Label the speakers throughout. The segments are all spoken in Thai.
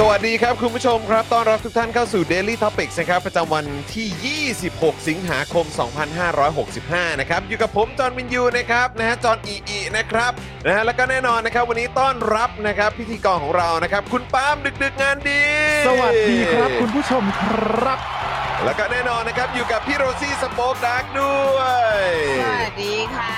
Speaker 1: สวัสดีครับ คุณผู้ชมครับต้อนรับทุกท่านเข้าสู่ Daily Topics นะครับประจำวันที่ 26 สิงหาคม 2565 นะครับ อยู่กับผม จอห์นวินยูนะครับนะฮะจอห์นอีอีนะครับนะฮะแล้วก็แน่นอนนะครับ วันนี้ต้อนรับนะครับพิธีกรของเรานะครับ คุณปาล์มดึกดึกๆงานดี
Speaker 2: สวัสดีครับคุณผู้ชมครับ
Speaker 1: แล้วก็แน่นอนนะครับ อยู่กับพี่โรซี่สป็อคดักด้วย
Speaker 3: สวัสดีค่ะ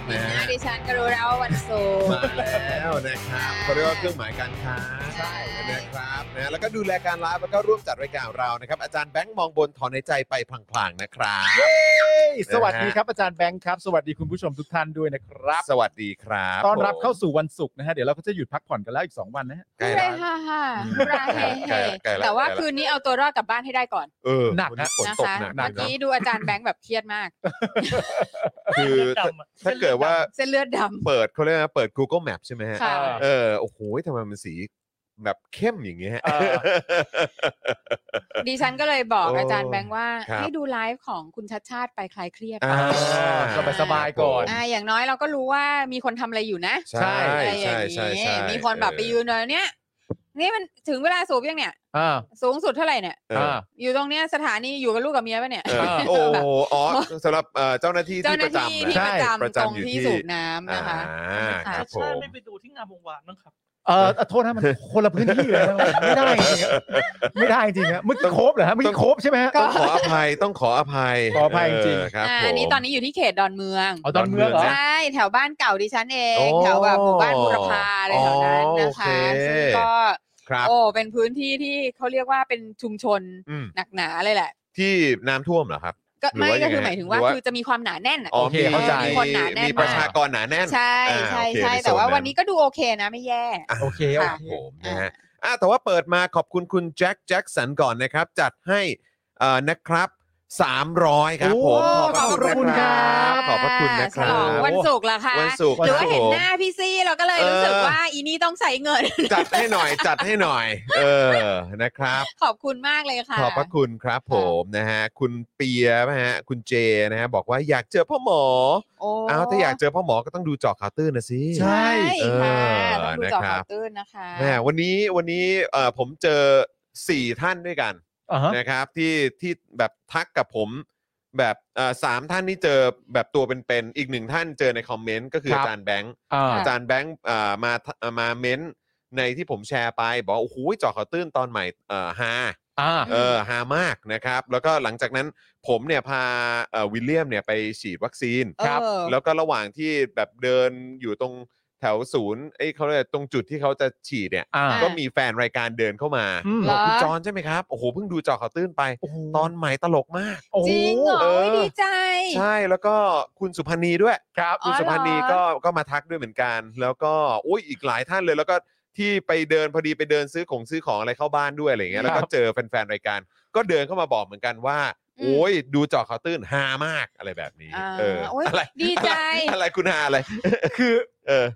Speaker 1: บนะฮะ
Speaker 3: ดิฉันก็รู้แล้วว่าวันศุกร์
Speaker 1: มาแล้วนะครับเขาเรียกว่าเครื่องหมายการค้า
Speaker 3: ใช่
Speaker 1: นะครับนะแล้วก็ดูแลการไลฟ์แล้วก็ร่วมจัดรายการของเรานะครับ อาจารย์แบงค์มองบนถอนในใจไปพลางๆนะครับ
Speaker 2: สวัสดีครับอาจารย์แบงค์ครับ สวัสดีคุณผู้ชมทุกท่านด้วยนะครับ
Speaker 1: สวัสดีครับ
Speaker 2: ต้อนรับเข้าสู่วันศุกร์นะฮะ เดี๋ยวเราก็จะหยุดพักผ่อนกันแล้วอีก 2 วันนะฮะ
Speaker 1: ใกล้
Speaker 3: ใช่
Speaker 1: แล้ว
Speaker 3: ฮ่าฮ่าราเฮ
Speaker 1: ใกล้
Speaker 3: เฮ
Speaker 1: ละใกล้ละ
Speaker 3: แต่ว่า
Speaker 1: ใกล้ละ
Speaker 3: คืนนี้เอาตัวรอดกลับบ้านให้ได้ก่อน
Speaker 1: เออ
Speaker 2: หนัก
Speaker 1: วั
Speaker 2: นะ
Speaker 1: ฝน
Speaker 3: นะ
Speaker 1: ตก
Speaker 3: คะ
Speaker 1: หนัก
Speaker 3: เมื่อกี้ดูอาจารย์แบงค์แบบเครียดมาก
Speaker 1: คือถ้าถ้าเกิดว่า
Speaker 3: เส้นเลือดด
Speaker 1: เปิดเขาเรียกว่าเปิด Google Map ใช่ไหมฮะ
Speaker 3: ำค่ะ
Speaker 1: เออ โอ้โหทำไมมันสีแบบเข้มอย่างเงี้ย
Speaker 2: เออ
Speaker 3: ดิฉันก็เลยบอก
Speaker 1: โอ้
Speaker 3: อาจารย์แบงค์ว่า
Speaker 1: ครับ
Speaker 3: ให้ดูไลฟ์ของคุณชัดชาติไปคลายเครียด
Speaker 1: อ่า
Speaker 2: สบายๆก่อน
Speaker 3: อ่าอย่างน้อยเราก็รู้ว่ามีคนทำอะไรอยู่นะ
Speaker 1: ใช่
Speaker 3: อะไรอย่า
Speaker 1: ใช่
Speaker 3: ง
Speaker 1: ใช่
Speaker 3: นี้
Speaker 1: ใช่
Speaker 3: มีคนแบบไปยืนเลยเนี่ยนี่มันถึงเวลาสูบยังเนี่ย
Speaker 2: อ่า
Speaker 3: สูงสุดเท่าไหร่เนี่ย
Speaker 1: เออ
Speaker 2: อ่า
Speaker 3: อยู่ตรงเนี้ยสถานีอยู่กับลูกกับเมียปะเนี่ย
Speaker 1: เออโอ้โหอ๋อสำหรับเอ่อเจ้าหน้าที่
Speaker 3: เจ้า
Speaker 1: ที่
Speaker 3: ห
Speaker 1: ประจำ
Speaker 3: น้าที่ที่
Speaker 1: นะป
Speaker 3: ประจำ
Speaker 1: ระ
Speaker 3: ต
Speaker 1: จำ
Speaker 3: รง
Speaker 1: อยู่
Speaker 3: ที่
Speaker 1: ที่
Speaker 3: สูบน้ำนะคะ
Speaker 1: อ่าครับผ
Speaker 4: ใช่
Speaker 1: ม
Speaker 4: ไม่ไปดูที่งามวงวานบ้างครับ
Speaker 2: เอ่อโทษนะมันคนละพื้นที่เลยนะไม่ได้จริงๆอะไม่ได้จริงๆอะเมื่อกี้โคบเหรอฮะเมื่อกี้โคบใช่ไหมฮะ
Speaker 3: ก็
Speaker 1: ขออภัยต้องขออภัย
Speaker 2: ขออภัยจริง
Speaker 1: เออครับ
Speaker 3: อ่า
Speaker 1: ผม
Speaker 3: อันนี้ตอนนี้อยู่ที่เขตดอนเมือง
Speaker 2: อ๋อตอนเมืองเหรอ
Speaker 3: ใช่แถวบ้านเก่าดิฉันเอง
Speaker 1: โอ้
Speaker 3: แถวแบบหมู่บ้านบุรพาอะไรแถวนั้นนะ
Speaker 1: โอเค
Speaker 3: คะซึ่งก็
Speaker 1: ครับ
Speaker 3: โอ้เป็นพื้นที่ที่เขาเรียกว่าเป็นชุมชน
Speaker 1: อืม
Speaker 3: หนักหนาเลยแหละ
Speaker 1: ที่น้ำท่วมเหรอครับ
Speaker 3: ก็
Speaker 1: หรือ
Speaker 3: ไม่
Speaker 1: ว่า
Speaker 3: ก็
Speaker 1: ยังไง
Speaker 3: คือหมายถึง
Speaker 1: ห
Speaker 3: ว่า
Speaker 1: รือว่า
Speaker 3: คือจะมีความหนาแน่นอะ
Speaker 2: โเคเข้าใจ
Speaker 3: มีคนหนาแน่น
Speaker 1: มี
Speaker 3: ม
Speaker 1: ประชาก กรหนาแน่น
Speaker 3: ใช่
Speaker 1: อ่า
Speaker 3: ใช่
Speaker 1: โอเค
Speaker 3: ใช่
Speaker 1: ในโซน
Speaker 3: แต่ว่า
Speaker 1: นั้น
Speaker 3: วันนี้ก็ดูโอเคนะไม่แย่
Speaker 2: โอเค
Speaker 1: ครั
Speaker 3: ค่ะ
Speaker 2: โอ
Speaker 1: บ
Speaker 2: เค
Speaker 1: ผมนะฮะอ่ะแต่ว่าเปิดมาขอบคุณคุณแจ็คแจ็คสันก่อนนะครับ จัดให้เอ่อนะครับ 300 ครับ
Speaker 2: โอ้
Speaker 1: ผม
Speaker 2: ขอบพระคุณครับ
Speaker 1: ขอบพระคุณนะค
Speaker 3: ฉ
Speaker 1: รั
Speaker 3: ลอง
Speaker 1: บ
Speaker 3: วันศุกร์ละค่ะ
Speaker 1: วันศุกร์
Speaker 3: หรือว่า
Speaker 1: ครับ
Speaker 3: เห็น
Speaker 1: ผม
Speaker 3: หน้าพี่ซี่เราก็เลยรู้สึกว่าอีนี่ต้องใส่เงิน
Speaker 1: จัดให้หน่อยจัดให้หน่อย เออนะครับ
Speaker 3: ขอบคุณมากเลยค่ะ
Speaker 1: ขอบพระคุณครับผมนะฮะคุณเปียนะฮะคุณเจนะฮะบอกว่าอยากเจอพ่อหมอ
Speaker 3: โอ้
Speaker 1: อ้าวถ้าอยากเจอพ่อหมอก็ต้องดูเจอข่าวตื้นนะสิ
Speaker 2: ใช่
Speaker 3: ใช่
Speaker 1: เออ
Speaker 3: ค่ะต้องดูจอ
Speaker 1: นะครั
Speaker 3: ข่า
Speaker 1: บ
Speaker 3: วตื้นนะคะ
Speaker 1: แหมวันนี้วันนี้เอ่อผมเจอ 4 ท่านด้วยกัน
Speaker 2: อ่าฮะ
Speaker 1: นะครับที่ที่แบบทักกับผมแบบเอ่อสามท่านนี่เจอแบบตัวเป็นๆอีกหนึ่งท่านเจอในคอมเมนต์ก็คือ
Speaker 2: ครั
Speaker 1: อา
Speaker 2: บ
Speaker 1: จารย์แบงค์
Speaker 2: อ่า
Speaker 1: อาจารย์แบงค์เอ่อมาเอ่อมาเม้นต์ในที่ผมแชร์ไป บอกว่าโอ้โหเจอข่าวตื้นตอนใหม่เอ่อฮา
Speaker 2: อ่า
Speaker 1: เออฮามากนะครับ แล้วก็หลังจากนั้นผมเนี่ยพาเอ่อวิลเลียมเนี่ยไปฉีดวัคซีน
Speaker 3: เออ
Speaker 1: แล้วก็ระหว่างที่แบบเดินอยู่ตรงแถวศูนย์เอ้ยเขาเรียกตรงจุดที่เขาจะฉีดเนี่ย
Speaker 2: อ่า
Speaker 1: ก็มีแฟนรายการเดินเข้ามา
Speaker 2: อืม
Speaker 1: บอกคุณจอนใช่ไหมครับ โอ้โห เพิ่งดูจอข่าวตื้นไป
Speaker 2: โอ้โห
Speaker 1: ตอนใหม่ตลกมาก
Speaker 2: โอ้โห
Speaker 3: จริงเหรอ
Speaker 1: เออ
Speaker 3: ดีใจ
Speaker 1: ใช่แล้วก็คุณสุพันธ์นีด้วย
Speaker 2: ครับ
Speaker 3: อ๋
Speaker 1: คุณ
Speaker 3: อ
Speaker 1: สุพันธ์นี
Speaker 3: เหร
Speaker 1: ก็ก็มาทักด้วยเหมือนกัน แล้วก็อุ้ยอีกหลายท่านเลย แล้วก็ที่ไปเดินพอดีไปเดินซื้อของซื้อของอะไรเข้าบ้านด้วยอะไรเงี้ย
Speaker 2: ครั
Speaker 1: แล้
Speaker 2: บ
Speaker 1: วก็เจอแฟนๆรายการ ก็เดินเข้ามาบอกเหมือนกันว่า
Speaker 3: อืม
Speaker 1: โอ้ยดูเจอข่าวตื้นฮามากอะไรแบบนี้
Speaker 3: อ่า
Speaker 1: เออ
Speaker 3: โอ๊ย
Speaker 1: อะไร
Speaker 3: ดีใจ
Speaker 1: อะไรอะไรคุณฮาอะไร
Speaker 2: คือ
Speaker 1: เออ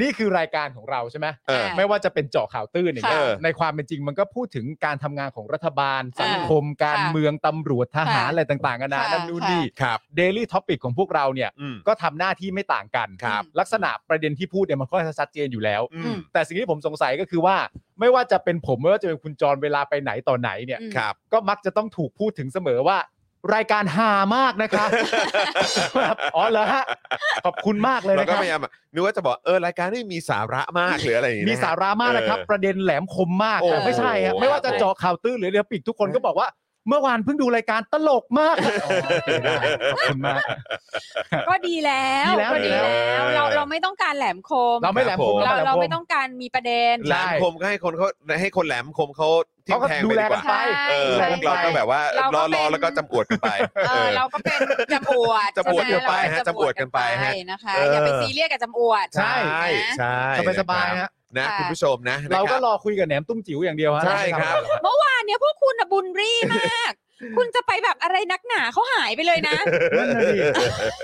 Speaker 2: นี่คือรายการของเราใช่ไหม
Speaker 1: เออ
Speaker 2: ไม่ว่าจะเป็นเจาะข่าวตื้นอย่างเงี้ย
Speaker 1: ค่ะ
Speaker 2: ในความเป็นจริงมันก็พูดถึงการทำงานของรัฐบาล สังคมการ
Speaker 3: ค่ะ
Speaker 2: เมืองตำรวจทหาร
Speaker 3: ค่ะ
Speaker 2: อะไรต่างๆกันานา
Speaker 3: ค่ะ
Speaker 2: นั่นนู่น
Speaker 3: ค่ะ
Speaker 2: นี่
Speaker 1: ครับ
Speaker 2: เดลี่ท็อปิกของพวกเราเนี่ย
Speaker 1: อืม
Speaker 2: ก็ทำหน้าที่ไม่ต่างกัน
Speaker 1: ครับ
Speaker 2: ลักษณะประเด็นที่พูดเนี่ยมันก็ชัดเจนอยู่แล้ว
Speaker 1: อืม
Speaker 2: แต่สิ่งที่ผมสงสัยก็คือว่า ไม่ว่าจะเป็นผมไม่ว่าจะเป็นคุณจรเวลาไปไหนต่อไหนเนี่ย
Speaker 3: อืม
Speaker 1: ครับ
Speaker 2: ก็มักจะต้องถูกพูดถึงเสมอว่า รายการหามาก นะคะครับ อ๋อเหรอฮะขอบคุณมากเลย
Speaker 1: เรา
Speaker 2: นะค
Speaker 1: ก็
Speaker 2: รับ
Speaker 1: พยายามอะนึกว่าจะบอกเออรายการนี่มีสาระมากหรืออะไรอย่างงี้
Speaker 2: มี
Speaker 1: นะฮะ
Speaker 2: สาระมากนะครับ
Speaker 1: เออ
Speaker 2: ประเด็นแหลมคมมาก
Speaker 1: โอ้
Speaker 2: ครับไม่ใช่ครับ
Speaker 1: โอ้
Speaker 2: ไม่ว่าจะ
Speaker 1: ครับ
Speaker 2: เจาะข่าวตื้นหรือเรือปิกทุกคนก็บอกว่า เมื่อวานเพิ่งดูรายการตลกมากอ๋อได้ขอบคุณมาก
Speaker 3: ก็ดีแล้ว
Speaker 2: ดีแล้ว
Speaker 3: ก็ดี
Speaker 2: ดีแล้
Speaker 3: แล้ว
Speaker 1: ว
Speaker 3: เราเราไม่ต้องการแหลมคม
Speaker 2: เราไม่แหลมคม
Speaker 3: เรา
Speaker 2: แหล
Speaker 3: เรา
Speaker 2: ค
Speaker 3: ไม่ต้องการมีประเด็น
Speaker 1: แหลมคมก็ให้คนเขาให้คนแหลมคมเขาทิ้
Speaker 2: เขา
Speaker 1: ง
Speaker 2: ก็
Speaker 1: แทง
Speaker 2: ดู
Speaker 1: ไป
Speaker 2: แล
Speaker 1: ดีก
Speaker 2: กัน
Speaker 1: ว่า
Speaker 2: ไป
Speaker 1: เออ
Speaker 2: ใช่
Speaker 1: พวกเราก็แบบว่า
Speaker 3: เรา
Speaker 1: ร
Speaker 3: ก็
Speaker 1: อร
Speaker 3: เป็
Speaker 1: อน แล้วก็จำอวดกันไป
Speaker 3: เออเราก็เป็นจำอวด
Speaker 1: จำอวด
Speaker 3: ใช่หม
Speaker 1: กันไปฮะ
Speaker 3: เรา
Speaker 1: จำอวดกันไปฮะ
Speaker 3: นะคะ
Speaker 1: เอออ
Speaker 3: อย่าไปซีเรียสกับจำอวด
Speaker 2: ใช่
Speaker 1: ใช่
Speaker 2: สบายๆ
Speaker 1: นะ
Speaker 2: ฮะ
Speaker 1: นะ
Speaker 3: ค่ะ
Speaker 1: คุณผู้ชมนะ
Speaker 2: เราก็
Speaker 1: นะคบ
Speaker 2: รอคุยกับแหนมตุ้มจิ๋วอย่างเดียวฮะ
Speaker 1: ใช่ครับ
Speaker 3: อันเนี้ยพวกคุณอะบุญรีมาก คุณจะไปแบบอะไรนักหนาเขาหายไปเลยนะ
Speaker 2: นั่นน่ะดิ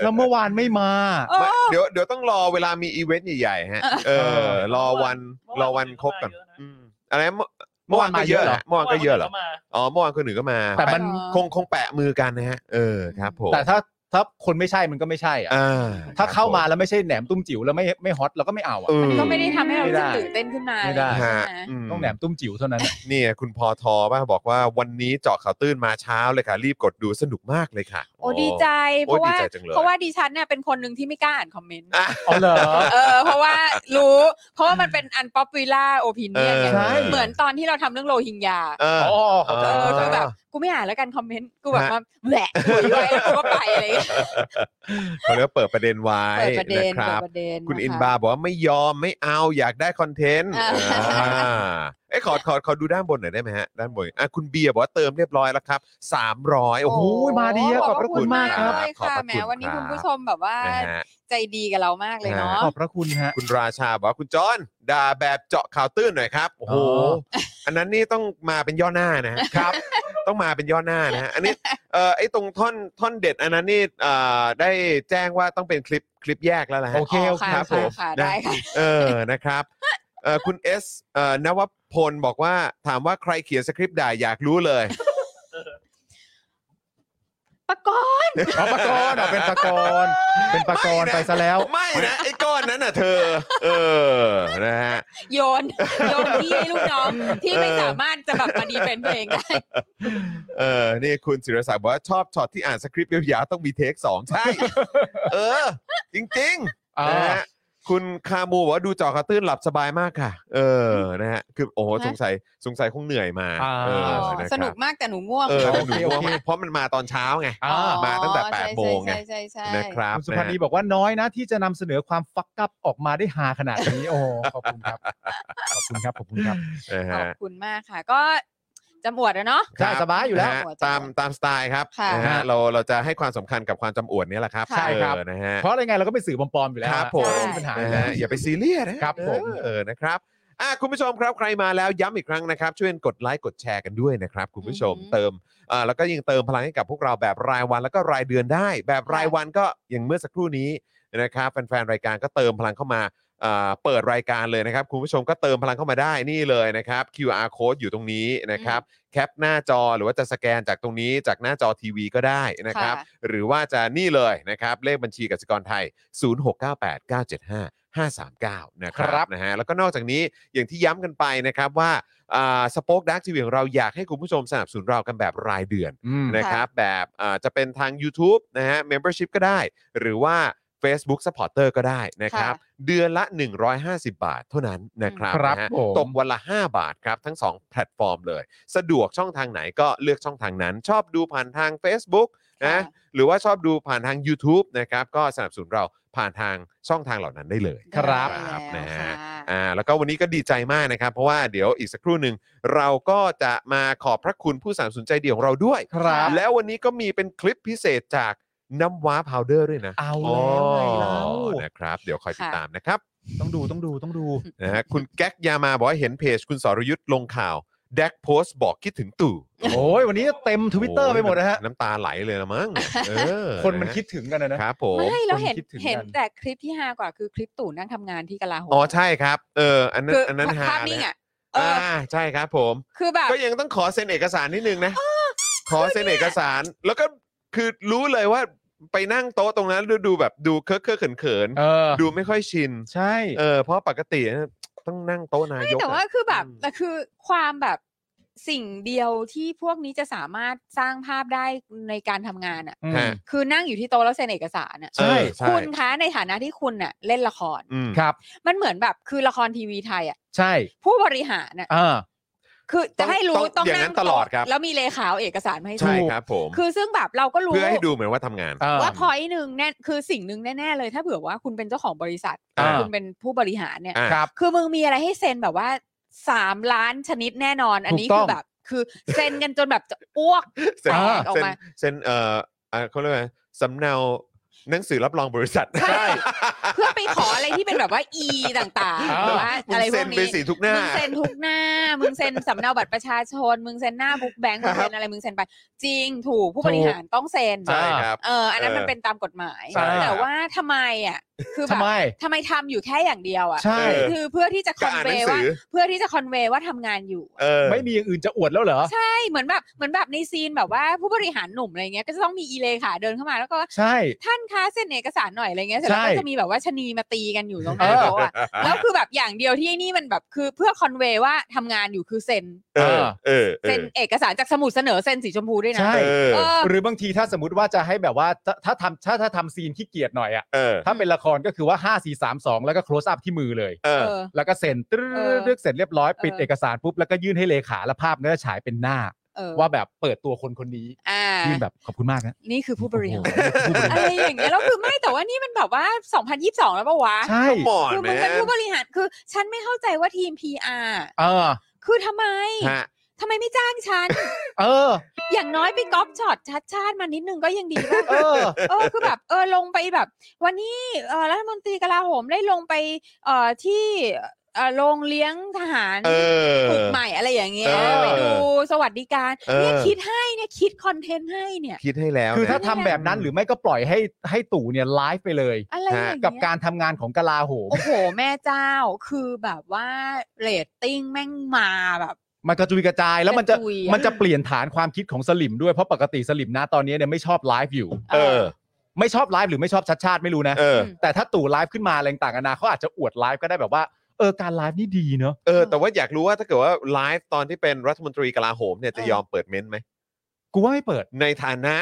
Speaker 2: แล้วเมื่อวานไม่มา
Speaker 3: เออ
Speaker 1: ไม่เดี๋ยวเดี๋ยวต้องรอเวลามีอีเวนต์ใหญ่ๆฮะ เอ
Speaker 2: เอ
Speaker 1: อ
Speaker 2: อ
Speaker 1: รอวันร
Speaker 4: เมื่อวาน
Speaker 1: อวันครบก่อน
Speaker 4: เยอะนะ
Speaker 1: อืมอะไรเมื่อเมื่อวานก็เยอะ
Speaker 2: เมื่อวานมาเยอะเหรอ
Speaker 1: นะเมื่อวานก็เยอะเหรอ
Speaker 4: มื่วานก็มา
Speaker 1: อ๋อเมื่อวานคนอื่นก็มา
Speaker 2: แต่มัน
Speaker 1: คงคงแปะมือกันนะฮะ เออครับผม
Speaker 2: แต่ถ้าถ้าคนไม่ใช่มันก็ไม่ใช่อะ
Speaker 1: อ่า
Speaker 2: ถ้าเข้ามาแล้วไม่ใช่แหนมตุ้มจิ๋วแล้วไม่ไม่ฮอตเราก็ไม่เอาอะ
Speaker 1: เออ
Speaker 3: ก็ไม่ได้ทำให้เรา
Speaker 2: ไม่
Speaker 3: รู้
Speaker 2: ได้
Speaker 3: สึกตื่นเต้นขึ้นมา
Speaker 2: ไม่ได้
Speaker 3: ใช่
Speaker 1: ฮะ
Speaker 3: หม
Speaker 1: อืม
Speaker 2: ต้องแหนมตุ้มจิ๋วเท่านั้น
Speaker 1: นี่คุณพอทอป่ะบอกว่าวันนี้เจาะข่าวตื้นมาเช้าเลยค่ะ รีบกดดูสนุกมากเลยค่ะ
Speaker 3: โอ้ดีใจ
Speaker 1: โอ้
Speaker 3: เพราะ
Speaker 1: ดี
Speaker 3: ว่า
Speaker 1: ใจจังเลย
Speaker 3: เพราะว่าดิฉันเนี่ยเป็นคนหนึ่งที่ไม่กล้าอ่านคอมเมนต์
Speaker 1: อ่ะ
Speaker 2: เอาเหรอ
Speaker 3: เออเพราะว่ารู้ เพราะว่ามันเป็นอันป๊อปปูล่าโอปินเนียน
Speaker 2: ใช่
Speaker 3: เหมือนตอนที่เราทำเรื่องโรฮิงญา
Speaker 1: เออ
Speaker 2: อ๋อ
Speaker 1: เอ
Speaker 3: เออ
Speaker 2: เข้า
Speaker 3: คือ
Speaker 2: ใจ
Speaker 3: แบบกูไม่อ่านแล้วกันคอมเมนต์กูแบบว่าแหละหัวย้อยแล้วกูก็ไปอะไรอย่างเงี้ย
Speaker 1: เขาเรียกว่าเปิดประเด็นไว้
Speaker 3: เปิดประเด็
Speaker 1: นะ
Speaker 3: น
Speaker 1: ค
Speaker 3: เปิด
Speaker 1: รับ
Speaker 3: ประเด็
Speaker 1: คุณ
Speaker 3: นะะ
Speaker 1: อินบาร์บอกว่าไม่ยอมไม่เอาอยากได้คอนเทนต์
Speaker 3: อ่า
Speaker 1: อ่าเอ้ยขอขอขอดูด้านบนหน่อยได้ไหมฮะ ด้านบนอ่ะคุณเบียร์บอกว่าเติมเรียบร้อยแล้วครับ 300 โอ้โห
Speaker 2: มาดีอะขอบพระคุณมากครับ
Speaker 3: เลย
Speaker 1: ขอบ
Speaker 3: ค่ะ
Speaker 1: พระคุณ
Speaker 3: แหมวันนี้
Speaker 1: ครับ
Speaker 3: คุณผู้ชมแบบว่า
Speaker 1: นะฮะ
Speaker 3: ใจดีกับเรามากเลยเนาะ
Speaker 2: ขอบพระคุณฮะ
Speaker 1: คุณราชาบอกว่าคุณจอนด่าแบบเจาะข่าวตื้นหน่อยครับโอ้โห
Speaker 2: อ๋อ
Speaker 1: อันนั้นนี่ต้องมาเป็นย่อหน้านะฮะ ครับ ต้องมาเป็นย่อหน้านะฮะอันนี้เอ่อไอ้ตรงท่อนท่อนเด็ดอันนั้นนี่เอ่อได้แจ้งว่าต้องเป็นคลิปคลิปแยกแล้วนะฮะ
Speaker 2: โอเคโอเค
Speaker 1: ครับผม
Speaker 3: ค่ะ
Speaker 1: นะ
Speaker 3: ได้ค่ะ
Speaker 1: เออนะครับเออคุณเอสเอ่อนวพลบอกว่าถามว่าใครเขียนสคริปต์ด่าอยากรู้เลย
Speaker 3: ปะกอบ
Speaker 2: อ๋อปากรเอาเป็นปากรเป็นปากร
Speaker 1: ไม่นะ
Speaker 2: ไปซะแล้ว
Speaker 1: ไม่ นะ ไอ้ก้อนนั้นน่ะเธอ เออนะฮะ
Speaker 3: โย น โยนที่ให้ลูกน้องที่ไม่
Speaker 1: เออ
Speaker 3: สามารถจะแบบมาดีเป็นเพลงได้
Speaker 1: เออนี่คุณศิรศักดิ์บอกว่าชอบช็อตที่อ่านสคริปต์ยาวๆต้องมีเทคสองใช่ เออ จริง
Speaker 2: อ่า
Speaker 1: ๆนะฮะคุณคามูบอกว่าดูจอคาตื้นหลับสบายมากค่ะ เออนะฮะคือโอ้โหสงสัยสงสัยคงเหนื่อยมา
Speaker 2: อ่า
Speaker 1: เออ
Speaker 3: ส
Speaker 1: ะครับ
Speaker 3: นุกมากแต่หนูง่วง
Speaker 1: เออแต่หนู
Speaker 2: โอเค
Speaker 1: ง่วง
Speaker 2: โอเค
Speaker 1: มากเพราะมันมาตอนเช้าไง
Speaker 2: อ่า
Speaker 3: อ๋อ
Speaker 1: มาตั้งแต่
Speaker 3: ใช่
Speaker 1: 8โมงไง
Speaker 3: ใช่ใช่ใช่ใช่
Speaker 1: นะครับ
Speaker 2: คุณสุพันธ์
Speaker 1: นะ
Speaker 2: ดี
Speaker 1: ฮะ
Speaker 2: บอกว่าน้อยนะ ที่จะนำเสนอความฟักกับออกมาได้หาขนาดนี้ โอ้ขอบคุณครับ ขอบคุณครับ ขอบคุณครับ
Speaker 1: นะ
Speaker 3: ขอ
Speaker 1: ฮะ
Speaker 3: บคุณมากค่ะ ก็จำอวดนะเนาะ
Speaker 2: ใช่
Speaker 1: ครั
Speaker 2: สบายอยู่แล้ว
Speaker 1: นะฮะ
Speaker 3: หัวใจ
Speaker 1: ตามตามสไตล์ครับ
Speaker 3: ค่ะ
Speaker 1: นะฮะเราเราจะให้ความสำคัญกับความจำอวดเนี้แหละครับ
Speaker 3: ใช่ครับ
Speaker 1: เออนะฮะ
Speaker 2: เพราะอะไรไงเราก็เป็นสื่อปลอมๆอยู่แล้ว
Speaker 1: ครับ
Speaker 2: นะ
Speaker 1: ผม
Speaker 2: ไปัญหาอยู่
Speaker 1: นะ
Speaker 2: แล้ว
Speaker 1: ฮะอย่าไปซีเรียสนะครับ
Speaker 2: ผม
Speaker 1: เออนะครับอ่ะคุณผู้ชมครับใครมาแล้วย้ำอีกครั้งนะครับ ช่วยกดไลค์กดแชร์กันด้วยนะครับ คุณผู้ชม
Speaker 3: อือหือ
Speaker 1: เติมอ่าแล้วก็ยังเติมพลังให้กับพวกเราแบบรายวันแล้วก็รายเดือนได้ แบบรายวันก็อย่างเมื่อสักครู่นี้นะครับแฟนๆรายการก็เติมพลังเข้ามาอ่าเปิดรายการเลยนะครับ คุณผู้ชมก็เติมพลังเข้ามาได้นี่เลยนะครับ QR code อยู่ตรงนี้นะครับแคปหน้าจอหรือว่าจะสแกนจากตรงนี้จากหน้าจอทีวีก็ได้นะครับ
Speaker 3: ค่ะ
Speaker 1: หรือว่าจะนี่เลยนะครับ เลขบัญชีกสิกรไทย 0698 975 539 นะค
Speaker 2: ครั
Speaker 1: รับบ นะฮะแล้วก็นอกจากนี้อย่างที่ย้ำกันไปนะครับว่าสป็อคดักทีวีของเราอยากให้คุณผู้ชมสนับสนุนเรากันแบบรายเดือน
Speaker 2: อืม
Speaker 1: นะครับแบบอ่าจะเป็นทาง YouTube นะฮะ Membership ก็ได้ หรือว่า Facebook Supporter ก็ได้นะครับ เดือนละ 150 บาทเท่านั้นนะครับ
Speaker 2: ครับ
Speaker 1: นะฮะ
Speaker 2: ผม
Speaker 1: ตกวันละ 5 บาทครับ ทั้ง 2 แพลตฟอร์มเลย สะดวกช่องทางไหนก็เลือกช่องทางนั้น ชอบดูผ่านทาง Facebook นะ
Speaker 3: ค่ะ
Speaker 1: หรือว่าชอบดูผ่านทาง YouTube นะครับ ก็สนับสนุนเราผ่านทางช่องทางเหล่านั้นได้เลย
Speaker 2: ครับ
Speaker 3: ได้
Speaker 1: นะ
Speaker 3: แล้ว
Speaker 1: ฮะ
Speaker 3: ค่ะ
Speaker 1: อ่าแล้วก็วันนี้ก็ดีใจมากนะครับ เพราะว่าเดี๋ยวอีกสักครู่หนึ่งเราก็จะมาขอบพระคุณผู้สนับสนุนใจเดียวของเราด้วย
Speaker 2: ครับ
Speaker 1: แล้ววันนี้ก็มีเป็นคลิปพิเศษจากน้ำว้าพาวเดอร์ด้วยนะ
Speaker 2: เอาแล้วไงเรา
Speaker 1: อ๋อนะครับ เดี๋ยวคอยติด
Speaker 3: ค่ะ
Speaker 1: ตามนะครับ
Speaker 2: ต้องดูต้องดูต้องดู
Speaker 1: นะฮะคุณแก๊กยามาบอกว่าเห็นเพจคุณสรยุทธ์ลงข่าว แดกโพสต์บอกคิดถึงตู่
Speaker 2: โอ้ยวันนี้เต็มทวิตเตอร์
Speaker 1: โ
Speaker 2: ไปหมดนะฮะ
Speaker 1: น้ำตาไหลเลยละมั้งเออ
Speaker 2: คนมันคิดถึงกันนะนะ
Speaker 1: ครับผม
Speaker 3: ไม่แล้วเห็น
Speaker 2: คนคิดถึง
Speaker 3: เห็น
Speaker 2: กัน
Speaker 3: แต่คลิปที่ฮากว่าคือคลิปตู่นั่งทำงานที่กลาโหม
Speaker 1: อ๋อใช่ครับ เออ อันนั้น
Speaker 3: คืออ
Speaker 1: อันนั้นหา
Speaker 3: ภาพนิ่งอ่ะเอ
Speaker 1: อ่า
Speaker 3: อ
Speaker 1: ใช่ครับผม
Speaker 3: คือแบบ
Speaker 1: ก็ยังต้องขอเซ็นเอกสารนิดนึงนะ ขอเซ็นเอกสาร แล้วก็คือรู้เลยว่าไปนั่งโต๊ะตรงนั้นดูดูแบบดูเคอะเคอะเขินเขินๆ
Speaker 2: เออ
Speaker 1: ดูไม่ค่อยชิน
Speaker 2: ใช่
Speaker 1: เออ เพราะปกติต้องนั่งโต๊ะนาย
Speaker 3: ไม่
Speaker 1: ก
Speaker 3: แต่
Speaker 1: อะ
Speaker 3: ว่าคือแบบ
Speaker 1: อืม
Speaker 3: แต่คือความแบบสิ่งเดียวที่พวกนี้จะสามารถสร้างภาพได้ในการทำงานอ่ะ
Speaker 2: อืม
Speaker 1: ฮะ
Speaker 3: คือนั่งอยู่ที่โต๊ะแล้วเซ็นเอกสารอ่ะ
Speaker 2: ใช่
Speaker 1: เออใช่
Speaker 3: คุณคะในฐานะที่คุณน่ะ เล่นละคร
Speaker 1: อืม
Speaker 2: ครับ
Speaker 3: มันเหมือนแบบคือละครทีวีไทยอ่ะ
Speaker 2: ใช่
Speaker 3: ผู้บริหารน่ะ
Speaker 2: อ่า
Speaker 3: คือ
Speaker 1: ต้
Speaker 3: จะ
Speaker 1: อง
Speaker 3: ให้รู้
Speaker 1: ต้อง
Speaker 3: ต้อง
Speaker 1: อย่างนั้
Speaker 3: นั่
Speaker 1: น
Speaker 3: ง
Speaker 1: ตลอด
Speaker 3: โะ
Speaker 1: ครับ
Speaker 3: แล้วมีเลขาเอาเอกสารมาให้
Speaker 1: ใช่
Speaker 3: ดู
Speaker 1: ครับผม
Speaker 3: คือซึ่งแบบเราก็รู้
Speaker 1: เพื่อให้ดูเหมือนว่าทำงาน
Speaker 2: เออ
Speaker 3: ว่าพอยหนึ่งแน่คือสิ่งหนึ่งแน่ๆเลยถ้าเผื่อว่าคุณเป็นเจ้าของบริษัท
Speaker 2: อ่า
Speaker 3: คุณเป็นผู้บริหารเนี่ย
Speaker 1: อ่ะ
Speaker 2: ครับ
Speaker 3: คือมึงมีอะไรให้เซ็นแบบว่าสามล้านชนิดแน่นอน อันนี้
Speaker 2: ถูกต้
Speaker 3: คือ อง แบบ คือเซ็นกันจนแบบจะอ้วก
Speaker 1: เซ็น
Speaker 3: อ่าออก
Speaker 1: เซ็น
Speaker 3: มา
Speaker 1: เซ็นเอ่ออ่ะเขาเรียกว่าสำเนาหนังสือรับรองบริษัท
Speaker 3: ใช่ เพื่อไปขออะไรที่เป็นแบบว่า E ต่าง
Speaker 2: อ่า
Speaker 3: ๆหรือว่า
Speaker 1: มึ
Speaker 3: อะ
Speaker 1: ง
Speaker 3: ไรพ
Speaker 1: เซ็
Speaker 3: วน ก
Speaker 1: ไป
Speaker 3: นี้
Speaker 1: สีทุกหน้า
Speaker 3: มึงเซ็นทุกหน้า มึงเซ็นสำเนาบัตรประชาชน มึงเซ็นหน้าบุ๊กแบงค์มึงเซ็นอะไรมึงเซ็นไป จริงถูกผู้บริหารต้องเซ็น
Speaker 1: ใช่ครับ
Speaker 3: เอออันนั้นมัน
Speaker 1: เออ
Speaker 3: เป็นตามกฎหมาย
Speaker 2: ใช่
Speaker 3: แต่ว่าทำไมอ่ะคือแบบ
Speaker 2: ทำไม
Speaker 3: ทำไมทำอยู่แค่อย่างเดียวอ่ะ
Speaker 2: ใช่
Speaker 1: เออ
Speaker 3: คือเพื่อที่จะค
Speaker 1: ก็
Speaker 3: อน
Speaker 1: อ่านห
Speaker 3: เว
Speaker 1: นัง
Speaker 3: ว่า
Speaker 1: สือ
Speaker 3: เพื่อที่จะคอนเวว่าทำงานอยู่
Speaker 1: เออ
Speaker 2: ไม่มีอย่างอื่นจะอวดแล้วเหรอ
Speaker 3: ใช่เหมือนแบบเหมือนแบบในซีนแบบว่าผู้บริหารหนุ่มอะไรเงี้ยก็จะต้องมีอีเลขาเดินเข้ามาแล้วก็
Speaker 2: ใช่
Speaker 3: ท่านคะเซ็นเอกสารหน่อยอะไรเงี้ยเสร็จแล้ว
Speaker 2: ใช่
Speaker 3: ก็จะมีแบบว่าชะนีมาตีกันอยู่ตรงหน้าโต๊ะอะแล้วคือแบบอย่างเดียวที่ไอ้นี่มันแบบคือเพื่อคอนเวย์ว่าทำงานอยู่คือเซ็น
Speaker 1: เออเออเอ
Speaker 3: เซ็น
Speaker 1: อ
Speaker 3: เอกสารจากสมุดเสนอเซ็นสีชมพูด้วยนะ
Speaker 2: ใช่
Speaker 1: เออ
Speaker 3: เออ
Speaker 2: หรือบางทีถ้าสมมติว่าจะให้แบบว่าถ้าถ้าทำถ้าถ้าทำซีนขี้เกียจหน่อยอ่ะ
Speaker 1: เออ
Speaker 2: ถ้าเป็นละครก็คือว่า 5 4 3 2 แล้วก็ close up ที่มือเลย
Speaker 1: เออ
Speaker 3: เออ
Speaker 2: แล้วก็เซ็นตึ๊ด
Speaker 3: เออ
Speaker 2: เลือกเสร็จเรียบร้อย ปิด
Speaker 3: เออ
Speaker 2: เอกสารปุ๊บ แล้วก็ยื่นให้เลขาแล้วภาพก็จะฉายเป็นหน้า
Speaker 3: เออ
Speaker 2: ว่าแบบเปิดตัวคนคนนี้
Speaker 3: อ่า
Speaker 2: ยื่นแบบขอบคุณมากนะ
Speaker 3: นี่คือผู้บริหาร
Speaker 2: โอ้โหผู้บริหาร
Speaker 3: อะไรอย่างเงี้ยแล้วคือไม่แต่ว่านี่มันแบบว่า 2022 แล้วปะวะ
Speaker 2: ใช่
Speaker 1: หมอน
Speaker 3: คือ
Speaker 1: แม
Speaker 3: มึงเป็น
Speaker 1: น
Speaker 3: ผู้บริหารคือฉันไม่เข้าใจว่าทีม PR
Speaker 2: เออ
Speaker 3: คือทำไม
Speaker 1: ฮะ
Speaker 3: ทำไมไม่จ้างฉัน
Speaker 2: เออ
Speaker 3: อย่างน้อยไปก๊อปช็อตชัดชาติมานิดนึงก็ยังดี ว่า
Speaker 2: เออ
Speaker 3: เออคือแบบเออลงไปแบบ วันนี้เออรัฐมนตรีกลาโหมได้ลงไปเอ่อที่เอ่อโรงเลี้ยงทหาร
Speaker 1: เออ
Speaker 3: ฝึกใหม่อะไรอย่างเงี้ย
Speaker 1: เออ
Speaker 3: ไปดูสวัสดิการ
Speaker 1: เออ
Speaker 3: เนี่ยคิดให้เนี่ยคิดคอนเทนต์ให้เนี่ย
Speaker 1: คิดให้แล้ว
Speaker 2: คือถ้า
Speaker 1: นะ
Speaker 2: ทำแบบนั้นหรือไม่ก็ปล่อยให้ให้ตู่เนี่ยไลฟ์ไปเลย
Speaker 3: อะไรอย่างเงี้ย
Speaker 2: กับการทำงานของกลาโหม
Speaker 3: โอ้โห แม่เจ้าคือแบบว่าเรตติ้งแม่งมาแบบ
Speaker 2: มันกระจุยกระจายแล้วมันจะ
Speaker 3: กระจุยอะ
Speaker 2: มันจะเปลี่ยนฐานความคิดของสลิมด้วยเพราะปกติสลิมนะตอนนี้เนี่ยไม่ชอบไลฟ์อยู่
Speaker 1: เออ
Speaker 2: ไม่ชอบไลฟ์หรือไม่ชอบชัดชาติไม่รู้นะ
Speaker 1: เออ
Speaker 2: แต่ถ้าตู่ไลฟ์ขึ้นมาอะไรต่างกันานาเขาอาจจะอวดไลฟ์ก็ได้แบบว่าเออการไลฟ์นี่ดีเนาะ
Speaker 1: เออ แต่ว่าอยากรู้ว่าถ้าเกิดว่าไลฟ์ตอนที่เป็นรัฐมนตรีกลาโหมเนี่ยจะยอมเปิดเม้นท์ไหม
Speaker 2: กูว่าไม่เปิด
Speaker 1: ในฐานะ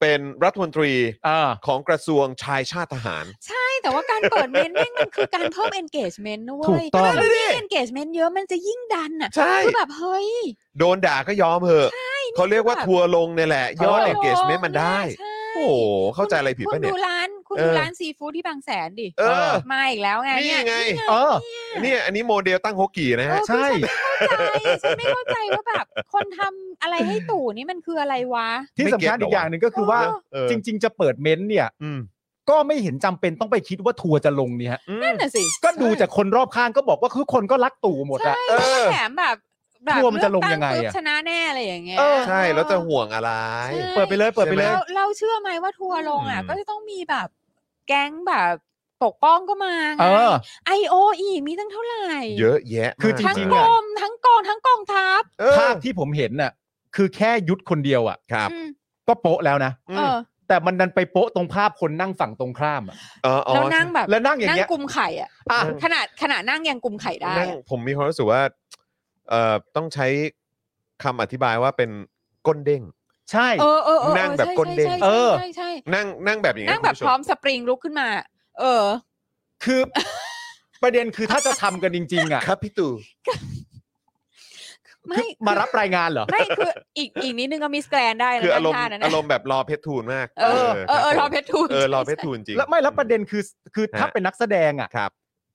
Speaker 1: เป็นรัฐมนตรี
Speaker 2: อ่า
Speaker 1: ของกระทรวงชายชาติทหาร
Speaker 3: ใช่แต่ว่าการเปิดเมนต์แม่งมันคือการเพิ่ม engagement นะ
Speaker 2: ถู
Speaker 3: เว้
Speaker 2: ก
Speaker 3: ย
Speaker 2: ต้อง
Speaker 3: มันยิ่ง engagement เยอะมันจะยิ่งดันอ่ะ
Speaker 1: ใช่
Speaker 3: คือแบบเฮ้ย
Speaker 1: โดนด่าก็ยอมเหอะ เขาเรียกว่า
Speaker 3: แบบ
Speaker 1: ทัวร์ลงเนี่ยแหละ ยอด
Speaker 2: เออ
Speaker 1: engagement มันได้
Speaker 3: ใช่
Speaker 1: โอ้โห เข้าใจอะไรผิด
Speaker 3: คุ
Speaker 1: ปะ
Speaker 3: ณ
Speaker 1: เนี่ย
Speaker 3: ดูร้านคุณ
Speaker 1: เออ
Speaker 3: ดูร้านซีฟู้ดที่บางแสนดิ
Speaker 1: เออ
Speaker 3: มาอีกแล้วไง
Speaker 1: นี่
Speaker 3: เนี่ย
Speaker 1: ไง
Speaker 2: เออ
Speaker 1: เนี่ยอันนี้โมเดลตั้งฮกกี่นะ
Speaker 3: เอ
Speaker 1: ฮะ
Speaker 3: อ
Speaker 2: ใช่
Speaker 3: คือฉันไม่เข้าใจฉันไม่เข้าใจว่าแบบ คนทำอะไรให้ตู่นี่มันคืออะไรวะ
Speaker 2: ที่สำคัญ
Speaker 1: ไม่เก็ตหรอ
Speaker 2: อี
Speaker 1: วะ
Speaker 2: กอย่างหนึ่งก็คือว่า
Speaker 1: เออ
Speaker 2: จริง ๆ จะเปิดเม้นท์เนี่ย
Speaker 1: อืม
Speaker 2: ก็ไม่เห็นจำเป็นต้องไปคิดว่าทัวร์จะลงเนี่ยฮะ
Speaker 1: อืม
Speaker 3: นั่นน่ะสิ
Speaker 2: ก็ดูจากคนรอบข้างก็บอกว่าคือคนก็รักตู่หมดอะ
Speaker 1: เอ
Speaker 3: แล้ว
Speaker 1: อ
Speaker 3: แถมแบบแบบ
Speaker 2: กลัวมันจะลงยังไงอะ
Speaker 3: เลือกตั้ปุ๊บชนะแน่อะไรอย่างเงี้ย
Speaker 2: เออ
Speaker 1: ใช่แล้วจะห่วงอะไร
Speaker 3: ใช่
Speaker 2: เปิดไปเลยเปิดไปเลย
Speaker 3: เราเราเชื่อไหมว่าทัวร์ลงอ่ะ
Speaker 1: อืม
Speaker 3: ก็จะต้องมีแบบแก๊งแบบปกป้องก็มา
Speaker 2: เออ
Speaker 3: ไอโออีกมีตั้งเท่าไหร่
Speaker 1: เยอะแยะมาก
Speaker 2: คือจ
Speaker 3: ทั้ง
Speaker 2: ริง
Speaker 3: ก
Speaker 2: ๆะ
Speaker 3: รมทั้งกองทั้งกองทัพ
Speaker 1: เออ
Speaker 2: ภาพที่ผมเห็นน่ะคือแค่ยุทธคนเดียวอ่ะ
Speaker 1: ครับ
Speaker 3: อืม
Speaker 2: ก็โป๊ะแล้วนะ
Speaker 3: เออ
Speaker 2: แต่มันดันไปโป๊ะตรงภาพคนนั่งฝั่งตรงข้ามอะ
Speaker 1: เอออ๋อ
Speaker 3: แล้วนั่งแบบ
Speaker 2: แล้วนั่งอย่าง
Speaker 3: นั่ง
Speaker 2: เงี้ย
Speaker 3: กุมไข่อ่ะ
Speaker 2: อ่ะ
Speaker 1: นั่ง
Speaker 3: ขนาดขนาดนั่งยังกุมไข่ได้
Speaker 1: นั่ง
Speaker 3: อะ
Speaker 1: ผมมีความรู้สึกว่าเอ่อต้องใช้คำอธิบายว่าเป็นก้นเด้ง
Speaker 2: ใช่
Speaker 3: เออเออเออ
Speaker 1: นั่งแบบ
Speaker 3: ใช่
Speaker 1: ก้นเด้ง
Speaker 3: ใช่
Speaker 2: เอ
Speaker 3: ใช่
Speaker 2: อ
Speaker 3: ใช่ใช่
Speaker 1: นั่งนั่งแบบอย่าง
Speaker 3: นั่งแบบพร้อมสปริงลุกขึ้นมา เออ
Speaker 2: คือ ประเด็นคือถ้าจะทำกันจริง ๆ อ่ะ
Speaker 1: ครับพี่ตู่
Speaker 3: ไม่
Speaker 2: มารับรายงานเหรอ
Speaker 3: ไม่คืออีกอีกนิดนึงก็มิสแกรนได้นะ
Speaker 1: คืออารมณ์
Speaker 3: ท่นั้นนะ
Speaker 1: อารมณ์แบบรอเพชรทูลมาก
Speaker 3: เออเออเออ
Speaker 1: ค
Speaker 3: ร
Speaker 1: บ
Speaker 3: อเพชรทูล
Speaker 1: เออรอเพชรทูลจริง
Speaker 2: แล้วไม่แล้วประเด็นคือคือถ้า
Speaker 1: ฮะ
Speaker 2: เป็นนักแสดงอ่ะ
Speaker 1: ครับ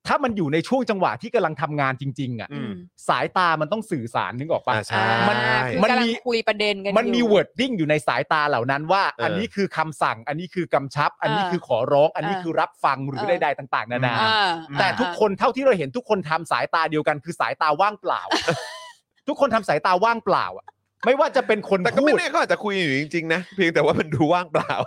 Speaker 2: ถ้ามันอยู่ในช่วงจังหวะที่กำลังทำงานจริง ๆ อ่ะ
Speaker 1: อืม
Speaker 2: สายตามันต้องสื่อสารนึกออกปะ
Speaker 1: อ่าใช่
Speaker 3: อ่า
Speaker 2: มัน
Speaker 3: คือ
Speaker 2: มัน
Speaker 3: กำลัง
Speaker 2: มี
Speaker 3: คุยประเด็นกัน
Speaker 2: มันมี
Speaker 3: อยู่
Speaker 2: เวิร์ดดิ้งอยู่ในสายตาเหล่านั้นว่า
Speaker 1: เอออั
Speaker 2: อันนี้คือคำสั่ง อันนี้คือกำชับ อันนี้
Speaker 3: เออ
Speaker 2: คือขอร้อง อันนี้
Speaker 3: เออ
Speaker 2: คือรับฟังหรือ
Speaker 3: เอ
Speaker 2: ใด
Speaker 3: อ
Speaker 2: ๆต่าง ๆ นานา
Speaker 3: อ่า
Speaker 1: อืม
Speaker 2: แต่ทุก
Speaker 3: อ่า
Speaker 2: คนเท่าที่เราเห็นทุกคนทำสายตาเดียวกันคือสายตาว่างเปล่า ทุกคนทำสายตาว่างเปล่าอะไม่ว่าจะเป็นคน
Speaker 1: แต่ก็
Speaker 2: พู
Speaker 1: ไม่
Speaker 2: ด
Speaker 1: แน่เขาอาจจะคุยอยู่จริงๆนะเพียงแต่ว่ามันดูว่างเปล่า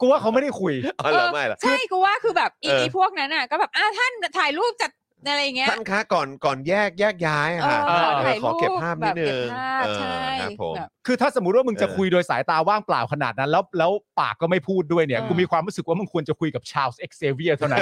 Speaker 2: กูว่าเขาไม่ได้คุย
Speaker 1: อ๋อเหรอไม่เหรอ
Speaker 3: ใช่กูว่าคือแบบอี
Speaker 1: เออ
Speaker 3: อีพวกนั้นน่ะก็แบบอ่ะท่านถ่ายรูปจัดอะไรอย่างเงี้ย
Speaker 1: ท่านคะก่อนก่อนแยกแยกย้ายอะค่ะ
Speaker 3: เออ
Speaker 1: เอ
Speaker 3: ขอ
Speaker 1: อ
Speaker 3: ถ่า
Speaker 1: ยข
Speaker 3: รู
Speaker 1: อ
Speaker 3: ป
Speaker 1: เก็บภาพนิ
Speaker 3: แบ
Speaker 1: ด
Speaker 3: บ
Speaker 1: นึ
Speaker 3: เก็บ
Speaker 1: ง
Speaker 3: ภาพ
Speaker 1: เออ
Speaker 3: ใช่
Speaker 1: ครับผม
Speaker 3: แบบ
Speaker 2: คือถ้าสมมติว่ามึงจะ
Speaker 1: เออ
Speaker 2: คุยโดยสายตาว่างเปล่าขนาดนั้น แล้วแล้วปากก็ไม่พูดด้วยเนี่ย
Speaker 3: เออ
Speaker 2: กูมีความรู้สึกว่ามึงควรจะคุยกับชา a r ส์เอ็กเซเวียเท่านั้น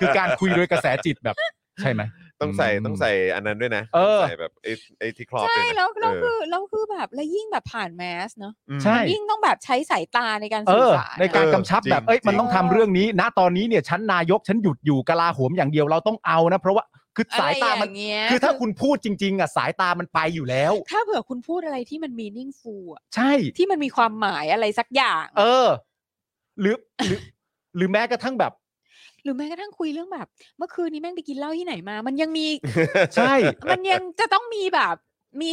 Speaker 2: คือการคุยโดยกระแสจิตแบบใช่ไหม
Speaker 1: ต้องใส่
Speaker 2: อืม
Speaker 1: ต้องใส่อันนั้นด้วยนะ
Speaker 2: เอ
Speaker 1: ต้
Speaker 2: อ
Speaker 1: องใส่แบบไอ้ไอ้ที่ครอบ
Speaker 3: ใช่
Speaker 1: ด้วยนะ
Speaker 3: แล้วแล้ว
Speaker 1: เออ
Speaker 3: คือแล้วคือแบบแล้วยิ่งแบบผ่านแมสเนอะ
Speaker 1: อืม
Speaker 2: ใช่
Speaker 3: ยิ่งต้องแบบใช้สายตาในการ
Speaker 2: เอ
Speaker 3: สื่อ
Speaker 2: อ
Speaker 3: สาร
Speaker 2: ในการ
Speaker 3: อะ
Speaker 2: กำชับแบบเอ้
Speaker 1: จ
Speaker 2: ย
Speaker 1: ริง
Speaker 2: มันต้องทำเรื่องนี้ ณตอนนี้เนี่ยฉันนายกฉันหยุดอยู่กลาโหมอย่างเดียวเราต้องเอานะ เพราะว่าคือสายตามัน
Speaker 3: อะไรองเงี้ย
Speaker 2: คือถ้าคุณพูดจริง ๆอ่ะสายตามันไปอยู่แล้ว
Speaker 3: ถ้าเผื่อคุณพูดอะไรที่มันมีนิ่งฟู
Speaker 2: ใช่
Speaker 3: ที่มันมีความหมายอะไรสักอย่าง
Speaker 2: เออ หรือหรือหรือแม้กระทั่งแบบ
Speaker 3: หรือแม้กระทั่งคุยเรื่องแบบ เมื่อคืนนี้แม่งไปกินเหล้าที่ไหนมา มันยังมี
Speaker 2: ใช่
Speaker 3: มันยังจะต้องมีแบบมี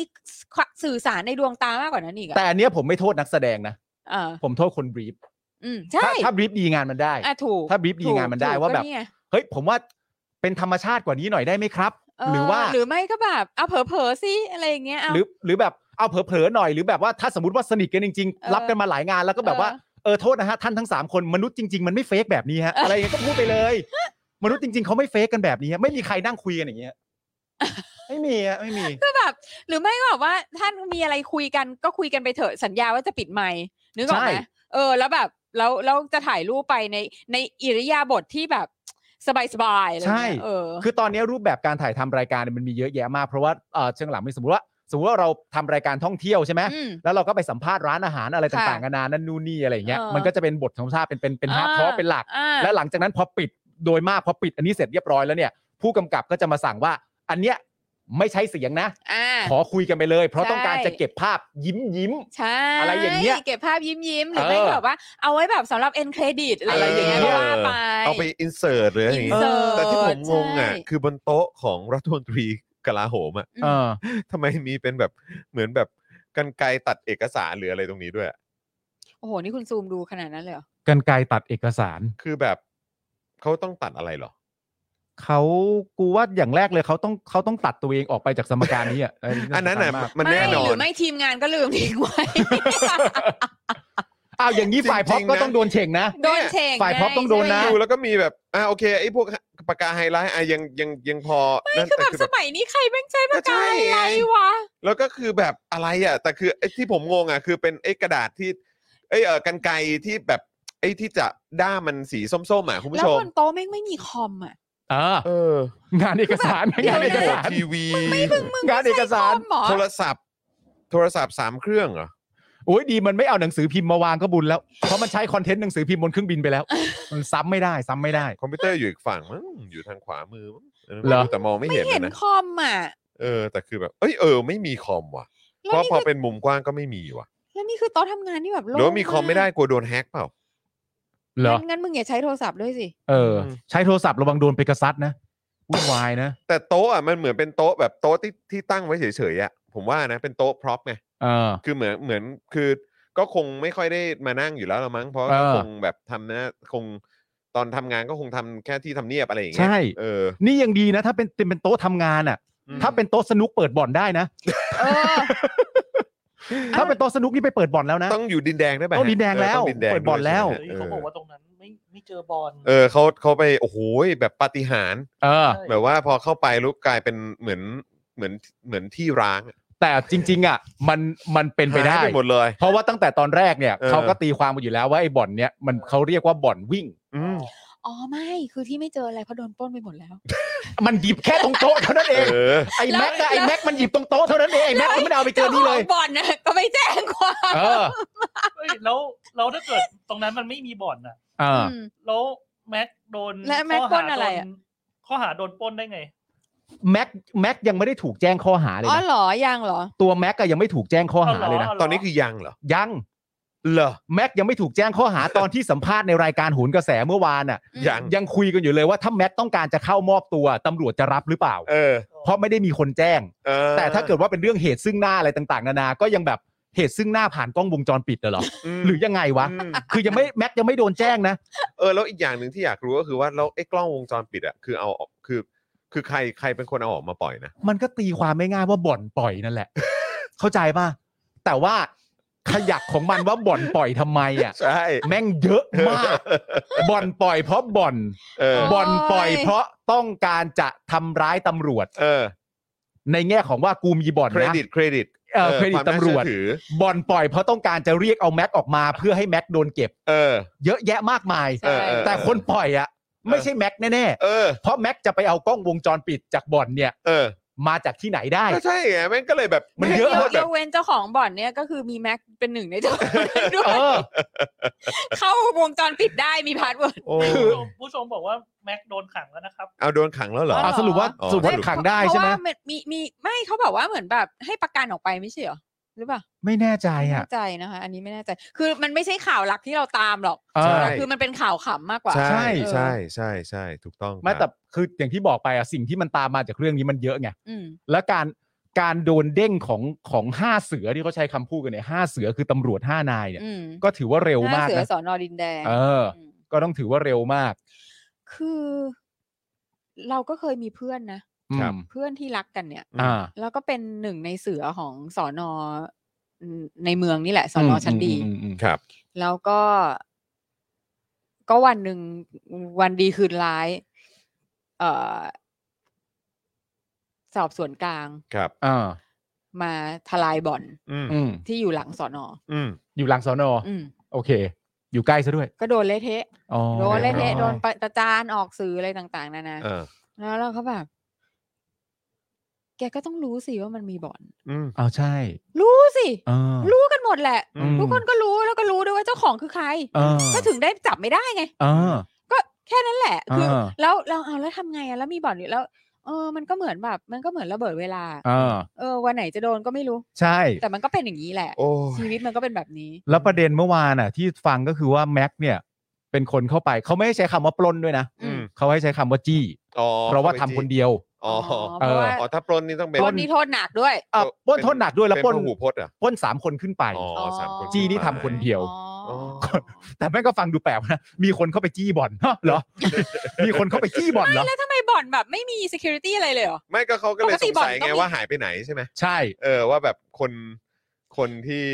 Speaker 3: สื่อสารในดวงตามากกว่านั้นอีกอะ
Speaker 2: แต่อันเนี้ยผมไม่โทษนักแสดงนะ
Speaker 3: เออ
Speaker 2: ผมโทษคนบรีฟ
Speaker 3: อืม
Speaker 2: ถ้า
Speaker 3: ใช่
Speaker 2: ถ้าบรีฟดีงานมันได้
Speaker 3: อ่ะถูก
Speaker 2: ถ้าบรีฟดีงานมันได้
Speaker 3: ถูก
Speaker 2: ว่าแบบ
Speaker 3: ก็นี่ไง
Speaker 2: เฮ้ย ผมว่าเป็นธรรมชาติกว่านี้หน่อยได้ไหมครับ
Speaker 3: เห
Speaker 2: รือว่า
Speaker 3: หรือไม่ก็แบบเอาเผลอๆสิอะไรอย่างเงี้ยเอา
Speaker 2: หรือหรือแบบเอาเผลอๆหน่อยหรือแบบว่าถ้าสมมติว่าสนิทกันจริง
Speaker 3: เออ
Speaker 2: ๆ รับกันมาหลายงานแล้วก็แบบว่า
Speaker 3: เออ
Speaker 2: เออโทษนะฮะท่านทั้งสามคนมนุษย์จริง ๆ มันไม่เฟกแบบนี้ฮะอะไรอย่างเงี้ยก็พูดไปเลย มนุษย์จริง ๆเขาไม่เฟกกันแบบนี้ฮะไม่มีใครนั่งคุยกันอย่างเงี้ยไม่มีฮะไม่มี
Speaker 3: ก็แบบหรือไม่ก็แบบว่าท่านมีอะไรคุยกันก็คุยกันไปเถอะสัญญาว่าจะปิดไมค์นึกออกไหม
Speaker 2: ใช่
Speaker 3: เออ แล้วแบบแล้วแล้วจะถ่ายรูปไปในในอิริยาบถที่แบบสบายๆอะไรเงี้ยเออ
Speaker 2: คือตอนเนี้ยรูปแบบการถ่ายทำรายการเนี่ยมันมีเยอะแยะมากเพราะว่าเออเชิงหลังมีสมมติว่า สมมติว่าเราทำรายการท่องเที่ยวใช่ไหม
Speaker 3: อืม
Speaker 2: แล้วเราก็ไปสัมภาษณ์ร้านอาหารอะไร
Speaker 3: ค่ะ
Speaker 2: ต่างๆนานานั่นนู่นนี่อะไรอย่างเงี้ย
Speaker 3: เออ
Speaker 2: มันก็จะเป็นบทสัมภาษณ์เป็นเป็นเป็นฮาร์ดทอเป็นหลัก
Speaker 3: อ่า
Speaker 2: และหลังจากนั้นพอปิดโดยมากพอปิดอันนี้เสร็จเรียบร้อยแล้วเนี่ย ผู้กำกับก็จะมาสั่งว่า อันเนี้ยไม่ใช้เสียงนะ
Speaker 3: อ่า
Speaker 2: ขอคุยกันไปเลย เพราะ
Speaker 3: ใช่
Speaker 2: ต้องการจะเก็บภาพยิ้มยิ้ม
Speaker 3: ใช่
Speaker 2: อะไรอย่างเงี้ย
Speaker 3: เก็บภาพยิ้มยิ้มๆหรือ
Speaker 2: เออ
Speaker 3: ไม่ก็แบบว่าเอาไว้แบบสำหรับเอ็นเครดิตอะไรอย่างเงี้ย
Speaker 2: อะไรอย่างเงี้ย
Speaker 3: ว่าไป
Speaker 1: เอาไปอินเสิร์ตหรืออะไรอ
Speaker 3: อิ
Speaker 1: ย่าน งงี้
Speaker 3: เสิร์ต
Speaker 1: แต่ที่ผมงงอ่ะ
Speaker 3: ใช่
Speaker 1: คือบนโต๊ะของรัฐมนตรีกลาโหมอ่ะ
Speaker 3: อืม
Speaker 2: เออ
Speaker 1: ทำไมมีเป็นแบบเหมือนแบบกันไกรตัดเอกสารหรืออะไรตรงนี้ด้วยอะ
Speaker 3: โอ้โห นี่คุณซูมดูขนาดนั้นเลยเหรอ
Speaker 2: กันไกรตัดเอกสาร
Speaker 1: คือแบบเขาต้องตัดอะไรเหรอ
Speaker 2: เขากูว่าอย่างแรกเลยเขาต้องเขาต้องตัดตัวเองออกไปจากสมการนี้อ่ะ
Speaker 1: อันนั้นน่ะ
Speaker 2: สำคัญมาก
Speaker 1: มันแน่นอ
Speaker 3: ไม่หรื
Speaker 1: น
Speaker 3: อไม่ทีมงานก็ลืมทิ้งไว้
Speaker 2: อ้าวอย่างนี้ฝ่าย
Speaker 1: จริงๆ
Speaker 2: พ็อปก็
Speaker 1: นะ
Speaker 2: ต้องโดนเฉ่งนะ
Speaker 3: โดนเชง
Speaker 2: ฝ่าย
Speaker 3: ไ
Speaker 2: พ็อปต้องโดน
Speaker 1: ดู
Speaker 3: ใช่
Speaker 2: นะ
Speaker 3: ไหม
Speaker 1: แล้วก็มีแบบอ่าโอเคไอ้พวกปากกาไฮไลท์อ่ะยังยังยังพอนั่น
Speaker 3: คือ
Speaker 1: แต่
Speaker 3: แบบ
Speaker 1: คือ
Speaker 3: ส
Speaker 1: แบบ
Speaker 3: มัยนี้ใครแม่งใช้ปาก
Speaker 1: ก็ใช่
Speaker 3: กาอะไร
Speaker 1: ไง
Speaker 3: วะ
Speaker 1: แล้วก็คือแบบอะไรอ่ะแต่คือไอ้ที่ผมงงอ่ะคือเป็นไอ้กระดาษที่ไอ้เออกันไกรที่แบบไอ้ที่จะด้ามมันสีส้มๆอ่ะคุณ
Speaker 3: แล้
Speaker 1: ผู้ชม
Speaker 3: วบนโต๊ะแม่งไม่มีคอมอ่ะ
Speaker 2: เออ
Speaker 1: เออง
Speaker 2: านเอกสาร
Speaker 3: คือ
Speaker 1: รี
Speaker 3: แบบ
Speaker 2: งานเอ
Speaker 1: โม
Speaker 2: ก
Speaker 1: ท
Speaker 2: สาร
Speaker 1: ทีวี
Speaker 2: งานเอกสาร
Speaker 3: ไม่ใช่คอมเหมอ
Speaker 1: โทรศัพท์ โทรศัพท์สามเครื่องเหรอ
Speaker 2: โอ้ยดีมันไม่เอาหนังสือพิมพ์มาวางก็บุญแล้ว เพราะมันใช้คอนเทนต์หนังสือพิมพ์บนเครื่องบินไปแล้ว มันซ้ำไม่ได้ซ้ำไม่ได้
Speaker 1: คอมพิวเตอร์อยู่อีกฝั่งมั้งอยู่ทางขวามือมั้งเออ
Speaker 2: เหรอ
Speaker 1: แต่มองไม่
Speaker 3: ไม่
Speaker 1: เห็นเล
Speaker 3: เห็
Speaker 1: ย
Speaker 3: น
Speaker 1: นะ
Speaker 3: คอมอ่ะ
Speaker 1: เออแต่คือแบบเอ้ยเออไม่มีคอมว่ะ
Speaker 3: แล้
Speaker 1: เพ
Speaker 3: ว
Speaker 1: ราะ
Speaker 3: นี่
Speaker 1: พอ
Speaker 3: คือ
Speaker 1: เป็นมุมกว้างก็ไม่มีว่ะ
Speaker 3: แล้วนี่คือโต๊ะทำงานที่แบบ
Speaker 1: ห
Speaker 3: โล่ง
Speaker 1: รือว่ามีคอมไม่ได้กลัวโดนแฮ็กเปล่า
Speaker 2: เหรอ
Speaker 3: งั้นงั้นมึงอย่าใช้โทรศัพท์ด้วยสิ
Speaker 2: เออ
Speaker 1: อืม
Speaker 2: ใช้โทรศัพท์ระวังโดนไปกระซัดนะวุ่นวายนะ
Speaker 1: แต่โต๊ะอ่ะมันเหมือนเป็นโต๊ะแบบโต๊ะที่ที่ตั้งไว้เฉยๆอ่ะผมว่านะเป็นโต๊ะพร็อพไง
Speaker 2: เออ
Speaker 1: คือเหมือนเหมือนคือก็คงไม่ค่อยได้มานั่งอยู่แล้วละมั้ง เพราะ
Speaker 2: เออ
Speaker 1: ก็คงแบบทำนะคงตอนทำงานก็คงทำแค่ที่ทำเนียบอะไรอย่างเงี้ย
Speaker 2: ใช่
Speaker 1: เออ
Speaker 2: นี่ยังดีนะ ถ้าเป็นเป็นโต๊ะทำงานอ่ะ
Speaker 1: อืม
Speaker 2: ถ้าเป็นโต๊ะสนุกเปิดบ่อนได้นะ
Speaker 3: เออ
Speaker 2: ถ้าเป็นโต๊ะสนุกนี่ไปเปิดบ่อนแล้วนะ
Speaker 1: ต้องอยู่ดินแดงได้ไหม
Speaker 2: ต้องดินแดงแล้ว
Speaker 1: ต้องดินแดง
Speaker 2: เปิดบ่อนแล้ว
Speaker 1: ใช่
Speaker 4: เฮ้ย
Speaker 1: ไหม
Speaker 4: เขาบอ
Speaker 1: เอ
Speaker 4: ก
Speaker 1: อ
Speaker 4: ว่าตรงนั้นไม่ไม่เจอบอล
Speaker 1: เออเขาเขาไปโอ้โหแบบปาฏิหาริย์
Speaker 2: เออ
Speaker 4: ใช่
Speaker 1: แบบว่าพอเข้าไปลุกกลายเป็นเหมือนเหมือนเหมือนที่ร้าง
Speaker 2: แต่จริง ๆ อ่ะ มันมันเป็นไปได้
Speaker 1: หายหมดเลย
Speaker 2: เพราะว่าตั้งแต่ตอนแรกเนี่ย
Speaker 1: เออ
Speaker 2: เขาก็ตีความมาอยู่แล้วว่าไอ้บ่อนเนี่ยมันเขาเรียกว่าบ่อนวิ่ง
Speaker 1: อืม
Speaker 3: อ๋อไม่ คือที่ไม่เจออะไรเพราะโดนปล้นไปหมดแล้ว
Speaker 2: มันหยิบแค่ตรงโต๊ะเท่านั้นเอง
Speaker 1: เออ
Speaker 2: ไอ้แม็กอะไอ้แม็กมันหยิบตรงโต๊ะเท่านั้นเองไอ้แม็กมันไม่ได้เอาไปเกินนี่เลย
Speaker 3: จ้าของบ่อนนะก็ไม่แจ้งความ
Speaker 2: เออ
Speaker 4: เฮ้ยแล้วแล้วถ้าเกิดตรงนั้นมันไม่มีบอลน่ะ
Speaker 2: เออ
Speaker 3: ม
Speaker 4: แล้วแม็กโดน
Speaker 3: และแม็ก
Speaker 4: ข้
Speaker 3: ปล้
Speaker 4: หาน
Speaker 3: อะไรอะ
Speaker 4: โดข้อหาโดนปล้นได้ไง
Speaker 2: แม็กแม็กยังไม่ได้ถูกแจ้งข้อหาเลย
Speaker 3: อ๋อ
Speaker 2: นะ
Speaker 3: เหรอยังเหรอ
Speaker 2: ตัวแม็กก็ยังไม่ถูกแจ้งข้อหาเลยนะ
Speaker 4: เอาเหรอ
Speaker 1: ตอนนี้คือยังเหรอ
Speaker 2: ยัง
Speaker 1: เหรอ
Speaker 2: แม็กยังไม่ถูกแจ้งข้อหาตอนที่สัมภาษณ์ในรายการโหนกระแสเมื่อวานอ่ะ
Speaker 3: อืม
Speaker 1: ยัง
Speaker 2: ยังคุยกันอยู่เลยว่าถ้าแม็กต้องการจะเข้ามอบตัวตำรวจจะรับหรือเปล่า
Speaker 1: เออ
Speaker 2: เพราะไม่ได้มีคนแจ้ง
Speaker 1: เออ
Speaker 2: แต่ถ้าเกิดว่าเป็นเรื่องเหตุซึ่งหน้าอะไรต่างๆ นานา ก็ยังแบบเหตุซึ่งหน้าผ่านกล้องวงจรปิดเหรอ
Speaker 1: ม
Speaker 2: หรือยังไงวะ
Speaker 1: อืม
Speaker 2: คือยังไม่แม็กยังไม่โดนแจ้งนะ
Speaker 1: เออแล้วอีกอย่างหนึ่งที่อยากรู้ก็คือว่าแล้วไอ้กล้องวงจรปิดอะคือเอาออกคือ คือใครใครเป็นคนเอาออกมาปล่อยนะ
Speaker 2: มันก็ตีความไม่ง่ายว่าบ่อนปล่อยนั่นแหละ เข้าใจป่ะแต่ว่าขยักของมันว่าบ่อนปล่อยทำไมอ่ะ
Speaker 1: ใช่
Speaker 2: แม่งเยอะมาก บ่อนปล่อยเพราะบ่อน
Speaker 1: เออ
Speaker 2: บ่อนปล่อยเพราะต้องการจะทำร้ายตำรวจ
Speaker 1: เออ
Speaker 2: ในแง่ของว่ากูมีบ่อน
Speaker 1: เคร
Speaker 2: นะ
Speaker 1: ดิตเครดิต
Speaker 2: เออเครดิตตำรวจ
Speaker 1: ถือ
Speaker 2: บ่อนปล่อยเพราะต้องการจะเรียกเอาแม็กออกมาเพื่อให้แม็กโดนเก็บ
Speaker 1: เออ
Speaker 2: เยอะแยะมากมาย
Speaker 3: ใช่
Speaker 1: เออเออ
Speaker 2: แต่คนปล่อยอ่ะไม่ใช่แม็กแน่
Speaker 1: เออ
Speaker 2: ๆเพราะแม็กจะไปเอากล้องวงจรปิดจากบ่อนเนี่ย
Speaker 1: เออ
Speaker 2: มาจากที่ไหนได้
Speaker 1: ก็ใช่ไงแม่งก็เลยแบบ
Speaker 2: มันเยอะ
Speaker 1: แง
Speaker 3: ย
Speaker 1: โค
Speaker 3: ก
Speaker 1: ตรแบ
Speaker 3: ย
Speaker 1: บ
Speaker 3: กเว้นเจ้าของบ่อนเนี่ยก็คือมีแม็กเป็นหนึ่งในเจ้ าของนั้นด้วย
Speaker 2: เออ
Speaker 3: เข้าวงจรปิดได้มีพาสเวิร์ด
Speaker 1: โอ้
Speaker 2: คื
Speaker 4: ผู้ชมผู้ชมบอกว่าแม็กโดนขังแล้วนะครับ
Speaker 1: เอาโดนขังแล้วเหรอ
Speaker 3: เอ
Speaker 2: เอาสรุปว่า
Speaker 1: อ๋อ
Speaker 2: สรุปว่าขังได้
Speaker 3: เพ
Speaker 2: ใช่
Speaker 3: ราะ
Speaker 2: ไหม
Speaker 3: ว่ามันมีมีไม่เขาบอกว่าเหมือนแบบให้ประกันออกไปไม่ใช่เหรอหรือเปล่า
Speaker 2: ไม่แน่ใจ
Speaker 3: ไม่แน่
Speaker 2: อ่ะ
Speaker 3: ใจนะคะ อันนี้ไม่แน่ใจ คือมันไม่ใช่ข่าวหลักที่เราตามหรอก
Speaker 2: ใช่
Speaker 3: แต่คือมันเป็นข่าวขำมากกว่า
Speaker 1: ใช่
Speaker 2: ใช่
Speaker 1: ใช่ใช่ใช่ถูกต้อง
Speaker 2: ไม่
Speaker 1: ครั
Speaker 2: แต่
Speaker 1: บ
Speaker 2: คืออย่างที่บอกไปอ่ะสิ่งที่มันตามมาจากเรื่องนี้มันเยอะไง
Speaker 3: อืม
Speaker 2: และการการโดนเด้งของของห้าเสือที่เขาใช้คำพูดกันเนี่ยห้าเสือคือตำรวจห้านายเนี่ย
Speaker 3: อืม
Speaker 2: ก็ถือว่าเร็ว
Speaker 3: หน้
Speaker 2: มาก
Speaker 3: เสือ
Speaker 2: นะ
Speaker 3: สอนอดินแดง
Speaker 2: เออ
Speaker 3: ม
Speaker 2: ก็ต้องถือว่าเร็วมาก
Speaker 3: คือ เราก็เคยมีเพื่อนนะ
Speaker 2: อืม
Speaker 3: เพื่อนที่รักกันเนี่ย
Speaker 2: อ่า
Speaker 3: แล้วก็เป็นหนึ่งในเสือของสอนอในเมืองนี่แหละสอนอชั้นดี
Speaker 2: อืมอืมอืม
Speaker 1: ครับ
Speaker 3: แล้วก็ ก็วันหนึ่งวันดีคืนร้าย เออสอบสวนกลาง
Speaker 1: ครับ
Speaker 2: อ่า
Speaker 3: มาทลายบ่อน
Speaker 1: อืม
Speaker 2: อืม
Speaker 3: ที่อยู่หลังสอนอ
Speaker 1: อืม
Speaker 2: อยู่หลังสอนออ
Speaker 3: อืม
Speaker 2: โอเค อยู่ใกล้ซะด้วย
Speaker 3: ก็โดนเละเทะ
Speaker 2: อ๋อ
Speaker 3: โดนเละเทะ
Speaker 1: อ๋อ
Speaker 3: โดนประจานออกสื่ออะไรต่าง ๆ นานา
Speaker 1: เออ
Speaker 3: แล้วเราก็แบบ แกก็ต้องรู้สิว่ามันมีบ่อน
Speaker 1: อืม
Speaker 2: อ้าวใช่
Speaker 3: รู้สิ
Speaker 2: อ่า
Speaker 3: รู้กันหมดแหละ
Speaker 1: อืม
Speaker 3: ทุกคนก็รู้แล้วก็รู้ด้วยว่าเจ้าของคือใคร
Speaker 2: อ่า
Speaker 3: ก็ถึงได้จับไม่ได้ไง
Speaker 2: อ่า
Speaker 3: ก็แค่นั้นแหละ คืออา แล้วเราเอาแล้วทำไงอะแล้วมีบ่อนอยู่แล้ว เออ มันก็เหมือนแบบ มันก็เหมือนระเบิดเวลา
Speaker 2: อ่า
Speaker 3: เออ วันไหนจะโดนก็ไม่รู้
Speaker 2: ใช่
Speaker 3: แต่มันก็เป็นอย่างนี้แหละ
Speaker 1: โอ้
Speaker 3: ชีวิตมันก็เป็นแบบนี้
Speaker 2: แล้วประเด็นเมื่อวานอ่ะ ที่ฟังก็คือว่าแม็กเนี่ย เป็นคนเข้าไปเขาไม่ให้ใช้คำว่าปล้นด้วยนะ
Speaker 3: อืม
Speaker 2: เขาให้ใช้คำว่าจี้
Speaker 1: อ๋อ
Speaker 2: เพราะว่าทำคนเดียว
Speaker 1: อ๋ออ๋อ
Speaker 3: เพราะว่า
Speaker 1: อ๋อถ้าปล้นนี่ต้องเป็น
Speaker 3: โทษนี้โทษหนักด้วย
Speaker 2: อ่ะปล้นโทษหนักด้วยแล้วปล้น
Speaker 1: เป็นพหูพจน์เหรอ่ะ
Speaker 2: ปล้นสามคนขึ้นไป
Speaker 1: อ๋อสามคน
Speaker 2: จี้นี่ทำคนเดียว
Speaker 3: อ๋ออ๋อ
Speaker 2: แต่แม่งก็ฟังดูแปลกนะ มีคนเข้าไปจี้บ่อนฮ ะเหรอ มีคนเข้าไปจี้บ่อนเหรอ
Speaker 3: แล้วทำไมบ่อนแบบไม่มี security อะไรเลยเหรอ
Speaker 1: ไม่ก็เขาก็เลย
Speaker 3: ปก
Speaker 1: ส
Speaker 3: ติ
Speaker 1: งสัย
Speaker 3: บ่อนต้อง
Speaker 1: ไง
Speaker 3: มี
Speaker 1: ว่าหายไปไหนใช่ไหม
Speaker 2: ใช่
Speaker 1: เออว่าแบบคนคนที่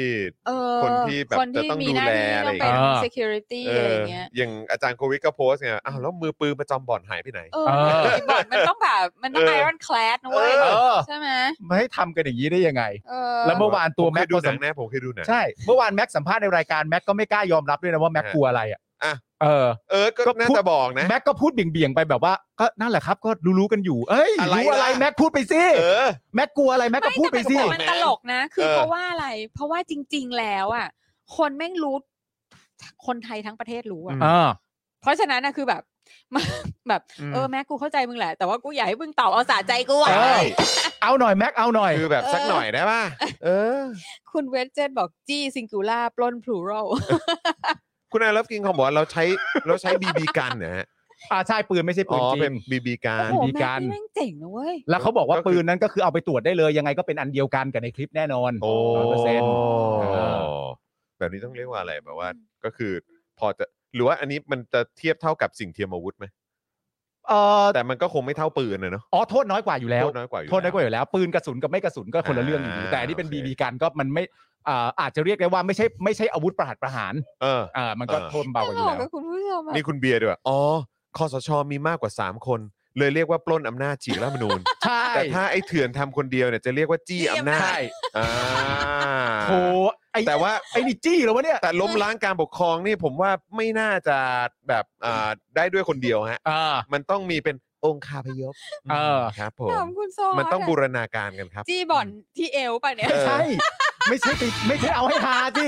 Speaker 3: เออ
Speaker 1: คนที่แบบ
Speaker 3: คน
Speaker 1: จะ
Speaker 3: ที่
Speaker 1: ต้อง
Speaker 3: มี
Speaker 1: ดู
Speaker 3: หน้า
Speaker 1: แล
Speaker 3: ที่
Speaker 1: อะไร
Speaker 3: ต้
Speaker 1: อ
Speaker 3: อง
Speaker 1: ย่างเงี้ย
Speaker 3: เป็น
Speaker 2: เงี้ย
Speaker 3: security
Speaker 1: เอ
Speaker 3: อะไร
Speaker 1: อ
Speaker 3: เงี้ย
Speaker 1: อย่างอาจารย์โควิดก็โพสต์ไงอ้าวแล้วมือปืนประจำบ่อนหายไปไหน
Speaker 3: เออ
Speaker 2: เออ
Speaker 3: ไอ้บ่อนมันต้องแบบมันต้อง
Speaker 1: เออ
Speaker 3: iron clad นะเว้ย
Speaker 1: เอ
Speaker 2: อ
Speaker 3: ใช่ไหม
Speaker 2: ไม่ให้ทำกันอย่างนี้ได้ยังไง
Speaker 3: เออ
Speaker 2: แล้วเมื่อวานตัว
Speaker 1: ผ
Speaker 2: แม็ก
Speaker 1: เคยดู
Speaker 2: ก็
Speaker 1: ห
Speaker 2: สั
Speaker 1: นั
Speaker 2: ม
Speaker 1: งนะผมเคยดูหนัง
Speaker 2: ใช่ เมื่อวานแม็กสัมภาษณ์ในรายการแม็กก็ไม่กล้ายอมรับด้วยนะว่าแม็กกลัวอะไรอ่ะ
Speaker 1: อ่ะ
Speaker 2: เออ
Speaker 1: เออก็
Speaker 2: ก็
Speaker 1: น่า
Speaker 2: พูด
Speaker 1: จะบอกนะ
Speaker 2: แม็กก็พูดเบี่ยงๆไปแบบว่าก็นั่นแหละครับ ก็รู้ๆกันอยู่ เอ้ย
Speaker 1: อะไร
Speaker 2: รู้อะไร
Speaker 1: ล่ะ
Speaker 2: แม็กพูดไปสิ
Speaker 1: เออ
Speaker 2: แม็กกลัวอะไรแม็กก็พูดไปสิ
Speaker 3: ม่แต่มันตลกนะ คือ
Speaker 1: เออ
Speaker 3: เพราะว่าอะไร เพราะว่าจริง ๆ แล้วอ่ะ คนแม่งรู้ คนไทยทั้งประเทศรู้อ่ะ
Speaker 2: อ่า
Speaker 3: เพราะฉะนั้นนะคือแบบ แบบเออแม็กกูเข้าใจมึงแหละ แต่ว่ากูอยากให้มึงตอบเอาสะใจกูอ่ะ
Speaker 2: เออ เอาหน่อยแม็กเอาหน่อย
Speaker 1: คือแบบ
Speaker 3: เออ
Speaker 1: สักหน่อยได้ป่ะเออ
Speaker 3: คุณเวสเจนบอกจี้ซิงคูล่าปล้นพลูรัล
Speaker 1: คุณนายรับกินเขาบอกว่าเราใช้เราใช้บีบีกันนะฮะ
Speaker 2: อ่าใช่ปืนไม่ใช่
Speaker 1: อ๋
Speaker 2: ปื
Speaker 1: อน
Speaker 2: จริ
Speaker 1: เป็น
Speaker 2: ง
Speaker 1: บีบีกั
Speaker 3: โอ้
Speaker 1: น
Speaker 3: โห
Speaker 2: มี
Speaker 3: แม็ก
Speaker 2: การ
Speaker 3: นี่แม่งเจ๋งนะเว้ย
Speaker 2: แล้วเขาบอกว่า
Speaker 1: ก็คือ
Speaker 2: ปืนนั้นก็คือเอาไปตรวจได้เลยยังไงก็เป็นอันเดียวกันกับในคลิปแน่นอน
Speaker 1: โอ้
Speaker 2: 100%เออ
Speaker 1: แบบนี้ต้องเรียกว่าอะไรแบบว่า ก็คือพอจะหรือว่าอันนี้มันจะเทียบเท่ากับสิ่งเทียมอาวุธไหม
Speaker 2: เอ่อ
Speaker 1: แต่มันก็คงไม่เท่าปืนนะเนาะ
Speaker 2: อ๋อโทษน้อยกว่าอยู่แล้ว
Speaker 1: โทษน้อยกว่าอยู่
Speaker 2: โทษน้อยกว่า
Speaker 1: แล้
Speaker 2: อยู่แล้ว ปืนกระสุนกับไม่กระสุนก็คนละเรื่องอยู่ดี
Speaker 1: อ่า
Speaker 2: แต่อันนี้เป็น
Speaker 1: โอเค
Speaker 2: บีบีกันก็มันไม่อ่าอาจจะเรียกได้ว่าไม่ใช่ไม่ใช่อาวุธประหัตประหาร
Speaker 1: เออ
Speaker 2: อ่ามันก็
Speaker 1: เออ
Speaker 2: โทษเบากว่าอยู่
Speaker 3: บอก
Speaker 2: แล้ว
Speaker 3: กับคุณผู้ชมแบบ
Speaker 1: นี่คุณเบียร์ด้วยอ๋อคอสชมีมากกว่า 3 คน เลยเรียกว่าปล้นอำนาจฉีกรัฐธรรมนูญ
Speaker 2: ใช่
Speaker 1: แต่ถ้าไอ้เถื่อนทำคนเดียวเนี่ยจะเรียกว่าจี้อำนาจ
Speaker 2: ใช่
Speaker 1: อ่า
Speaker 2: โหไอ้
Speaker 1: แต่ว่า
Speaker 2: ไอ้นี่จี้เหรอวะเนี่ย
Speaker 1: แต่ล้มล้างการปกครองนี่ผมว่าไม่น่าจะแบบอ่าได้ด้วยคนเดียวฮะ
Speaker 2: อ่า
Speaker 1: มันต้องมีเป็นองคาพยพ
Speaker 2: เออ
Speaker 1: ครับผม
Speaker 3: ถามคุณโซ
Speaker 1: มันต้อง
Speaker 3: ะ
Speaker 1: บูรณาการกันครับ
Speaker 3: จี้บ่อนที่เอวป่ะเนี่ย
Speaker 1: เออ
Speaker 2: ใช่ ไม่ใช่ไปไม่ใช่เอาให้ฮา สิ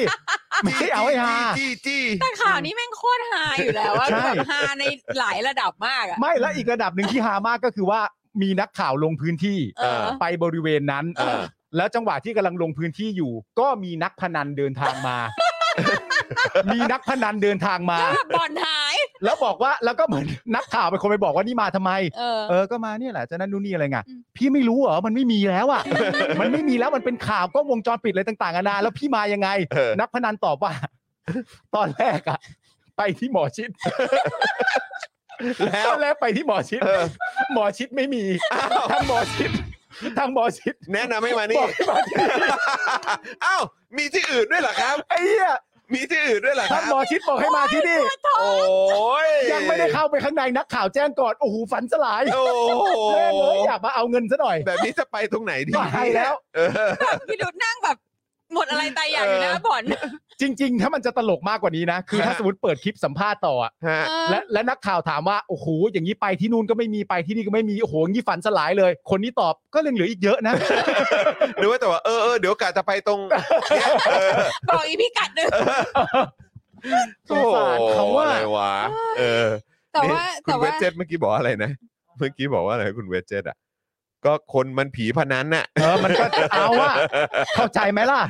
Speaker 2: ไม่ใช่เอาให้ฮา
Speaker 1: จี้จี้
Speaker 3: แต่ข่าวนี้แม่งโคตรฮาอยู่แล้วว่า
Speaker 2: ใช่
Speaker 3: แบบฮาในหลายระดับมากอ่ะ
Speaker 2: ไม่และอีกระดับหนึ่งที่ฮามากก็คือว่ามีนักข่าวลงพื้นที่
Speaker 3: เออ
Speaker 2: ไปบริเวณนั้น
Speaker 1: เออ
Speaker 2: แล้วจังหวะที่กำลังลงพื้นที่อยู่ ก็มีนักพนันเดินทางมา มีนักพนันเดินทางมา
Speaker 3: แล้วแบบบ่อนหาย
Speaker 2: แล้วบอกว่าแล้วก็เหมือนนักข่าวเป็นคนไปบอกว่านี่มาทำไม
Speaker 3: เออ
Speaker 2: เออก็มาเนี่ยแหละจะนั่นนู่นนี่อะไรไง
Speaker 3: อืม
Speaker 2: พี่ไม่รู้เหรอมันไม่มีแล้วอ่ะ มันไม่มีแล้วมันเป็นข่าวกล้องวงจรปิดอะไรต่างๆนานาแล้วพี่มายังไง
Speaker 1: เออ
Speaker 2: นักพ นันตอบว่า ตอนแรกอะไปที่หมอชิด
Speaker 1: แล้ว
Speaker 2: ตอนแรกไปที่หมอชิด
Speaker 1: เออ
Speaker 2: หมอชิดไม่มีทางหมอชิดทางหมอชิด
Speaker 1: แนะนำให้มา
Speaker 2: บ
Speaker 1: นี่
Speaker 2: อกให้มาที่นี่
Speaker 1: อ้าวมีที่อื่นด้วยเหรอครับ
Speaker 2: ไอ้เหี้ย
Speaker 1: มีที่อื่นด้วยเหรอค
Speaker 2: ทา
Speaker 1: รั
Speaker 2: ง
Speaker 1: บ
Speaker 2: หมอชิดบอกให้มาที่นี่
Speaker 1: โอ้ย
Speaker 2: ยังไม่ได้เข้าไปข้างในนักข่าวแจ้งก่อนโอ้โหฝันสลาย
Speaker 1: โอ้โห
Speaker 2: แม่งเลยอยากมาเอาเงินซะหน่อย
Speaker 1: แบบนี้จะไปตรงไหนดี
Speaker 2: ไปแล้ว
Speaker 1: เออ
Speaker 3: พี่ดุดนั่งแบบหมดอะไรตายอยากอยู่หน้า
Speaker 1: เออ
Speaker 3: บ่อน
Speaker 2: จริง ๆ ถ้ามันจะตลกมากกว่านี้นะ คือถ้า
Speaker 1: ฮะ
Speaker 2: สมมติเปิดคลิปสัมภาษณ์ต่ออะ
Speaker 1: ฮะ
Speaker 2: และและนักข่าวถามว่าโอ้โหอย่างนี้ไปที่นู่นก็ไม่มีไปที่นี่ก็ไม่มีโอ้โหอย่างนี้ฝันสลายเลย คนนี้ตอบก็ยังเหลืออีกเยอะนะ
Speaker 1: หรือว่าแต่ว่าเออเออเดี๋ยวกะจะไปตรงเนี่ยเออ
Speaker 3: บอกอีพิกัดหนึ่ง
Speaker 2: สงสารเขาอะ
Speaker 1: อะไรวะเออ
Speaker 3: แต่
Speaker 1: นี่
Speaker 3: ว่า
Speaker 1: คุ
Speaker 3: แต่
Speaker 1: ณเว
Speaker 3: ว่า
Speaker 1: จเจ็ตเมื่อกี้บอกอะไรนะ เมื่อกี้บอกว่าอะไรคุณเวจเจ็ตอ่ะ ก็คนมันผีพนันน่ะ
Speaker 2: เออมันก็เอาอะเข้าใจไหมล่ะ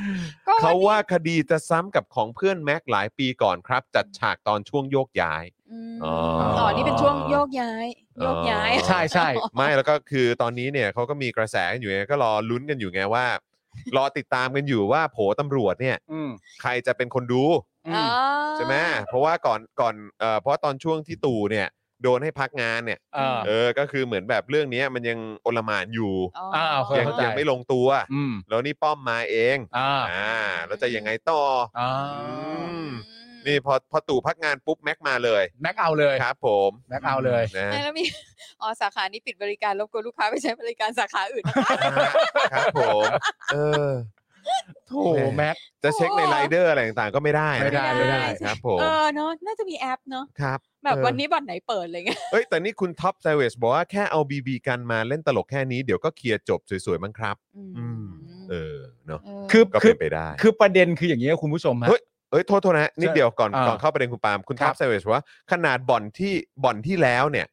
Speaker 3: ก็
Speaker 1: เขาว่าคดีจะซ้ำกับของเพื่อนแม็กหลายปีก่อนครับ จัดฉากตอนช่วงโยกย้าย
Speaker 3: อืม
Speaker 1: อ๋ออ๋
Speaker 3: อ๋อนี่เป็นช่วงโยกย้ายโยกย้าย
Speaker 1: อ๋อ
Speaker 2: ใช่ใช่
Speaker 1: ไม่แล้วก็คือตอนนี้เนี่ยเขาก็มีกระแสกันอยู่ไงก็รอลุ้นกันอยู่ไงว่า รอติดตามกันอยู่ว่าโผตำรวจเนี่ย
Speaker 2: อืม
Speaker 1: ใครจะเป็นคนดู
Speaker 2: อื
Speaker 3: อ๋อ
Speaker 2: ม
Speaker 1: ใช่ไหมเพราะว่าก่อนก่อนเอ่อเพราะว่าตอนช่วงที่ตู่เนี่ย โดนให้พักงานเนี่ย
Speaker 2: อ่า
Speaker 1: เออ ก็คือเหมือนแบบเรื่องเนี้ยมันยังโอลหมานอยู่
Speaker 3: อ๋อ
Speaker 2: อ่าโอเค
Speaker 1: ยัง
Speaker 2: เข้าใจ
Speaker 1: ยังไม่ลงตัว
Speaker 2: อืม
Speaker 1: แล้วนี่ป้อมมาเอง
Speaker 2: อ่า
Speaker 1: อ่าแล้วจะยังไงต่อ
Speaker 2: อ่า
Speaker 1: อืม
Speaker 3: นี่
Speaker 1: นี่พอพอตู่พักงานปุ๊บแม็กมาเลย
Speaker 2: แม็กเอาเลย
Speaker 1: ครับ ผม
Speaker 2: แม็กเอาเลย
Speaker 1: นะฮะ
Speaker 3: แล้วมี อ๋อสาขานี้ปิดบริการรบกวนลูกค้าไปใช้บริการสาขาอื่นนะคะ
Speaker 1: ครับผมเออ
Speaker 2: โธ่แม็ก
Speaker 1: จะเช็คในไรเดอร์อะไรต่างๆก็ไม่ได้นะ
Speaker 2: ไม่ได้ไม่ได้
Speaker 1: ครับผม
Speaker 3: เออเนาะน่าจะมีแอปเนาะ
Speaker 1: ครับ
Speaker 3: แบบ
Speaker 1: เออ
Speaker 3: วันนี้บ่อนไหนเปิดอะไรเงี้ย
Speaker 1: เอ้ยแต่นี่คุณท็อปไซเวสบอกว่าแค่เอาบีบีกันมาเล่นตลกแค่นี้เดี๋ยวก็เคลียร์จบสวยๆมั้งครับ อืม เออเนาะ
Speaker 3: เออ
Speaker 2: คือ
Speaker 1: ก็
Speaker 2: คื
Speaker 1: เป็
Speaker 2: อน
Speaker 1: ไปได้
Speaker 2: คือประเด็นคืออย่างนี้ยคุณผู้ชมฮะ
Speaker 1: เฮ้ย เอ้ยโทษโทษนะฮะนิดเดียวก่อน
Speaker 2: อ่า
Speaker 1: ก่อนเข้าประเด็นคุณปาล์มคุณ
Speaker 2: ครับ
Speaker 1: ท็อปไซเวสบอกว่าขนาดบ่อนที่บ่อนที่แล้วเนี่ย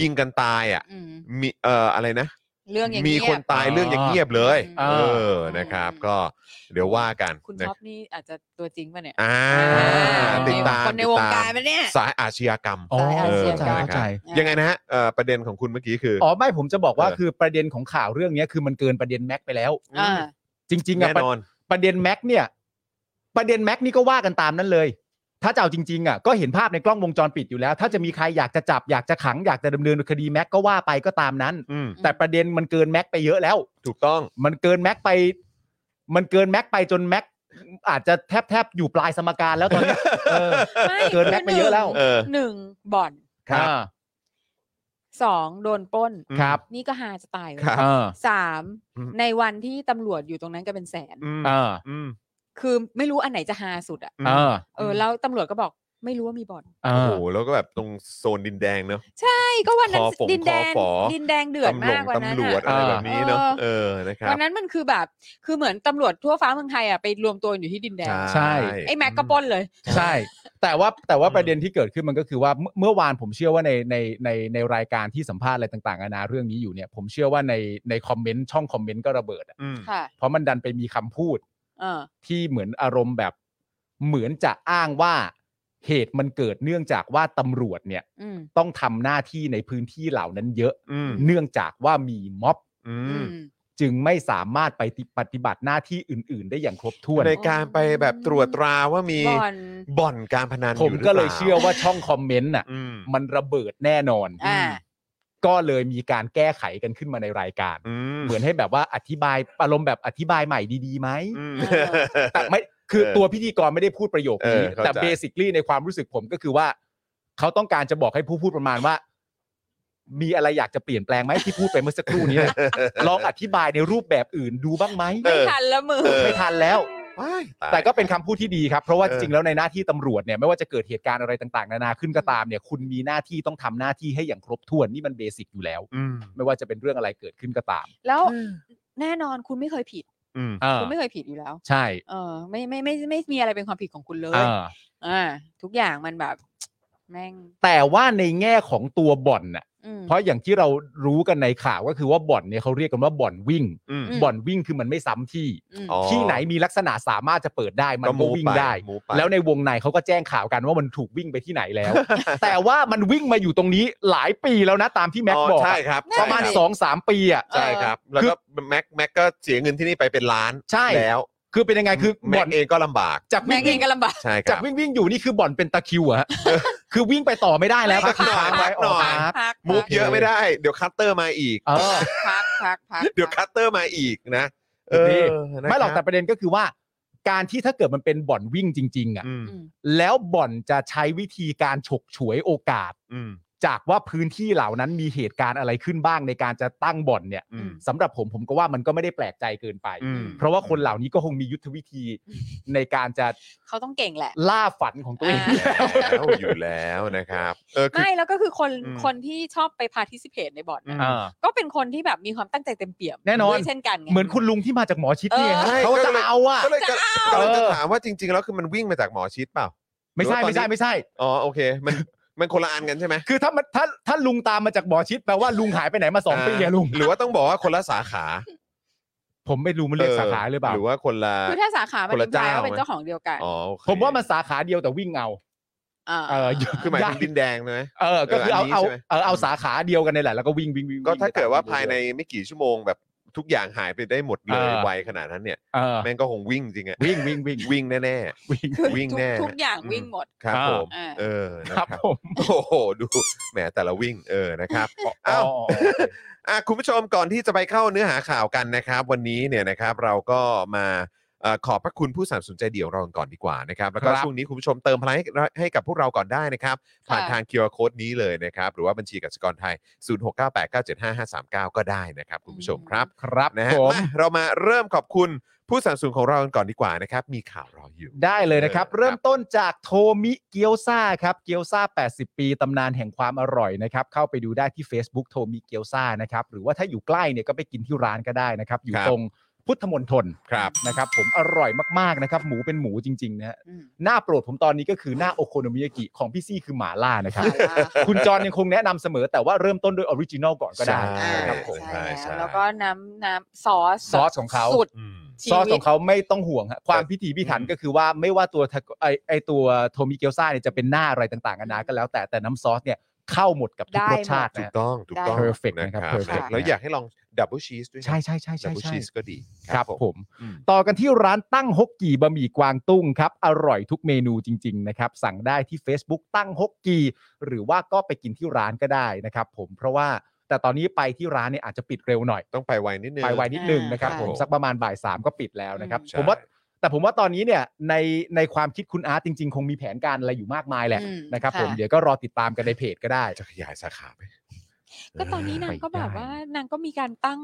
Speaker 1: ยิงกันตายอ่ะ
Speaker 3: อืม
Speaker 1: มีเอ่ออะไรนะ
Speaker 3: เรื่องอย่าง
Speaker 1: มี
Speaker 3: เงี้ย
Speaker 1: คนตายเรื่องยังเงียบเลย
Speaker 2: อ่า
Speaker 1: เออนะครับ ก็เดี๋ยวว่ากัน
Speaker 3: คุณ
Speaker 1: นะ
Speaker 3: ท็อปนี่อาจจะตัวจริงป่ะเนี่ย
Speaker 1: อ่าติดตาม
Speaker 3: คนใน
Speaker 1: ติด
Speaker 3: วง
Speaker 1: ตาม
Speaker 3: การปะเนี่ย
Speaker 1: สายอาชญากรรม
Speaker 2: อ๋อ
Speaker 3: สายอาช
Speaker 2: เข้า
Speaker 3: ญากรรม
Speaker 2: ใจเข้าใจ
Speaker 1: ยังไงนะฮะเอ่อประเด็นของคุณเมื่อกี้คือ
Speaker 2: อ๋อไม่ผมจะบอกว่า
Speaker 1: เออ
Speaker 2: คือประเด็นของข่าวเรื่องเนี้ยคือมันเกินประเด็นแม็กไปแล้ว
Speaker 3: อ่า
Speaker 2: จริงๆ
Speaker 1: แน่
Speaker 2: อะประ
Speaker 1: นอน
Speaker 2: ประเด็นแม็กเนี่ย ประเด็นแม็กนี่ก็ว่ากันตามนั้นเลย ถ้าจะเอาจริงๆอะก็เห็นภาพในกล้องวงจรปิดอยู่แล้ว ถ้าจะมีใครอยากจะจับอยากจะขังอยากจะดำเนินคดีแม็กก็ว่าไปก็ตามนั้น
Speaker 1: อืม
Speaker 2: แต่ประเด็นมันเกินแม็กไปเยอะแล้ว
Speaker 1: ถูกต้อง
Speaker 2: มันเกินแม็กไป มันเกินแม็กไปจนแม็กอาจจะแทบแทบอยู่ปลายสมการแล้วตอน เนี้ยเออ
Speaker 3: ไม่
Speaker 2: เกินแม็กไปเยอะแล้ว
Speaker 1: เออ
Speaker 3: หนึ่งบ่อน
Speaker 1: ครับ
Speaker 2: อ่า
Speaker 3: สองโดนปล้น
Speaker 2: ครับ
Speaker 3: นี่ก็หาจะตายเลย
Speaker 1: ครับ
Speaker 2: อ่า
Speaker 3: สาม
Speaker 1: อืม
Speaker 3: ในวันที่ตำรวจอยู่ตรงนั้นก็เป็นแสน
Speaker 1: อืม
Speaker 2: อ่า
Speaker 1: อืม
Speaker 3: คือไม่รู้อันไหนจะหาสุดอ่ะ
Speaker 1: อืม
Speaker 2: อ่า
Speaker 3: เออ แล้วตำรวจก็บอกไม่รู้ว่ามีบ่อน
Speaker 2: อ่า
Speaker 1: โอ้โหแล้วก็แบบตรงโซนดินแดงเนอะ
Speaker 3: ใช่ก็วันนั้น
Speaker 1: คอฝง
Speaker 3: ดินแดง
Speaker 1: คอฝอ
Speaker 3: ดินแดงเดือด
Speaker 1: ตำรว
Speaker 3: มา
Speaker 1: จ
Speaker 3: กวันนั้น
Speaker 1: ตำรวจ
Speaker 3: อะ
Speaker 1: อะไรแบบนี้เนอะ
Speaker 3: เออ
Speaker 1: เออนะครับ
Speaker 3: วันนั้นมันคือแบบ คือเหมือนตำรวจทั่วฟ้าเมืองไทยอ่ะไปรวมตัวอยู่ที่ดินแดง
Speaker 2: ใช่
Speaker 3: ไอ้แม็กก็ปล้นเลย
Speaker 2: ใช่ แต่ว่าแต่ว่าประเด็นที่เกิดขึ้นมันก็คือว่าเมื่อเมื่อวานผมเชื่อว่าในในในในรายการที่สัมภาษณ์อะไรต่างๆนานาเรื่องนี้อยู่เนี่ยผมเชื่อว่าในในคอมเมนต์ช่องคอมเมนต์ก็ระเบิดอะ
Speaker 1: อืม
Speaker 3: ค่ะ
Speaker 2: เพราะมันดันไปมีคำพูด
Speaker 3: เออ
Speaker 2: ที่เหมือนอารมณ์แบบเหมือนจะอ้างว่าเหตุมันเกิดเนื่องจากว่าตำรวจเนี่ย
Speaker 3: อืม
Speaker 2: ต้องทำหน้าที่ในพื้นที่เหล่านั้นเยอะ
Speaker 1: อืม
Speaker 2: เนื่องจากว่ามีม็อบ
Speaker 1: อื
Speaker 3: อื
Speaker 1: ม
Speaker 3: ม
Speaker 2: จึงไม่สามารถไปปฏิบัติหน้าที่อื่น ๆ ได้อย่างครบถ้วน
Speaker 1: ในการไปแบบตรวจตราว่ามี
Speaker 3: บ่อน
Speaker 1: บ่อนการพนันอ
Speaker 2: ผม
Speaker 1: ยู่หรือ
Speaker 2: ก็เลย
Speaker 1: ปา
Speaker 2: เชื่อว่าช่องคอมเมนต์น่ะ
Speaker 1: อืม
Speaker 2: มันระเบิดแน่นอน
Speaker 3: อ่า
Speaker 2: ก็เลยมีการแก้ไขกันขึ้นมาในรายการ
Speaker 1: อืม
Speaker 2: เหมือนให้แบบว่าอธิบายอารมณ์แบบอธิบายใหม่ดีๆไหม
Speaker 1: อืม
Speaker 3: เออ
Speaker 2: แต่ไม่คือ
Speaker 1: เออ
Speaker 2: ตัวพิธีกรไม่ได้พูดประโยคนี้
Speaker 1: เออเข้าใจ
Speaker 2: แต่เบสิคลี่ในความรู้สึกผมก็คือว่า เขาต้องการจะบอกให้ผู้พูดประมาณว่า มีอะไรอยากจะเปลี่ยนแปลงไหมที่พูดไปเมื่อสักครู่นี้นะลองอธิบายในรูปแบบอื่นดูบ้างไหม
Speaker 1: เอ
Speaker 3: ไม่
Speaker 1: อ
Speaker 3: ทันแล้วมือ
Speaker 1: เออ
Speaker 2: ไม่ทันแล้ว
Speaker 1: ว้ายาย
Speaker 2: แต่ก็เป็นคำพูดที่ดีครับ เพราะว่า
Speaker 1: เออ
Speaker 2: จริงๆแล้วในหน้าที่ตำรวจเนี่ยไม่ว่าจะเกิดเหตุการณ์อะไรต่างๆ นานาขึ้นก็ตามเนี่ย คุณมีหน้าที่ต้องทำหน้าที่ให้อย่างครบถ้วนนี่มันเบสิกอยู่แล้ว
Speaker 1: อืม
Speaker 2: ไม่ว่าจะเป็นเรื่องอะไรเกิดขึ้นก็ตาม
Speaker 3: แล้วแน่นอนคุณไม่เคยผิด
Speaker 1: อืม
Speaker 2: อ่า
Speaker 3: คุณไม่เคยผิดอยู่แล้ว
Speaker 2: ใช่
Speaker 3: เออ ไม่ไม่ไม่ไม่มีอะไรเป็นความผิดของคุณเลย
Speaker 2: อ่า
Speaker 3: อ่า ทุกอย่างมันแบบ แม่ง
Speaker 2: แต่ว่าในแง่ของตัวบ่อนน่ะ
Speaker 3: อืม
Speaker 2: เพราะอย่างที่เรารู้กันในข่าวก็คือว่าบ่อนเนี่ยเขาเรียกกันว่าบ่อนวิ่ง
Speaker 1: อืม
Speaker 3: ม
Speaker 2: บ่อนวิ่งคือมันไม่ซ้ำที่
Speaker 3: อืม
Speaker 1: อ๋อ
Speaker 2: ที่ไหนมีลักษณะสามารถจะเปิดได้มันก็
Speaker 1: ป
Speaker 2: วิ่งได้
Speaker 1: มูไป
Speaker 2: แล้วในวงในเขาก็แจ้งข่าวกันว่ามันถูกวิ่งไปที่ไหน แล้ว แต่ว่ามันวิ่งมาอยู่ตรงนี้หลายปีแล้วนะตามที่แม็กบอกอะ
Speaker 1: ใช่ครับ
Speaker 3: นั่น
Speaker 2: ประมาณ
Speaker 3: ใช่
Speaker 1: ใช่คบ
Speaker 2: สองสามปีอ่ะ
Speaker 1: ใช่ครับ แล้วก็แม็กแม็กก็เสียเงินที่นี่ไปเป็นล้าน
Speaker 2: ใช่
Speaker 1: แล้ว
Speaker 2: คือเป็นยังไงคือ
Speaker 1: แม็
Speaker 2: บ่อก น
Speaker 1: เองก็ลำบาก
Speaker 2: จาก
Speaker 3: แม็
Speaker 2: วิ่
Speaker 3: ก
Speaker 2: ง
Speaker 3: เองก็ลำบาก
Speaker 1: ใช่ค
Speaker 2: จา
Speaker 1: รั
Speaker 2: ก
Speaker 1: บ
Speaker 2: วิ่งวิ่งอยู่นี่คือบ่อนเป็นตะคริวอะฮะคือวิ่งไปต่อไม่ได้แล้ว
Speaker 1: พั
Speaker 2: ก็
Speaker 1: ก
Speaker 2: คือ
Speaker 1: หน่อย
Speaker 2: ขา
Speaker 1: พั
Speaker 2: ไว้
Speaker 1: ก
Speaker 2: อ
Speaker 1: หน่
Speaker 2: อก
Speaker 1: อย
Speaker 2: ครับ
Speaker 3: พัก
Speaker 1: มูฟเยอะไม่ได้ เดี๋ยวคัตเตอร์มาอีก
Speaker 2: เออ
Speaker 3: พักพักพัก
Speaker 1: เดี๋ยวคัตเตอร์มาอีกนะ เอ
Speaker 2: ดี
Speaker 1: อ
Speaker 2: ไม่หรอกแต่
Speaker 1: นะคบ
Speaker 2: ประเด็นก็คือว่า การที่ถ้าเกิดมันเป็นบ่อนวิ่งจริง ๆอ่ะ
Speaker 1: อืม
Speaker 3: อืม
Speaker 2: แล้วบ่อนจะใช้วิธีการฉกฉวยโอกาส
Speaker 1: อืม
Speaker 2: จากว่าพื้นที่เหล่านั้นมีเหตุการณ์อะไรขึ้นบ้างในการจะตั้งบ่อนเนี่ย
Speaker 1: อืม
Speaker 2: สำหรับผมผมก็ว่ามันก็ไม่ได้แปลกใจเกินไป
Speaker 1: อืม
Speaker 2: เพราะว่าคนเหล่านี้ก็คงมียุทธวิธีในการจะ
Speaker 3: เขาต้องเก่งแหละ
Speaker 2: ล่าฝันของตัวเอง
Speaker 3: อ่า
Speaker 1: แล้วอยู่แล้วนะครับ เออคือ
Speaker 3: ไม่แล้วก็คือคน
Speaker 1: อืม
Speaker 3: คนที่ชอบไปพาทิสิเพตในบอร์ดเนี่ย
Speaker 2: อ่า
Speaker 3: ก็เป็นคนที่แบบมีความตั้งใจเต็มเปี่ยม
Speaker 2: แน่นอน
Speaker 3: ด้วยเช่นกันไง
Speaker 2: เหมือนคุณลุงที่มาจากหมอชิดเนี่ย
Speaker 3: เออ
Speaker 2: ฮะเขาจะเอาอ่ะ
Speaker 1: ก็เลยก
Speaker 2: จะเอา
Speaker 1: ก็เลยจะถามว่าจริง ๆ แล้วคือมันวิ่งมาจากหมอชิดเปล่า
Speaker 2: ไม่ใช่ไม่ใช่ไม่ใช่
Speaker 1: อ๋อโอเค มันมันคนละอันกันใช่ไหม
Speaker 2: คือถ้ามันถ้าถ้าลุงตามมาจากหมอชิดแปลว่าลุงหายไปไหนมาสองปีอะลุง
Speaker 1: หรือว่าต้องบอกว่าคนละสาขา
Speaker 2: ผมไม่รู้มันเรียกสาขาหรือเปล่า
Speaker 1: หรือว่าคนละ
Speaker 3: คือถ้าสาขา มัน
Speaker 1: คนละ
Speaker 3: อินพาย
Speaker 1: เจ้า
Speaker 3: ว่าเป็นเจ้าของเดียวกัน
Speaker 1: อ๋อโอเค
Speaker 2: ผมว่ามันสาขาเดียวแต่วิ่งเอา
Speaker 3: า
Speaker 2: เออ
Speaker 1: คือหมายถึงดินแดงใช่ไหม
Speaker 2: เออ ก็คือเอา
Speaker 1: เอออันนี้ใช่
Speaker 2: เอา
Speaker 1: ไหม
Speaker 2: เออเอาสาขาเดียวกันนี่แหละแล้วก็วิ่งวิ่งวิ่ง
Speaker 1: ก็ถ้าเกิดว่าภายในไม่กี่ชั่วโมงแบบทุกอย่างหายไปได้หมดเลยไวขนาดนั้นเนี่ย
Speaker 2: เออ
Speaker 1: แม่งก็คงวิ่งจริงอะ
Speaker 2: วิ่งวิ่งวิ่ง
Speaker 1: วิ่งแน่
Speaker 2: วิ่ง
Speaker 3: คือ
Speaker 1: ๆวิ่ง
Speaker 3: ทุก
Speaker 1: แน่
Speaker 3: ทุกอย่างวิ่งหมด
Speaker 1: ครับ
Speaker 2: อ่า
Speaker 1: ผม
Speaker 3: อ่า
Speaker 1: เออนะ
Speaker 2: ค
Speaker 1: ค
Speaker 2: รั
Speaker 1: รั
Speaker 2: บบ ผม
Speaker 1: โอ้โหดูแหมแต่ละวิ่งเออนะครับ
Speaker 2: อ๋อ
Speaker 1: อ้าว
Speaker 2: อ๋อ
Speaker 1: อ่ะคุณผู้ชมก่อนที่จะไปเข้าเนื้อหาข่าวกันนะครับ วันนี้เนี่ยนะครับเราก็มาเอ่อขอบพระคุณผู้สนับสนุนใจเดี่ยวเราก่อนดีกว่านะครับแล้วก็
Speaker 2: ครับ
Speaker 1: ช่วงนี้คุณผู้ชมเติมพลังให้ให้กับพวกเราก่อนได้นะครับ ผ่านทาง QR Code นี้เลยนะครับ หรือว่าบัญชีกสิกรไทย 0698975539 ก็ได้นะครับ คุณผู้ชมครับ
Speaker 2: อืมครับ
Speaker 1: นะฮะ
Speaker 2: ผม
Speaker 1: มาเรามาเริ่มขอบคุณผู้สนับสนุนของเรากันก่อนดีกว่านะครับ มีข่าวรออยู่
Speaker 2: ได้เลยนะครับ
Speaker 1: เออครับ
Speaker 2: เริ่มต้นจากโทมิเกียวซาครับ เกียวซา80 ปีตำนานแห่งความอร่อยนะครับ เข้าไปดูได้ที่ Facebook โทมิเกียวซานะครับ หรือว่าถ้าอยู่ใกล้เนี่ยก็ไปกินที่ร้านก็ได้นะครับ อยู่ตรงพุทธมณฑล
Speaker 1: ครับ
Speaker 2: นะครับ ผมอร่อยมากๆนะครับ หมูเป็นหมูจริงๆนะฮะ
Speaker 3: อืม
Speaker 2: หน้าโปรดผมตอนนี้ก็คือหน้าโอโคโนมิยากิของพี่ซี่คือหมาล่านะครับ
Speaker 3: เอาล่ะ
Speaker 2: คุณจอนยังคงแนะนำเสมอแต่ว่าเริ่มต้นด้วยออริจินอลก่อนก็ได้
Speaker 1: ใช่
Speaker 3: อ่า
Speaker 2: ครับผม
Speaker 3: ใช่
Speaker 1: ใช่
Speaker 3: แล้วแล้วก็น้ำน้ำซอส
Speaker 2: ซอสของเขา
Speaker 3: สุด
Speaker 1: อืม
Speaker 3: ชี
Speaker 2: ซอส
Speaker 3: วิต
Speaker 2: ของเขาไม่ต้องห่วงฮะความพิถีพิถัน
Speaker 1: อืม
Speaker 2: ก็คือว่าไม่ว่าตัวทาโกไอไอตัวโทมิเกียวซ่าเนี่ยจะเป็นหน้าอะไรต่างๆกันานาก็แล้วแต่แต่น้ำซอสเนี่ยเข้าหมดกับทุก
Speaker 3: ได้
Speaker 2: รสชาติ
Speaker 3: หมด
Speaker 2: นะ
Speaker 1: ถูก
Speaker 2: ฮะ
Speaker 1: ต้องถูกต้อง
Speaker 2: Perfect
Speaker 1: นะ
Speaker 2: นะ
Speaker 1: ค
Speaker 2: ครั
Speaker 1: รั
Speaker 2: บบ Perfect
Speaker 1: แล้วอยากให้ลองดับเบิลชีสด้วย
Speaker 2: ใช่ใช่ใช่
Speaker 1: ดับ
Speaker 2: ใช่
Speaker 1: เบิล
Speaker 2: ใช่
Speaker 1: ชีสก็ดี
Speaker 2: ครับผม
Speaker 1: อืม
Speaker 2: ต่อกันที่ร้านตั้งฮกกีบะหมี่กวางตุ้งครับ อร่อยทุกเมนูจริง ๆ นะครับ สั่งได้ที่ Facebook ตั้งฮกกี หรือว่าก็ไปกินที่ร้านก็ได้นะครับผมเพราะว่าแต่ตอนนี้ไปที่ร้านเนี่ยอาจจะปิดเร็วหน่อย
Speaker 1: ต้องไปไวนิดนึง
Speaker 2: ไปไวนิดนึงนะครับ
Speaker 3: อ่า
Speaker 2: ผม
Speaker 1: ใช่
Speaker 2: สักประมาณบ่ายสามก็ปิดแล้วนะครับ
Speaker 1: ใช่
Speaker 2: ผมว่าแต่ผมว่าตอนนี้เนี่ยในในความคิดคุณอาร์ตจริง ๆ คงมีแผนการอะไรอยู่มากมายแหละ
Speaker 3: อืม
Speaker 2: นะครับผม
Speaker 3: ค่ะ
Speaker 2: เดี๋ยวก็รอติดตามกันในเพจก็ได้
Speaker 1: จะขยายสาขาไหม
Speaker 3: ก็ตอนนี้นางก็แบบ
Speaker 2: ไปได้
Speaker 3: ว่านางก็มีการตั้ง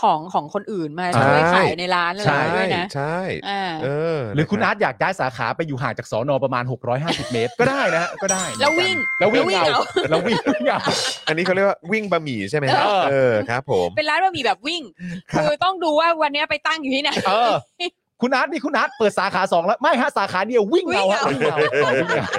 Speaker 3: ของของคนอื่นมา
Speaker 2: ใช่
Speaker 3: ช่วยขายในร้านอะไร
Speaker 1: ใช่
Speaker 3: ด้วยนะ
Speaker 1: ใช่
Speaker 3: อ่า
Speaker 1: เออ
Speaker 2: หรือคุณอา
Speaker 1: นะ
Speaker 2: ร์ตอยากย้ายสาขาไปอยู่ห่างจากสอนอประมาณ 650 เมตร ก็ได้นะฮะก็ได้
Speaker 3: แล้ววิ่ง
Speaker 2: แล้ววิ่ง
Speaker 3: แล้ววิ่ง
Speaker 2: เอา
Speaker 3: เอา
Speaker 2: แล้ววิ่งวิ่งเอา
Speaker 1: รับอันนี้เขาเรียกว่าวิ่งบะหมี่ใช่ไหมครับ
Speaker 2: เออ
Speaker 1: เออครับผม
Speaker 3: เป็นร้านบะหมี่แบบวิ่ง คือต้องดูว่าวันเนี้ยไปตั้งอยู่ที่ไหน
Speaker 2: เออ คุณอาร์ตนี่คุณอาร์ตเปิดสาขาสองแล้วไม่ฮะสาขาเดียววิ่งเอาฮะ
Speaker 3: วิ่
Speaker 2: วิ่
Speaker 3: ง
Speaker 2: ง
Speaker 3: เอา
Speaker 2: เอาวิ่งเอา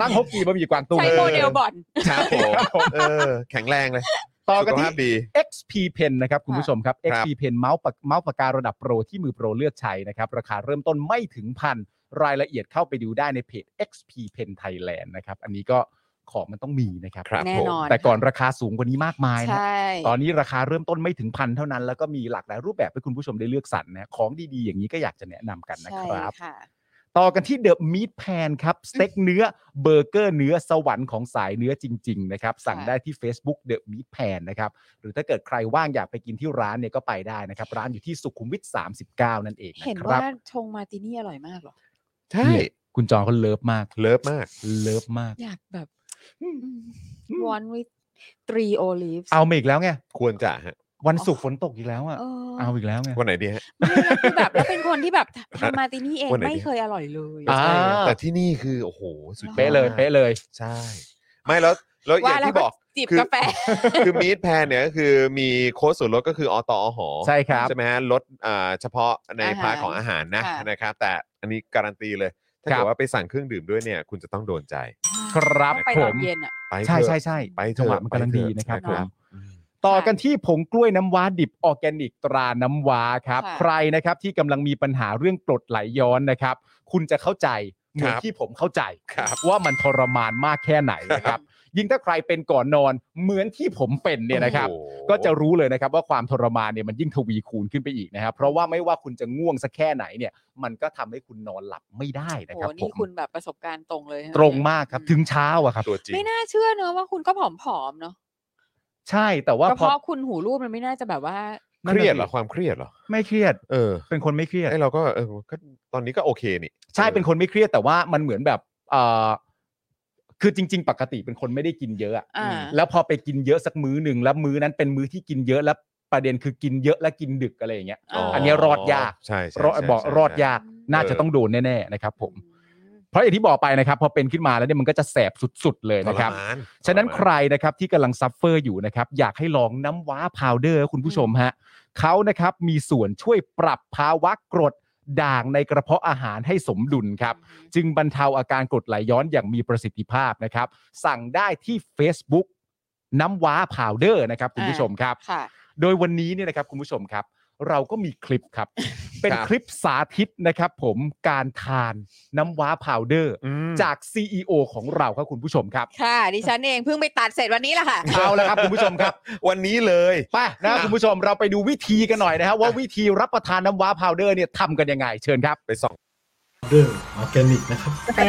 Speaker 2: ตั้งฮกกีบะหมี่กวางตุ้ง
Speaker 3: ใช้โมเดลบอล
Speaker 1: ครับผมเออแข็งแรงเลย
Speaker 2: ต่อ
Speaker 1: สุ
Speaker 2: กัน
Speaker 1: ข
Speaker 2: ที่
Speaker 1: ภาพดี
Speaker 2: XP Pen นะครับคุณผู้ชมครับ
Speaker 1: ครับ
Speaker 2: XP Pen เมาส์ปากเมาส์ปากการะดับโปรที่มือโปรเลือกใช้นะครับ ราคาเริ่มต้นไม่ถึงพันรายละเอียดเข้าไปดูได้ในเพจ XP Pen Thailand นะครับ อันนี้ก็ของมันต้องมีนะครับ
Speaker 1: ครับ
Speaker 3: แน่
Speaker 1: ผม
Speaker 3: นอน
Speaker 2: แต่ก่อนราคาสูงกว่านี้มากมายนะ
Speaker 3: ใช่
Speaker 2: ตอนนี้ราคาเริ่มต้นไม่ถึงพันเท่านั้น แล้วก็มีหลากหลายรูปแบบให้คุณผู้ชมได้เลือกสรรนะของดีๆอย่างนี้ก็อยากจะแนะนำกันนะ
Speaker 3: ใช่
Speaker 2: ครับ
Speaker 3: ค่ะ
Speaker 2: ต่อกันที่เดอะม a ทแพนครับ สเต็กเนื้อเบอร์เกอร์เนื้อสวรรค์ของสายเนื้อจริง ๆ นะครับ สั่งได้ที่ Facebook The Meat Pan นะครับ หรือถ้าเกิดใครว่างอยากไปกินที่ร้านเนี่ยก็ไปได้นะครับ ร้านอยู่ที่สุขุมวิท 39 นั่นเอง
Speaker 3: เห็น
Speaker 2: นะค
Speaker 3: ว่า
Speaker 2: รับ
Speaker 3: ชงมาร์ตินี่อร่อยมากเหรอ
Speaker 1: ใช่
Speaker 2: เนี่ยคุณจองเขาเลิฟมาก
Speaker 1: เลิฟมาก
Speaker 2: เลิฟมาก
Speaker 3: อยากแบบ
Speaker 2: อืม
Speaker 3: one with three olives
Speaker 2: เอามาอีกแล้วไง
Speaker 1: ควรจะฮะ
Speaker 2: วันศุกร์ฝนตกอีกแล้วอ่ะ
Speaker 3: เออ
Speaker 2: เอาอีกแล้วไง
Speaker 1: วันไหนดีฮะ
Speaker 3: ไม่แล้วคือแบบแล้วเป็นคนที่แบบทำมาร์ตินี่เอง
Speaker 1: วันไหน
Speaker 3: ไม่
Speaker 1: ดี
Speaker 3: เคยอร่อยเลย
Speaker 2: อ่า
Speaker 1: ใช่ไงแต่ที่นี่คือโอ้โหสุดอด
Speaker 2: เป๊ะเลย
Speaker 1: มาก
Speaker 2: เป๊ะเลย
Speaker 1: ใช่ ไม่แล้วแล้วอย่างที่บอก
Speaker 3: จิบ
Speaker 1: คือ
Speaker 3: กาแฟ
Speaker 1: คือมีดแพนเนี่ยก็คือมีโค้ดส่วนลดก็คืออตอหอ
Speaker 2: ใช่ครับ
Speaker 1: ใช่ไหมฮะลดอ่าเฉพาะใน
Speaker 3: อาหาร
Speaker 1: พาร์ทของอาหารนะ
Speaker 3: ค่ะ
Speaker 1: นะครับ แต่อันนี้การันตีเลย ถ้า
Speaker 2: ครั
Speaker 1: เกิด
Speaker 2: บ
Speaker 1: ว่าไปสั่งเครื่องดื่มด้วยเนี่ย คุณจะต้องโดนใจ
Speaker 2: ครับ
Speaker 3: ต้องไป
Speaker 2: ผ
Speaker 3: ตอน
Speaker 2: ม
Speaker 3: เย็นอ่ะ
Speaker 1: ไปเถอะ
Speaker 2: ใช่ใช่ใช่
Speaker 1: ไปเถอะ
Speaker 2: จังหวะมันกำลังดีนะครับ
Speaker 1: ไป
Speaker 2: ผ
Speaker 1: เถอะ
Speaker 2: ม ต่อกันที่ผงกล้วยน้ำว้าดิบออร์แกนิกตราน้ำว้าครับ
Speaker 3: ค่ะ
Speaker 2: ใครนะครับที่กำลังมีปัญหาเรื่องกรดไหลย้อนนะครับ คุณจะเข้าใจเหมือน
Speaker 1: ครับ
Speaker 2: ที่ผมเข้าใจ
Speaker 1: ครับ
Speaker 2: ว่ามันทรมานมากแค่ไหนนะครับ ยิ่งถ้าใครเป็นก่อนนอนเหมือนที่ผมเป็นเนี่ยนะครับ
Speaker 1: โอ้โห
Speaker 2: ก็จะรู้เลยนะครับว่าความทรมานเนี่ยมันยิ่งทวีคูณขึ้นไปอีกนะครับ เพราะว่าไม่ว่าคุณจะง่วงสักแค่ไหนเนี่ย มันก็ทำให้คุณนอนหลับไม่ได้นะ
Speaker 3: โห
Speaker 2: ครับผ
Speaker 3: นี่
Speaker 2: ม
Speaker 3: คุณแบบประสบการณ์ตรงเลยใช่ไห
Speaker 2: ตรงมากครับ
Speaker 3: อื
Speaker 2: ถึงเช้าอะครับ
Speaker 1: ตัวจริง
Speaker 3: ไม่น่าเชื่อเนอะว่าคุณก็ผอมๆเนาะ
Speaker 2: ใช่แต่ว่า
Speaker 3: ก็
Speaker 2: พ
Speaker 3: เพ
Speaker 2: อ
Speaker 3: ราะคุณหูรูดมันไม่น่าจะแบบว่า
Speaker 2: นั่
Speaker 1: เคน
Speaker 2: น่ะ
Speaker 1: รียด
Speaker 2: สิ
Speaker 1: เหรอ ความเครียดเหรอ
Speaker 2: ไม่เครียด
Speaker 1: เออ
Speaker 2: เป็นคนไม่เครียด
Speaker 1: ไอเราก็เออก็ตอนนี้ก็โอเคนี่
Speaker 2: ใช่เป็นคนไม่เครียดแต่ว่ามันเหมือนแบบเอ่อคือจริง ๆ ปกติเป็นคนไม่ได้กินเยอะอะ
Speaker 3: อ่า
Speaker 2: แล้วพอไปกินเยอะสักมื้อหนึ่งแล้วมื้อนั้นเป็นมื้อที่กินเยอะแล้วประเด็นคือกินเยอะและกินดึกอะไรอย่างเงี้ย
Speaker 3: อ๋ออั
Speaker 2: นเนี้ยรอดยาก
Speaker 1: ใช่ใช่
Speaker 2: รอด
Speaker 1: ใช่
Speaker 2: บอก
Speaker 1: ใช่
Speaker 2: รอด
Speaker 1: ใช่
Speaker 2: ยากน่าจะต้องโดนแน่ๆนะครับ ผม
Speaker 3: อืม
Speaker 2: เพราะอย่างที่บอกไปนะครับพอเป็นขึ้นมาแล้วเนี่ยมันก็จะแสบสุดๆเลยนะครับ
Speaker 1: ทมาน
Speaker 2: ฉะนั้น
Speaker 1: ทรม
Speaker 2: ใครนะครับที่กำลังซัฟเฟอร์อยู่นะครับ อยากให้ลองน้ำว้าพาวเดอร์คุณผู้ชมฮะเขานะครับมีส่วนช่วยปรับภาวะกรดด่างในกระเพาะอาหารให้สมดุลครับ จึงบรรเทาอาการกรดไหลย้อนอย่างมีประสิทธิภาพนะครับ สั่งได้ที่ Facebook น้ำว้าพาวเดอร์นะครับคุณผู้ชมครับ
Speaker 3: ค่ะ
Speaker 2: โดยวันนี้เนี่ยนะครับคุณผู้ชมครับ เราก็มีคลิปครับ เป็นคลิปสาธิตนะครับ ผมการทานน้ำว้าพาวเดอร์
Speaker 1: อืม
Speaker 2: จาก CEO ของเราครับคุณผู้ชมครับ
Speaker 3: ค่ะ ดิฉันเองเพิ่งไปตัดเสร็จวันนี้แหละค่ะ
Speaker 2: เอาละครับคุณผู้ชมครับ
Speaker 1: วันนี้เลย
Speaker 2: ไปนะ
Speaker 1: อ่ะ
Speaker 2: คุณผู้ชมเราไปดูวิธีกันหน่อยนะครับว่าวิธีรับประทานน้ำว้าพาวเดอร์เนี่ยทำกันยังไงเชิญครับ
Speaker 1: ไปส่อง
Speaker 5: เรื่องออร์แกนิกนะครับ
Speaker 6: เป็น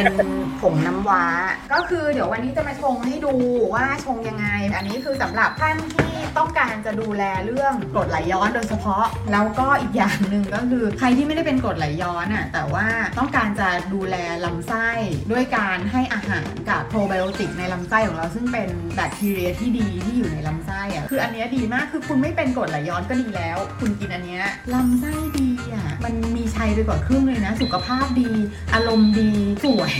Speaker 6: ผงน้ำว้า ก็คือเดี๋ยววันนี้จะมาชงให้ดูว่าชงยังไง อันนี้คือสำหรับท่านที่ต้องการจะดูแลเรื่องกรดไหลย้อนโดยเฉพาะ แล้วก็อีกอย่างหนึ่งก็คือใครที่ไม่ได้เป็นกรดไหลย้อนอ่ะแต่ว่าต้องการจะดูแลลำไส้ด้วยการให้อาหารกับโปรไบโอติกในลำไส้ของเราซึ่งเป็นแบคทีเรียที่ดีที่อยู่ในลำไส้อ่ะคืออันเนี้ยดีมากคือคุณไม่เป็นกรดไหลย้อนก็ดีแล้ว คุณกินอันเนี้ยลำไส้ดีอ่ะมันมีชัยไปกว่าครึ่งเลยนะ สุขภาพดี อารมณ์ดีสวย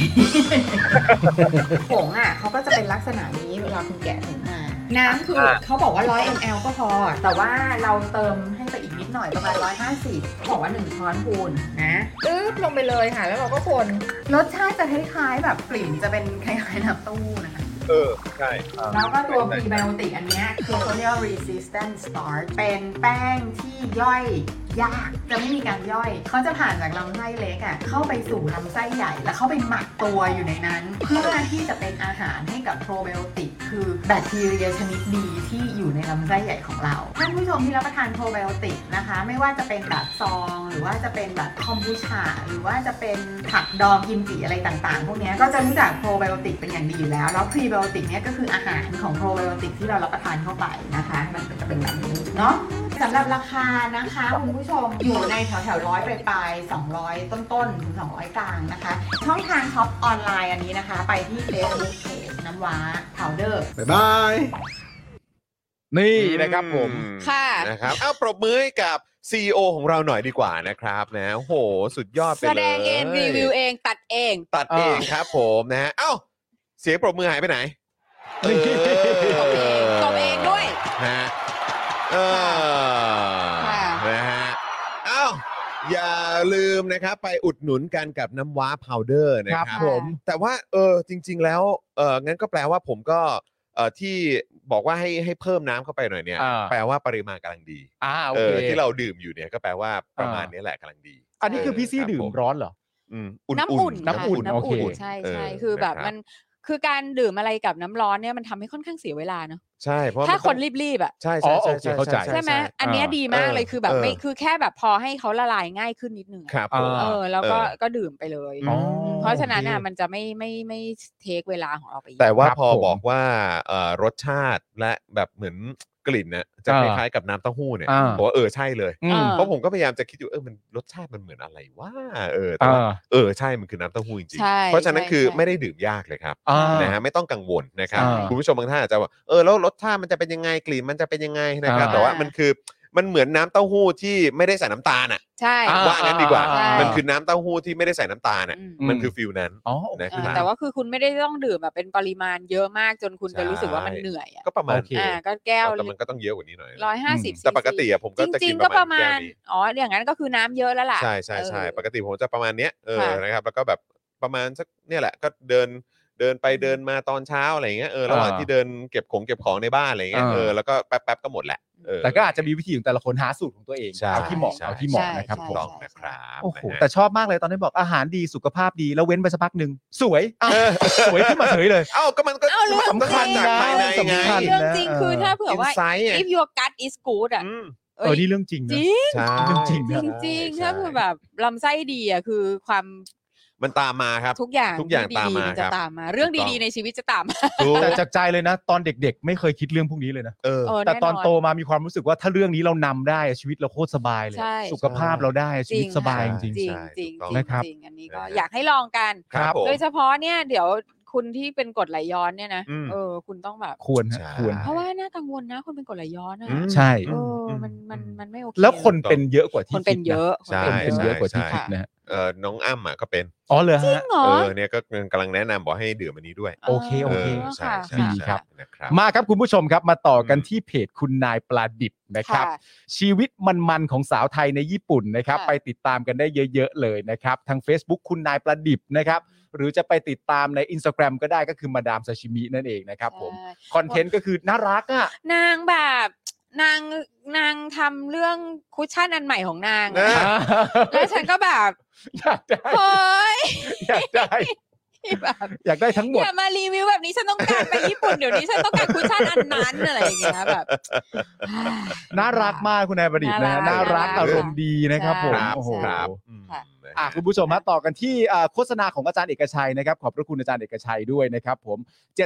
Speaker 6: ผงอ่ะเขาก็จะเป็นลักษณะนี้เวลาคุณแกะถุงมา น้ำคือเขาบอกว่า 100 ml ก็พอ แต่ว่าเราเติมให้ไปอีกนิดหน่อยประมาณ 150บอกว่า 1 ช้อนพูนนะตึ๊บลงไปเลยค่ะ แล้วเราก็คนรสชาติจะคล้ายๆ แบบกลิ่นจะเป็นคล้ายๆน้ำเต้าหู้นะคะ
Speaker 1: เออ ใช่
Speaker 6: แล้วก็ตัว p r e b i o t i c อันเนี้ยคือเขาเรียกว่า resistant starch เป็นแป้งที่ย่อยยาก จะไม่มีการย่อย เขาจะผ่านจากลำไส้เล็กอ่ะเข้าไปสู่ลำไส้ใหญ่ แล้วเข้าไปหมักตัวอยู่ในนั้น เพื่อที่จะเป็นอาหารให้กับโปรไบโอติกคือแบคทีเรียชนิดดีที่อยู่ในลำไส้ใหญ่ของเรา ท่านผู้ชมที่รับประทานโปรไบโอติกนะคะ ไม่ว่าจะเป็นแบบซอง หรือว่าจะเป็นแบบคอมบูชา หรือว่าจะเป็นผักดองกิมจิอะไรต่างๆ พวกเนี้ยก็จะรู้จักโปรไบโอติกเป็นอย่างดีอยู่แล้ว แล้วพรีไบโอติกเนี้ยก็คืออาหารของโปรไบโอติกที่เรารับประทานเข้าไปนะคะ มันก็จะเป็นแบบนี้เนาะสำหรับราคานะคะคุณผู้ชมอยู่ในแถวแถวร้อยปลายปลาย200 ต้นต้นๆถึง 200 กลางนะคะ ช่องทางช็อปออนไลน์อันนี้นะคะ ไปที่ Facebook Page น้ำว้า powder
Speaker 5: บ๊ายบาย
Speaker 2: นี่นะครับผม
Speaker 3: ค่ะ
Speaker 1: นะครับอ้าวปรบมือให้กับ CEO ของเราหน่อยดีกว่านะครับนะโอ้โห สุดยอดไปเลย
Speaker 3: แสดงเองรีวิวเองตัดเอง
Speaker 1: ตัดเองครับผมนะฮะเอ้า เสียงปรบมือหายไปไหนเออ
Speaker 3: ตบเองตบเองด้วย
Speaker 1: ฮะเออ
Speaker 3: ค่ะ
Speaker 1: นะฮะเอ้าอย่าลืมนะครับ ไปอุดหนุนกันกับน้ำว้าพาวเดอร์นะค
Speaker 2: ครั
Speaker 1: รับ
Speaker 2: บผม
Speaker 1: แต่ว่าเออจริง ๆ แล้วเอองั้นก็แปลว่าผมก็เออที่บอกว่าให้ให้เพิ่มน้ำเข้าไปหน่อยเนี่ย
Speaker 2: อ่า
Speaker 1: แปลว่าปริมาณกำลังดี
Speaker 2: อ่าโอ
Speaker 1: เอ
Speaker 2: เค
Speaker 1: อที่เราดื่มอยู่เนี่ยก็แปลว่าประมาณนี้แหละกำลังดี
Speaker 2: อันนี้คือพี่ซี่
Speaker 1: เรับ
Speaker 2: ดื่ม
Speaker 1: ผ
Speaker 2: ร้อนเหรอ
Speaker 1: อืมอุ่น
Speaker 3: น้ำอุ่น
Speaker 1: ๆ
Speaker 3: ค่ะ
Speaker 2: น้ำอุ่น
Speaker 3: น้ำ
Speaker 2: โอเค
Speaker 3: อุ่นใช่ใช่
Speaker 1: เ
Speaker 3: คือแบบ
Speaker 1: ะรับ
Speaker 3: มันคือการดื่มอะไรกับน้ำร้อนเนี่ยมันทำให้ค่อนข้างเสียเวลาเนาะ
Speaker 1: ใช่เพราะ
Speaker 3: ถ้า
Speaker 1: มั
Speaker 3: คน
Speaker 1: ต้อง
Speaker 3: รีบๆอ่ะ
Speaker 1: ใช่
Speaker 2: อ๋
Speaker 1: ใช่
Speaker 2: อโอเค
Speaker 1: ช่
Speaker 2: เข้าใจ
Speaker 3: ใช่ไหมอันเนี้ยดีมากเลยคือแบบไม่คือแค่แบบพอให้เขาละลายง่ายขึ้นนิดนึงอะ
Speaker 1: ครับผม
Speaker 3: เออ แล้วก็
Speaker 1: เออ
Speaker 3: ก็ดื่มไปเลย
Speaker 2: อ๋อ
Speaker 3: เพราะฉะนั้นอ่ะ
Speaker 1: โอเค
Speaker 3: มันจะไม่ไม่ไม่เทคเวลาของเราไปเยอะ
Speaker 1: แต่ว่า
Speaker 2: ครับ
Speaker 1: พอ
Speaker 2: ผม
Speaker 1: บอกว่าเอ่อรสชาติและแบบเหมือนกลิ่นนะจะ
Speaker 2: อ่า
Speaker 1: คล้ายๆกับน้ำเต้าหู้เนี่ย
Speaker 2: อ่า
Speaker 1: ผมว่าเออใช่เลย
Speaker 2: อืม
Speaker 3: เออ
Speaker 1: เพราะผมก็พยายามจะคิดอยู่เออมันรสชาติมันเหมือนอะไรว่าเออ
Speaker 2: เอ
Speaker 1: แต่ว่า
Speaker 2: อ
Speaker 1: เออใช่ มันคือน้ำเต้าหู้จริง
Speaker 3: ใช่
Speaker 1: ๆ เพราะฉะนั้น
Speaker 3: ใช่
Speaker 1: คือ
Speaker 3: ใช่
Speaker 1: ไม่ได้ดื่มยากเลยครับ
Speaker 2: อ่า
Speaker 1: นะฮะไม่ต้องกังวลนะครับ
Speaker 2: อ่า
Speaker 1: คุณผู้ชมบางท่านอาจจะว่าเออแล้วรสชาติมันจะเป็นยังไงกลิ่นมันจะเป็นยังไงนะครับ
Speaker 2: อ่า
Speaker 1: แต่ว่ามันคือมันเหมือนน้ำเต้าหู้ที่ไม่ได้ใส่น้ำตาลอ่ะ
Speaker 3: ใช่
Speaker 2: อ่า
Speaker 1: ว่างั้นดีกว่า
Speaker 3: ใช่
Speaker 1: มันคือน้ำเต้าหู้ที่ไม่ได้ใส่น้ำตาลอ่ะ
Speaker 3: อืม
Speaker 1: มันคือฟิลนั้น
Speaker 2: อ๋อโอ
Speaker 1: นะ
Speaker 2: เค
Speaker 1: ครับ
Speaker 3: อ่าแต่ว่าคือคุณไม่ได้ต้องดื่มแบบเป็นปริมาณเยอะมากจนคุณจะรู้สึกว่ามันเหนื่อยอ่ะ
Speaker 1: ก็ประมาณ
Speaker 2: โอเค
Speaker 3: อ่าก็แก้ว
Speaker 1: แต่มันก็ต้องเยอะกว่านี้หน่อย
Speaker 3: ร้อยห้าสิบ
Speaker 1: แต่ปกติอะผม
Speaker 3: จ
Speaker 1: ก็จะ
Speaker 3: ริ
Speaker 1: กิ
Speaker 3: ง
Speaker 1: น
Speaker 3: ๆก็
Speaker 1: ป
Speaker 3: ประ ระ
Speaker 1: มาณแก้ว
Speaker 3: มาณ
Speaker 1: นี้
Speaker 3: อ๋อ อย่างนั้นก็คือน้ำเยอะแล้วล่ะ
Speaker 1: ใช่ใช่ใช่
Speaker 3: เออ
Speaker 1: ปกติผมจะประมาณเนี้ยเออ
Speaker 3: ค่ะ
Speaker 1: นะครับ แล้วก็แบบประมาณสักเนี่ยแหละก็เดิน เดินไปเดินมาตอนเช้าอะไรอย่างเงี้ยเออระหว่าง
Speaker 2: อ่า
Speaker 1: ที่เดินเก็บของเก็บของในบ้านอะไรอย่างเงี้ย
Speaker 2: อ่า
Speaker 1: เออแล้วก็แป๊บๆก็หมดแหละเออ
Speaker 2: แต่ก็อาจจะมีวิธีของแต่ละคนหาสูตรของตัวเอง
Speaker 1: ใช่
Speaker 2: เอาที่เหมาะ
Speaker 1: ใช่
Speaker 2: เอาที่เหมาะ
Speaker 3: ใช่
Speaker 2: นะครับ
Speaker 3: ใช่
Speaker 2: ผม
Speaker 1: ต้องนะครับ
Speaker 2: โอ้โห
Speaker 1: นะฮะ
Speaker 2: แต่ชอบมากเลยตอนนี้บอกอาหารดีสุขภาพดีแล้วเว้นไปสักพักหนึ่งสวยอ้าวสวยขึ้นมาเฉยเลย
Speaker 1: เอ้าก็มันก็
Speaker 3: เอ้ารู้
Speaker 1: สำคัญจากภายใน
Speaker 2: สำ
Speaker 1: ไง
Speaker 2: คัญ
Speaker 3: เรื่องจริง
Speaker 2: เออ
Speaker 3: คือถ้าเผื่อว่า
Speaker 1: อินไซต์ไง
Speaker 3: if your gut is good อ่ะ
Speaker 1: อืม
Speaker 2: เออนี่เรื่องจริง
Speaker 3: จ
Speaker 2: นะ
Speaker 3: ริง
Speaker 1: ใช่
Speaker 2: จริง
Speaker 3: จริงจริงถ้าเผื่อแบบลำไส้ดีอ่ะคือความ
Speaker 1: มันตามมาครับ
Speaker 3: ทุกอย่าง
Speaker 1: ทุกอย่างตามมา
Speaker 3: ดีๆน
Speaker 1: ค
Speaker 3: จะ
Speaker 1: รับ
Speaker 3: ตามมา เรื่อง
Speaker 1: ถูกต้อง
Speaker 3: ดีๆในชีวิตจะตามมา
Speaker 1: ถูก
Speaker 2: แต่จากใจเลยนะ ตอนเด็กๆ ไม่เคยคิดเรื่องพวกนี้เลยนะ
Speaker 1: เออ
Speaker 3: เออ
Speaker 2: แต่ตอน
Speaker 3: แน่นอน
Speaker 2: โตมามีความรู้สึกว่าถ้าเรื่องนี้เรานำได้อะชีวิตเราโคตรสบายเลย
Speaker 3: ใช่
Speaker 2: สุขภาพเราได้อะชีวิตสบายจ
Speaker 1: จริ
Speaker 2: ริ
Speaker 1: ง
Speaker 2: ง
Speaker 3: จริง
Speaker 1: ใช่
Speaker 3: จริง
Speaker 1: ถูกต้อง
Speaker 3: จริง
Speaker 2: นะครับ
Speaker 3: จริงอันนี้ก็
Speaker 1: นะฮะ
Speaker 3: อยากให้ลองกัน
Speaker 1: ครับผม
Speaker 3: โดยเฉพาะเนี่ยเดี๋ยวคุณที่เป็นกรดไหลย้อนเนี่ยนะ
Speaker 1: อืม
Speaker 3: เออคุณต้องแบบ
Speaker 2: ๆ ควรฮะ
Speaker 1: ใช่
Speaker 2: ควร
Speaker 3: เพราะว่าน่ากังวลนะคนเป็นกรดไหลย้อนอ่ะ
Speaker 1: อืม
Speaker 2: ใช่
Speaker 3: เอออ
Speaker 1: ม
Speaker 3: มันมัน
Speaker 1: อืม
Speaker 3: มันไม่โอเค
Speaker 2: แล้วคน
Speaker 3: เย
Speaker 2: เป็นเยอะกว่าที่
Speaker 3: คนเป็นเยอะ
Speaker 1: ใช่
Speaker 2: คิดนะคนเป็นเยอะกว่าที่
Speaker 1: ใช่
Speaker 2: คิดนะฮะ
Speaker 1: เออน้องอ้ำอ่ะก็เป็น
Speaker 2: อ๋อเหรอฮะ
Speaker 3: เหรอ
Speaker 1: เออเนี่ยก็กำลังแนะนำบอกให้ดื่มอันนี้ด้วย
Speaker 2: โอเคโอเค
Speaker 3: อ
Speaker 1: ใช่
Speaker 3: ะ
Speaker 1: ใช่
Speaker 2: ดี
Speaker 3: ะ
Speaker 2: ครับ
Speaker 1: ใช่นะครับ
Speaker 2: มาครับคุณผู้ชมครับมาต่อกัน
Speaker 1: อืม
Speaker 2: ที่เพจคุณนายปลาดิบนะครับ ชีวิตมันๆของสาวไทยในญี่ปุ่นนะครับ
Speaker 3: ค่ะ
Speaker 2: ไปติดตามกันได้เยอะ ๆ เลยนะครับ ทาง Facebook คุณนายประดิบนะครับ หรือจะไปติดตามใน Instagram ก็ได้ก็คือมาดามซาชิมินั่นเองนะครับผม
Speaker 3: ใช่
Speaker 2: คอนเทนต์ก็คือน่ารักอ่ะ
Speaker 3: นางแบบนางนางทำเรื่องคุชชั่นอันใหม่ของนาง
Speaker 1: นะ
Speaker 3: อะแล้วฉันก็ แบบ
Speaker 2: อยากได้
Speaker 3: เฮ้ย
Speaker 2: อยากได้
Speaker 3: แบบ
Speaker 2: อยากได้ทั้งหม
Speaker 3: อ
Speaker 2: ด
Speaker 3: ย่ามารีวิวแบบนี้ฉันต้องการไปญี่ปุ่นเดี๋ยวนี้ฉันต้องการคุชชั่นอันนั้นอะไรอย่างเงี้ยแบบ
Speaker 2: น่ารักมากคุณนายประดิษฐ์นะฮะ
Speaker 3: น่า
Speaker 2: น่า
Speaker 3: รั
Speaker 2: รั
Speaker 3: ก
Speaker 2: กอารมณ์ดีนะครับผม
Speaker 3: ใช่
Speaker 2: โอ้โห
Speaker 1: ค
Speaker 3: ใช่
Speaker 1: รับ
Speaker 3: ค่ะ
Speaker 1: อืมนะ
Speaker 2: อ่ะ
Speaker 1: ฮะ
Speaker 2: คุณผู้ชมมาต่อกันที่อ่าโฆษณาของอาจารย์เอกชัยนะครับ ขอบพระคุณอาจารย์เอกชัยด้วยนะครับผม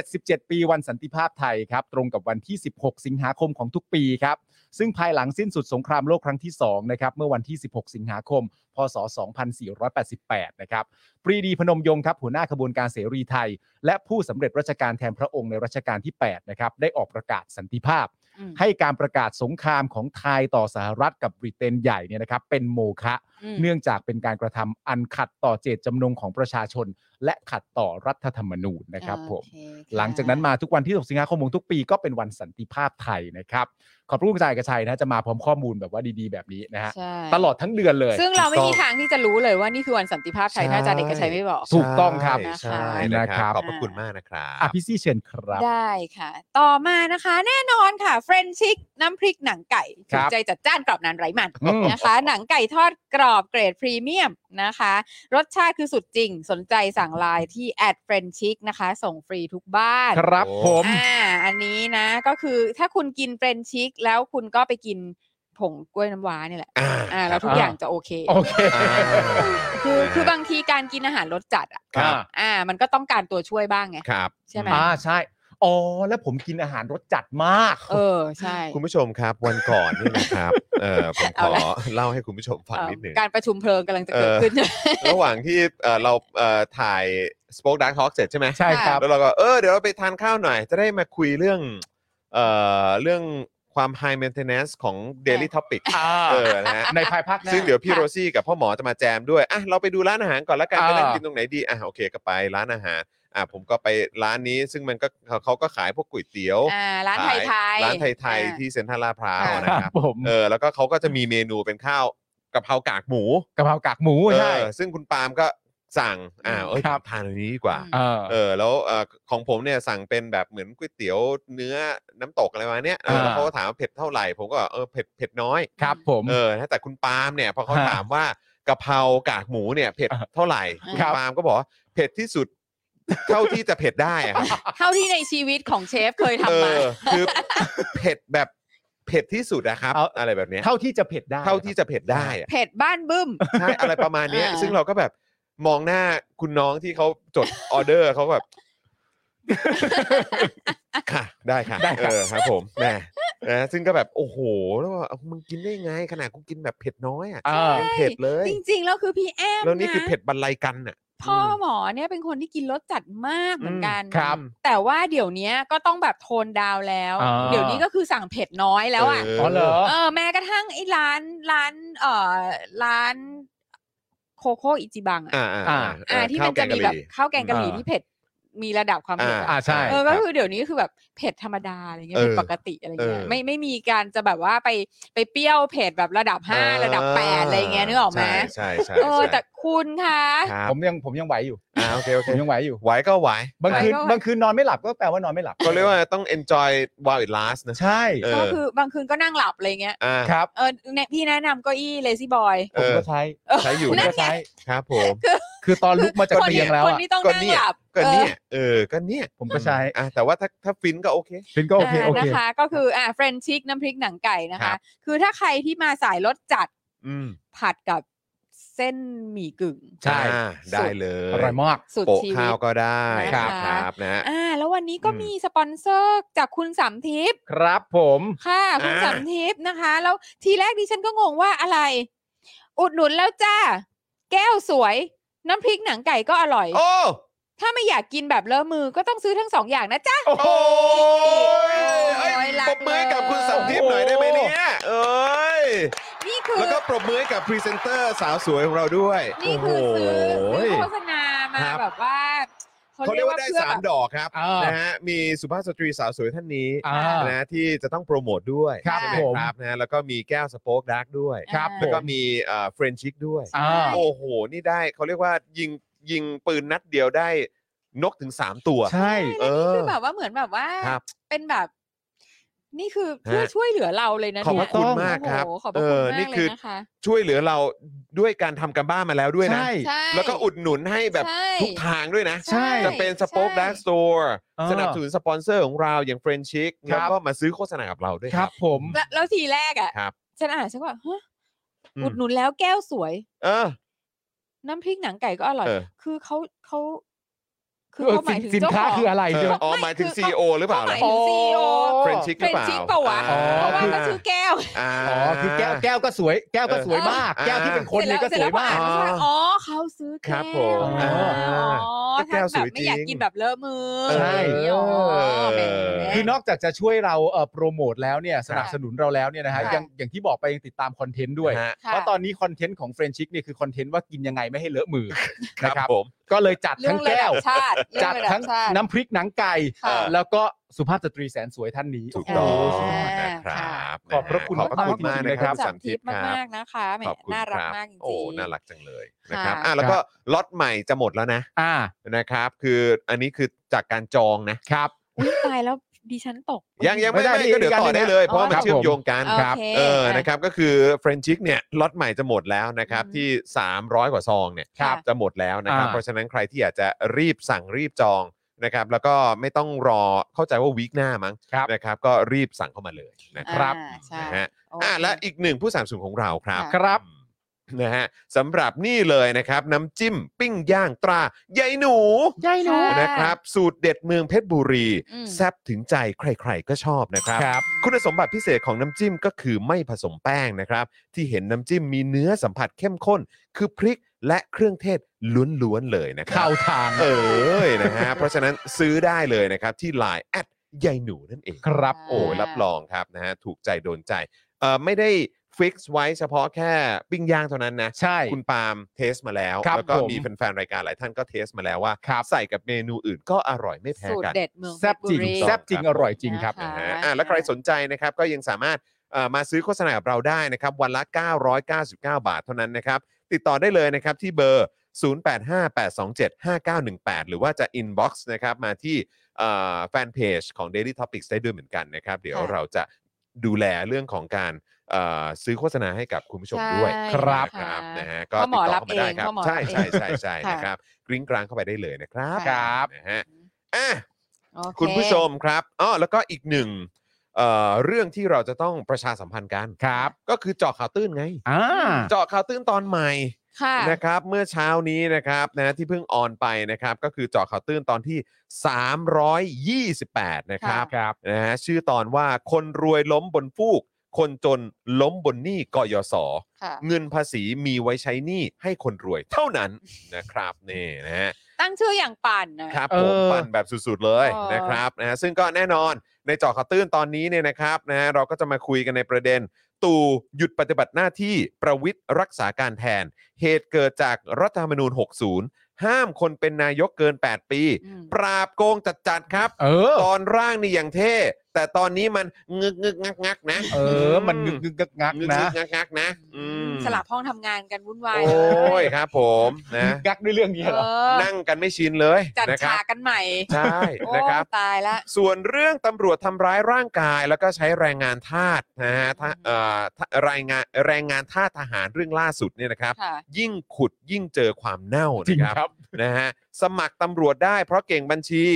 Speaker 2: 77 ปีวันสันติภาพไทยครับ ตรงกับวันที่ 16 สิงหาคมของทุกปีครับ ซึ่งภายหลังสิ้นสุดสงครามโลกครั้งที่ 2 นะครับ เมื่อวันที่ 16 สิงหาคม พศ 2488 นะครับ ปรีดีพนมยงค์ครับหัวหน้าขบวนการเสรีไทย และผู้สำเร็จราชการแทนพระองค์ในรัชกาลที่ 8 นะครับ ได้ออกประกาศสันติภาพ
Speaker 3: อืม
Speaker 2: ให้การประกาศสงครามของไทยต่อสหรัฐกับบริเตนใหญ่เนี่ยนะครับเป็นโมฆะ
Speaker 3: อืม
Speaker 2: เนื่องจากเป็นการกระทำอันขัดต่อเจตจำนงของประชาชน และขัดต่อรัฐธรรมนูญนะครับผม
Speaker 3: โอเค
Speaker 2: หลังจากนั้นมาทุกวันที่6สิงหาคมของทุกปีก็เป็นวันสันติภาพไทยนะครับ ขอบพระคุณอาจารย์เอกชัยนะจะมาพร้อมข้อมูลแบบว่าดีๆ แบบนี้นะฮะ
Speaker 3: ใช่
Speaker 2: ตลอดทั้งเดือนเลย
Speaker 3: ซึ่งเราไม่มีทางที่จะรู้เลยว่านี่คือวันสันติภาพไทยถ้าอาจารย์เอกชัยไม่บอก
Speaker 2: ถูกต้องครับ
Speaker 1: ใช่
Speaker 2: นะ
Speaker 1: นะ
Speaker 2: ค
Speaker 1: ค
Speaker 2: รั
Speaker 1: รับ บ ขอบพระคุณมากนะครับ
Speaker 2: อ่ะพี่ซี่เชิญครับ
Speaker 3: ได้ค่ะ ต่อมานะคะ แน่นอนค่ะเฟรนชิกน้ำพริกหนังไก่
Speaker 2: ครั
Speaker 3: ถูก
Speaker 2: บ
Speaker 3: ใจจัดจ้านกรอบนานไร้มัน
Speaker 2: อืม
Speaker 3: นะคะ หนังไก่ทอดกรอบเกรดพรีเมียมนะคะ รสชาติคือสุดจริง สนใจสั่งไลน์ที่แอดเฟรนชิกนะคะ ส่งฟรีทุกบ้าน
Speaker 2: ครับผม
Speaker 3: อ่า อันนี้นะก็คือถ้าคุณกินเฟรนชิกแล้วคุณก็ไปกินผงกล้วยน้ำว้าเนี่ยแหละ อ่า แล้วทุกอย่างจะโอเค
Speaker 2: โอเค
Speaker 3: คือคือบางทีการกินอาหารรสจัดอ่ะ
Speaker 2: ครับ
Speaker 3: อ่า มันก็ต้องการตัวช่วยบ้างไง
Speaker 1: ครับ
Speaker 3: ใช่ไหม
Speaker 2: อ่าใช่อ๋อแล้วผมกินอาหารรสจัดมาก
Speaker 3: เออ ใช่
Speaker 1: คุณผู้ชมครับวันก่อนนี่นะครับ เออผมข
Speaker 3: เอา
Speaker 1: อ
Speaker 3: ละ
Speaker 1: เล่าให้คุณผู้ชมฟังนิดหนึ่ง
Speaker 3: เอ่อการประชุมเพลิงกำลังจะเกิด
Speaker 1: เออ
Speaker 3: ขึ้น
Speaker 1: ระหว่างที่เอ่อเราเอ่อถ่าย Spoke Dark Talk เสร็จใช่ไหม
Speaker 2: ใช่ครับ
Speaker 1: แล้วเราก็เออเดี๋ยวเราไปทานข้าวหน่อย จะได้มาคุยเรื่องเอ่อเรื่องความ high maintenance ของ daily topic
Speaker 2: อ่า
Speaker 1: เออนะฮะ
Speaker 2: ในภายภาคหน้า
Speaker 1: ซึ่งเดี๋ยวพี่
Speaker 3: ค่ะ
Speaker 1: โรซี่กับพ่อหมอจะมาแจมด้วยอ่ะเราไปดูร้านอาหารก่อนละกัน
Speaker 2: อ่า
Speaker 1: ไปนั่งกินตรงไหนดีอ่ะโอเคก็ไปร้านอาหารอ่ะผมก็ไปร้านนี้ซึ่งมันก็เขาก็ขายพวกก๋วยเตี๋ยว
Speaker 3: าร้านไทยไทย
Speaker 1: ร้านไทย
Speaker 3: อ่า
Speaker 1: ๆที่เซ็นทรัลลาดพร้าว
Speaker 3: ค่ะ
Speaker 1: นะ
Speaker 2: ค
Speaker 1: ครั
Speaker 2: รั
Speaker 1: บบ
Speaker 2: ผม
Speaker 1: เออแล้วก็เขาก็จะมีเมนูเป็นข้าวกะเพรากากหมู
Speaker 2: กะเพรากากหมูใช่
Speaker 1: เออซึ่งคุณปาล์มก็สั่งอ่าเอ้ย
Speaker 2: ครับ
Speaker 1: ทานอันนี้ดีกว่า
Speaker 2: เออ
Speaker 1: เออแล้วเอ่อของผมเนี่ยสั่งเป็นแบบเหมือนก๋วยเตี๋ยวเนื้อน้ำตกอะไรมาเนี้ยเออ
Speaker 2: อ่า
Speaker 1: แล้วเขาก็ถามว่าเผ็ดเท่าไหร่ ผมก็บอกเออเผ็ดเผ็ดน้อย
Speaker 2: ครับผม
Speaker 1: เออนะแต่คุณปาล์มเนี่ยพอเขา
Speaker 2: ฮะ
Speaker 1: ถามว่ากะเพรากากหมูเนี่ยเผ็ดเท่าไหร่คุณ
Speaker 2: ครับ
Speaker 1: ปาล์มก็บอกว่าเผ็ดที่สุดเท่าที่จะเผ็ดได้อะครับ
Speaker 3: เท่าที่ในชีวิตของเชฟเคย
Speaker 1: เอ
Speaker 3: ทำมา
Speaker 1: อคือ เผ็ดแบบเผ็ดที่สุดนะครับ
Speaker 2: เอา
Speaker 1: อะไรแบบเนี้ย
Speaker 2: เท่าที่จะเผ็ดได้
Speaker 1: เท่าที่จะเผ็ดได้อะ
Speaker 3: เผ็ดบ้านบึ้ม
Speaker 1: ใช่อะไรประมาณเนี้ย
Speaker 3: อ่า
Speaker 1: ซึ่งเราก็แบบมองหน้าคุณน้องที่เขาจ ดออเดอร์เขาแบบ ค่ะ ได้ค่ะเออครับ ผมแหมนะซึ่งก็แบบโอ้โหแล้วว่าเอามึงกินได้ไง ขนาดกูกินแบบเผ็ดน้อยอ่ะ
Speaker 2: เออ
Speaker 1: ยังเผ็ดเลย
Speaker 3: จริง ๆ แล้วคือพี่แอม
Speaker 1: แล้วนี่คือเผ็
Speaker 3: นะ
Speaker 1: ดบรรลัยกันอ่ะ
Speaker 3: พ่อหมอเนี่ยเป็นคนที่กินรสจัดมากเหมือนกัน
Speaker 2: อืมครับ
Speaker 3: แต่ว่าเดี๋ยวเนี้ยก็ต้องแบบโทนดาวน์แล้ว
Speaker 2: อ่า
Speaker 3: เดี๋ยวนี้ก็คือสั่งเผ็ดน้อยแล้วอ่ะ
Speaker 1: เ
Speaker 2: อ๋อเหรอ
Speaker 3: เออแม้กระทั่งไอ้ร้านร้านเอ่อร้านโคโค่อิจิบังอะ
Speaker 1: อ่าอ่า
Speaker 2: อ่า
Speaker 3: อ่าที่มันจะมีแบบข้าวแกงกะหรี่
Speaker 2: อ่า
Speaker 3: ที่เผ็ด มีระดับความเผ็ดอะ
Speaker 2: อ่าใช่
Speaker 3: เออ ก็
Speaker 1: รับ
Speaker 3: คือเดี๋ยวนี้คือแบบเผ็ดธรรมดาอะไรเงี้ย
Speaker 1: เออ
Speaker 3: เผ็ดปกติอะไรเงี้ย
Speaker 1: เออ
Speaker 3: ไม่ไม่มีการจะแบบว่าไปไปเปรี้ยวเผ็ดแบบระดับห้า
Speaker 1: า
Speaker 3: ระดับแปดอะไรเงี้ยนึกออกไหม
Speaker 1: ใช่ใช่
Speaker 3: เออ
Speaker 1: ใช่
Speaker 3: แต่คุณคะ
Speaker 1: ครับ
Speaker 2: ผมยังผมยังไหวอยู่
Speaker 1: อ่าโอเคโอเค
Speaker 2: ผมยังไหวอยู่
Speaker 1: ไหวก็ไหว
Speaker 2: บางคืน
Speaker 3: ไหวก็ไหว
Speaker 2: บางคืนนอนไม่หลับก็แปลว่านอนไม่หลับ
Speaker 1: ก็เรียกว่าต้อง enjoy while it lasts นะ
Speaker 2: ใช่
Speaker 1: เออ
Speaker 3: ก็คือบางคืนก็นั่งหลับอะไรเงี้ย
Speaker 1: อ่า
Speaker 2: ครับ
Speaker 3: เออแนะพี่แนะนำเก้าอี้เลซี่บอย
Speaker 1: เอ
Speaker 2: ผ
Speaker 1: อ
Speaker 2: มก็ใช้
Speaker 1: ใช้อยู่
Speaker 2: ผมก็ใช้
Speaker 1: ครับผม
Speaker 2: คือตอนลุกมาจาก
Speaker 3: คน
Speaker 2: เตียงแล้ว
Speaker 3: คน
Speaker 2: อะ
Speaker 3: ที่ต้อง
Speaker 1: ก็
Speaker 3: นั่ง
Speaker 1: เนี่ย
Speaker 3: หลับ
Speaker 1: ก็
Speaker 3: เออ
Speaker 1: เนี่ยเออก็เนี่ย
Speaker 2: ผมก็ใช้
Speaker 1: อ่ะแต่ว่าถ้าถ้าฟินก็โอเค
Speaker 2: ฟินก็โอเคโอ
Speaker 3: อ่า
Speaker 2: เค
Speaker 3: นะคะ ก็คืออ่าเฟรนชิกน้ำพริกหนังไก่นะ
Speaker 1: ครั
Speaker 3: คะ
Speaker 1: บ
Speaker 3: คือถ้าใครที่มาสายรสจัด
Speaker 1: อืม
Speaker 3: ผัดกับเส้นหมี่กึ่ง
Speaker 2: ใช่
Speaker 1: อ่าได้เลย
Speaker 2: อร่อยมาก
Speaker 3: สุด
Speaker 1: โปะ
Speaker 3: ชีวิ
Speaker 1: ข้า
Speaker 3: ต
Speaker 1: วก็ได้
Speaker 3: นะคะ
Speaker 1: ครับนะ
Speaker 3: อ่าแล้ววันนี้ก็
Speaker 1: อืม
Speaker 3: มีสปอนเซอร์จากคุณสามทิพย์
Speaker 2: ครับผม
Speaker 3: ค่ะ คุณ
Speaker 1: อ่า
Speaker 3: สามทิพย์นะคะ แล้วทีแรกดิฉันก็งงว่าอะไร อุดหนุนแล้วจ้า แก้วสวย น้ำพริกหนังไก่ก็อร่อย
Speaker 1: โอ้
Speaker 3: ถ้าไม่อยากกินแบบเลอะมือก็ต้องซื้อทั้งสองอย่างนะจ๊ะ
Speaker 1: โอ้โห
Speaker 3: โอ้
Speaker 1: เอ้ย
Speaker 3: ยรัก
Speaker 1: ปรบมือให้กับคุณสัมทิพย์
Speaker 3: เลย
Speaker 1: หน่อยได้ไหมเนี่ยเอ้ย
Speaker 3: นี่คือ
Speaker 1: แล้วก็ปรบมือให้กับพรีเซนเตอร์สาวสวยของเราด้วย
Speaker 3: นี่คือซื้อ
Speaker 1: โอ้
Speaker 3: ซื้อ
Speaker 1: โห
Speaker 3: โฆษณามา
Speaker 1: ครับ
Speaker 3: แบบว่า
Speaker 1: เขาเรียกว่าได้
Speaker 3: พื่อ
Speaker 1: สา
Speaker 3: แบ
Speaker 1: ม
Speaker 3: บ
Speaker 1: ดอกครับ
Speaker 2: อ่าน
Speaker 1: นะฮะมีสุภาพสตรีสาวสวยท่านนี้
Speaker 2: อ่า
Speaker 1: นะที่จะต้องโปรโมทด้วย
Speaker 2: ครับ
Speaker 1: ใช่ไหม
Speaker 2: ผม
Speaker 1: ครับนะแล้วก็มีแก้วสโป๊กดาร์กด้วย
Speaker 3: ครับ
Speaker 1: แล้วก็มีเฟรนชิกด้วย
Speaker 2: อ่า
Speaker 1: โอ้โห นี่ได้เขาเรียกว่ายิงยิงปืนนัดเดียวได้นกถึง 3 ตัว
Speaker 2: ใช่
Speaker 1: เอ
Speaker 3: นี่
Speaker 1: อ
Speaker 3: คือแบบว่าเหมือนแบบว่า
Speaker 1: ครับ
Speaker 3: เป็นแบบ นี่คือเพื่อ
Speaker 1: ฮะ
Speaker 3: ช่วยเหลือเราเลยนะ
Speaker 1: ขอบพ
Speaker 3: เนี่
Speaker 1: ระ
Speaker 3: ย
Speaker 1: คุณ
Speaker 2: ต้อง
Speaker 1: มากครับ
Speaker 3: โอ้โหขอบพ
Speaker 1: เอ
Speaker 3: ระคุณ
Speaker 1: อ
Speaker 3: มาก
Speaker 1: นี่
Speaker 3: เล
Speaker 1: คื
Speaker 3: ย
Speaker 1: อ
Speaker 3: นะคะ
Speaker 1: ช่วยเหลือเราด้วยการทำกันบ้านมาแล้วด้วยนะ
Speaker 2: ใช่
Speaker 3: ใช่
Speaker 1: แล้วก็อุดหนุนให้แบบ
Speaker 3: ใช่
Speaker 1: ทุกทางด้วยนะ
Speaker 2: ใช่
Speaker 1: จะเป็นสป็อคดักสโตร์
Speaker 2: เออ
Speaker 1: สนับสนุนสปอนเซอร์ของเราอย่างเฟรนชิก
Speaker 2: ครั
Speaker 1: แล้ว
Speaker 2: บ
Speaker 1: ก็มาซื้อโฆษณากับเราด้วย
Speaker 2: ครับผม
Speaker 3: แล้วแล้วทีแรกอ่ะ
Speaker 1: ครับ
Speaker 3: ฉันอ่านฉันก็แบบฮะ
Speaker 1: อืม
Speaker 3: อุดหนุนแล้วแก้วสวย
Speaker 1: เออ
Speaker 3: น้ำพริกหนังไก่ก็อร่อย
Speaker 1: เออ
Speaker 3: คือเขาเขาคือ
Speaker 2: เออ
Speaker 3: เขาหมายถึง
Speaker 2: สิน
Speaker 3: เจ้า
Speaker 2: ค้า
Speaker 3: ของ
Speaker 2: คืออะไร
Speaker 1: เอ
Speaker 2: ใช่
Speaker 1: อ
Speaker 2: ไหม
Speaker 1: อ๋อ
Speaker 3: ไม่
Speaker 1: หมายถึง
Speaker 3: คือ
Speaker 1: ซีโอหรือเปล่า
Speaker 3: หมายถึงซีโอ
Speaker 1: เฟรนชิกห
Speaker 3: เฟร
Speaker 1: รือน เปล่า
Speaker 3: ชิกเปล่าวะ
Speaker 2: อ๋อ
Speaker 3: เพราะว่า
Speaker 2: คือ
Speaker 3: ก็ชื่อแก้ว
Speaker 1: อ่า
Speaker 2: อ๋อคือแก้วแก้วก็สวย แก้วก็สวยมาก
Speaker 1: เออ
Speaker 2: แก้วที่เป็นคนเนี่ยก็
Speaker 3: เส
Speaker 2: ส
Speaker 3: ร็จ
Speaker 2: ว
Speaker 3: แล้พอ
Speaker 2: ยวมา
Speaker 3: อ่าก นก็ว่าอ๋อเขาซื้อ
Speaker 1: ครั
Speaker 3: แก้
Speaker 1: บ
Speaker 3: ว
Speaker 1: ผม
Speaker 3: นะ
Speaker 2: อ่า
Speaker 3: อ๋อ
Speaker 1: ก็แก้
Speaker 3: ถ้าว
Speaker 1: ส
Speaker 3: แบบ
Speaker 1: วย
Speaker 3: ไม่อยาก
Speaker 1: จริง
Speaker 3: กินแบบเลอะมือ
Speaker 2: ใช่
Speaker 3: อย่างนี้อ๋อแหม
Speaker 2: คือนอกจากจะช่วยเราเอ่อโปรโมทแล้วเนี่ยสนับสนุนเราแล้วเนี่ยนะฮะ
Speaker 3: ค่ะ
Speaker 2: ยังอย่างที่บอกไปยังติดตามคอนเทนต์ด้วย
Speaker 1: ฮะ
Speaker 2: เพราะตอนนี้คอนเทนต์ของเฟรนชิกเนี่ยคือคอนเทนต์ว่ากินยังไงไม่ให้เลอะมือ
Speaker 1: ค
Speaker 2: นะ
Speaker 1: รับ
Speaker 2: ครับ
Speaker 1: ผม
Speaker 2: ก็เลยจัด
Speaker 3: เรื่
Speaker 2: ทั้
Speaker 3: อง งระ
Speaker 2: แก้
Speaker 3: ดั
Speaker 2: ว
Speaker 3: บชาติเรื่
Speaker 2: จั
Speaker 3: อ
Speaker 2: ด
Speaker 3: งระดับ
Speaker 2: ทั้ง
Speaker 3: ชาติ
Speaker 2: น้ำพริกหนังไก่
Speaker 3: ค่ะ
Speaker 2: แล้วก็สุภาพสตรีแสนสวยท่านนี้
Speaker 1: ถูกต้อง
Speaker 3: อ่า
Speaker 1: นะครับ
Speaker 2: ขอบพระคุณ
Speaker 1: ขอบพระคุณมาม
Speaker 2: าก กๆ
Speaker 1: นะค
Speaker 2: ครั
Speaker 1: รับบ
Speaker 3: สา
Speaker 1: สาม ม
Speaker 3: ทิ
Speaker 1: ทิ
Speaker 3: พ
Speaker 1: พ
Speaker 3: ย์
Speaker 1: ย์ครับ
Speaker 3: มากๆนะคะแหม
Speaker 1: ขอบคุณ
Speaker 3: น่ารัก
Speaker 1: คบ
Speaker 3: มากจริงๆ
Speaker 1: โอ้น่ารักจังเลยนะครับ
Speaker 3: ค่ะ
Speaker 1: อ่ะแล้วก็ล็อตใหม่จะหมดแล้วนะ
Speaker 2: อ่า
Speaker 1: นะครับ คืออันนี้คือจากการจองนะ
Speaker 2: ครับ
Speaker 3: อุ๊ยตายแล้วดิฉันตก
Speaker 1: ยังยังไม่
Speaker 2: ไม่ได้
Speaker 1: ได้
Speaker 2: นี่
Speaker 1: ก็เดี๋ยวต่อได้เลย เพราะว่ามัน
Speaker 2: ครับ
Speaker 1: เชื่อมโยงกัน
Speaker 3: ผมโอเค
Speaker 1: เออ
Speaker 3: ค่ะ
Speaker 1: นะครับก็คือเฟรนชิกเนี่ยล็อตใหม่จะหมดแล้วนะครับ
Speaker 3: อืม
Speaker 1: ที่ 300 กว่าซองเนี่ย
Speaker 3: ครับ
Speaker 1: จะหมดแล้วนะครับ
Speaker 2: อ่า
Speaker 1: เพราะฉะนั้นใครที่อยากจะรีบสั่งรีบจองนะครับ แล้วก็ไม่ต้องรอเข้าใจว่าวีคหน้ามั้ง
Speaker 2: ครับ
Speaker 1: นะครับ ก็รีบสั่งเข้ามาเลยนะครับ
Speaker 3: อ่าใช่
Speaker 1: นะฮะ
Speaker 3: โ
Speaker 1: อ่ะ
Speaker 3: เค
Speaker 1: และอีกหนึ่งผู้สามสูงของเราครับ
Speaker 3: ค่ะ
Speaker 2: ครับ
Speaker 1: นะฮะสำหรับนี่เลยนะครับ น้ำจิ้มปิ้งย่างตราใยายหนู
Speaker 3: ใช่หนู
Speaker 1: นะครับ สูตรเด็ดเมืองเพชรบุรี
Speaker 3: อืม
Speaker 1: แซบถึงใจใครๆก็ชอบนะครับ
Speaker 2: ครับ
Speaker 1: คุณสมบัติพิเศษของน้ำจิ้มก็คือไม่ผสมแป้งนะครับ ที่เห็นน้ำจิ้มมีเนื้อสัมผัสเข้มข้น คือพริกและเครื่องเทศล้วนๆเลยนะครั
Speaker 2: เข้าทาง
Speaker 1: เออนะฮะเพราะฉะนั้นซื้อได้เลยนะครับ ที่ Line แอดใยายหนูนั่นเอง
Speaker 2: ครับ
Speaker 3: อ่า
Speaker 1: โอ้รับรองครับนะฮะถูกใจโดนใจเอ่อไม่ได้ฟิกซ์ไว้เฉพาะแค่ปิ้งย่างเท่านั้นนะ
Speaker 2: ใช่
Speaker 1: คุณปาล์มเทสมาแล้ว
Speaker 2: ครับ
Speaker 1: แล้วก็
Speaker 2: ผม
Speaker 1: มีแฟนๆ รายการหลายท่านก็เทสมาแล้วว่า
Speaker 2: ครับ
Speaker 1: ใส่กับเมนูอื่นก็อร่อยไม่แพ้
Speaker 3: สูตร
Speaker 1: กัน
Speaker 3: เด็ดเมือง
Speaker 2: แซบจริง
Speaker 3: เพชบุ
Speaker 2: แซบจริง
Speaker 1: ครับ
Speaker 2: อร่อยจริงครับ
Speaker 3: นะคะ
Speaker 1: นะฮะอ่ะและใครสนใจนะครับก็ยังสามารถเอ่อมาซื้อโฆษณากับเราได้นะครับ วันละ 999 บาทเท่านั้นนะครับ ติดต่อได้เลยนะครับที่เบอร์ 0858275918 หรือว่าจะ inbox นะครับมาที่แฟนเพจของ Daily Topics ได้ด้วยเหมือนกันนะครับ เดี๋ยว
Speaker 3: ค่ะ
Speaker 1: เราจะดูแลเรื่องของการเอ่อซื้อโฆษณาให้กับคุณผู้ชม
Speaker 3: ใช่
Speaker 1: ด้วย
Speaker 3: ครับ
Speaker 1: นะครับ
Speaker 3: ค่ะ
Speaker 1: นะฮะก็
Speaker 3: พ่อหม
Speaker 1: ติ
Speaker 3: อ
Speaker 1: ดต่อ
Speaker 3: รั
Speaker 1: บ เข้ามาได้
Speaker 3: เอง
Speaker 1: ครับ
Speaker 3: พ่อหมอ
Speaker 1: ใช่
Speaker 3: รับเอง
Speaker 1: ใช่ใช่ใช่
Speaker 3: ค่ะ
Speaker 1: นะครับกริ้งกลางเข้าไปได้เลยนะครับ
Speaker 3: ค่ะ
Speaker 1: นะฮะอ่ะ
Speaker 3: โอเ
Speaker 1: คุณผู้ชมครับอ๋อแล้วก็อีกหนึ่งเอ่อเรื่องที่เราจะต้องประชาสัมพันธ์กัน
Speaker 2: ครับ
Speaker 1: ก็คือเจาะข่าวตื้นไง
Speaker 2: อ่า
Speaker 1: เจาะข่าวตื้นตอนใหม่
Speaker 3: ค่ะ
Speaker 1: นะครับ เมื่อเช้านี้นะครับนะที่เพิ่งออนไปนะครับ ก็คือเจาะข่าวตื้นตอนที่ 328 นะครับ
Speaker 3: ค่ะ
Speaker 2: ครับ
Speaker 1: นะฮะชื่อตอนว่าคนรวยล้มบนฟูก คนจนล้มบนหนี้กยศ
Speaker 3: ค่ะ
Speaker 1: เงินภาษีมีไว้ใช้หนี้ให้คนรวยเท่านั้นนะครับนี่นะฮะ
Speaker 3: ตั้งชื่ออย่างป่านนะ
Speaker 1: ครับ
Speaker 2: เอ
Speaker 1: ผม
Speaker 2: อ
Speaker 1: ปั่นแบบสุดๆเลย
Speaker 3: เออ
Speaker 1: นะครับนะฮะซึ่งก็แน่นอนในเจอข่าวตื้นตอนนี้เนี่ยนะครับนะฮะเราก็จะมาคุยกันในประเด็น ตู่หยุดปฏิบัติหน้าที่ประวิทย์รักษาการแทน เหตุเกิดจากรัฐธรรมนูญ 60 ห้ามคนเป็นนายกเกิน 8 ปี
Speaker 3: อืม
Speaker 1: ปราบโกงจัดๆครับ
Speaker 2: เออ
Speaker 1: ตอนร่างนี่อย่างเท่ แต่ตอนนี้มันงึกงึกงักงักนะ
Speaker 2: เออ มันงึกงึกงักงัก
Speaker 1: งึก
Speaker 2: นะ
Speaker 1: งึกงักงักนะอืม
Speaker 3: สลับห้องทำงานกันวุ่นวาย
Speaker 1: โอ้ยครับผมนะ
Speaker 2: งักด้วยเรื่องนี้
Speaker 3: เอ
Speaker 2: เหรอ
Speaker 3: อ
Speaker 1: นั่งกันไม่ชินเลย
Speaker 3: จัด
Speaker 1: นะครับ
Speaker 3: ฉากกันใหม่
Speaker 1: ใช่
Speaker 3: โอ้
Speaker 1: นะครับ
Speaker 3: ตายละ
Speaker 1: ส่วนเรื่องตำรวจทำร้ายร่างกายแล้วก็ใช้แรงงานทาสนะฮะทะเอ่อทะรายงานแรงงานทาสทหารเรื่องล่าสุดเนี่ยนะครับ
Speaker 3: ค่ะ
Speaker 1: ยิ่งขุดยิ่งเจอความเน่า
Speaker 2: จริง
Speaker 1: นะครับ
Speaker 2: ครับ
Speaker 1: นะฮะสมัครตำรวจได้เพราะเก่งบัญชี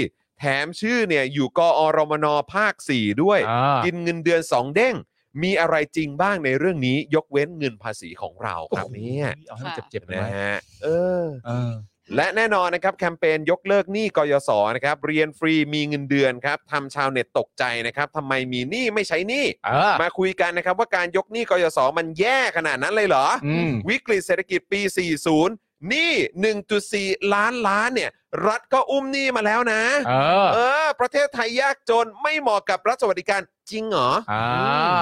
Speaker 1: แถมชื่อเนี่ยอยู่กอรมนภาค 4 ด้วย
Speaker 2: อ่า
Speaker 1: กินเงินเดือน 2 เด้ง มีอะไรจริงบ้างในเรื่องนี้ ยกเว้นเงินภาษีของเราครับเนี่ย
Speaker 2: เอาให้มัน
Speaker 3: ค่ะ
Speaker 2: เจ็บๆหน่อย
Speaker 1: นะ
Speaker 2: ไหม
Speaker 1: ฮะเออ
Speaker 2: เออ
Speaker 1: และแน่นอนนะครับ แคมเปญยกเลิกหนี้กยศนะครับ เรียนฟรีมีเงินเดือนครับทำชาวเน็ตตกใจนะครับทำไมมีหนี้ไม่ใช้หนี้
Speaker 2: เออ
Speaker 1: มาคุยกันนะครับ ว่าการยกหนี้กยศมันแย่ขนาดนั้นเลยเหรอ
Speaker 2: อืม
Speaker 1: วิกฤตเศรษฐกิจปี 40หนี่ 1.4 ล้านล้านเนี่ย รัฐก็อุ้มหนี้มาแล้วนะ
Speaker 2: เออ
Speaker 1: เออ ประเทศไทยยากจนไม่เหมาะกับรัฐสวัสดิการจริงเหรอ
Speaker 2: อ่า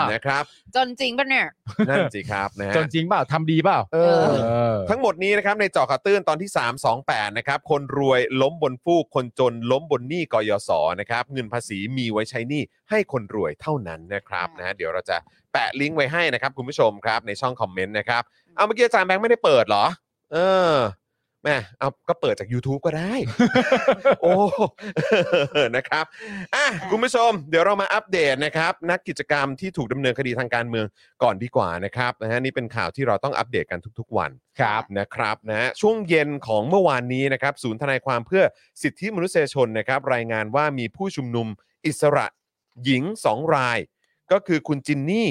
Speaker 1: มนะครับ
Speaker 3: จนจริงปะเนี่ย
Speaker 1: นั่นสิครับนะฮะ
Speaker 2: จนจริงเปล่าทำดีเปล่า
Speaker 1: เออ
Speaker 2: เออ
Speaker 1: ทั้งหมดนี้นะครับในเจอข่าวตื้นตอนที่ 328 นะครับ คนรวยล้มบนฟูก คนจนล้มบนหนี้กยศนะครับ เงินภาษีมีไว้ใช้หนี้ให้คนรวยเท่านั้นนะครับนะฮะเดี๋ยวเราจะแปะลิงก์ไว้ให้นะครับ คุณผู้ชมครับในช่องคอมเมนต์นะครับ เอาเมื่อกี้อาจารย์แบงค์ไม่ได้เปิดเหรอ เออแหม่เอาก็เปิดจาก YouTube ก็ได้ โอ้ นะครับอ่ะคุณผู้ชม เดี๋ยวเรามาอัปเดตนะครับ นักกิจกรรมที่ถูกดำเนินคดีทางการเมืองก่อนดีกว่านะครับนะฮะนี่เป็นข่าวที่เราต้องอัปเดตกันทุกๆวัน
Speaker 2: ครับ
Speaker 1: นะครับนะฮะช่วงเย็นของเมื่อวานนี้นะครับศูนย์ทนายความเพื่อสิทธิมนุษยชนนะครับรายงานว่ามีผู้ชุมนุมอิสระหญิง 2 ราย ก็คือคุณจินนี่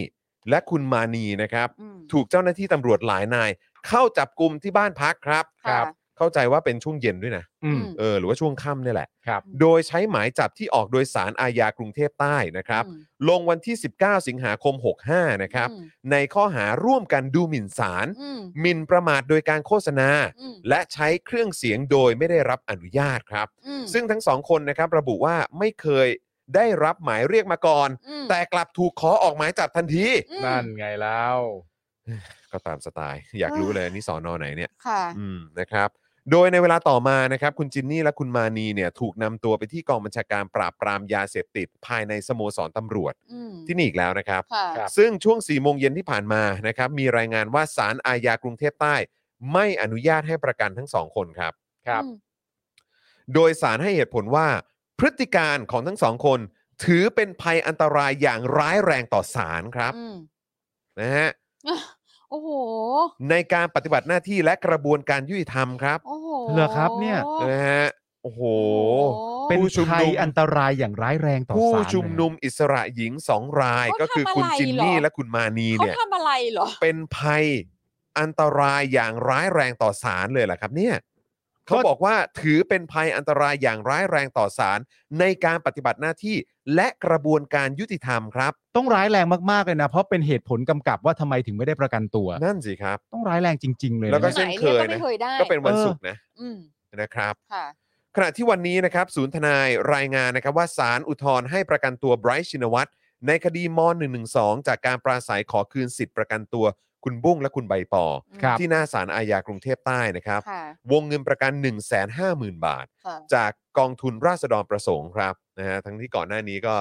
Speaker 1: และคุณมานีนะครับ
Speaker 3: อืม
Speaker 1: ถูกเจ้าหน้าที่ตำรวจหลายนาย เข้าจับกลุ่มที่บ้านพักครับ
Speaker 3: ค่ะ
Speaker 1: เข้าใจว่าเป็นช่วงเย็นด้วยนะ
Speaker 2: อืม
Speaker 1: เออหรือว่าช่วงค่ำเนี่ยแหละ
Speaker 2: ครับ
Speaker 1: โดยใช้หมายจับที่ออกโดยสารอาญากรุงเทพใต้นะครับ
Speaker 3: อืม
Speaker 1: ลงวันที่ 19 สิงหาคม 65นะครับ
Speaker 3: อืม
Speaker 1: ในข้อหาร่วมกันดูหมิ่นศาล
Speaker 3: อืม
Speaker 1: หมิ่นประมาทโดยการโฆษณา
Speaker 3: อืม
Speaker 1: และใช้เครื่องเสียงโดยไม่ได้รับอนุญาตครับ
Speaker 3: อืม
Speaker 1: ซึ่งทั้งสองคนนะครับระบุว่าไม่เคยได้รับหมายเรียกมาก่อน
Speaker 3: อืม
Speaker 1: แต่กลับถูกขอออกหมายจับทันที
Speaker 3: อืม
Speaker 2: นั่นไงแล้ว
Speaker 1: ก็ตามสไตล์ อยากรู้เลยอันนี่สอนอไหนเนี่ย
Speaker 3: ค่ะ
Speaker 1: อืมนะครับ โดยในเวลาต่อมานะครับ คุณจินนี่และคุณมานีเนี่ยถูกนำตัวไปที่กองบัญชาการปราบปรามยาเสพติด ภายในสโมสรตำรวจ
Speaker 3: อืม
Speaker 1: ที่นี่อีกแล้วนะครับ
Speaker 3: ค่ะ
Speaker 2: ครับ
Speaker 1: ซึ่งช่วง4ี่โมงเย็นที่ผ่านมานะครับมีรายงานว่าศาลอาญากรุงเทพใต้ ไม่อนุญาตให้ประกันทั้งสองคนครับ
Speaker 2: ครับ
Speaker 3: อืม
Speaker 1: โดยสารให้เหตุผลว่าพฤติการของทั้งสองคน ถือเป็นภัยอันตรายอย่างร้ายแรงต่อศาลครับ
Speaker 3: อืม
Speaker 1: นะฮะ
Speaker 3: โอ้โห
Speaker 1: ในการปฏิบัติหน้าที่และกระบวนการยุติธรรมครับ
Speaker 3: โอ้โห
Speaker 2: เหรอครับเนี่ย
Speaker 1: นะฮะโอ้โห
Speaker 3: โอ้
Speaker 2: เป็น
Speaker 1: ผู้ชุมนุม
Speaker 2: ภัยอันตรายอย่างร้ายแรงต่อ
Speaker 1: ผู้
Speaker 2: สาร
Speaker 1: ชุมนุมอิสระหญิงสองราย
Speaker 3: เขา
Speaker 1: ก็คือคุณ
Speaker 3: ทำอะไร
Speaker 1: จินนี่
Speaker 3: เหรอ
Speaker 1: และคุณมานี
Speaker 3: เขา
Speaker 1: เนี่ย
Speaker 3: ทำอะไรเหรอ
Speaker 1: เป็นภัยอันตรายอย่างร้ายแรงต่อศาลเลยเหรอครับเนี่ยเขาบอกว่าถือเป็นภัยอันตรายอย่างร้ายแรงต่อศาลในการปฏิบัติหน้าที่และกระบวนการยุติธรรมครับ
Speaker 2: ต้องร้ายแรงมากๆเลยนะ เพราะเป็นเหตุผลกำกับว่าทำไมถึงไม่ได้ประกันตัว
Speaker 1: นั่นสิครับ
Speaker 2: ต้องร้ายแรงจริง ๆ เลยนะ
Speaker 1: แล้วก็
Speaker 2: เนี่ย
Speaker 1: เช่นเคย
Speaker 3: ไหนเนี่ย
Speaker 1: นะ
Speaker 3: ก็ไม่เคยได้
Speaker 1: ก็เป็นวันศุกร์นะ
Speaker 3: อืม
Speaker 1: นะครับ
Speaker 3: ค่ะ
Speaker 1: ขณะที่วันนี้นะครับศูนย์ทนายรายงานนะครับว่าศาลอุทธรณ์ให้ประกันตัวไบรท์ชินวัตรในคดีม .112 จากการปราศัยขอคืนสิทธิ์ประกันตัวคุณบุ้งและคุณใบปอ
Speaker 2: ครับ
Speaker 1: ที่หน้าศาลอาญากรุงเทพใต้นะครับ
Speaker 3: ค่ะ
Speaker 1: วงเงินประกัน 1 5 0 0 0 0 บาท
Speaker 3: ค่ะ
Speaker 1: จากกองทุนราษฎรประสงค์ครับนะฮะทั้งที่ก่อนหน้านี้ก็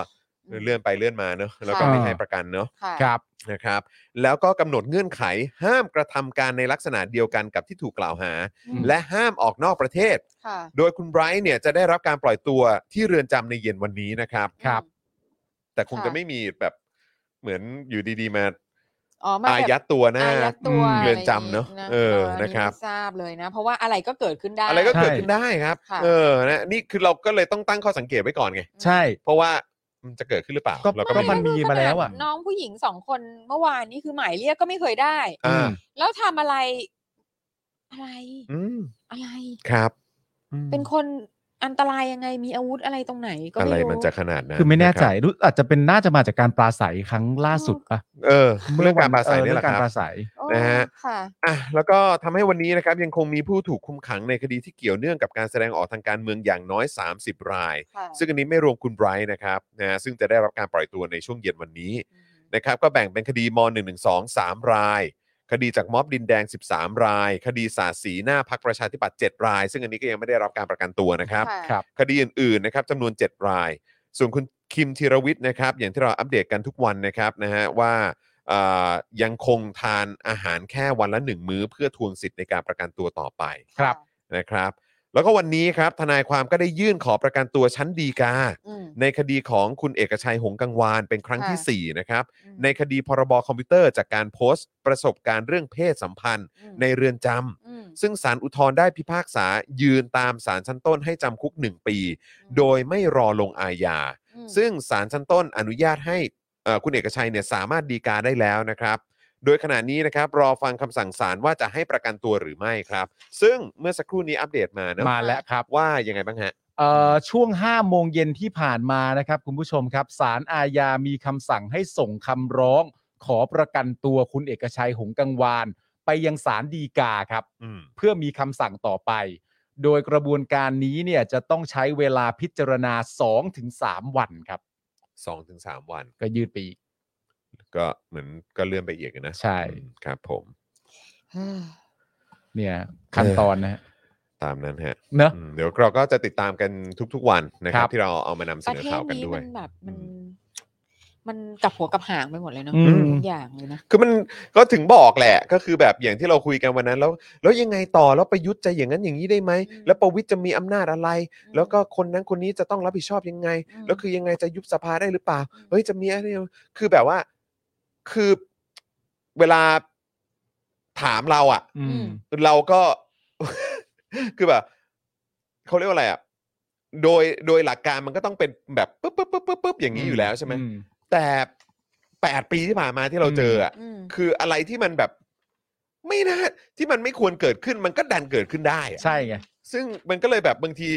Speaker 1: เลื่อนไปเลื่อนมาเนอะแล้วก็ไม่ให้ประกันเนอะ
Speaker 3: ค่ะ
Speaker 2: ครับ
Speaker 1: นะครับแล้วก็กำหนดเงื่อนไขห้ามกระทำการในลักษณะเดียวกันกับที่ถูกกล่าวหา
Speaker 3: อืม
Speaker 1: และห้ามออกนอกประเทศ
Speaker 3: ค่ะ
Speaker 1: โดยคุณไบรท์เนี่ยจะได้รับการปล่อยตัวที่เรือนจำในเย็นวันนี้นะครับ
Speaker 2: ครับ
Speaker 1: แต่คงจะไม่มีแบบเหมือนอยู่ดีๆมา
Speaker 3: อ๋อมา
Speaker 1: อายัดตัวหน้า
Speaker 3: อายัดตัว
Speaker 1: เรือนจำเนอะ
Speaker 3: ไรย่างงี้
Speaker 1: เออ
Speaker 3: อั
Speaker 1: นะครับ
Speaker 3: ไม่ทราบเลยนะ เพราะว่าอะไรก็เกิดขึ้นได้
Speaker 1: อะไรก็
Speaker 2: ใช่
Speaker 1: เกิดขึ้นได้ครับ
Speaker 3: ค่ะ
Speaker 1: เออนะนี่คือเราก็เลยต้องตั้งข้อสังเกตไว้ก่อนไง
Speaker 2: ใช่
Speaker 1: เพราะว่ามันจะเกิดขึ้นหรือเปล่า
Speaker 2: ก็
Speaker 1: เราก็
Speaker 2: ก็
Speaker 1: ไม่
Speaker 2: มั
Speaker 1: รู้
Speaker 2: น มีาแล้วอะ
Speaker 3: น้องผู้หญิงสองคนเมื่อวานนี้คือหมายเรียกก็ไม่เคยได้
Speaker 1: อ่า
Speaker 3: แล้วทำอะไร อะไร
Speaker 1: อืม
Speaker 3: อะไร
Speaker 1: ครับอืม
Speaker 3: เป็นคนอันตรายยังไงมีอาวุธอะไรตรงไหนก็
Speaker 1: อะไร
Speaker 3: ไม่รู้
Speaker 1: มันจะขนาดนั้น
Speaker 2: คือไม่แน่
Speaker 1: ะรับ
Speaker 2: ใจรู้อาจจะเป็นน่าจะมาจากการปราศัยครั้งล่าสุดปะ
Speaker 1: เออเรื่องการปราศัยเนี่ยแหละ
Speaker 2: เออเองกา
Speaker 1: คับ
Speaker 2: รรปราศัย
Speaker 3: โอ้
Speaker 1: นะฮะ
Speaker 3: ค่ะ
Speaker 1: อ่ะแล้วก็ทำให้วันนี้นะครับยังคงมีผู้ถูกคุมขังในคดีที่เกี่ยวเนื่องกับการแสดงออกทางการเมืองอย่างน้อย 30 ราย
Speaker 3: ค่ะ
Speaker 1: ซึ่งอันนี้ไม่รวมคุณไบรท์นะครับนะซึ่งจะได้รับการปล่อยตัวในช่วงเย็นวันนี้
Speaker 3: อืม
Speaker 1: นะครับก็แบ่งเป็นคดีม .112 3 ราย คดีจากม็อบดินแดง 13 ราย คดีสาดสีหน้าพักประชาธิปัตย์7ราย ซึ่งอันนี้ก็ยังไม่ได้รับการประกันตัวนะครับ
Speaker 2: ครับ
Speaker 1: คดีอื่นๆนะครับจำนวน 7 ราย ส่วนคุณคิมธีรวิทย์นะครับ อย่างที่เราอัปเดตกันทุกวันนะครับนะฮะว่าเอ่อยังคงทานอาหารแค่วันละหนึ่งมื้อเพื่อทวงสิทธิ์ในการประกันตัวต่อไป
Speaker 2: ครับ
Speaker 1: นะครับ แล้วก็วันนี้ครับทนายความก็ได้ยื่นขอประกันตัวชั้นดีกา
Speaker 3: อืม
Speaker 1: ในคดีของคุณเอกชัยหงส์กังวานเป็นครั้ง
Speaker 3: ค่ะ
Speaker 1: ที่สี่นะครับ
Speaker 3: อืม
Speaker 1: ในคดีพรบคอมพิวเตอร์จากการโพสต์ ประสบการณ์เรื่องเพศสัมพันธ์
Speaker 3: อืม
Speaker 1: ในเรือนจำ
Speaker 3: อืม
Speaker 1: ซึ่งสารอุทธรณ์ได้พิพากษายืนตามสารชั้นต้นให้จำคุก 1 ปี
Speaker 3: ม
Speaker 1: โดยไม่รอลงอาญา
Speaker 3: อืม
Speaker 1: ซึ่งสารชั้นต้นอนุญาตให้เอ่อคุณเอกชัยเนี่ยสามารถดีกาได้แล้วนะครับ โดยขณะนี้นะครับรอฟังคำสั่งศาลว่าจะให้ประกันตัวหรือไม่ครับ ซึ่งเมื่อสักครู่นี้อัปเดตมาเนอะ
Speaker 2: มาแล้วครับ
Speaker 1: ว่ายังไงบ้างฮะ
Speaker 2: เอ่อช่วง 5 โมงเย็นที่ผ่านมานะครับ คุณผู้ชมครับศาลอาญามีคำสั่งให้ส่งคำร้อง ขอประกันตัวคุณเอกชัยหงส์กังวาน ไปยังศาลฎีกาครับ
Speaker 1: อืม
Speaker 2: เพื่อมีคำสั่งต่อไป โดยกระบวนการนี้เนี่ยจะต้องใช้เวลาพิจารณา 2-3 วันครับ
Speaker 1: 2-3 วัน
Speaker 2: ก็ยืดไปอีก
Speaker 1: ก็เหมือนก็เลื่อนไปอีกนะ
Speaker 2: ใช่
Speaker 1: อืมครับผม
Speaker 3: เฮ้ย
Speaker 2: เนี่ยขั้นตอนนะฮะ
Speaker 1: ตามนั้นฮะ
Speaker 2: เนอะ
Speaker 1: อืมเดี๋ยวเราก็จะติดตามกันทุกๆวันนะครั
Speaker 2: ครับ บ
Speaker 1: ที่เราเอามานำเส
Speaker 3: ป
Speaker 1: นอ
Speaker 3: ระเทศ
Speaker 1: ข่าวกัน
Speaker 3: นี้
Speaker 1: ด้วย
Speaker 3: มันแบบ
Speaker 1: อื
Speaker 3: มัน
Speaker 1: ม
Speaker 3: มันกับหัวกับหางไปหมดเลยเนาะ
Speaker 2: อืม
Speaker 3: ทุกอย่างเลยนะ
Speaker 1: คือมันก็ถึงบอกแหละก็คือแบบอย่างที่เราคุยกันวันนั้น แล้วแล้วยังไงต่อแล้วประยุทธ์จะอย่างนั้นอย่างนี้ได้ไหม
Speaker 3: อืม
Speaker 1: แล้วประวิทย์จะมีอำนาจอะไร แล้วก็คนนั้นคนนี้จะต้องรับผิดชอบยังไง แล้วคือยังไงจะยุบสภาได้หรือเปล่า เฮ้ยจะมีอะไรคือแบบว่าคือเวลาถามเราอะ
Speaker 2: อืม
Speaker 1: เราก็ คือแบบเขาเรียกว่าอะไรอ่ะโดยโดยหลักการมันก็ต้องเป็นแบบปุ๊บปุ๊บปุ๊บปุ๊บปุ๊บอย่างนี้อยู่แล้วใช่ไหมแต่แปดปีที่ผ่านมาที่เราเจออ่ะ
Speaker 3: อืม
Speaker 1: คืออะไรที่มันแบบ ไม่น่าที่มันไม่ควรเกิดขึ้นมันก็ดันเกิดขึ้นได้อะ
Speaker 2: ใช่ไง
Speaker 1: ซึ่งมันก็เลยแบบบางที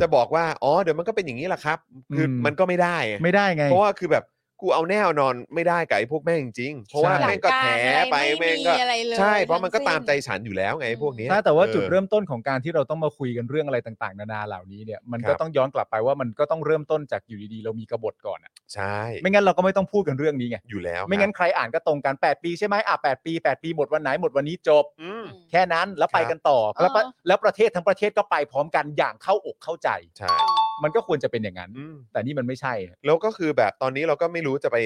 Speaker 1: จะบอกว่าอ๋อเดี๋ยวมันก็เป็นอย่างนี้แหละครับคืออ
Speaker 2: ม
Speaker 1: มันก็ไม่ได้อะ
Speaker 2: ไม่ได้ไง
Speaker 1: เพราะว่าคือแบบกูเอาแน่เอานอนไม่ได้กับไอ้พวกแม่งจริงๆเพราะว่า
Speaker 2: ใช่
Speaker 1: แม่งก็แถไปแม่งก็
Speaker 3: หลักการอะไรไม่มีอะไรเลย
Speaker 1: ใช่ เพราะมันก็
Speaker 3: ทั้
Speaker 1: ตา
Speaker 3: งสิ้น
Speaker 1: มใจฉันอยู่แล้วไงพวกเนี้ย
Speaker 2: ใช่แต่ว่าจุด
Speaker 1: ออ
Speaker 2: เริ่มต้นของการที่เราต้องมาคุยกันเรื่องอะไรต่างๆ นานาเหล่านี้เนี่ยมัน
Speaker 1: ครั
Speaker 2: ก็
Speaker 1: บ
Speaker 2: ต้องย้อนกลับไปว่ามันก็ต้องเริ่มต้นจากอยู่ดีๆ เรามีกบฏก่อนอะ
Speaker 1: ใช่
Speaker 2: ไม่งั้นเราก็ไม่ต้องพูดกันเรื่องนี้ไง
Speaker 1: อยู่แล้ว
Speaker 2: ไม่งั้นใครอ่านก็ตรงกัน 8 ปีใช่ไหมอ่ะ8ปี 8 ปีหมดวันไหนหมดวันนี้จบ
Speaker 1: อืม
Speaker 2: แค่นั้นแล้วไป
Speaker 1: ครับ
Speaker 2: กันต่อแล้วประ
Speaker 3: อ่า
Speaker 2: แล้วประเทศทั้งประเทศก็ไปพร้อมกันอย่างเข้าอกเข้าใจ
Speaker 1: ใช่
Speaker 2: มันก็ควรจะเป็นอย่างนั้น
Speaker 1: อืม
Speaker 2: แต่นี่มันไม่ใช่อะ
Speaker 1: แล้วก็คือแบบตอนนี้เราก็ไม่รู้จะไป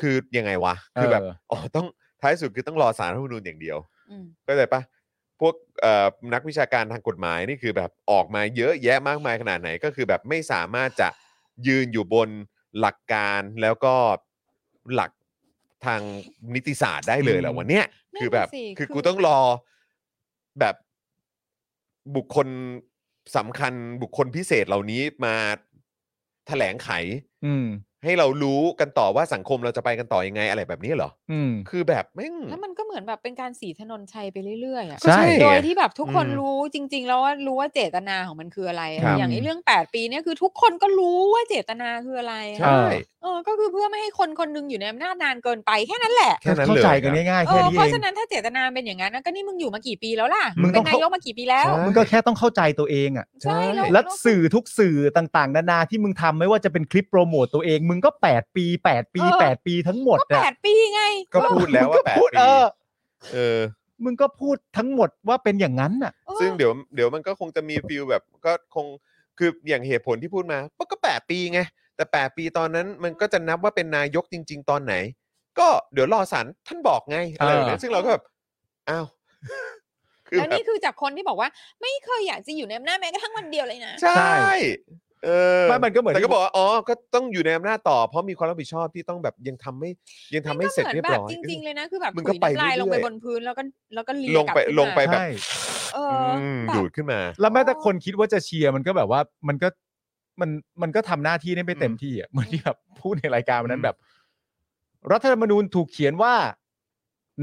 Speaker 1: คือยังไงวะ คือแบบ
Speaker 2: เออ
Speaker 1: อ๋อต้องท้ายสุดคือต้องรอสารรัฐธรรมนูญอย่างเดียว
Speaker 3: อืม
Speaker 1: ก็เลยปะพวกเอ่อนักวิชาการทางกฎหมายนี่คือแบบออกมาเยอะแยะมากมายขนาดไหนก็คือแบบไม่สามารถจะยืนอยู่บนหลักการแล้วก็หลักทางนิติศาสตร์ได้เลยเหรอ
Speaker 2: อืม
Speaker 1: วันเนี้ย
Speaker 3: นั่น
Speaker 1: คือแบบ
Speaker 3: น่ะสิ
Speaker 1: คือ
Speaker 3: คือ
Speaker 1: กูต้องรอแบบบุคคลสำคัญบุคคลพิเศษเหล่านี้มาแถลงไข
Speaker 2: อืม
Speaker 1: ให้เรารู้กันต่อว่าสังคมเราจะไปกันต่อยังไงอะไรแบบนี้เหรอ
Speaker 2: อืม
Speaker 1: คือแบบแม่ง
Speaker 3: แล้วมันก็เหมือนแบบเป็นการสีถนนชัยไปเรื่อยๆอ่ะ
Speaker 2: ใช่
Speaker 3: โดยที่แบบทุกคน
Speaker 1: อืม
Speaker 3: รู้จริง ๆ แล้วว่ารู้ว่าเจตนาของมันคืออะไรอะ
Speaker 1: ครับ
Speaker 3: อย่างไอ้เรื่องแปดปีเนี่ยคือทุกคนก็รู้ว่าเจตนาคืออะไรอะ
Speaker 1: ใช่
Speaker 3: เออก็คือเพื่อไม่ให้คนคนหนึงอยู่ในอำนาจนานเกินไปแค่นั้นแหละ
Speaker 1: แค่นั้นเลย
Speaker 2: เข้าใจกัน
Speaker 1: ครับ
Speaker 2: ง่ายๆ
Speaker 3: เออ
Speaker 2: แค่นี้
Speaker 3: เพ
Speaker 2: เอ
Speaker 3: ราะ
Speaker 2: ง
Speaker 3: ฉะนั้นถ้าเจตนาเป็นอย่างนั้นนะก็นี่มึงอยู่มากี่ปีแล้วล่ะ
Speaker 2: มึงต้
Speaker 3: เป็
Speaker 2: อง
Speaker 3: นนาย
Speaker 2: เข้า
Speaker 3: กมากี่ปีแล้ว
Speaker 1: ใช่
Speaker 2: มึงก็แค่ต้องเข้าใจตัวเองอ่ะ
Speaker 3: ใช่แล้ว
Speaker 2: และสื่อทุกสื่อต่างๆ นานาที่มึงทำไม่ว่าจะเป็นคลิปโปรโมตตัวเอง มึงก็ 8 ปี 8 ปี 8 ปีทั้งหมด
Speaker 3: ก็แป
Speaker 2: อะ
Speaker 3: ดปีไง
Speaker 1: ก็พูดแล้วว่าแปด
Speaker 2: พูด
Speaker 1: ปี
Speaker 2: เออ
Speaker 1: เออ
Speaker 2: มึงก็พูดทั้งหมดว่าเป็นอย่างนั้นน่ะ
Speaker 1: ซึ่งเดี๋ยวเดี๋ยวมันก็คงจะมีฟิลแบบก็คงคืออย่างเหตุผลที่พูดมามันก็แปดปีไง แต่แปดปีตอนนั้นมันก็จะนับว่าเป็นนายกจริง ๆ ตอนไหน ก็เดี๋ยวรอสารท่านบอกไงอะไรแบบนั้
Speaker 2: เออ
Speaker 1: นซึ่งเราก็แบบอ้าว คือ
Speaker 3: แล้ว
Speaker 1: แบบ
Speaker 3: นี่คือจากคนที่บอกว่า ไม่เคยอยากจะอยู่ในอำนาจแม้กระทั่งวันเดียวเลยนะ
Speaker 1: ใช่เออ
Speaker 2: ไม่มันก็เหมือน
Speaker 1: แต่ก็บอกว่าอ๋อก็ต้องอยู่ในอำนาจต่อเพราะมีความรับผิดชอบที่ต้องแบบยังทำไม่ยังทำไม่เสร็จเรียบร้อย
Speaker 3: มันก็เหมืนแจริง ๆ เลยนะ คือแบบ
Speaker 1: มึงก็ไป
Speaker 3: ถุยน้ำลายลงไป
Speaker 1: เรื่อยๆ
Speaker 3: บนพื้นแล้วก็แล้วก็เลีย
Speaker 1: ลงไป
Speaker 3: กบขึ้นมา
Speaker 1: ลงไป แบบ
Speaker 2: ใช่
Speaker 3: เอ
Speaker 1: อื
Speaker 3: อ
Speaker 1: ม
Speaker 3: แบบ
Speaker 1: ดูดขึ้นมา
Speaker 2: แล้วแม้แต่คนคิดว่าจะเชียร์มันก็แบบว่ามันก็มันมันก็ทำหน้าที่ได้ไม่เต็มที่อ่ะเหมือนที่แบบ พูดในรายการวันนั้
Speaker 1: อื
Speaker 2: น
Speaker 1: ม
Speaker 2: แบบ รัฐธรรมนูญถูกเขียนว่า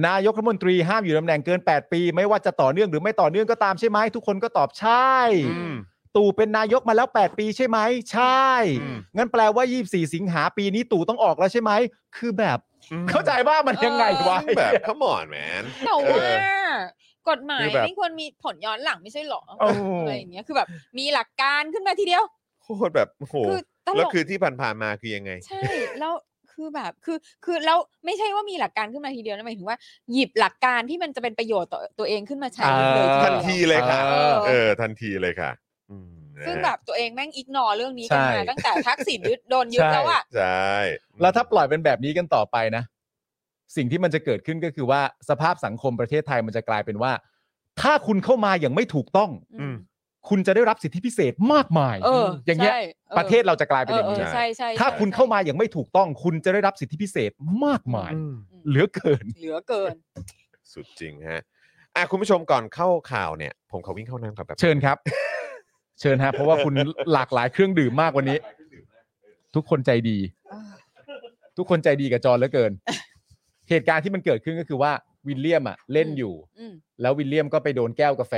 Speaker 2: นายกรัฐมนตรีห้ามอยู่ตำแหน่งเกิน 8 ปี ไม่ว่าจะต่อเนื่องหรือไม่ต่อเนื่องก็ตามใช่ไหมทุกคนก็ตอบใช่
Speaker 1: อืม
Speaker 2: ตู่เป็นนายกมาแล้ว 8 ปีใช่ไหม ใช่
Speaker 1: อืม
Speaker 2: งั้นแปลว่า 24 สิงหาปีนี้ตู่ต้องออกแล้วใช่ไหม คือแบบ เข้าใจว่ามันยังไงวะ
Speaker 1: แบบ come on man
Speaker 3: แต่
Speaker 1: เออ
Speaker 3: ว่ากฎหมาย
Speaker 1: คือแบบ
Speaker 3: ไม่ควรมีผลย้อนหลังไม่ใช่หรอ
Speaker 2: โอ้
Speaker 3: อะไรอย่างเงี้ยคือแบบมีหลักการขึ้นมาทีเดียว
Speaker 1: โคตรแบบโอ้โห
Speaker 3: คือตล
Speaker 1: แล้ว
Speaker 3: ก
Speaker 1: คือที่ผ่านๆมาคือยังไง
Speaker 3: ใช่ แล้ว คือแบบคือคือแล้วไม่ใช่ว่ามีหลักการขึ้นมาทีเดียวนะหมายถึงว่าหยิบหลักการที่มันจะเป็นประโยชน์ต่อตัวเองขึ้นมาใช้เลย
Speaker 1: ทันที
Speaker 3: ทีเดียว
Speaker 1: เลยค่ะ
Speaker 3: เออ
Speaker 1: เออ ทันทีเลยค่ะอืม
Speaker 3: ซึ่ง
Speaker 1: นะฮะ
Speaker 3: แบบตัวเองแม่งอิกนอเรื่องนี้กัน
Speaker 2: ใช่
Speaker 3: มา ตั้งแต่ทักษิณยึดโดนยึด
Speaker 2: ใช่
Speaker 3: แล้วอ่ะ
Speaker 1: ใช่
Speaker 2: แล้วถ้าปล่อยเป็นแบบนี้กันต่อไปนะ สิ่งที่มันจะเกิดขึ้นก็คือว่าสภาพสังคมประเทศไทยมันจะกลายเป็นว่า ถ้าคุณเข้ามาอย่างไม่ถูกต้อง
Speaker 3: อืม
Speaker 2: คุณจะได้รับสิทธิพิเศษมากมาย
Speaker 3: เออ
Speaker 2: อ
Speaker 3: อย่าง
Speaker 2: เงี้ย
Speaker 3: ใช่ออ
Speaker 2: ประเทศเราจะกลายเป็น
Speaker 3: เออ
Speaker 2: อ
Speaker 3: ย่าง เอ
Speaker 2: นี้
Speaker 3: อใช่ใช่
Speaker 2: ถ้า
Speaker 3: ใช่
Speaker 2: คุณเข้ามาอย่างไม่ถูกต้อง คุณจะได้รับสิทธิพิเศษมากมาย
Speaker 1: อืม
Speaker 3: อืม
Speaker 2: เหลือเกิน
Speaker 3: เหลือเกิน
Speaker 1: สุดจริงฮะอ่ะคุณผู้ชมก่อนเข้าข่าวเนี่ย ผมขอวิ่งเข้าน้ำกับแบบ
Speaker 2: เชิญ ครับ เชิญฮะเพราะว่าคุณหลากหลายเครื่องดื่มมากวันนี้ ทุกคนใจดี
Speaker 3: เออ
Speaker 2: ทุกคนใจดีกับจอร์นเหลือเกิน เหตุการณ์ที่มันเกิดขึ้นก็คือว่าวิลเลียมอ่ะเล่นอยู่
Speaker 3: อืม
Speaker 2: แล้ววิลเลียมก็ไปโดนแก้วกาแฟ